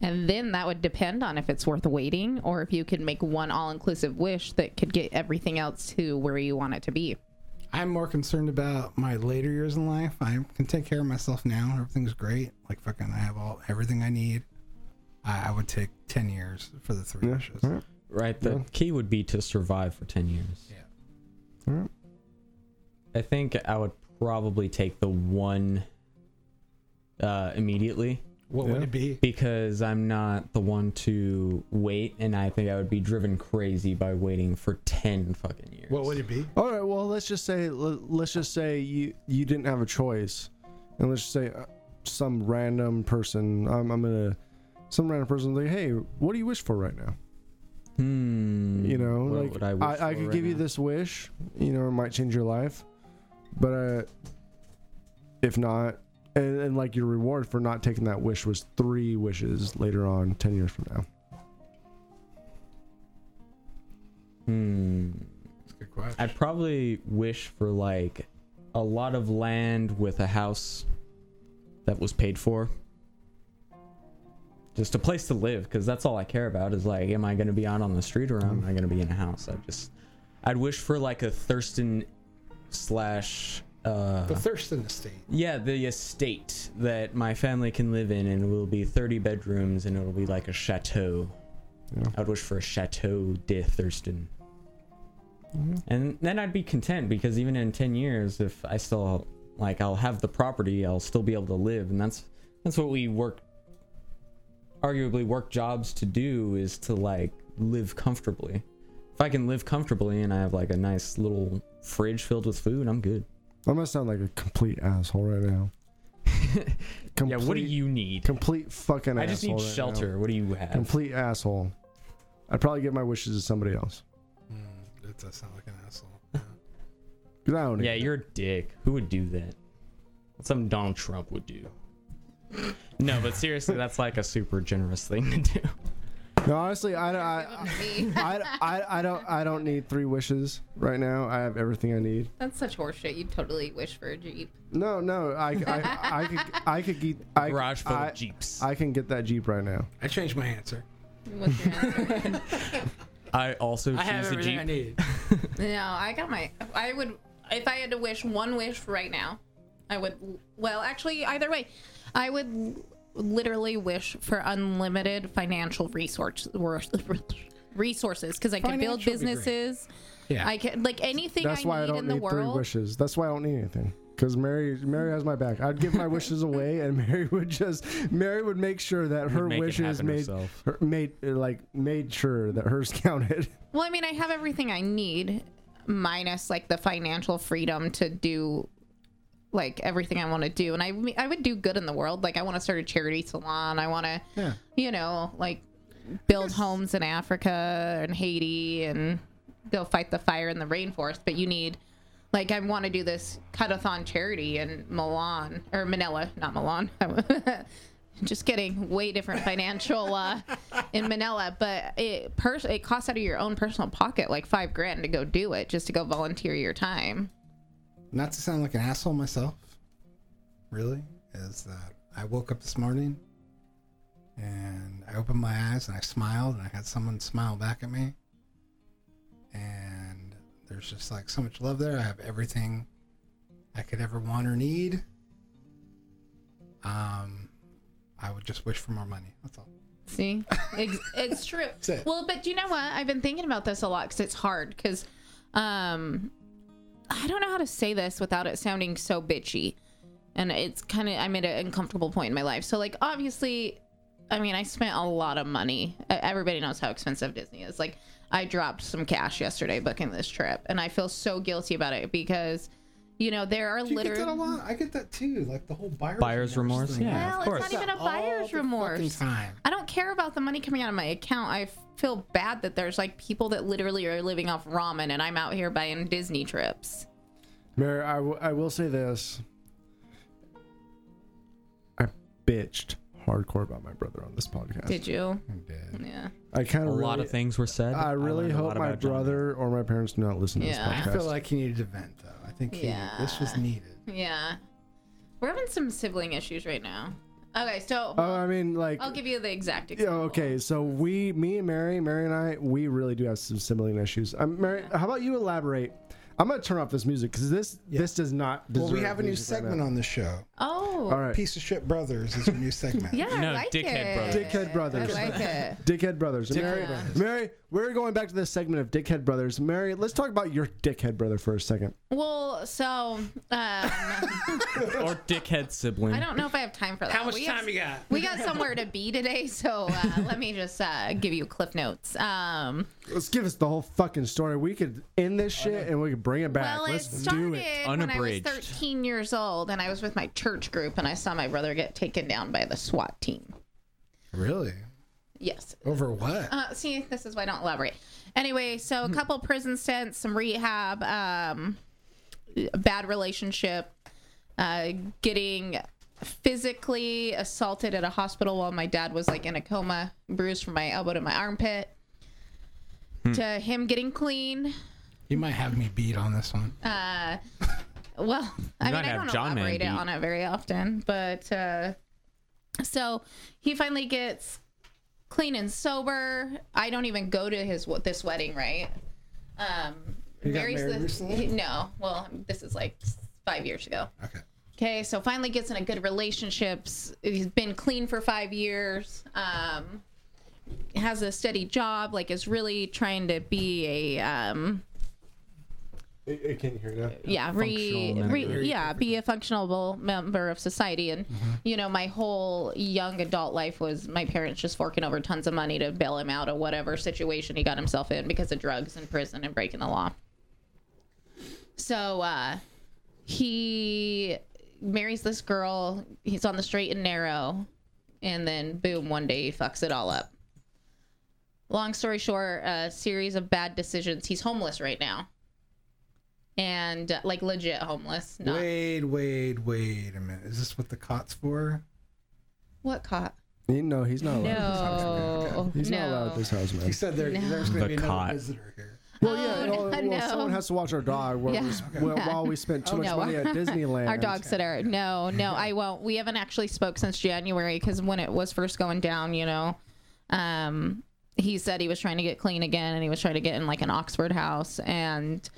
Speaker 10: And then that would depend on if it's worth waiting or if you could make one all inclusive wish that could get everything else to where you want it to be.
Speaker 9: I'm more concerned about my later years in life. I can take care of myself now. Everything's great. Like fucking, I have all everything I need. I, I would take ten years for the three wishes.
Speaker 5: All right.
Speaker 6: Right. The key would be to survive for ten years.
Speaker 5: Alright.
Speaker 6: I think I would probably take the one uh, immediately
Speaker 9: What would it be?
Speaker 6: because I'm not the one to wait, and I think I would be driven crazy by waiting for ten fucking years.
Speaker 9: What would it be?
Speaker 5: All right. Well, let's just say le- let's just say you you didn't have a choice, and let's just say uh, some random person. I'm, I'm gonna some random person like, hey, what do you wish for right now?
Speaker 6: Hmm.
Speaker 5: You know,
Speaker 6: what
Speaker 5: like
Speaker 6: would I, wish
Speaker 5: I, I
Speaker 6: for
Speaker 5: could
Speaker 6: right
Speaker 5: give you
Speaker 6: now?
Speaker 5: this wish. You know, it might change your life, but uh, if not. And, and like your reward for not taking that wish was three wishes later on, ten years from now.
Speaker 6: Hmm.
Speaker 9: Good question.
Speaker 6: I'd probably wish for like a lot of land with a house that was paid for. Just a place to live, because that's all I care about is like, am I gonna be out on the street or am I gonna be in a house? I just I'd wish for like a Thurston slash uh
Speaker 9: The Thurston Estate.
Speaker 6: yeah, the estate that my family can live in and it will be thirty bedrooms and it'll be like a chateau.
Speaker 5: Yeah.
Speaker 6: I'd wish for a chateau de Thurston. Mm-hmm. And then I'd be content because even in 10 years, if I still like, I'll have the property, I'll still be able to live. And that's, that's what we work, arguably work jobs to do is to like live comfortably. If I can live comfortably and I have like a nice little fridge filled with food, I'm good.
Speaker 5: I'm gonna sound like a complete asshole right now.
Speaker 6: yeah. What do
Speaker 5: Complete-
Speaker 6: you need?
Speaker 5: Complete fucking.
Speaker 6: I just need
Speaker 5: asshole right now.
Speaker 6: shelter. What do you have?
Speaker 5: Complete asshole. I'd probably give my wishes to somebody else.
Speaker 9: Mm, that does sound like an asshole. Yeah.
Speaker 5: 'Cause I don't
Speaker 11: Yeah,
Speaker 5: even-
Speaker 11: you're a dick. Who would do that? That's something Donald Trump would do. No, but seriously, that's like a super generous thing to do.
Speaker 5: No, honestly, I, I, I, I, I don't I don't need three wishes right now. I have everything I need.
Speaker 10: That's such horseshit. You totally wish for a Jeep.
Speaker 5: No, no, I, I, I could I could get I,
Speaker 11: Garage full
Speaker 5: I,
Speaker 11: of jeeps.
Speaker 5: I can get that Jeep right now.
Speaker 2: I changed my answer.
Speaker 10: What's your answer?
Speaker 11: I also choose a jeep.
Speaker 2: need.
Speaker 10: no, I got my. I would. If I had to wish one wish right now, I would. Well, actually, either way, I would l- literally wish for unlimited financial resource, wor- resources because I could build
Speaker 2: Financial would be great.
Speaker 10: businesses.
Speaker 2: Yeah.
Speaker 10: I could like anything
Speaker 5: That's
Speaker 10: I
Speaker 5: why
Speaker 10: need
Speaker 5: I
Speaker 10: in
Speaker 5: don't
Speaker 10: the
Speaker 5: need three
Speaker 10: world.
Speaker 5: wishes. That's why I don't need anything. Because Mary, Mary has my back. I'd give my wishes away, and Mary would just, Mary would make sure that her
Speaker 11: make it
Speaker 5: wishes
Speaker 11: happen
Speaker 5: made,
Speaker 11: herself.
Speaker 5: her, made uh, like made sure that hers counted.
Speaker 10: Well, I mean, I have everything I need, minus like the financial freedom to do like everything I want to do, and I I would do good in the world. Like I want to start a charity salon. I want to, you know, like build homes in Africa and Haiti and go fight the fire in the rainforest. But you need. Like I want to do this cuttathon charity in Milan or Manila, not Milan. Just kidding. Way different financial uh, in Manila, but it pers- it costs out of your own personal pocket like five grand to go do it, just to go volunteer your time.
Speaker 2: Not to sound like an asshole myself, really, is that I woke up this morning and I opened my eyes and I smiled and I had someone smile back at me. And there's just like so much love there. I have everything I could ever want or need. Um, I would just wish for more money. That's all.
Speaker 10: See, it's, it's true.
Speaker 2: it.
Speaker 10: Well, but you know what? I've been thinking about this a lot because it's hard. Because um, I don't know how to say this without it sounding so bitchy, and it's kind of I'm at an uncomfortable point in my life. So like, obviously, I mean, I spent a lot of money. E- Everybody knows how expensive Disney is. Like, I dropped some cash yesterday booking this trip, and I feel so guilty about it because. You know there are
Speaker 9: Do you get
Speaker 10: literally
Speaker 9: that a lot? I get that too. Like the whole buyer's,
Speaker 11: Buyer's remorse?
Speaker 9: thing.
Speaker 11: Yeah.
Speaker 10: Well,
Speaker 11: of
Speaker 10: it's
Speaker 11: course.
Speaker 10: not even a
Speaker 9: All
Speaker 10: buyer's
Speaker 9: the fucking
Speaker 10: remorse.
Speaker 9: time.
Speaker 10: I don't care about the money coming out of my account. I feel bad that there's like people that literally are living off ramen and I'm out here buying Disney trips.
Speaker 5: Mary, I, w- I will say this. I bitched hardcore about my brother on this podcast.
Speaker 10: Did you?
Speaker 2: I'm dead.
Speaker 10: Yeah.
Speaker 5: I kind
Speaker 6: A
Speaker 5: of
Speaker 6: lot of things were said.
Speaker 5: I really
Speaker 6: learned a
Speaker 5: hope
Speaker 6: lot
Speaker 5: my
Speaker 6: about John.
Speaker 5: brother or my parents do not listen
Speaker 10: Yeah. I
Speaker 5: to
Speaker 2: I
Speaker 5: this
Speaker 2: feel
Speaker 5: podcast.
Speaker 2: like he needed a vent though. I think he, this was
Speaker 10: Yeah.
Speaker 2: needed.
Speaker 10: Yeah. We're having some sibling issues right now. Okay, so
Speaker 5: Oh, I mean, like,
Speaker 10: I'll give you the exact
Speaker 5: yeah,
Speaker 10: example.
Speaker 5: okay. So we, me and Mary, Mary and I, we really do have some sibling issues. Um, Mary, how about you elaborate? I'm gonna turn off this music because this this does not. Deserve
Speaker 2: Well, we have a new
Speaker 5: music right now.
Speaker 2: segment on the show.
Speaker 10: Oh.
Speaker 5: All right,
Speaker 2: Piece of shit brothers is a new segment.
Speaker 10: Yeah, I
Speaker 11: No,
Speaker 10: like
Speaker 11: dickhead
Speaker 10: it.
Speaker 11: brothers.
Speaker 5: Dickhead brothers.
Speaker 10: I like it.
Speaker 5: Dickhead Brothers.
Speaker 2: Dickhead
Speaker 5: Mary,
Speaker 2: Brothers.
Speaker 5: Mary, we're going back to this segment of Dickhead Brothers. Mary, let's talk about your Dickhead brother for a second.
Speaker 10: Well, so um,
Speaker 11: or dickhead sibling.
Speaker 10: I don't know if I have time for that. How much time you got? We got somewhere to be today, so uh, let me just uh, give you cliff notes. Um,
Speaker 5: Let's give us the whole fucking story. We could end this shit and we could bring it back.
Speaker 10: well, it
Speaker 5: let's
Speaker 10: started
Speaker 5: do it.
Speaker 10: when I was
Speaker 11: Unabridged.
Speaker 10: 13 years old, and I was with my church group, and I saw my brother get taken down by the SWAT team.
Speaker 2: Really?
Speaker 10: Yes.
Speaker 2: Over what?
Speaker 10: Uh, see, this is why I don't elaborate. Anyway, so a couple prison stints, some rehab, um, bad relationship, uh, getting physically assaulted at a hospital while my dad was like in a coma, bruised from my elbow to my armpit, to him getting clean.
Speaker 2: You might have me beat on this one.
Speaker 10: Uh, well, I mean,
Speaker 11: might
Speaker 10: I
Speaker 11: have
Speaker 10: don't
Speaker 11: John Man
Speaker 10: elaborate it
Speaker 11: beat.
Speaker 10: on it very often, but uh, so he finally gets clean and sober. I don't even go to his this wedding, right? Um,
Speaker 2: You got
Speaker 10: Mary's
Speaker 2: married
Speaker 10: the-
Speaker 2: recently?
Speaker 10: no. Well, this is like five years ago.
Speaker 2: Okay.
Speaker 10: Okay, so finally gets in a good relationships. He's been clean for five years. Um, has a steady job. Like is really trying to be a um,
Speaker 5: It, it can hear now.
Speaker 10: yeah re,
Speaker 11: functional
Speaker 10: re-
Speaker 11: member. Mm-hmm.
Speaker 10: yeah be a functional member of society and you know my whole young adult life was my parents just forking over tons of money to bail him out of whatever situation he got himself in because of drugs and prison and breaking the law so uh he marries this girl he's on the straight and narrow and then boom one day he fucks it all up long story short a series of bad decisions he's homeless right now and uh, like legit homeless. Not
Speaker 2: Wait, wait, wait a minute. Is this what the cot's for?
Speaker 10: what caught.
Speaker 5: He- No, he's not allowed.
Speaker 10: No,
Speaker 5: He's not allowed
Speaker 10: no.
Speaker 5: at this house, man.
Speaker 2: He said there,
Speaker 10: No.
Speaker 2: there's going
Speaker 12: The
Speaker 2: to be another
Speaker 12: cot.
Speaker 2: visitor here.
Speaker 5: Well, yeah, and all-
Speaker 10: no,
Speaker 5: well,
Speaker 10: no.
Speaker 5: someone has to watch our dog while,
Speaker 10: Yeah. Oh,
Speaker 5: we, well, while we spent too much
Speaker 10: No.
Speaker 5: money at Disneyland.
Speaker 10: Our dog sitter. No, no, I won't. We haven't actually spoke since January because when it was first going down, you know, um, he said he was trying to get clean again and he was trying to get in like an Oxford house and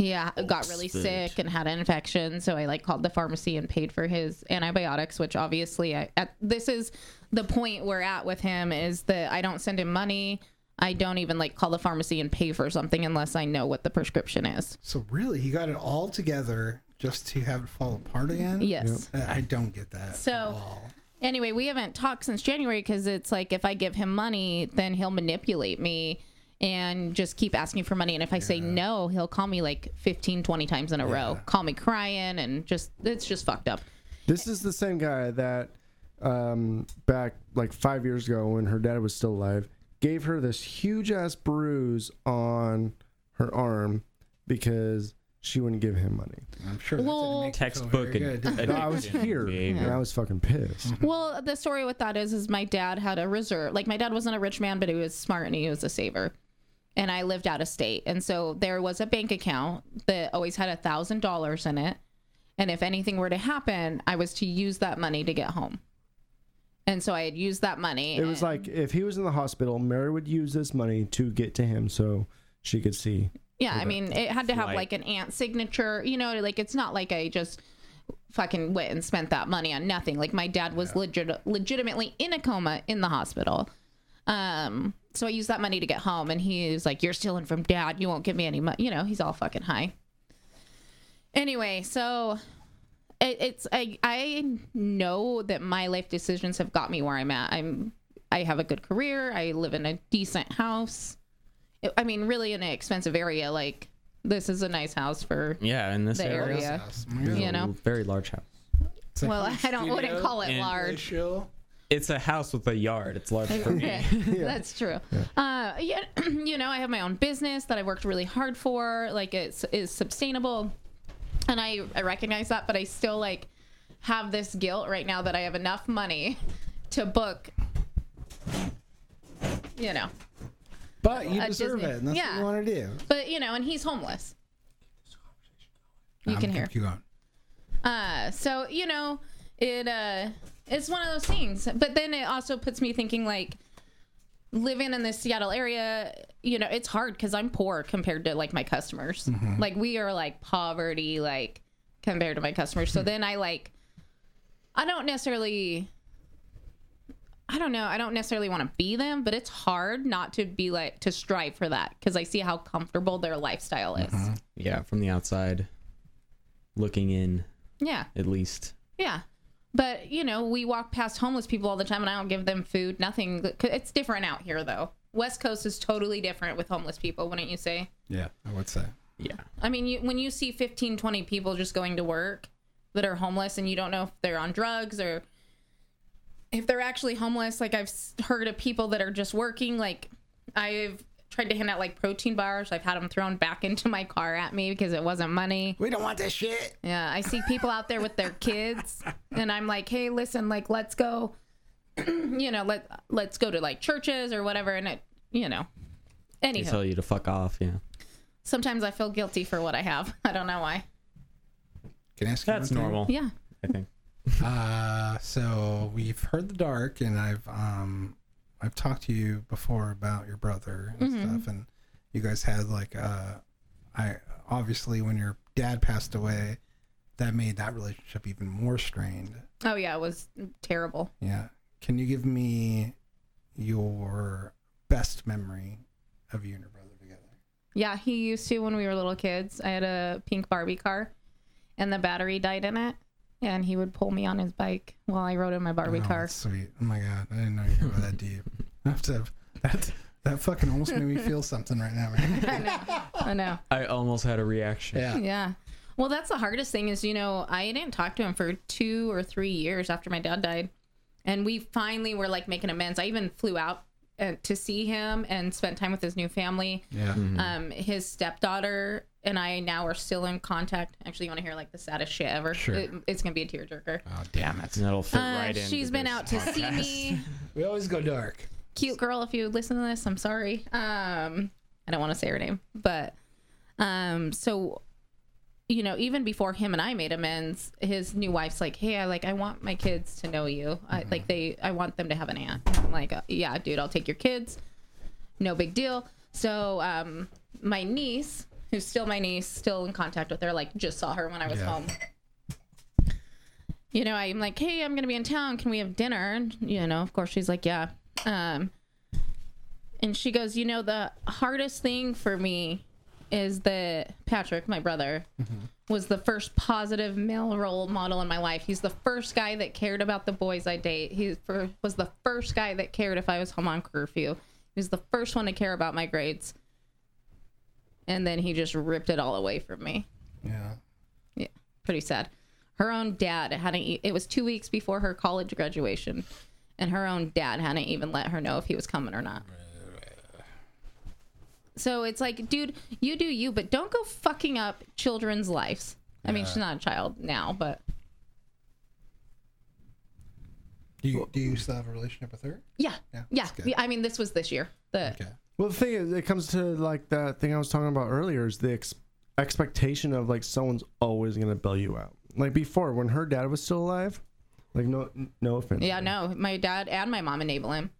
Speaker 10: yeah, got really
Speaker 13: Oxford.
Speaker 10: sick and had an infection. So I like called the pharmacy and paid for his antibiotics, which obviously I, at, this is the point we're at with him is that I don't send him money. I don't even like call the pharmacy and pay for something unless I know what the prescription is.
Speaker 2: So really, he got it all together just to have it fall apart again? Uh,
Speaker 10: Yes.
Speaker 2: I I don't get that.
Speaker 10: So-
Speaker 2: at all.
Speaker 10: Anyway, we haven't talked since January because it's like if I give him money, then he'll manipulate me and just keep asking for money. And if I say no, he'll call me like 15, 20 times in a row, call me crying, and just it's just fucked up.
Speaker 5: This is the same guy that um, back like five years ago when her dad was still alive gave her this huge ass bruise on her arm because she wouldn't give him money.
Speaker 2: I'm sure that
Speaker 10: Well-
Speaker 2: didn't make you feel
Speaker 6: Textbook
Speaker 2: very good, did it?
Speaker 5: No, I was
Speaker 6: addiction
Speaker 5: here
Speaker 6: behavior.
Speaker 5: and I was fucking pissed.
Speaker 10: Well, the story with that is, is my dad had a reserve. Like my dad wasn't a rich man, but he was smart and he was a saver. And I lived out of state, and so there was a bank account that always had a thousand dollars in it. And if anything were to happen, I was to use that money to get home. And so I had used that money.
Speaker 5: It was
Speaker 10: and-
Speaker 5: like if he was in the hospital, Mary would use this money to get to him so she could see.
Speaker 10: Yeah, I mean, it had to have
Speaker 6: Flight.
Speaker 10: like an aunt signature, you know, like it's not like I just fucking went and spent that money on nothing. Like my dad was legit legitimately in a coma in the hospital. Um, so I used that money to get home and he was like, You're stealing from dad, you won't give me any money you know, he's all fucking high. Anyway, so it, it's I I know that my life decisions have got me where I'm at. I'm I have a good career, I live in a decent house. I mean, really in an expensive area. Like this is a nice house for
Speaker 6: Yeah, in this
Speaker 10: the
Speaker 6: area.
Speaker 10: area.
Speaker 6: There's
Speaker 10: you
Speaker 6: a
Speaker 10: know?
Speaker 6: very large house.
Speaker 2: It's a
Speaker 10: Well,
Speaker 2: huge
Speaker 10: I don't wouldn't
Speaker 2: studio,
Speaker 10: call it
Speaker 6: and-
Speaker 2: really
Speaker 10: large.
Speaker 2: chill.
Speaker 6: It's a house with a yard. It's large for me.
Speaker 10: Okay, that's true. Uh, yeah, you know, I have my own business that I worked really hard for. Like it's is sustainable, and I I recognize that, but I still like have this guilt right now that I have enough money to book. You know,
Speaker 2: But you
Speaker 10: Uh,
Speaker 2: deserve
Speaker 10: Disney.
Speaker 2: it, and that's
Speaker 10: Yeah.
Speaker 2: what you want to do.
Speaker 10: but you know, and he's homeless. You
Speaker 2: I'm
Speaker 10: can
Speaker 2: gonna
Speaker 10: hear.
Speaker 2: keep You going.
Speaker 10: Uh, so you know, it uh, it's one of those things. But then it also puts me thinking like living in the Seattle area. You know, it's hard because I'm poor compared to like my customers. Like we are like poverty like compared to my customers. So then I like, I don't necessarily. I don't know. I don't necessarily want to be them, but it's hard not to be like to strive for that because I see how comfortable their lifestyle is.
Speaker 6: Yeah, from the outside, looking in
Speaker 10: Yeah.
Speaker 6: at least.
Speaker 10: Yeah. But, you know, we walk past homeless people all the time and I don't give them food, nothing. It's different out here, though. West Coast is totally different with homeless people, wouldn't you say?
Speaker 2: Yeah, I would say.
Speaker 6: Yeah,
Speaker 10: I mean, you, when you see 15, 20 people just going to work that are homeless and you don't know if they're on drugs or if they're actually homeless, like I've s- heard of people that are just working, like I've tried to hand out like protein bars. I've had them thrown back into my car at me because it wasn't money.
Speaker 14: We don't want this shit.
Speaker 10: Yeah, I see people out there with their kids, and I'm like, hey, listen, like, let's go, you know, let let's go to like churches or whatever, and it, you know,
Speaker 6: they
Speaker 10: anyhow.
Speaker 6: tell you to fuck off. Yeah,
Speaker 10: Sometimes I feel guilty for what I have. I don't know why.
Speaker 2: Can I ask you
Speaker 6: that's
Speaker 2: one thing?
Speaker 6: normal.
Speaker 10: Yeah,
Speaker 6: I think.
Speaker 2: Uh, so we've heard the dark, and I've um, I've talked to you before about your brother and stuff, and you guys had like uh, I obviously when your dad passed away, that made that relationship even more strained.
Speaker 10: oh yeah, it was terrible.
Speaker 2: Yeah, can you give me your best memory of you and your brother together?
Speaker 10: Yeah, he used to when we were little kids. I had a pink Barbie car, and the battery died in it, and he would pull me on his bike while I rode in my Barbie
Speaker 2: Oh,
Speaker 10: car.
Speaker 2: that's sweet. Oh my god, I didn't know you were that deep. I have to. That that fucking almost made me feel something right now. Man.
Speaker 10: I know. I know.
Speaker 6: I almost had a reaction.
Speaker 2: Yeah.
Speaker 10: Yeah. Well, that's the hardest thing is, you know, I didn't talk to him for two or three years after my dad died. And we finally were like making amends. I even flew out uh, to see him and spent time with his new family.
Speaker 2: Yeah. Mhm.
Speaker 10: Um, his stepdaughter and I now are still in contact. Actually, you want to hear like the saddest shit ever?
Speaker 2: Sure.
Speaker 10: It- it's gonna be a tearjerker.
Speaker 2: Oh damn it!
Speaker 11: That'll fit
Speaker 10: Uh,
Speaker 11: right in.
Speaker 10: she's been out to see me.
Speaker 2: We always go dark.
Speaker 10: Cute girl, if you listen to this, I'm sorry. Um, I don't want to say her name, but um, so you know, even before him and I made amends, his new wife's like, "Hey, I like, I want my kids to know you. I, like, they, I want them to have an aunt." I'm like, uh, "Yeah, dude, I'll take your kids. No big deal." So, um, my niece, who's still my niece, still in contact with her, like, just saw her when I was
Speaker 15: Yeah.
Speaker 10: home. You know, I'm like, "Hey, I'm gonna be in town. Can we have dinner?" And you know, of course, she's like, "Yeah." Um, and she goes, "You know, the hardest thing for me is that Patrick, my brother, was the first positive male role model in my life. He's the first guy that cared about the boys I date. He fir- was the first guy that cared if I was home on curfew. He was the first one to care about my grades. And then he just ripped it all away from me.
Speaker 9: Yeah.
Speaker 10: Yeah, pretty sad. Her own dad hadn't. e- It was two weeks before her college graduation, and her own dad hadn't even let her know if he was coming or not. So it's like, dude, you do you, but don't go fucking up children's lives. I mean,
Speaker 9: Yeah.
Speaker 10: she's not a child now, but
Speaker 9: Do you do you still have a relationship with her?
Speaker 10: yeah,
Speaker 9: Yeah,
Speaker 10: yeah. yeah.
Speaker 9: that's good.
Speaker 10: I mean, this was this year. The
Speaker 5: Well, the thing is, it comes to like that thing I was talking about earlier is the ex- expectation of like someone's always gonna bail you out. Like before, when her dad was still alive, like no, no offense,
Speaker 10: yeah, no, my dad and my mom enable him.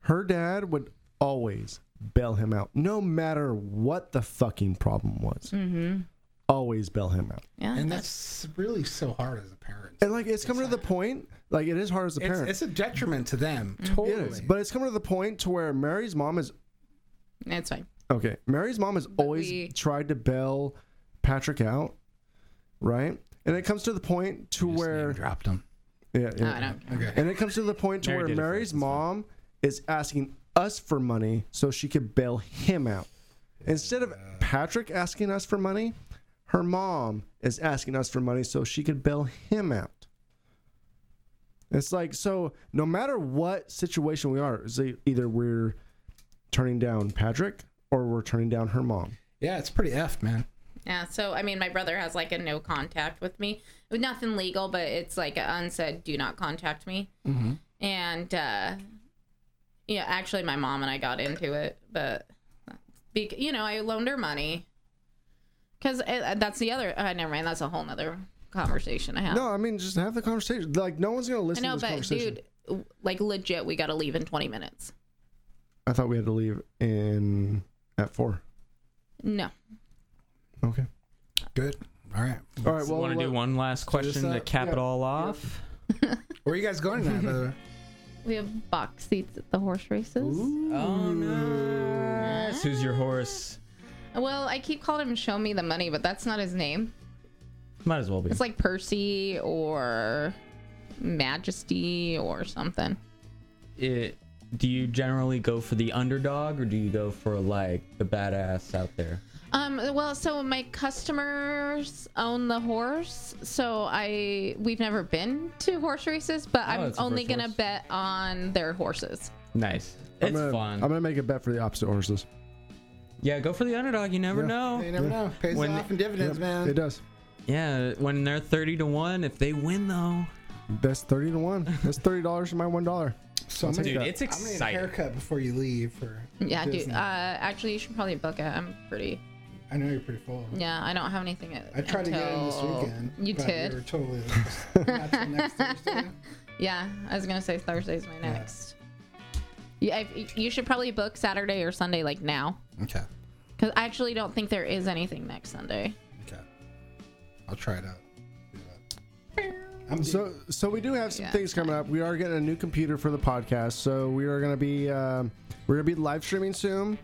Speaker 5: her dad would always bail him out, no matter what the fucking problem was.
Speaker 10: Mm-hmm.
Speaker 5: Always bail him out.
Speaker 10: Yeah,
Speaker 9: and that's really so hard as a parent.
Speaker 5: And like it's come to the point, like it is hard as a
Speaker 9: It's,
Speaker 5: parent.
Speaker 9: it's a detriment to them.
Speaker 5: Mm-hmm. It
Speaker 9: Totally.
Speaker 5: is, but it's come to the point to where Mary's mom is
Speaker 10: That's fine.
Speaker 5: Okay. Mary's mom has always
Speaker 10: we-
Speaker 5: tried to bail Patrick out, right? And it comes to the point to where
Speaker 2: dropped him.
Speaker 5: Yeah, yeah.
Speaker 10: I don't.
Speaker 5: And it comes to the point to
Speaker 11: Mary
Speaker 5: where
Speaker 11: did it first,
Speaker 5: Mary's mom is asking us for money so she could bail him out. Instead of Patrick asking us for money, her mom is asking us for money so she could bail him out. It's like so no matter what situation we are, is it either we're turning down Patrick or we're turning down her mom.
Speaker 9: yeah, it's pretty effed, man.
Speaker 10: Yeah, so I mean, my brother has like a no contact with me. Nothing legal, but it's like an unsaid do not contact me.
Speaker 2: Mm-hmm.
Speaker 10: And uh, yeah, actually, my mom and I got into it, but bec- you know, I loaned her money because that's the other. Uh, never mind, that's a whole nother conversation I have.
Speaker 5: No, I mean just have the conversation. Like no one's gonna
Speaker 10: I
Speaker 5: listen
Speaker 10: know,
Speaker 5: to this
Speaker 10: but
Speaker 5: conversation.
Speaker 10: dude, w- like legit, we got to leave in twenty minutes.
Speaker 5: I thought we had to leave in at four.
Speaker 10: No,
Speaker 5: Okay.
Speaker 9: Good. All right.
Speaker 5: All right. Well,
Speaker 11: Want to do
Speaker 5: let-
Speaker 11: one last question to
Speaker 9: up.
Speaker 11: cap it
Speaker 5: uh, Yeah.
Speaker 11: all off?
Speaker 9: Where are you guys going tonight, by the way?
Speaker 10: we have box seats at the horse races.
Speaker 11: Oh,
Speaker 5: Hmm.
Speaker 11: nice. Who's your horse?
Speaker 10: Well, I keep calling him "Show Me the Money," but that's not his name.
Speaker 11: Might as well be.
Speaker 10: It's like Percy or Majesty or something.
Speaker 6: It, do you generally go for the underdog or do you go for like the badass out there?
Speaker 10: Um, well, so my customers own the horse, so I we've never been to horse races, but
Speaker 9: Oh,
Speaker 10: I'm
Speaker 6: it's the
Speaker 10: only
Speaker 6: first
Speaker 10: gonna
Speaker 6: horse.
Speaker 10: bet on their horses.
Speaker 6: Nice.
Speaker 5: I'm
Speaker 6: It's
Speaker 5: gonna,
Speaker 6: fun.
Speaker 5: I'm gonna make a bet for the opposite horses.
Speaker 6: yeah, go for the underdog. You never
Speaker 5: Yeah.
Speaker 6: know.
Speaker 9: You never know. Pays
Speaker 6: When-
Speaker 9: off in dividends, man.
Speaker 5: It does.
Speaker 6: Yeah, when they're 30 to 1, if they win though.
Speaker 5: That's thirty to one. That's thirty dollars for my one dollar.
Speaker 9: So
Speaker 5: I'll
Speaker 9: I'm
Speaker 5: take
Speaker 9: gonna,
Speaker 11: Dude, it's
Speaker 5: that.
Speaker 9: I'm gonna need a
Speaker 11: exciting.
Speaker 9: haircut before you leave for
Speaker 10: Yeah, dude.
Speaker 9: Disney.
Speaker 10: Uh, actually, you should probably book it. I'm pretty.
Speaker 9: I know you're pretty full.
Speaker 10: Yeah, I don't have anything. At,
Speaker 9: I tried to get in this
Speaker 10: until-
Speaker 9: weekend.
Speaker 10: You
Speaker 9: but
Speaker 10: did.
Speaker 9: We were totally not till next Thursday.
Speaker 10: Yeah, I was gonna say Thursday's my next. Yeah, if, you should probably book Saturday or Sunday like now,
Speaker 9: Okay.
Speaker 10: because I actually don't think there is anything next Sunday.
Speaker 9: Okay. I'll try it out. Do that. I'm
Speaker 5: So, so we do have some
Speaker 10: Yeah.
Speaker 5: things coming up. We are getting a new computer for the podcast, so we are gonna be um, we're gonna be live streaming soon.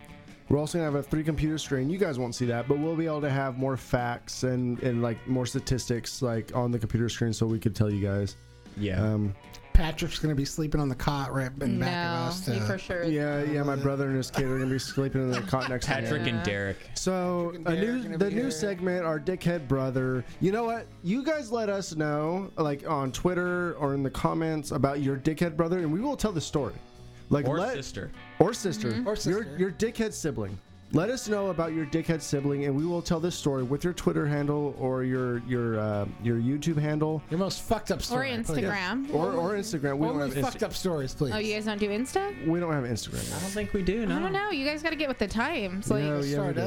Speaker 5: We're also gonna have a three computer screen. You guys won't see that, but we'll be able to have more facts and and like more statistics like on the computer screen, so we could tell you guys.
Speaker 6: Yeah.
Speaker 5: Um,
Speaker 9: Patrick's gonna be sleeping on the cot right in back of
Speaker 10: no,
Speaker 9: us.
Speaker 10: he
Speaker 9: to-
Speaker 10: for sure. is-
Speaker 5: yeah, yeah. My brother and his kid are gonna be sleeping in the cot next to me.
Speaker 6: Patrick
Speaker 10: Yeah.
Speaker 6: and Derek.
Speaker 5: So
Speaker 9: Patrick and
Speaker 5: a
Speaker 9: Derek are
Speaker 5: new
Speaker 9: gonna
Speaker 5: the
Speaker 9: be
Speaker 5: new
Speaker 9: here.
Speaker 5: segment, our dickhead brother. You know what? You guys let us know, like on Twitter or in the comments, about your dickhead brother, and we will tell the story. Like
Speaker 11: Or
Speaker 5: let,
Speaker 11: sister.
Speaker 5: or sister
Speaker 2: Mm-hmm.
Speaker 11: Mhm. Or sister.
Speaker 5: your your dickhead sibling. Let us know about your dickhead sibling, and we will tell this story with your Twitter handle or your your uh, your YouTube handle,
Speaker 2: your most fucked up
Speaker 10: story, Or please. Instagram.
Speaker 5: or or Instagram. We
Speaker 2: Only
Speaker 5: don't have
Speaker 2: fucked up stories, please.
Speaker 10: Oh, you guys don't do Insta?
Speaker 5: We don't have Instagram.
Speaker 11: I don't think we do.
Speaker 10: I don't know. You guys got to get with the times. Like,
Speaker 5: Yeah, yeah, we do. We do.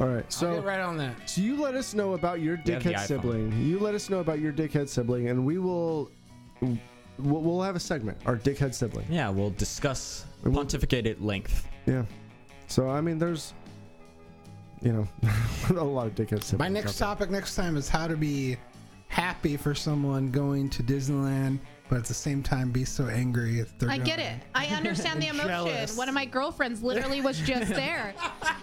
Speaker 5: All right, so
Speaker 2: get right on that.
Speaker 5: So you let us know about your
Speaker 2: You have the
Speaker 5: dickhead
Speaker 2: iPhone.
Speaker 5: sibling. You let us know about your dickhead sibling, and we will we'll, we'll have a segment. Our dickhead sibling.
Speaker 6: Yeah, we'll discuss pontificate at length.
Speaker 5: Yeah. So I mean, there's you know a lot of dickhead siblings.
Speaker 9: My next
Speaker 5: out
Speaker 9: topic next time is how to be happy for someone going to Disneyland, but at the same time be so angry if they're
Speaker 10: I get
Speaker 9: going.
Speaker 10: it. I understand the emotion.
Speaker 9: Jealous.
Speaker 10: One of my girlfriends literally was just there.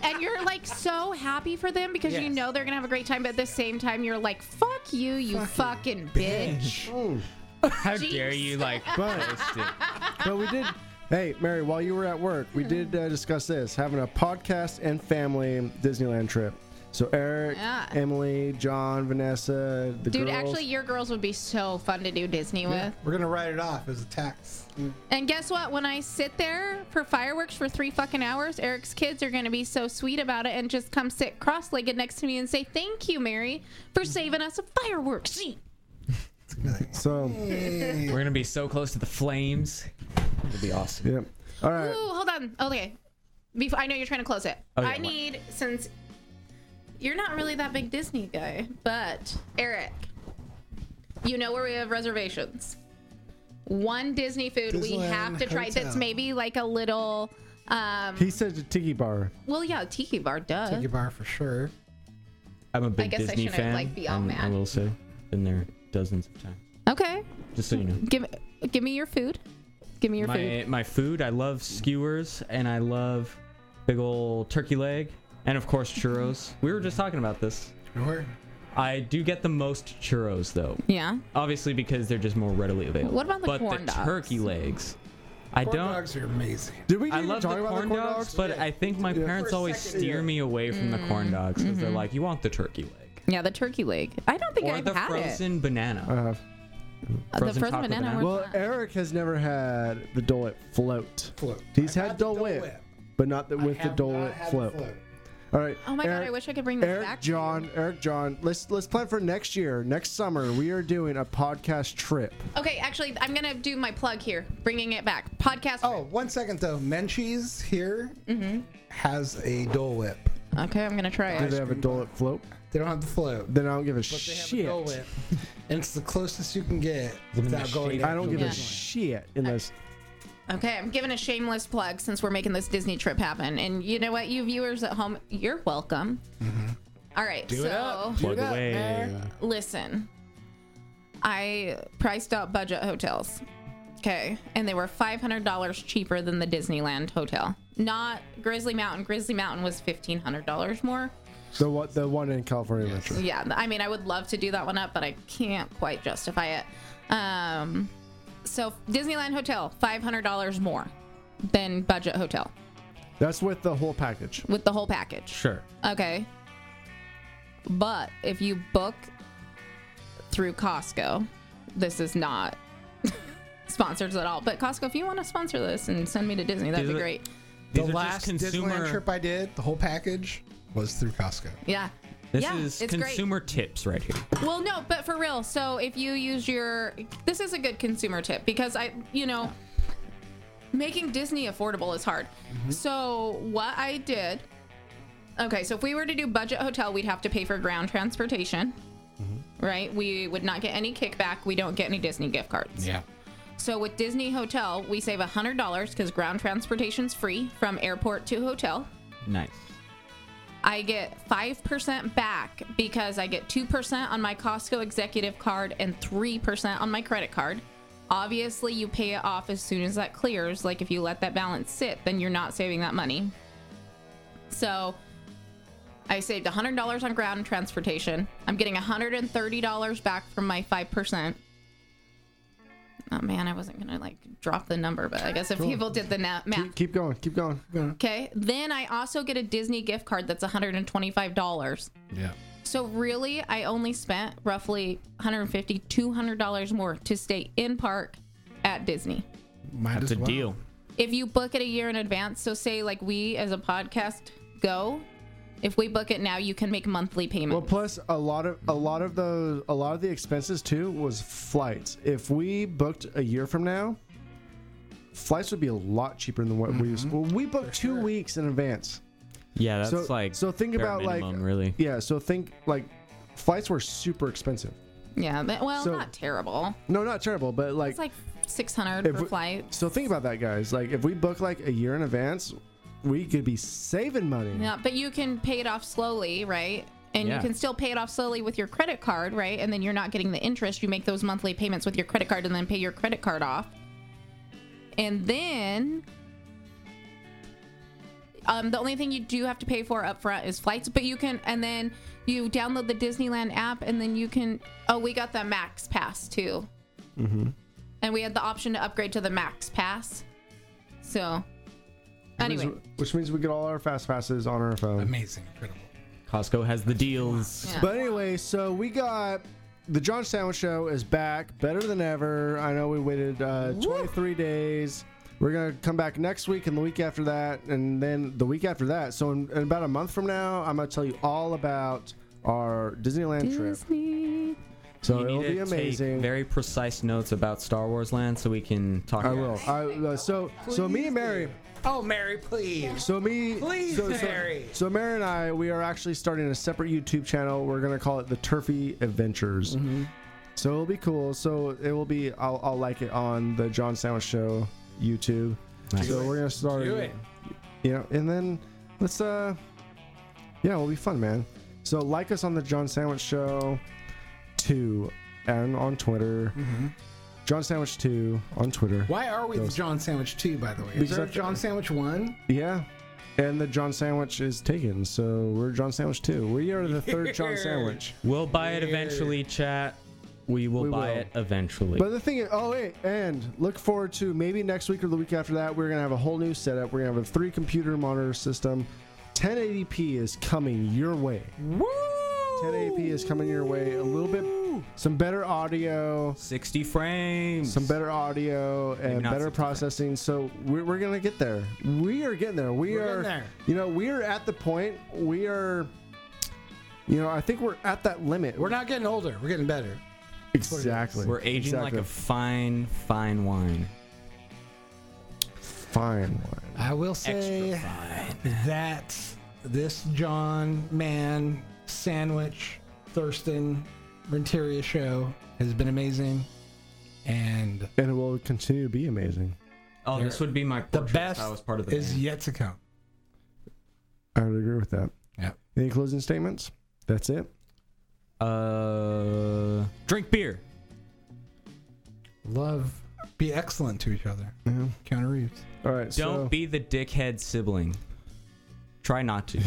Speaker 10: And you're like so happy for them because you
Speaker 9: Yes.
Speaker 10: know they're going to have a great time, but at the same time, you're like, fuck you, you fucking bitch.
Speaker 11: How dare you like
Speaker 5: But-
Speaker 11: post it?
Speaker 5: there. But we did. Hey, Mary, while you were at work, we did uh, discuss this having a podcast and family Disneyland trip. So Eric,
Speaker 10: Yeah.
Speaker 5: Emily, John, Vanessa, the
Speaker 10: Dude,
Speaker 5: girls.
Speaker 10: actually, your girls would be so fun to do Disney with.
Speaker 9: We're gonna write it off as a tax.
Speaker 10: And guess what? When I sit there for fireworks for three fucking hours, Eric's kids are going to be so sweet about it and just come sit cross legged next to me and say, Thank you, Mary, for saving us a fireworks.
Speaker 5: So
Speaker 6: we're gonna be so close to the flames. It'll be awesome.
Speaker 5: Yep. All
Speaker 10: Ooh, hold on. Okay. Before, I know you're trying to close it.
Speaker 6: Oh, yeah,
Speaker 10: I
Speaker 6: what?
Speaker 10: need, since you're not really that big Disney guy, but Eric, you know where we have reservations. One Disney food we
Speaker 5: Disneyland
Speaker 10: have to try that's
Speaker 5: Hotel.
Speaker 10: maybe like a little. Um,
Speaker 5: He said the tiki bar.
Speaker 10: well, yeah, tiki bar, duh.
Speaker 9: Tiki bar for sure.
Speaker 6: I'm a big
Speaker 10: guess I
Speaker 6: Disney
Speaker 10: shouldn't,
Speaker 6: fan.
Speaker 10: like, be all
Speaker 6: I'm- I
Speaker 10: mad.
Speaker 6: will say, been there dozens of times.
Speaker 10: Okay,
Speaker 6: Just so you know.
Speaker 10: give give me your food. Give me your
Speaker 6: my
Speaker 10: food.
Speaker 6: my food. I love skewers and I love big old turkey leg and of course churros. we were just talking about this.
Speaker 9: Sure.
Speaker 6: I do get the most churros though.
Speaker 10: Yeah.
Speaker 6: Obviously because they're just more readily available.
Speaker 10: What about the
Speaker 6: but
Speaker 10: corn
Speaker 6: the
Speaker 10: dogs?
Speaker 6: turkey legs? I
Speaker 9: Corn
Speaker 6: don't.
Speaker 9: dogs are amazing.
Speaker 5: Did we
Speaker 6: I
Speaker 9: even
Speaker 6: love the
Speaker 9: talk
Speaker 6: corn,
Speaker 9: about the corn
Speaker 6: dogs,
Speaker 9: dogs?
Speaker 6: but I think my parents
Speaker 9: For a
Speaker 6: always
Speaker 9: second,
Speaker 6: steer
Speaker 9: yeah.
Speaker 6: me away from the corn dogs because
Speaker 5: Mm-hmm.
Speaker 6: they're like, you want the turkey leg
Speaker 10: Yeah, the turkey leg. I don't think
Speaker 6: or
Speaker 10: I've
Speaker 6: the
Speaker 10: had it.
Speaker 6: frozen banana.
Speaker 5: I have.
Speaker 10: the frozen
Speaker 6: taco
Speaker 10: banana
Speaker 6: banana.
Speaker 10: works
Speaker 5: Well, Eric has never had the Dole Whip float.
Speaker 9: Float.
Speaker 5: He's had Dole Whip, but not the, with the
Speaker 9: have
Speaker 5: Dole
Speaker 9: not
Speaker 5: Whip
Speaker 9: had the
Speaker 5: float.
Speaker 9: float.
Speaker 5: All right.
Speaker 10: Oh my god,
Speaker 5: Eric-
Speaker 10: I wish I could bring this
Speaker 5: Eric
Speaker 10: back.
Speaker 5: John, Eric John, let's let's plan for next year. Next summer, we are doing a podcast trip.
Speaker 10: Okay, actually, I'm gonna do my plug here, bringing it back. Podcast.
Speaker 9: Oh, one second though. Menchie's here has a Dole Whip.
Speaker 10: Okay, I'm gonna try
Speaker 5: Do they
Speaker 10: it.
Speaker 5: have a Dole Whip float?
Speaker 9: They don't have the float.
Speaker 5: Then I don't give a
Speaker 9: But they have
Speaker 5: shit.
Speaker 9: a Dole Whip, and it's the closest you can get
Speaker 5: Give me
Speaker 9: without
Speaker 5: the
Speaker 9: going.
Speaker 5: shit. I don't give
Speaker 10: Yeah.
Speaker 5: a shit unless
Speaker 10: Okay, I'm giving a shameless plug since we're making this Disney trip happen. And you know what, you viewers at home, you're welcome. All
Speaker 9: Mm-hmm.
Speaker 10: right,
Speaker 9: Do
Speaker 10: so
Speaker 9: it up. Do it up, man.
Speaker 10: listen i priced out budget hotels okay and they were $500 cheaper than the disneyland hotel not grizzly mountain grizzly mountain was $1500 more
Speaker 5: the what the one in California Metro.
Speaker 10: yeah i mean i would love to do that one up but i can't quite justify it um so disneyland hotel $500 more than budget hotel
Speaker 5: That's with the whole package.
Speaker 10: with the whole package
Speaker 6: Sure.
Speaker 10: Okay. But if you book through Costco, this is not sponsored at all. But Costco, if you want to sponsor this and send me to Disney, that'd
Speaker 6: These
Speaker 10: be
Speaker 6: are-
Speaker 10: great.
Speaker 6: These
Speaker 9: the
Speaker 6: are
Speaker 9: last
Speaker 6: just
Speaker 9: Disneyland
Speaker 6: consumer.
Speaker 9: trip I did, the whole package was through Costco.
Speaker 10: Yeah.
Speaker 6: This
Speaker 10: yeah,
Speaker 6: is
Speaker 10: it's
Speaker 6: consumer tips right here.
Speaker 10: great. Well, no, but for real. So if you use your, this is a good consumer tip because I, you know, making Disney affordable is hard. So what I did, okay, so if we were to do budget hotel, we'd have to pay for ground transportation. right? We would not get any kickback. We don't get any Disney gift cards.
Speaker 2: Yeah.
Speaker 10: So with Disney Hotel, we save $100 because ground transportation's free from airport to hotel.
Speaker 6: Nice.
Speaker 10: I get 5% back because I get 2% on my Costco executive card and 3% on my credit card. Obviously, you pay it off as soon as that clears. Like, if you let that balance sit, then you're not saving that money. So, I saved $100 on ground transportation. I'm getting $130 back from my 5%. Oh man, I wasn't gonna like drop the number, but I guess if
Speaker 5: Cool.
Speaker 10: people did the na- math,
Speaker 5: Keep going, keep going.
Speaker 10: Okay. Then I also get a Disney gift card that's $125.
Speaker 2: Yeah.
Speaker 10: So really, I only spent roughly $150, $200 more to stay in park at Disney.
Speaker 9: Might
Speaker 11: That's
Speaker 9: as
Speaker 11: a
Speaker 9: well.
Speaker 11: deal.
Speaker 10: if you book it a year in advance, so say like we as a podcast go, if we book it now, you can make monthly
Speaker 5: Well,
Speaker 10: payments.
Speaker 5: plus a lot of a lot of the a lot of the expenses too was flights. If we booked a year from now, flights would be a lot cheaper than what we used. Well, we booked two weeks in advance.
Speaker 6: Yeah, Mm-hmm. that's
Speaker 5: so,
Speaker 6: like
Speaker 5: so think
Speaker 6: bare
Speaker 5: about like
Speaker 6: minimum, really.
Speaker 5: yeah. So think like flights were super expensive.
Speaker 10: yeah, but, well,
Speaker 5: So-
Speaker 10: not terrible.
Speaker 5: No, not terrible, but like
Speaker 10: It's like six hundred
Speaker 5: If
Speaker 10: per
Speaker 5: we-
Speaker 10: flight.
Speaker 5: so think about that, guys. Like if we book like a year in advance, we could be saving money.
Speaker 10: Yeah, but you can pay it off slowly, right? And
Speaker 5: Yeah.
Speaker 10: you can still pay it off slowly with your credit card, right? And then you're not getting the interest. You make those monthly payments with your credit card and then pay your credit card off. And then um, the only thing you do have to pay for upfront is flights, but you can, and then you download the Disneyland app, and then you can. Oh, we got the Max Pass too,
Speaker 5: Mm-hmm.
Speaker 10: and we had the option to upgrade to the Max Pass. So, anyway,
Speaker 5: which means we get all our fast passes on our phone.
Speaker 9: Amazing, incredible.
Speaker 11: Costco has the deals.
Speaker 10: Yeah.
Speaker 5: But anyway, so we got the John Sandwich Show is back, better than ever. I know we waited uh, 23 days. We're gonna come back next week and the week after that, and then the week after that. So in, in about a month from now, I'm gonna tell you all about our Disneyland trip. So
Speaker 6: You
Speaker 5: it'll
Speaker 6: need
Speaker 5: be
Speaker 6: to take
Speaker 5: amazing.
Speaker 6: very precise notes about Star Wars Land, so we can talk.
Speaker 5: I
Speaker 6: about
Speaker 5: will.
Speaker 6: it.
Speaker 5: I, uh, so so me and Mary.
Speaker 1: Oh, Mary, please.
Speaker 5: So me,
Speaker 1: Please,
Speaker 5: so, so-
Speaker 1: Mary.
Speaker 5: So, Mary and I, we are actually starting a separate YouTube channel. We're gonna call it the Turfy Adventures. So it'll be cool. So it will be. I'll, I'll like it on the John Sandwich Show YouTube.
Speaker 6: Nice.
Speaker 5: So we're gonna start.
Speaker 9: Do it.
Speaker 5: You know, and then let's. uh Yeah, it'll be fun, man. So like us on the John Sandwich Show, two, and on Twitter, John Sandwich two on Twitter.
Speaker 9: Why are we the
Speaker 5: Those-
Speaker 9: John Sandwich 2, by the way? Is
Speaker 5: Because
Speaker 9: there
Speaker 5: I-
Speaker 9: a John Sandwich 1?
Speaker 5: Yeah. And the John Sandwich is taken, so we're John Sandwich too. We are the third John Sandwich.
Speaker 11: We'll buy it eventually, chat. We will
Speaker 5: We
Speaker 11: buy
Speaker 5: will.
Speaker 11: it eventually.
Speaker 5: But the thing is, oh wait, and look forward to maybe next week or the week after that, we're gonna have a whole new setup. We're gonna have a three computer monitor system. 1080p is coming your way. Woo! 1080p is coming your way. A little bit, some better audio,
Speaker 6: 60 frames.
Speaker 5: some better audio, and
Speaker 6: not 60
Speaker 5: better
Speaker 6: frames.
Speaker 5: processing. So we're, we're gonna get there. We are getting there. We
Speaker 9: We're
Speaker 5: are,
Speaker 9: getting there.
Speaker 5: you know, we are at the point. We are, you know, I think we're at that limit.
Speaker 9: We're not getting older. We're getting better. what it is.
Speaker 5: exactly.
Speaker 6: We're aging
Speaker 5: exactly.
Speaker 6: like a fine, fine wine.
Speaker 5: fine wine.
Speaker 9: I will say that this John Man Sandwich Thurston Renteria show has been amazing, and
Speaker 5: and it will continue to be amazing.
Speaker 6: Oh, this would be my
Speaker 9: the
Speaker 6: portrait if
Speaker 9: best
Speaker 6: I was part of the
Speaker 9: is
Speaker 6: band.
Speaker 9: yet to come.
Speaker 5: I would agree with that.
Speaker 9: Yeah.
Speaker 5: Any closing statements? That's it.
Speaker 6: Uh, drink beer.
Speaker 9: Love, be excellent to each other.
Speaker 5: Yeah.
Speaker 9: Keanu Reeves.
Speaker 5: All right.
Speaker 6: Don't
Speaker 5: so,
Speaker 6: be the dickhead sibling. Try not to.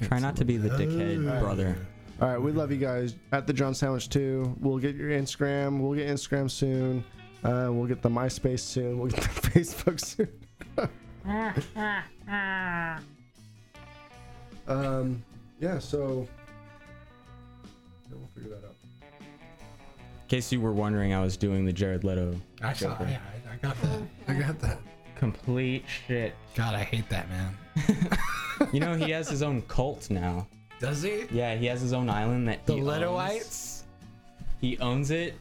Speaker 6: Try not to be the dickhead brother.
Speaker 5: All right. We love you guys at the John Sandwich too. We'll get your Instagram. We'll get Instagram soon. Uh, we'll get the MySpace soon. We'll get the Facebook soon. um. Yeah. So. yeah, We'll figure that out.
Speaker 6: In case you were wondering, I was doing the Jared Leto.
Speaker 9: I saw. Yeah, I- I got that. I got that.
Speaker 11: Complete shit.
Speaker 9: God, I hate that man.
Speaker 6: You know, he has his own cult now.
Speaker 9: Does he?
Speaker 6: Yeah, he has his own island that
Speaker 9: The
Speaker 6: he owns.
Speaker 9: Letoites.
Speaker 6: He owns it.